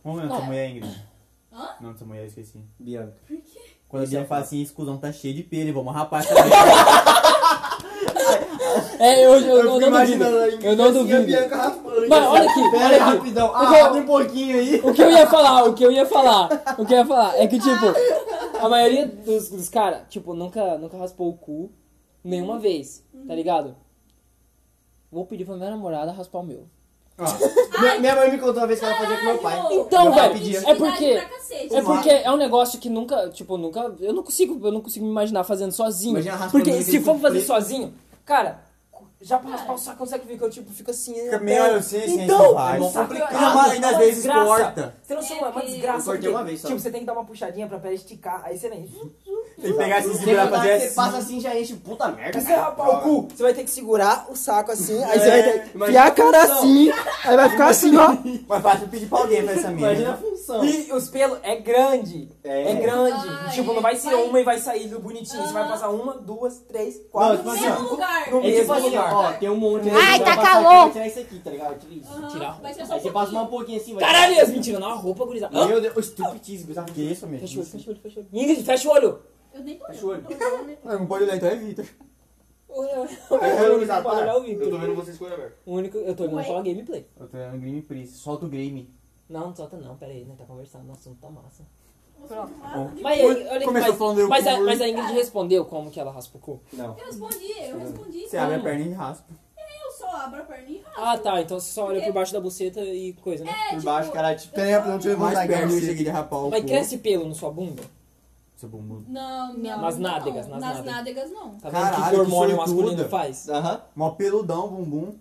Speaker 19: Como é o nome da sua mulher, Ingrid? Hã? Não, sua mulher, eu esqueci. Bianca. Por quê? Quando a Bianca fala assim, esse cuzão tá cheio de pele, vamos rapar essa merda.
Speaker 3: É, eu, eu,
Speaker 2: Eu
Speaker 3: não
Speaker 2: fico
Speaker 3: duvido.
Speaker 2: imaginando a Ingrid
Speaker 3: Eu não
Speaker 2: assim, a
Speaker 3: duvido.
Speaker 2: Bianca raspando.
Speaker 3: Mano, olha aqui,
Speaker 2: Pera
Speaker 3: olha aqui.
Speaker 2: rapidão.
Speaker 3: Eu vou-
Speaker 2: Ah, abre um pouquinho aí.
Speaker 3: O que eu ia falar, o que eu ia falar, o que eu ia falar é que, tipo, a maioria dos, dos caras, tipo, nunca, nunca raspou o cu nenhuma vez, tá ligado? Vou pedir pra minha namorada raspar o meu.
Speaker 2: Ó, minha, minha mãe me contou uma vez que ela fazia com meu pai.
Speaker 3: Então,
Speaker 2: Meu pai
Speaker 3: velho,
Speaker 2: pedia.
Speaker 3: é porque...
Speaker 2: Ô,
Speaker 3: É
Speaker 2: Mar-
Speaker 3: porque é um negócio que nunca, tipo, nunca. Eu não consigo, eu não consigo me imaginar fazendo sozinho.
Speaker 2: Imagina raspando
Speaker 3: porque
Speaker 2: aquele
Speaker 3: se for
Speaker 2: cu
Speaker 3: fazer
Speaker 2: preto.
Speaker 3: sozinho, cara, já pra raspar o saco consegue ver que eu tipo fico assim.
Speaker 19: Fica
Speaker 3: até-
Speaker 19: meio assim,
Speaker 3: então,
Speaker 19: assim,
Speaker 3: é
Speaker 19: vai.
Speaker 3: complicado,
Speaker 2: Ainda mais, ainda
Speaker 3: é uma
Speaker 2: às vezes
Speaker 3: desgraça.
Speaker 2: corta.
Speaker 3: Você não sabe, é uma desgraça.
Speaker 2: Eu cortei
Speaker 3: porque,
Speaker 2: uma vez só.
Speaker 3: Tipo, você tem que dar uma puxadinha pra pele esticar, aí você nem.
Speaker 19: Tem que pegar assim,
Speaker 2: Tem
Speaker 19: segurar
Speaker 2: que
Speaker 19: pra
Speaker 2: dar que
Speaker 19: fazer
Speaker 2: você
Speaker 19: assim.
Speaker 2: passa assim já enche puta merda.
Speaker 3: Você rapar o cu, assim, você vai ter que segurar o saco assim,
Speaker 2: É,
Speaker 3: aí você vai ter que
Speaker 2: imagina
Speaker 3: enfiar a cara
Speaker 2: a função.
Speaker 3: assim, aí vai ficar assim, ó.
Speaker 19: Mas fácil pedir pra alguém pra essa merda.
Speaker 2: Imagina a função.
Speaker 3: E os pelos é grande. É,
Speaker 19: É.
Speaker 3: grande.
Speaker 4: Ah,
Speaker 3: tipo,
Speaker 4: é.
Speaker 3: não vai ser
Speaker 4: Vai-
Speaker 3: uma e vai sair do bonitinho. Você vai passar uma, duas, três,
Speaker 19: Não,
Speaker 3: quatro.
Speaker 19: tipo assim,
Speaker 4: Mesmo
Speaker 19: ó.
Speaker 4: um lugar.
Speaker 3: No
Speaker 19: É tipo
Speaker 3: mesmo
Speaker 19: assim,
Speaker 3: lugar.
Speaker 19: ó, ó, tem um monte aí.
Speaker 1: Ai, tá
Speaker 19: você vai passar aqui,
Speaker 1: calor.
Speaker 19: vai Tirar isso aqui, tá ligado?
Speaker 2: Tipo
Speaker 19: Tira isso.
Speaker 3: Tirar a roupa.
Speaker 4: Vai ser só
Speaker 19: Aí você
Speaker 4: um
Speaker 19: passa
Speaker 4: pouquinho.
Speaker 19: um pouquinho assim, vai.
Speaker 3: Caralho, Yas, mentira, não a roupa, gurizada. Ah,
Speaker 19: Meu Deus, o estupidez, bizarro. Que é isso, mesmo?
Speaker 3: Fecha o olho, fecha o olho, fecha o olho. Ingrid, fecha o olho.
Speaker 4: Eu nem tô
Speaker 19: Fecha o olho. Não, não pode olhar, então evita.
Speaker 3: O único que
Speaker 2: Para.
Speaker 3: pode olhar é o
Speaker 22: Eu tô
Speaker 3: Victor.
Speaker 22: vendo vocês com o olho aberto.
Speaker 3: O único, eu tô olhando só a gameplay.
Speaker 19: Eu tô olhando Game Prince. Solta o Game.
Speaker 3: Não, não solta não, pera aí, né? Tá conversando, o assunto tá massa.
Speaker 19: Bom,
Speaker 3: Mas, aí, olha aqui,
Speaker 19: Começou
Speaker 3: mas,
Speaker 19: falando eu
Speaker 3: mas,
Speaker 19: com
Speaker 3: a,
Speaker 19: o
Speaker 3: mas a Ingrid respondeu como que ela raspa o cu.
Speaker 19: Não.
Speaker 4: Eu respondi, eu respondi.
Speaker 19: Você abre a perna e raspa.
Speaker 4: Eu só abro a perninha.
Speaker 3: Ah, tá, então você só olha por baixo da buceta e coisa, né?
Speaker 4: É,
Speaker 2: Por
Speaker 4: tipo,
Speaker 2: baixo, cara, tipo,
Speaker 4: eu só-
Speaker 2: deixa eu levantar
Speaker 19: Mais
Speaker 2: aqui pra
Speaker 19: perna e
Speaker 2: você.
Speaker 19: cheguei de rapar
Speaker 4: É.
Speaker 19: o
Speaker 3: Mas
Speaker 19: cu.
Speaker 3: cresce pelo na sua bunda?
Speaker 19: Seu bumbum.
Speaker 4: Não, minha
Speaker 3: Nas
Speaker 4: bunda
Speaker 3: nádegas,
Speaker 4: não.
Speaker 3: nas
Speaker 4: Nas nádegas
Speaker 3: nádegas.
Speaker 4: não.
Speaker 3: Tá vendo o que
Speaker 19: Caralho, é
Speaker 3: que hormônio
Speaker 19: que sortuda.
Speaker 3: masculino faz?
Speaker 19: Tá.
Speaker 2: Aham.
Speaker 19: Mó peludão, bumbum.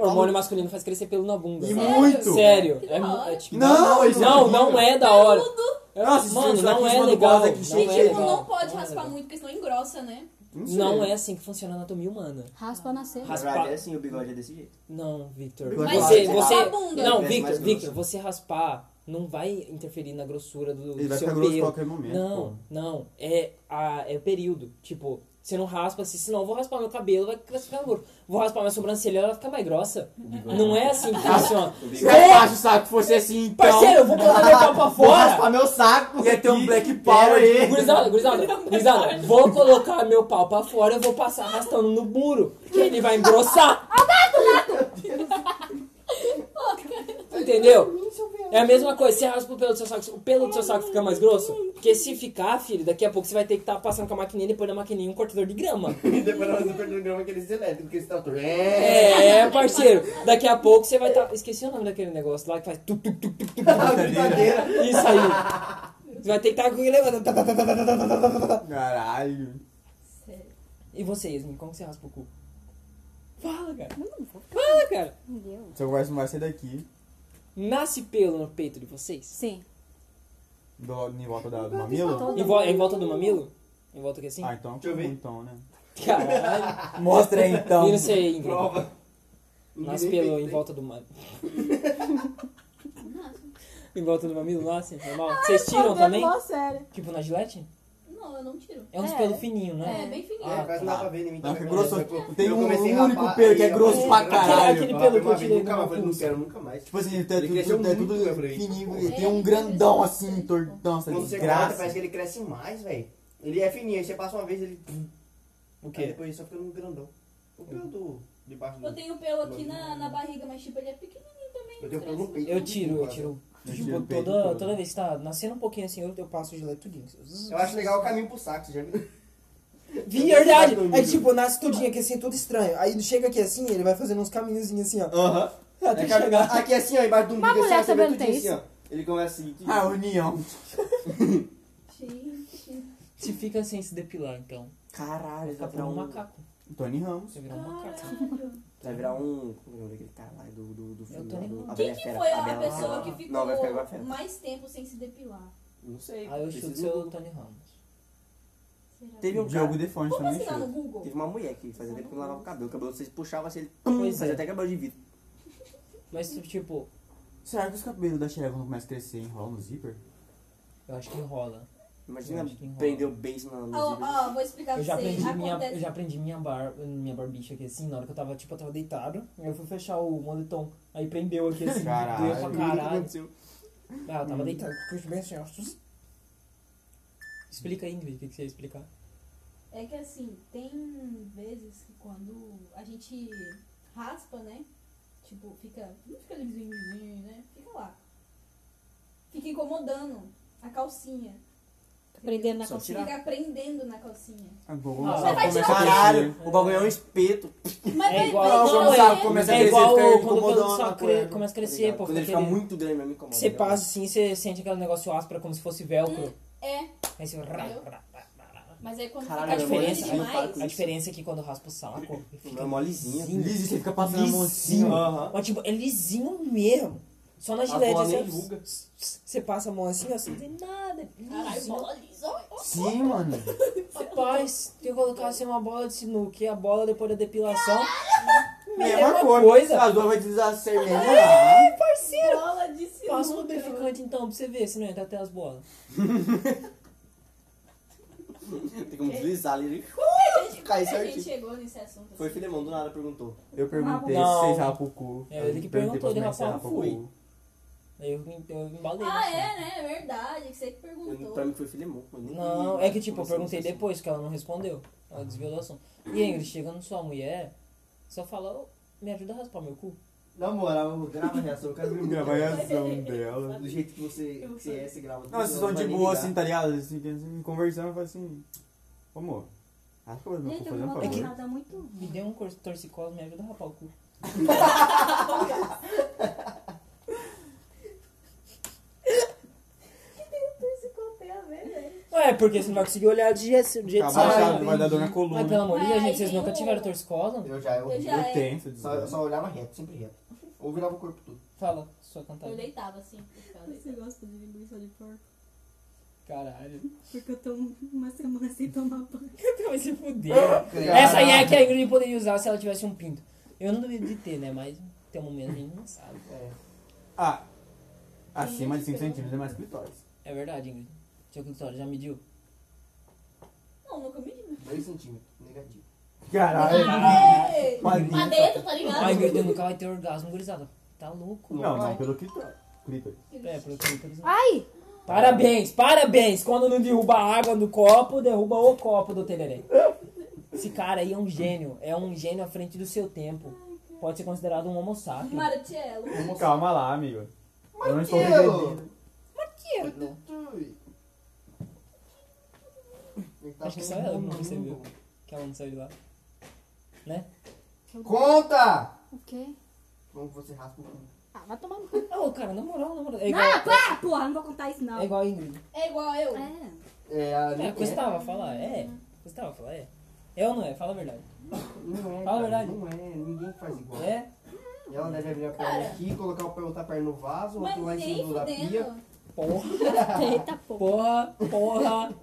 Speaker 3: Hormônio masculino faz crescer pelo na bunda.
Speaker 19: E
Speaker 3: Sério?
Speaker 19: muito.
Speaker 3: Sério.
Speaker 4: Que
Speaker 3: É,
Speaker 4: da
Speaker 3: mu-
Speaker 4: hora.
Speaker 3: é tipo,
Speaker 19: Não, isso
Speaker 3: não, não é da hora.
Speaker 4: Tudo.
Speaker 19: Nossa, esse
Speaker 3: Mano,
Speaker 19: filme tá
Speaker 3: não
Speaker 19: aqui em
Speaker 3: é
Speaker 19: cima do
Speaker 3: legal.
Speaker 19: bola, tá aqui
Speaker 3: Não
Speaker 19: cheio
Speaker 3: é
Speaker 19: de-
Speaker 4: Tipo,
Speaker 3: legal.
Speaker 4: não pode
Speaker 3: Não é
Speaker 4: raspar
Speaker 3: legal.
Speaker 4: muito, porque senão engrossa, né?
Speaker 19: sei.
Speaker 3: Não é assim que funciona a anatomia humana.
Speaker 1: Raspa na cera.
Speaker 2: Na
Speaker 3: Raspar-
Speaker 2: verdade, é assim, o bigode é desse jeito.
Speaker 3: Não, Victor.
Speaker 19: Mas
Speaker 3: Você,
Speaker 19: se
Speaker 3: você,
Speaker 4: raspar a bunda.
Speaker 3: não,
Speaker 2: É
Speaker 3: Victor,
Speaker 2: mais grosso.
Speaker 3: Victor, você raspar não vai interferir na grossura do,
Speaker 19: Ele
Speaker 3: do
Speaker 19: vai
Speaker 3: seu
Speaker 19: ficar grosso a
Speaker 3: pelo.
Speaker 19: qualquer momento.
Speaker 3: Não, não. É, a, é o período. Tipo, você não raspa assim, senão eu vou raspar meu cabelo, vai ficar grosso. Vou raspar minha sobrancelha, ela vai ficar mais grossa. Não é assim que funciona.
Speaker 19: é Se eu acho o saco fosse assim, então.
Speaker 3: Parceiro, eu vou botar meu pau pra
Speaker 19: Vou
Speaker 3: fora.
Speaker 19: raspar meu saco.
Speaker 2: Ia ter um Black
Speaker 19: Power aí.
Speaker 3: Gurizada, gurizada, gurizada, vou colocar meu pau pra fora, eu vou passar arrastando no muro, que ele vai engrossar. Entendeu? É a mesma coisa, você raspa o pelo do seu saco, o pelo do seu saco fica mais grosso, porque se ficar, filho, daqui a pouco você vai ter que estar passando com a maquininha, depois da maquininha um cortador de grama.
Speaker 2: E depois nós vamos perder o grama que eles elétricos, que eles estão...
Speaker 3: É, parceiro, daqui a pouco você vai estar... Esqueci o nome daquele negócio lá que faz... tu, tu, tu, tu, tu, tu.
Speaker 2: Brincadeira.
Speaker 3: Isso aí. Você vai ter que estar com ele levantando.
Speaker 19: Caralho.
Speaker 3: E você, Yasmin, como que você raspa o cu? Fala, cara. Fala, cara.
Speaker 19: Se eu gosto mais, sai daqui.
Speaker 3: Nasce pelo no peito de vocês?
Speaker 1: Sim.
Speaker 19: Do, em volta da, do mamilo.
Speaker 3: Em, vo- em volta do mamilo? Em volta aqui assim?
Speaker 6: Ah, então.
Speaker 19: eu ver.
Speaker 6: Então, né?
Speaker 3: Caralho.
Speaker 6: Mostra aí, então.
Speaker 3: E não sei, Ingrid.
Speaker 19: Prova.
Speaker 3: Nasce pelo em volta do mano. em volta do mamilo, nasce, normal. Vocês tiram também?
Speaker 1: sério.
Speaker 3: Tipo na gilete?
Speaker 4: Não, eu não tiro.
Speaker 3: É uns
Speaker 1: É.
Speaker 3: pelos fininhos, né?
Speaker 4: É, bem fininho.
Speaker 19: É, quase não dá pra ver
Speaker 6: Não,
Speaker 19: nem
Speaker 6: que
Speaker 19: mentira.
Speaker 6: grosso.
Speaker 19: Eu
Speaker 6: Tem um
Speaker 19: comecei a
Speaker 6: único
Speaker 19: rapar
Speaker 6: pelo que
Speaker 19: e
Speaker 6: é
Speaker 19: eu-
Speaker 6: grosso pra
Speaker 3: Aquele-
Speaker 6: caralho.
Speaker 3: aquele pelo
Speaker 19: Eu
Speaker 3: que eu
Speaker 19: rapei uma vez,
Speaker 3: tirei
Speaker 19: nunca
Speaker 3: do
Speaker 19: mais,
Speaker 3: meu
Speaker 19: falei, não
Speaker 3: pulso.
Speaker 19: quero nunca mais.
Speaker 6: Tipo assim, tem
Speaker 19: Ele
Speaker 6: tudo,
Speaker 19: cresceu
Speaker 6: tem
Speaker 19: muito,
Speaker 6: tudo
Speaker 19: eu falei.
Speaker 6: fininho. e Tem um grandão assim, tortão, essa
Speaker 19: Quando você corta, parece
Speaker 6: desgraça.
Speaker 19: que ele cresce mais, velho. Ele é fininho, aí você passa uma vez, ele.
Speaker 3: O
Speaker 19: Aí
Speaker 3: quê?
Speaker 19: depois ele só fica num grandão. O pelo do. Debaixo do.
Speaker 4: Eu tenho pelo aqui na, na barriga, mas tipo, ele é pequenininho também.
Speaker 19: Eu tenho
Speaker 4: não
Speaker 19: pelo no
Speaker 4: cresce.
Speaker 19: peito.
Speaker 3: Eu tiro, eu tiro.
Speaker 6: Eu
Speaker 3: Tipo,
Speaker 6: tiro o peito
Speaker 3: toda,
Speaker 6: todo.
Speaker 3: toda vez que tá nascendo um pouquinho assim, eu, eu passo o gilete tudinho.
Speaker 19: Eu acho legal o caminho pro saco, você já viu?
Speaker 3: Vi, verdade! É tipo, nasce tudinho aqui assim, tudo estranho. Aí chega aqui assim, ele vai fazendo uns caminhozinhos assim, ó.
Speaker 19: Aham.
Speaker 3: Até
Speaker 19: É caminho-
Speaker 3: chegar.
Speaker 19: Aqui assim, ó, embaixo do umbigo,
Speaker 1: mulher
Speaker 19: assim, ó, você vê
Speaker 1: também não tem
Speaker 19: tudinho assim, ó. Ele começa assim.
Speaker 6: A união.
Speaker 4: Gente,
Speaker 3: Se fica sem se depilar, então.
Speaker 6: Caralho,
Speaker 3: Fica
Speaker 6: vai
Speaker 3: por
Speaker 6: virar
Speaker 3: um
Speaker 6: um...
Speaker 3: macaco.
Speaker 6: Tony Ramos.
Speaker 3: Você virar um macaco.
Speaker 2: Vai virar um. Como é o nome daquele cara lá do, do, do filme?
Speaker 3: tô
Speaker 2: lá,
Speaker 3: nem-
Speaker 2: do- a
Speaker 4: quem
Speaker 2: Bela
Speaker 4: que
Speaker 2: Fera-
Speaker 4: foi
Speaker 2: a
Speaker 4: a
Speaker 2: Bela-
Speaker 4: pessoa que
Speaker 2: Não, vai ficar igual a
Speaker 4: ficou
Speaker 2: fera.
Speaker 4: mais tempo sem se depilar?
Speaker 2: Não sei.
Speaker 3: Aí eu
Speaker 2: preciso
Speaker 3: chuto
Speaker 2: do-
Speaker 3: o Tony Ramos.
Speaker 4: Será?
Speaker 2: Teve um
Speaker 6: Diogo
Speaker 2: cara,
Speaker 6: Defante
Speaker 4: Vou
Speaker 6: também.
Speaker 4: pesquisar no
Speaker 6: filho.
Speaker 4: Google.
Speaker 2: teve uma mulher que fazia tempo que lavava o cabelo. O cabelo vocês puxavam assim, ele
Speaker 3: Pois
Speaker 2: fazia
Speaker 3: é.
Speaker 2: até cabelo de vidro.
Speaker 3: Mas, tipo,
Speaker 6: Será que os cabelos da Cherry vão começar a crescer e enrolar no zíper?
Speaker 3: eu acho que enrola. Eu
Speaker 2: Imagina
Speaker 3: acho que enrola.
Speaker 2: prender o beijo na no
Speaker 4: Ó,
Speaker 2: zíper.
Speaker 4: ó, vou explicar
Speaker 3: Eu
Speaker 4: pra
Speaker 3: já
Speaker 4: vocês.
Speaker 3: aprendi minha,
Speaker 4: Assim,
Speaker 3: eu
Speaker 4: Acontece.
Speaker 3: já aprendi minha, bar, minha barbicha aqui assim, na hora que eu tava, tipo, eu tava deitado, aí eu fui fechar o moletom, aí prendeu aqui assim,
Speaker 6: Caralho.
Speaker 3: doeu pra caralho. Ah, eu
Speaker 6: Hum.
Speaker 3: tava deitado, com os bem assim, ó. Explica aí, Ingrid, o que, que você ia explicar?
Speaker 4: É que assim, tem vezes que quando a gente raspa, né? Tipo, fica. Não fica lisinho, lisinho, né? Fica lá. Fica incomodando a calcinha.
Speaker 1: Prendendo na
Speaker 2: Só
Speaker 1: calcinha.
Speaker 2: tirar.
Speaker 4: Fica prendendo na calcinha.
Speaker 6: Ah, vou
Speaker 3: Você vai
Speaker 6: começar a
Speaker 2: Caralho, o bagulho é um espeto.
Speaker 4: Mas vai
Speaker 3: igual-
Speaker 4: prendendo,
Speaker 3: Não,
Speaker 4: né?
Speaker 3: sabe
Speaker 6: começa a
Speaker 3: é
Speaker 6: crescer,
Speaker 3: igual
Speaker 6: fica
Speaker 3: quando o cabelo
Speaker 6: incomodando
Speaker 3: só
Speaker 6: a
Speaker 3: cre-
Speaker 6: cueca.
Speaker 3: começa a
Speaker 2: Tá
Speaker 3: crescer,
Speaker 2: ligado?
Speaker 3: pô.
Speaker 2: Quando ele fica
Speaker 3: fica aquele-
Speaker 2: muito grande, mas me né? incomoda.
Speaker 3: Você passa assim, você sente aquele negócio áspero como se fosse velcro.
Speaker 4: É,
Speaker 3: Aí você...
Speaker 4: Entendeu? mas aí quando
Speaker 2: Caralho,
Speaker 4: fica
Speaker 3: a
Speaker 4: diferente
Speaker 3: diferença-
Speaker 4: demais.
Speaker 2: né?
Speaker 3: A diferença é que quando raspa o saco,
Speaker 2: É molezinha.
Speaker 6: Liz, você fica passando a mão assim,
Speaker 3: Lisinho.
Speaker 6: ó.
Speaker 2: Aham.
Speaker 3: Mas, tipo, é lisinho mesmo. Só na gilete,
Speaker 2: bola
Speaker 3: assim,
Speaker 2: nem
Speaker 3: ó,
Speaker 2: ruga.
Speaker 3: s- s- Você passa a mão assim, ó, você não tem nada.
Speaker 4: Caralho,
Speaker 3: lisinho.
Speaker 4: bola lisa. ó, ó.
Speaker 6: Sim, mano.
Speaker 3: Rapaz, tem que colocar assim uma bola de sinuca e a bola depois da depilação.
Speaker 2: É
Speaker 6: Mesma coisa.
Speaker 3: coisa.
Speaker 6: As duas vai desasser mesmo. Ah,
Speaker 3: Parceiro!
Speaker 4: Bola de sinuca. né?
Speaker 3: Passa um lubrificante então, pra você ver, se não entra até as bolas.
Speaker 2: Tem como deslizar
Speaker 4: É.
Speaker 2: ali. Uh,
Speaker 4: Como
Speaker 2: Cai
Speaker 4: que a gente
Speaker 2: certinho.
Speaker 4: chegou nesse assunto?
Speaker 2: Foi o
Speaker 4: assim?
Speaker 2: Filemon, do nada perguntou.
Speaker 6: Eu perguntei
Speaker 3: Não.
Speaker 6: se vocês rapam o cu.
Speaker 3: É, ele que perguntou,
Speaker 6: Perguntei pra
Speaker 3: ele
Speaker 6: vocês
Speaker 3: rapava
Speaker 6: se
Speaker 2: o
Speaker 6: rapam o cu.
Speaker 3: Aí eu, me- eu me embalei.
Speaker 4: Ah,
Speaker 3: assim.
Speaker 4: é, né? É verdade. Que você que
Speaker 2: Eu,
Speaker 4: perguntou.
Speaker 1: Então-
Speaker 2: pra mim foi Filemon. eu nem-
Speaker 3: Não, é que tipo, eu
Speaker 2: Conversamos
Speaker 3: perguntei
Speaker 2: assim.
Speaker 3: depois, que ela não respondeu. Ela desviou do assunto. E Ingrid, chegando sua mulher, só fala, "Ô, me ajuda a raspar meu cu.
Speaker 19: Na moral, eu gravo a reação, eu quero ver
Speaker 6: Grava a reação dela.
Speaker 19: Do jeito que você, que você é, você grava.
Speaker 6: Não, vocês
Speaker 19: Não
Speaker 6: estão de
Speaker 19: vai nem
Speaker 6: boa
Speaker 19: ligar.
Speaker 6: assim, tá ligado? Assim, assim, conversando, eu falo assim. Ô, amor, acho que eu vou fazer
Speaker 23: Gente, eu vi
Speaker 6: um
Speaker 23: uma
Speaker 6: favor.
Speaker 23: coordenada muito
Speaker 3: Me dê um cor- torcicolo, me ajuda a rapar o cu.
Speaker 4: Esse copo é a ver, velho.
Speaker 3: Ué, porque você não vai conseguir olhar de jeito de jeito
Speaker 6: Tá
Speaker 3: certo.
Speaker 6: baixado, vai dar dor na
Speaker 3: Mas pelo
Speaker 6: coluna.
Speaker 3: amor de Deus,
Speaker 4: Ai,
Speaker 3: gente, vocês nunca
Speaker 4: eu-
Speaker 3: tiveram torcicolo?
Speaker 19: Eu já,
Speaker 4: Eu
Speaker 19: eu,
Speaker 4: já
Speaker 6: Eu
Speaker 4: é.
Speaker 6: tenho, essa
Speaker 19: só, eu
Speaker 6: desgraça.
Speaker 19: só olhava reto, sempre reto. Ou virava o corpo todo.
Speaker 3: Fala, sua
Speaker 4: Eu
Speaker 3: cantada.
Speaker 4: deitava assim. eu ficava deitada.
Speaker 1: gosta de linguiça de porco?
Speaker 3: Caralho.
Speaker 1: Porque eu tô uma semana sem tomar banho.
Speaker 3: Vai se fuder. Essa aí é que a Ingrid poderia usar se ela tivesse um pinto. Eu não duvido de ter, né? Mas tem um momento que a gente não sabe.
Speaker 6: Ah, acima de 5 centímetros é mais clitóris.
Speaker 3: É verdade, Ingrid. Seu consultório já mediu?
Speaker 4: Não, nunca né? me vi.
Speaker 19: 2 centímetros, negativo.
Speaker 6: Caralho.
Speaker 4: Ei!
Speaker 6: Quadrinho.
Speaker 4: Pra dentro, tá
Speaker 3: Ai, Ingrid, eu
Speaker 4: ligado?
Speaker 3: nunca vai ter orgasmo, gurizada. Tá louco.
Speaker 6: Não, não pelo clitóris. Clitóris.
Speaker 3: É, pelo clítoris. não.
Speaker 1: Ai!
Speaker 3: Parabéns, parabéns. Quando não derruba a água do copo, derruba o copo do tereré. Esse cara aí é um gênio. É um gênio à frente do seu tempo. Pode ser considerado um homo sapiens.
Speaker 4: Marcello.
Speaker 6: Calma lá, amigo. Eu não estou
Speaker 19: Mateus!
Speaker 6: entendendo.
Speaker 3: Acho que só ela que não percebeu. Que ela não saiu de lá. Né?
Speaker 19: Conta!
Speaker 1: O quê?
Speaker 19: Como você raspa o cu.
Speaker 1: Ah, vai tomar no cu.
Speaker 3: Ô, cara, na moral, na moral. É igual,
Speaker 1: Ah, pá! Porra, não vou contar isso não.
Speaker 3: é igual a Ingrid.
Speaker 4: É igual eu.
Speaker 1: É.
Speaker 19: É, a
Speaker 3: É, custava falar, é. Custava falar, é. É ou não é? Fala a verdade.
Speaker 19: Não
Speaker 3: Fala
Speaker 19: é,
Speaker 3: a
Speaker 19: cara,
Speaker 3: verdade.
Speaker 19: Não é, ninguém faz igual.
Speaker 3: É?
Speaker 19: Ela deve abrir a perna aqui, colocar o pé, outra perna no vaso,
Speaker 4: Mas
Speaker 19: outro lá em
Speaker 4: nem
Speaker 19: cima do da pia.
Speaker 4: fudendo.
Speaker 3: Porra,
Speaker 1: Eita porra.
Speaker 3: porra, porra.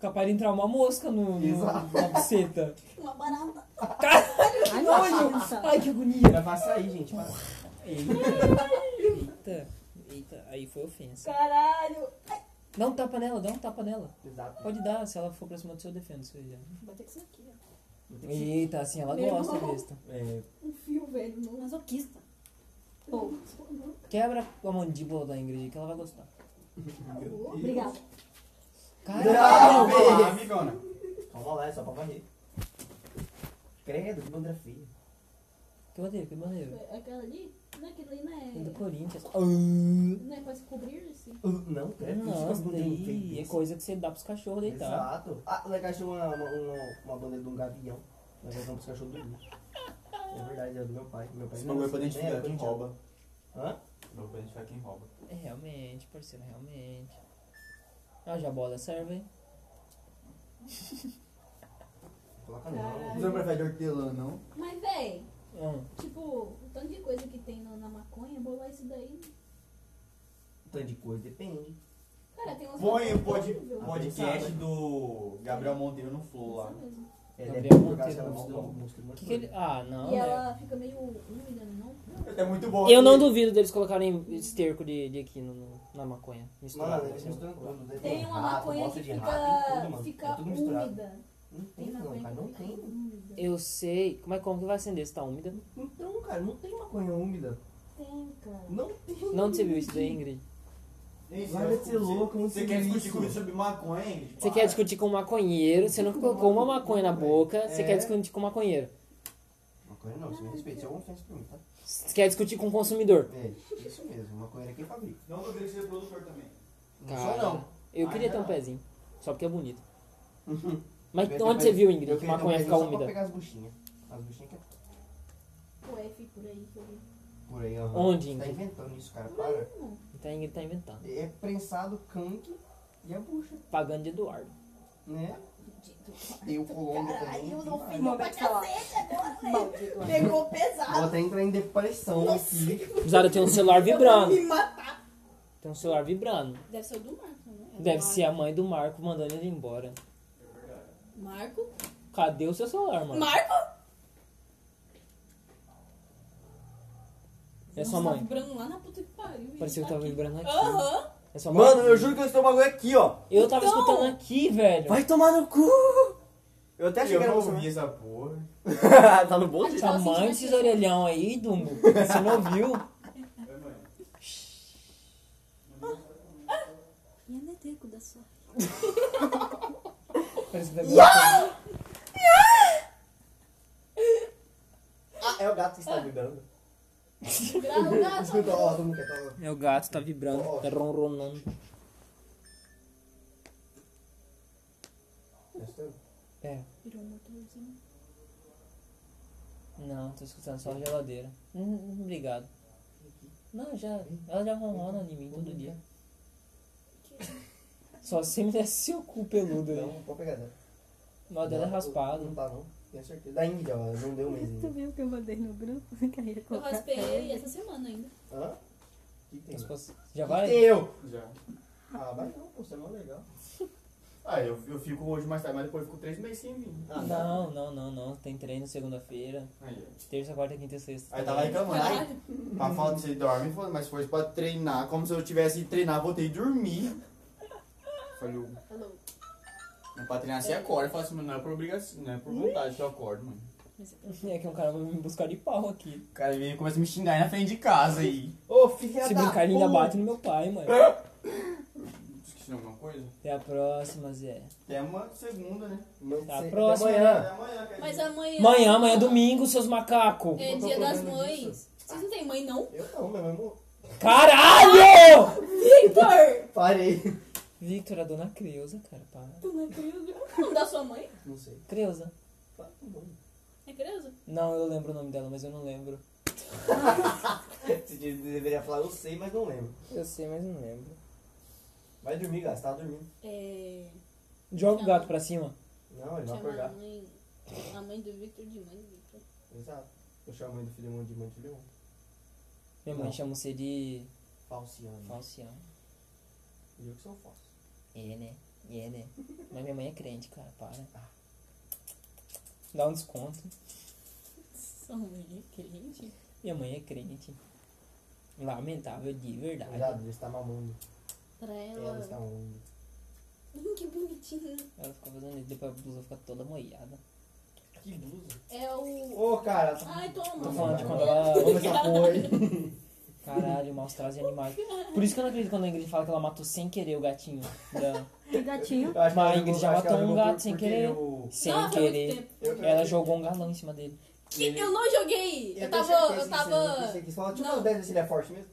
Speaker 3: Capaz de entrar uma mosca no, no, na buceta.
Speaker 1: Uma barata.
Speaker 3: Caralho, que
Speaker 1: Ai,
Speaker 3: nojo!
Speaker 1: nossa.
Speaker 3: Ai, que agonia!
Speaker 19: Vai sair, gente. vai.
Speaker 3: Eita, eita, aí foi ofensa.
Speaker 1: Caralho.
Speaker 3: Dá um tapa nela, dá um tapa nela.
Speaker 19: Exato.
Speaker 3: Pode dar, se ela for pra cima do seu, eu defendo. Se já.
Speaker 1: Vai ter que ser aqui, ó.
Speaker 3: Eita, assim, ela
Speaker 1: Meu
Speaker 3: gosta,
Speaker 1: irmão.
Speaker 3: besta.
Speaker 19: É,
Speaker 1: Um fio, velho. não- Masoquista. Pô,
Speaker 3: Quebra a mandíbula da Ingrid, que ela vai gostar.
Speaker 1: obrigada.
Speaker 3: Caralho!
Speaker 19: Calma lá, amigona. Calma lá, é só pra varrer. Credo, que bandeira feia.
Speaker 3: Que maneiro, que maneiro.
Speaker 1: Aquela ali? Não, aquela ali não
Speaker 3: É do
Speaker 4: né?
Speaker 1: é...
Speaker 3: Corinthians.
Speaker 1: Não é pra se cobrir, assim?
Speaker 19: Uh, Não, credo, que isso, que
Speaker 3: Não,
Speaker 19: bandeira
Speaker 3: daí é
Speaker 19: feia.
Speaker 3: coisa que você dá pros cachorros deitar.
Speaker 19: Exato. Ah, lá que achou uma, uma, uma, uma bandeira de um gavião. Nós voltamos pros cachorros dormir. É verdade, é do meu pai. Meu pai né?
Speaker 2: Esse bagulho é pra
Speaker 19: nem
Speaker 2: identificar
Speaker 19: era
Speaker 2: quem
Speaker 19: corintiano.
Speaker 2: rouba.
Speaker 19: Hã?
Speaker 2: Não pra identificar quem rouba.
Speaker 3: É, realmente, parceiro, realmente. Ah, já a bola serve, hein?
Speaker 19: Coloca não.
Speaker 1: Caralho.
Speaker 2: Você não prefere de hortelã, não?
Speaker 1: Mas, véi,
Speaker 3: Hum.
Speaker 1: tipo, o tanto de coisa que tem na, na maconha, bolar isso daí...
Speaker 19: Um Tanto de coisa, depende.
Speaker 1: Cara, tem umas...
Speaker 2: Põe
Speaker 1: coisas
Speaker 2: o pod,
Speaker 1: horrível.
Speaker 2: podcast do Gabriel Monteiro no Flow lá.
Speaker 1: Isso mesmo.
Speaker 19: É,
Speaker 3: Gabriel
Speaker 19: depende do
Speaker 3: Monteiro,
Speaker 19: caso, ela
Speaker 3: muito
Speaker 19: música
Speaker 3: bom.
Speaker 19: música é muito
Speaker 3: Que que ele... Ah, não,
Speaker 1: E
Speaker 3: né?
Speaker 1: ela fica meio
Speaker 4: né,
Speaker 1: úmida, não?
Speaker 2: É muito bom.
Speaker 3: Eu
Speaker 2: aqui.
Speaker 3: não duvido deles colocarem esterco de, de aqui no- no- na maconha. Misturado.
Speaker 19: Mano,
Speaker 3: vai
Speaker 19: eles
Speaker 3: ser um
Speaker 19: misturam
Speaker 3: porra.
Speaker 19: tudo. né?
Speaker 1: Tem uma
Speaker 19: rato,
Speaker 1: maconha
Speaker 19: bosta
Speaker 1: que
Speaker 19: de rato, tem tudo,
Speaker 1: fica,
Speaker 19: mano.
Speaker 1: fica
Speaker 19: É tudo misturado.
Speaker 1: úmida.
Speaker 19: Não
Speaker 1: Tem
Speaker 19: tem, não,
Speaker 1: maconha
Speaker 19: cara, não
Speaker 1: que fica
Speaker 19: tem.
Speaker 1: úmida.
Speaker 3: Eu sei. Como é, como que vai acender se tá úmida?
Speaker 19: Então, cara, não tem maconha úmida.
Speaker 1: Tem, cara.
Speaker 19: Não tem.
Speaker 3: Não você viu isso daí, Ingrid?
Speaker 2: Ei,
Speaker 19: Larga
Speaker 2: vai
Speaker 19: de ser louco, não
Speaker 2: Você
Speaker 19: sei
Speaker 2: quer discutir
Speaker 19: isso.
Speaker 2: comigo sobre maconha, Ingrid?
Speaker 3: Você quer discutir com um maconheiro, você nunca colocou uma maconha na boca, você
Speaker 19: É.
Speaker 3: quer discutir com um maconheiro.
Speaker 19: Maconha não, você me respeita. Isso é uma ofensa pra mim, tá?
Speaker 3: Você quer discutir com um consumidor.
Speaker 19: É, isso mesmo. Maconha é quem fabrica.
Speaker 2: Não duvido que seja produtor também.
Speaker 19: Não sou
Speaker 3: Cara,
Speaker 19: não.
Speaker 3: Eu
Speaker 2: Ah,
Speaker 3: queria ter um
Speaker 2: não.
Speaker 3: pezinho. Só porque é bonito.
Speaker 19: Uhum.
Speaker 3: Mas
Speaker 19: Eu
Speaker 3: onde
Speaker 19: queria
Speaker 3: você viu,
Speaker 19: Eu
Speaker 3: Ingrid, que
Speaker 19: queria
Speaker 3: maconha
Speaker 19: ter um
Speaker 3: fica
Speaker 19: pezinho só pra
Speaker 3: úmida?
Speaker 19: pegar as buchinhas. As buchinhas que é
Speaker 1: O F por aí que eu vi.
Speaker 19: por aí, ó.
Speaker 3: Onde,
Speaker 19: Você tá
Speaker 3: Ingrid?
Speaker 19: inventando isso, cara. Para.
Speaker 3: Então a Ingrid tá inventando.
Speaker 19: É prensado canque e a bucha,
Speaker 3: Pagando de Eduardo.
Speaker 19: né? Tem o colombo também.
Speaker 24: eu
Speaker 19: tem
Speaker 24: não
Speaker 19: vários.
Speaker 24: fiz nada pra cacete agora, velho. Pegou
Speaker 19: Vou
Speaker 24: pesado.
Speaker 19: até entrar em depressão aqui.
Speaker 3: Zara tem um celular vibrando.
Speaker 24: Me matar.
Speaker 3: Tem um celular vibrando.
Speaker 4: Deve ser o do Marco, né?
Speaker 3: Deve ser a mãe do Marco mandando ele embora.
Speaker 4: Marco?
Speaker 3: Cadê o seu celular, mano?
Speaker 4: Marco?
Speaker 3: É sua
Speaker 4: Nossa, Tá
Speaker 3: mãe.
Speaker 4: vibrando lá na puta que pariu. e
Speaker 3: Parecia que
Speaker 4: tá
Speaker 3: tava vibrando aqui.
Speaker 4: aqui. Aham.
Speaker 3: É sua mãe?
Speaker 2: Mano, eu juro que eu estou um
Speaker 19: é
Speaker 2: bagulho aqui, ó.
Speaker 3: Eu tava
Speaker 4: Então.
Speaker 3: escutando aqui, velho.
Speaker 2: Vai tomar no cu! Eu até achei
Speaker 19: Eu
Speaker 2: que era
Speaker 19: não
Speaker 2: você.
Speaker 19: ouvi
Speaker 2: essa porra. tá no bolso?
Speaker 3: Sua mãe esses orelhão aí, Dumbo. Você não viu?
Speaker 1: E a Nedeco da sua.
Speaker 3: Parece que tá
Speaker 19: Ah, é o gato que está vibrando.
Speaker 4: Grau,
Speaker 19: Escuta, ó, todo mundo quer tá-
Speaker 3: É o gato, tá vibrando, tá ronronando.
Speaker 19: Gostando?
Speaker 3: É.
Speaker 1: Virou um motorzinho.
Speaker 3: Não, tô escutando só a geladeira. Hum, obrigado. Não, já. Ela já ronrona em mim todo dia. Só se você me desse seu cu peludo aí.
Speaker 19: Não, Então, pode pegar dela.
Speaker 3: O mal dela é
Speaker 19: Não, Não
Speaker 3: raspado.
Speaker 19: tá, não. Tenho certeza. Da Índia, ó, não deu mês
Speaker 1: Tu
Speaker 19: ainda.
Speaker 1: viu que eu mandei no grupo? Que aí
Speaker 4: Eu raspei ele essa semana ainda.
Speaker 19: Hã? Que tem?
Speaker 3: Mas posso- Já vai?
Speaker 19: Eu!
Speaker 2: Já.
Speaker 19: Ah, vai não, pô, você é mó legal.
Speaker 2: Ah, eu, eu fico hoje mais tarde, mas depois eu fico três meses sem vir.
Speaker 19: Ah,
Speaker 3: Não, não, não, não. Tem treino segunda-feira.
Speaker 2: Aí,
Speaker 3: Terça, quarta, quinta e sexta.
Speaker 2: aí tava reclamando. Ai,
Speaker 4: Caralho.
Speaker 2: a falta de você dorme, falou, mas foi pra treinar. Como se eu tivesse ido treinar, voltei a dormir. Falei, eu-
Speaker 4: Alô.
Speaker 2: não pra treinar você acorda. Eu falei assim, mano, não é por obrigação, não é por vontade que eu acordo, mano.
Speaker 3: É que um cara vai me buscar de pau aqui.
Speaker 2: O cara vem e começa a me xingar aí na frente de casa aí.
Speaker 19: Ô, filha
Speaker 3: Se
Speaker 19: da
Speaker 3: brincar, ele ainda
Speaker 19: puta.
Speaker 3: bate no meu pai, mano.
Speaker 2: Esqueci de alguma coisa?
Speaker 3: Até a próxima, Zé.
Speaker 2: Até uma segunda, né?
Speaker 19: Não
Speaker 3: Tá
Speaker 19: sei, até
Speaker 3: próximo,
Speaker 19: amanhã.
Speaker 2: Até amanhã, cara.
Speaker 4: Mas amanhã.
Speaker 3: Amanhã, amanhã é domingo, seus macacos.
Speaker 4: É
Speaker 19: né? Eu tô
Speaker 4: dia das
Speaker 19: colocando
Speaker 4: mães.
Speaker 19: isso.
Speaker 4: Vocês não têm mãe, não?
Speaker 19: Eu não, minha mãe morreu.
Speaker 3: Caralho!
Speaker 4: Vitor!
Speaker 19: Parei.
Speaker 3: Victor, a dona Creuza, cara, para.
Speaker 4: Tu não é curioso? O nome da sua mãe?
Speaker 19: Não sei.
Speaker 3: Creuza?
Speaker 19: Fala com mãe.
Speaker 4: É curioso?
Speaker 3: Não, eu lembro o nome dela, mas eu não lembro.
Speaker 19: Você de- deveria falar, eu sei, mas não lembro.
Speaker 3: Eu sei, mas não lembro.
Speaker 19: Vai dormir, gato, você tava dormindo.
Speaker 4: É.
Speaker 3: Joga o gato pra cima.
Speaker 19: Não, ele vai
Speaker 4: Chama a
Speaker 19: acordar.
Speaker 4: mãe. A mãe do Victor de mãe do Victor.
Speaker 19: Exato. Eu chamo a mãe do filho de mãe de mãe de filho.
Speaker 3: Minha mãe
Speaker 19: Não.
Speaker 3: chama você de
Speaker 19: Falciano.
Speaker 3: falcião.
Speaker 19: E eu que sou falso.
Speaker 3: É, né? E é, né? Mas minha mãe é crente, cara, para. Dá um desconto. Sua mãe é crente? Minha mãe é crente. Lamentável de verdade.
Speaker 19: Cuidado, Deus tá mamando.
Speaker 25: Pra ela.
Speaker 19: Deus tá mamando.
Speaker 4: Hum,
Speaker 25: que bonitinho.
Speaker 3: Ela ficou fazendo isso, depois a blusa fica toda molhada.
Speaker 19: Que blusa.
Speaker 25: É o.
Speaker 19: Ô, cara. tá-
Speaker 25: Ai, toma.
Speaker 3: Tô falando de quando ela.
Speaker 19: Como essa foi?
Speaker 3: Caralho, maus trajes de animais. Por isso que eu não acredito quando a Ingrid fala que ela matou sem querer o gatinho. né? dela.
Speaker 1: E gatinho.
Speaker 19: Eu acho
Speaker 3: Mas
Speaker 19: que ela
Speaker 3: a Ingrid
Speaker 19: jogou-
Speaker 3: já
Speaker 19: acho que
Speaker 3: matou
Speaker 19: ela
Speaker 3: um
Speaker 19: jogou
Speaker 3: gato sem
Speaker 19: porque
Speaker 3: querer.
Speaker 19: eu-
Speaker 3: Sem
Speaker 4: Não, foi muito
Speaker 3: querer.
Speaker 4: tempo.
Speaker 19: Eu-
Speaker 3: Ela jogou um galão em cima dele.
Speaker 4: Que eu não joguei! Eu tava. Eu tava.
Speaker 19: Deixa assim, eu
Speaker 4: Não.
Speaker 19: ver se ele é forte mesmo.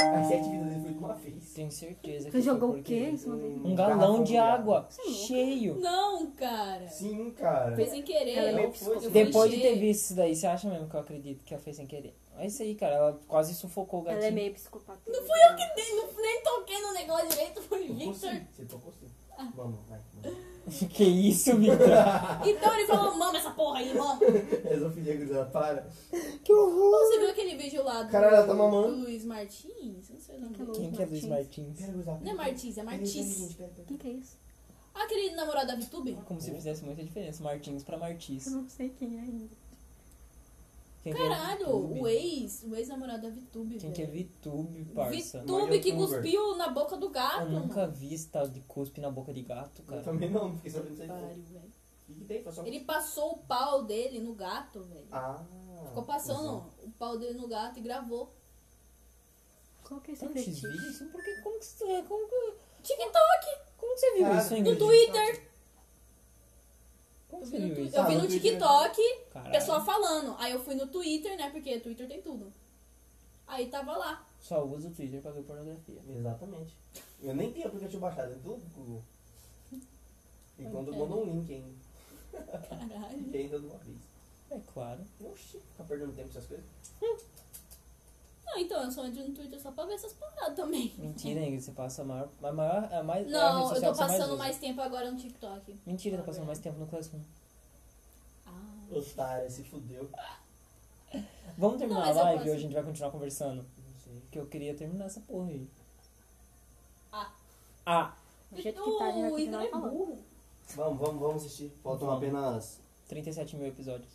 Speaker 19: As sete vidas ele foi de uma vez.
Speaker 3: Tenho certeza que
Speaker 1: Você jogou
Speaker 3: foi
Speaker 1: o quê
Speaker 3: porque-
Speaker 1: em cima dele?
Speaker 3: Um galão de água.
Speaker 1: Sim.
Speaker 3: Cheio.
Speaker 4: Não, cara!
Speaker 19: Sim, cara.
Speaker 4: Foi sem querer.
Speaker 19: Ela é meio
Speaker 4: Eu
Speaker 19: psicopata.
Speaker 4: fui
Speaker 3: Depois de ter
Speaker 4: cheia.
Speaker 3: visto isso daí, você acha mesmo que eu acredito que ela fez sem querer? É isso aí, cara. Ela quase sufocou o gatinho.
Speaker 1: Ela é meio psicopata.
Speaker 4: Não fui eu que nem, não- nem toquei no negócio direito, foi o
Speaker 19: Tocou
Speaker 4: Victor. Ah.
Speaker 19: sim. Você tocou sim. Vamos, vai. vamos.
Speaker 3: Que isso, Victor?
Speaker 4: Então ele falou, mama essa porra aí, mama.
Speaker 19: Esofilia, gurizada, para.
Speaker 4: Você viu aquele vídeo lá do,
Speaker 19: Caralho, ela tá mamando.
Speaker 4: do Luiz Martins? Eu Não sei o nome dele.
Speaker 3: Quem que é Luiz Martins?
Speaker 19: Pera, gurizada.
Speaker 4: Não é Martins, é Martins.
Speaker 1: O que, que é isso?
Speaker 4: Aquele namorado da VTube?
Speaker 3: Como se fizesse muita diferença. Martins pra Martins.
Speaker 1: Eu não sei quem é ainda.
Speaker 3: Quem que é
Speaker 4: Caralho,
Speaker 3: VTube?
Speaker 4: o ex, o ex-namorado da VTube.
Speaker 3: Quem que é VTube, parça?
Speaker 4: VTube que
Speaker 19: Youtuber.
Speaker 4: cuspiu na boca do gato.
Speaker 3: Eu nunca vi esse tal de cuspe na boca de gato,
Speaker 19: Eu
Speaker 3: cara.
Speaker 19: também não, fiquei sabendo disso
Speaker 4: Pariu,
Speaker 19: aí.
Speaker 4: velho.
Speaker 19: O que que tem? Foi só-
Speaker 4: Ele passou o pau dele no gato, velho.
Speaker 19: Ah.
Speaker 4: Ficou passando o pau dele no gato e gravou.
Speaker 1: Qual que é esse
Speaker 3: Tem um X-Video?
Speaker 1: fetiche?
Speaker 3: Isso porque como que você, como que,
Speaker 4: TikTok!
Speaker 3: como que você viu
Speaker 19: Cara,
Speaker 3: isso,
Speaker 4: No
Speaker 3: Ingrid?
Speaker 4: Twitter!
Speaker 3: Como
Speaker 4: Eu
Speaker 3: você
Speaker 4: vi no,
Speaker 3: viu
Speaker 4: tu-
Speaker 3: isso?
Speaker 4: eu vi
Speaker 19: Ah,
Speaker 4: no
Speaker 19: no Twitter.
Speaker 4: TikTok,
Speaker 3: Caralho.
Speaker 4: pessoa falando. Aí eu fui no Twitter, né? Porque Twitter tem tudo. Aí tava lá.
Speaker 3: Só usa o Twitter pra ver pornografia.
Speaker 19: Exatamente. Eu nem tenho aplicativo baixado, é do Google. E quando eu mando um link ainda.
Speaker 4: Caralho.
Speaker 19: Fiquei ainda de uma vez.
Speaker 3: É claro.
Speaker 19: Oxi, tá perdendo tempo com essas coisas?
Speaker 4: Não, então, eu só entro no Twitter só pra ver essas paradas também.
Speaker 3: Mentira, Ingrid, você passa a maior, a maior, a mais, é a rede
Speaker 4: Não, eu tô
Speaker 3: social que você mais
Speaker 4: passando
Speaker 3: usa.
Speaker 4: mais tempo agora no TikTok.
Speaker 3: Mentira, tá passando mais tempo no Classroom.
Speaker 4: Ah.
Speaker 19: Otário, se fudeu.
Speaker 3: Vamos terminar
Speaker 4: Não, mas eu
Speaker 3: a live
Speaker 4: posso-
Speaker 3: e hoje a gente vai continuar conversando.
Speaker 19: Não sei.
Speaker 3: Porque eu queria terminar essa porra aí.
Speaker 4: Ah.
Speaker 3: Ah,
Speaker 1: Do jeito que tá, a gente vai
Speaker 4: O Igor
Speaker 1: continuar
Speaker 4: é
Speaker 1: falando.
Speaker 4: burro.
Speaker 19: Vamos, vamos, vamos assistir. Faltam
Speaker 3: Vamos.
Speaker 19: apenas
Speaker 3: 37 mil episódios.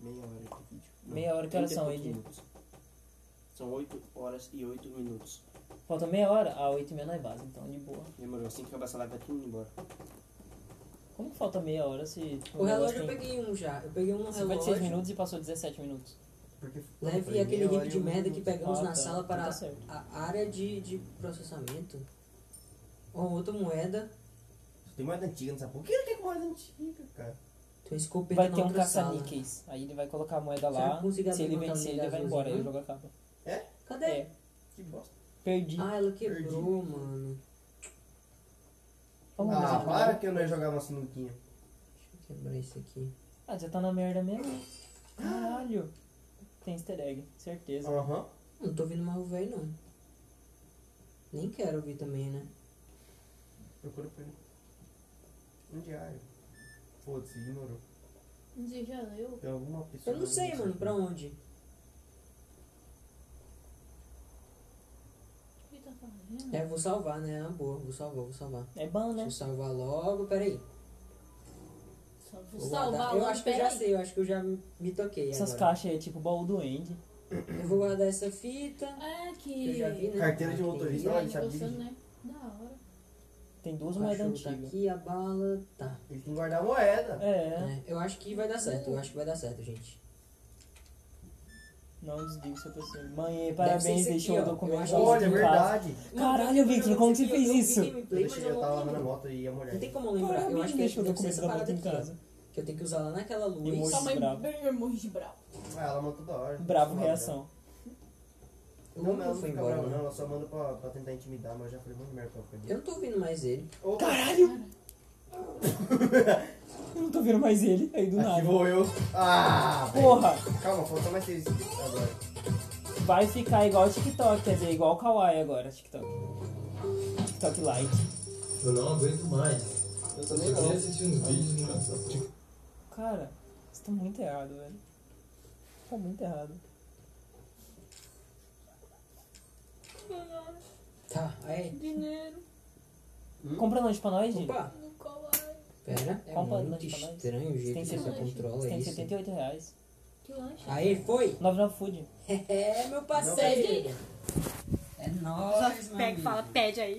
Speaker 19: meia hora de vídeo. Não,
Speaker 3: Meia hora, que horas
Speaker 19: 30 e
Speaker 3: são,
Speaker 19: poucos
Speaker 3: Ed?
Speaker 19: minutos. São 8 horas e 8 minutos.
Speaker 3: Falta meia hora? Ah, 8 e meia nós vaza, então de boa.
Speaker 19: Demorou, assim que acabar essa live vai tudo indo embora.
Speaker 3: como que falta meia hora se. tipo,
Speaker 7: O relógio eu
Speaker 3: negócio
Speaker 7: peguei um já. Eu peguei um
Speaker 3: 56
Speaker 7: relógio.
Speaker 3: minutos e passou 17 minutos.
Speaker 19: Porque
Speaker 7: Leve aquele
Speaker 19: livro
Speaker 7: livro de merda que pegamos
Speaker 3: Ah,
Speaker 7: na
Speaker 3: tá.
Speaker 7: sala para
Speaker 3: Tá certo.
Speaker 7: a área de, de processamento. Ou outra moeda.
Speaker 19: Tem moeda antiga nessa porra. Por que ele tem moeda antiga, cara?
Speaker 7: Tem escopo
Speaker 3: Vai
Speaker 7: na
Speaker 3: ter um
Speaker 7: outra sala.
Speaker 3: caça-níqueis. Aí ele vai colocar a moeda
Speaker 7: Se
Speaker 3: lá.
Speaker 7: eu conseguir
Speaker 3: Se ele
Speaker 7: levantar
Speaker 3: vencer,
Speaker 7: um
Speaker 3: ele vai
Speaker 7: azulzinho,
Speaker 3: embora. Aí o
Speaker 7: né?
Speaker 3: jogo acaba.
Speaker 7: Cadê?
Speaker 3: É,
Speaker 19: Que bosta.
Speaker 3: perdi.
Speaker 7: Ah, ela quebrou, mano.
Speaker 3: Vamos
Speaker 19: ah,
Speaker 3: lá.
Speaker 19: para que eu não ia jogar uma sinuquinha.
Speaker 7: Deixa eu quebrar isso aqui.
Speaker 3: Ah, já tá na merda mesmo? Caralho. Tem easter egg, certeza.
Speaker 19: Aham.
Speaker 7: Não tô ouvindo mais o velho, não. Nem quero ouvir também, né?
Speaker 19: Procura por ele. Um diário. Foda-se, ignorou.
Speaker 4: Não sei, já leu.
Speaker 19: Tem alguma pessoa.
Speaker 7: Eu não sei, mano, pra onde.
Speaker 4: O que ele tá fazendo?
Speaker 7: É, vou salvar, né? É uma boa, vou salvar, vou salvar.
Speaker 3: É bom, né?
Speaker 7: Deixa eu salvar logo, peraí.
Speaker 4: Só vou
Speaker 7: Vou guardar.
Speaker 4: salvar
Speaker 7: Eu
Speaker 4: logo,
Speaker 7: acho que eu já
Speaker 4: peraí.
Speaker 7: sei, eu acho que eu já me toquei.
Speaker 3: Essas
Speaker 7: agora.
Speaker 3: caixas aí é tipo baú do Andy.
Speaker 7: Eu vou guardar essa fita.
Speaker 4: É que.
Speaker 7: que Eu já vi, né?
Speaker 19: Carteira de
Speaker 7: Aqui tem
Speaker 19: motorista,
Speaker 7: isso.
Speaker 19: olha, é
Speaker 4: Tá
Speaker 19: ele sabe
Speaker 4: negociando,
Speaker 19: dirigir.
Speaker 4: né? Da hora.
Speaker 3: Tem duas
Speaker 7: O
Speaker 3: moedas
Speaker 7: cachorro tá
Speaker 3: antigas.
Speaker 7: aqui, a bala tá.
Speaker 19: Ele tem que guardar a moeda.
Speaker 3: É,
Speaker 7: É, eu acho que vai dar certo, eu acho que vai dar certo, gente.
Speaker 3: não desliga seu PC. assim. Mãe,
Speaker 7: ser
Speaker 3: parabéns,
Speaker 7: isso
Speaker 3: deixou
Speaker 7: aqui,
Speaker 3: o
Speaker 7: ó. Eu
Speaker 3: documento
Speaker 7: acho
Speaker 3: da
Speaker 7: que-
Speaker 3: luta
Speaker 19: Olha,
Speaker 3: em
Speaker 19: é
Speaker 3: casa.
Speaker 19: verdade.
Speaker 3: Caralho, Victor, como que você
Speaker 7: um
Speaker 3: fez isso?
Speaker 19: Eu deixei, eu tava lá na moto e ia molhar.
Speaker 7: Não tem
Speaker 19: ele.
Speaker 7: como lembrar, eu
Speaker 3: Parabéns,
Speaker 7: acho que
Speaker 3: deixou o
Speaker 7: deve ser
Speaker 3: documento
Speaker 7: essa
Speaker 3: da luta
Speaker 7: parada
Speaker 3: em
Speaker 7: aqui,
Speaker 3: casa.
Speaker 7: ó, que eu tenho que usar lá naquela luz.
Speaker 3: Emoji.
Speaker 4: Sua mãe
Speaker 3: bravo.
Speaker 4: bem emoji bravo.
Speaker 19: Ah, ela manda toda hora.
Speaker 3: Bravo
Speaker 19: Fala,
Speaker 3: reação.
Speaker 7: Eu
Speaker 19: Não, mas ela
Speaker 7: não
Speaker 19: não
Speaker 7: foi
Speaker 19: fica
Speaker 7: embora,
Speaker 19: brava, não.
Speaker 7: né?
Speaker 19: Ela só manda pra, pra tentar intimidar, mas eu já falei muito merda pra ela.
Speaker 7: Eu não tô ouvindo mais ele.
Speaker 19: Ô,
Speaker 3: Eu não tô vendo mais ele, aí do
Speaker 19: Aqui
Speaker 3: nada.
Speaker 19: vou eu. Ah, velho.
Speaker 3: Porra,
Speaker 19: Calma, faltou mais seis agora.
Speaker 3: vai ficar igual o TikTok, quer dizer, igual o Kawaii agora, TikTok. TikTok Lite.
Speaker 26: Eu não aguento mais.
Speaker 19: Eu também não.
Speaker 26: Eu assisti uns vídeos
Speaker 3: Cara, isso tá muito errado, velho. Tá muito errado.
Speaker 7: Tá, aí.
Speaker 4: Dinheiro.
Speaker 19: Hum?
Speaker 3: Compra lanche pra nós, gente.
Speaker 7: Opa! Pera, é
Speaker 3: Compra
Speaker 7: muito
Speaker 3: lanche pra nós.
Speaker 7: estranho o
Speaker 3: Você
Speaker 7: jeito
Speaker 3: tem
Speaker 7: que você
Speaker 3: 70,
Speaker 7: controla
Speaker 3: você
Speaker 19: É
Speaker 3: tem
Speaker 7: isso.
Speaker 3: 78 reais.
Speaker 27: Que lanche?
Speaker 7: Aí, foi?
Speaker 3: 99 Food.
Speaker 7: É, meu parceiro. É nóis,
Speaker 28: Pega e fala, pede aí.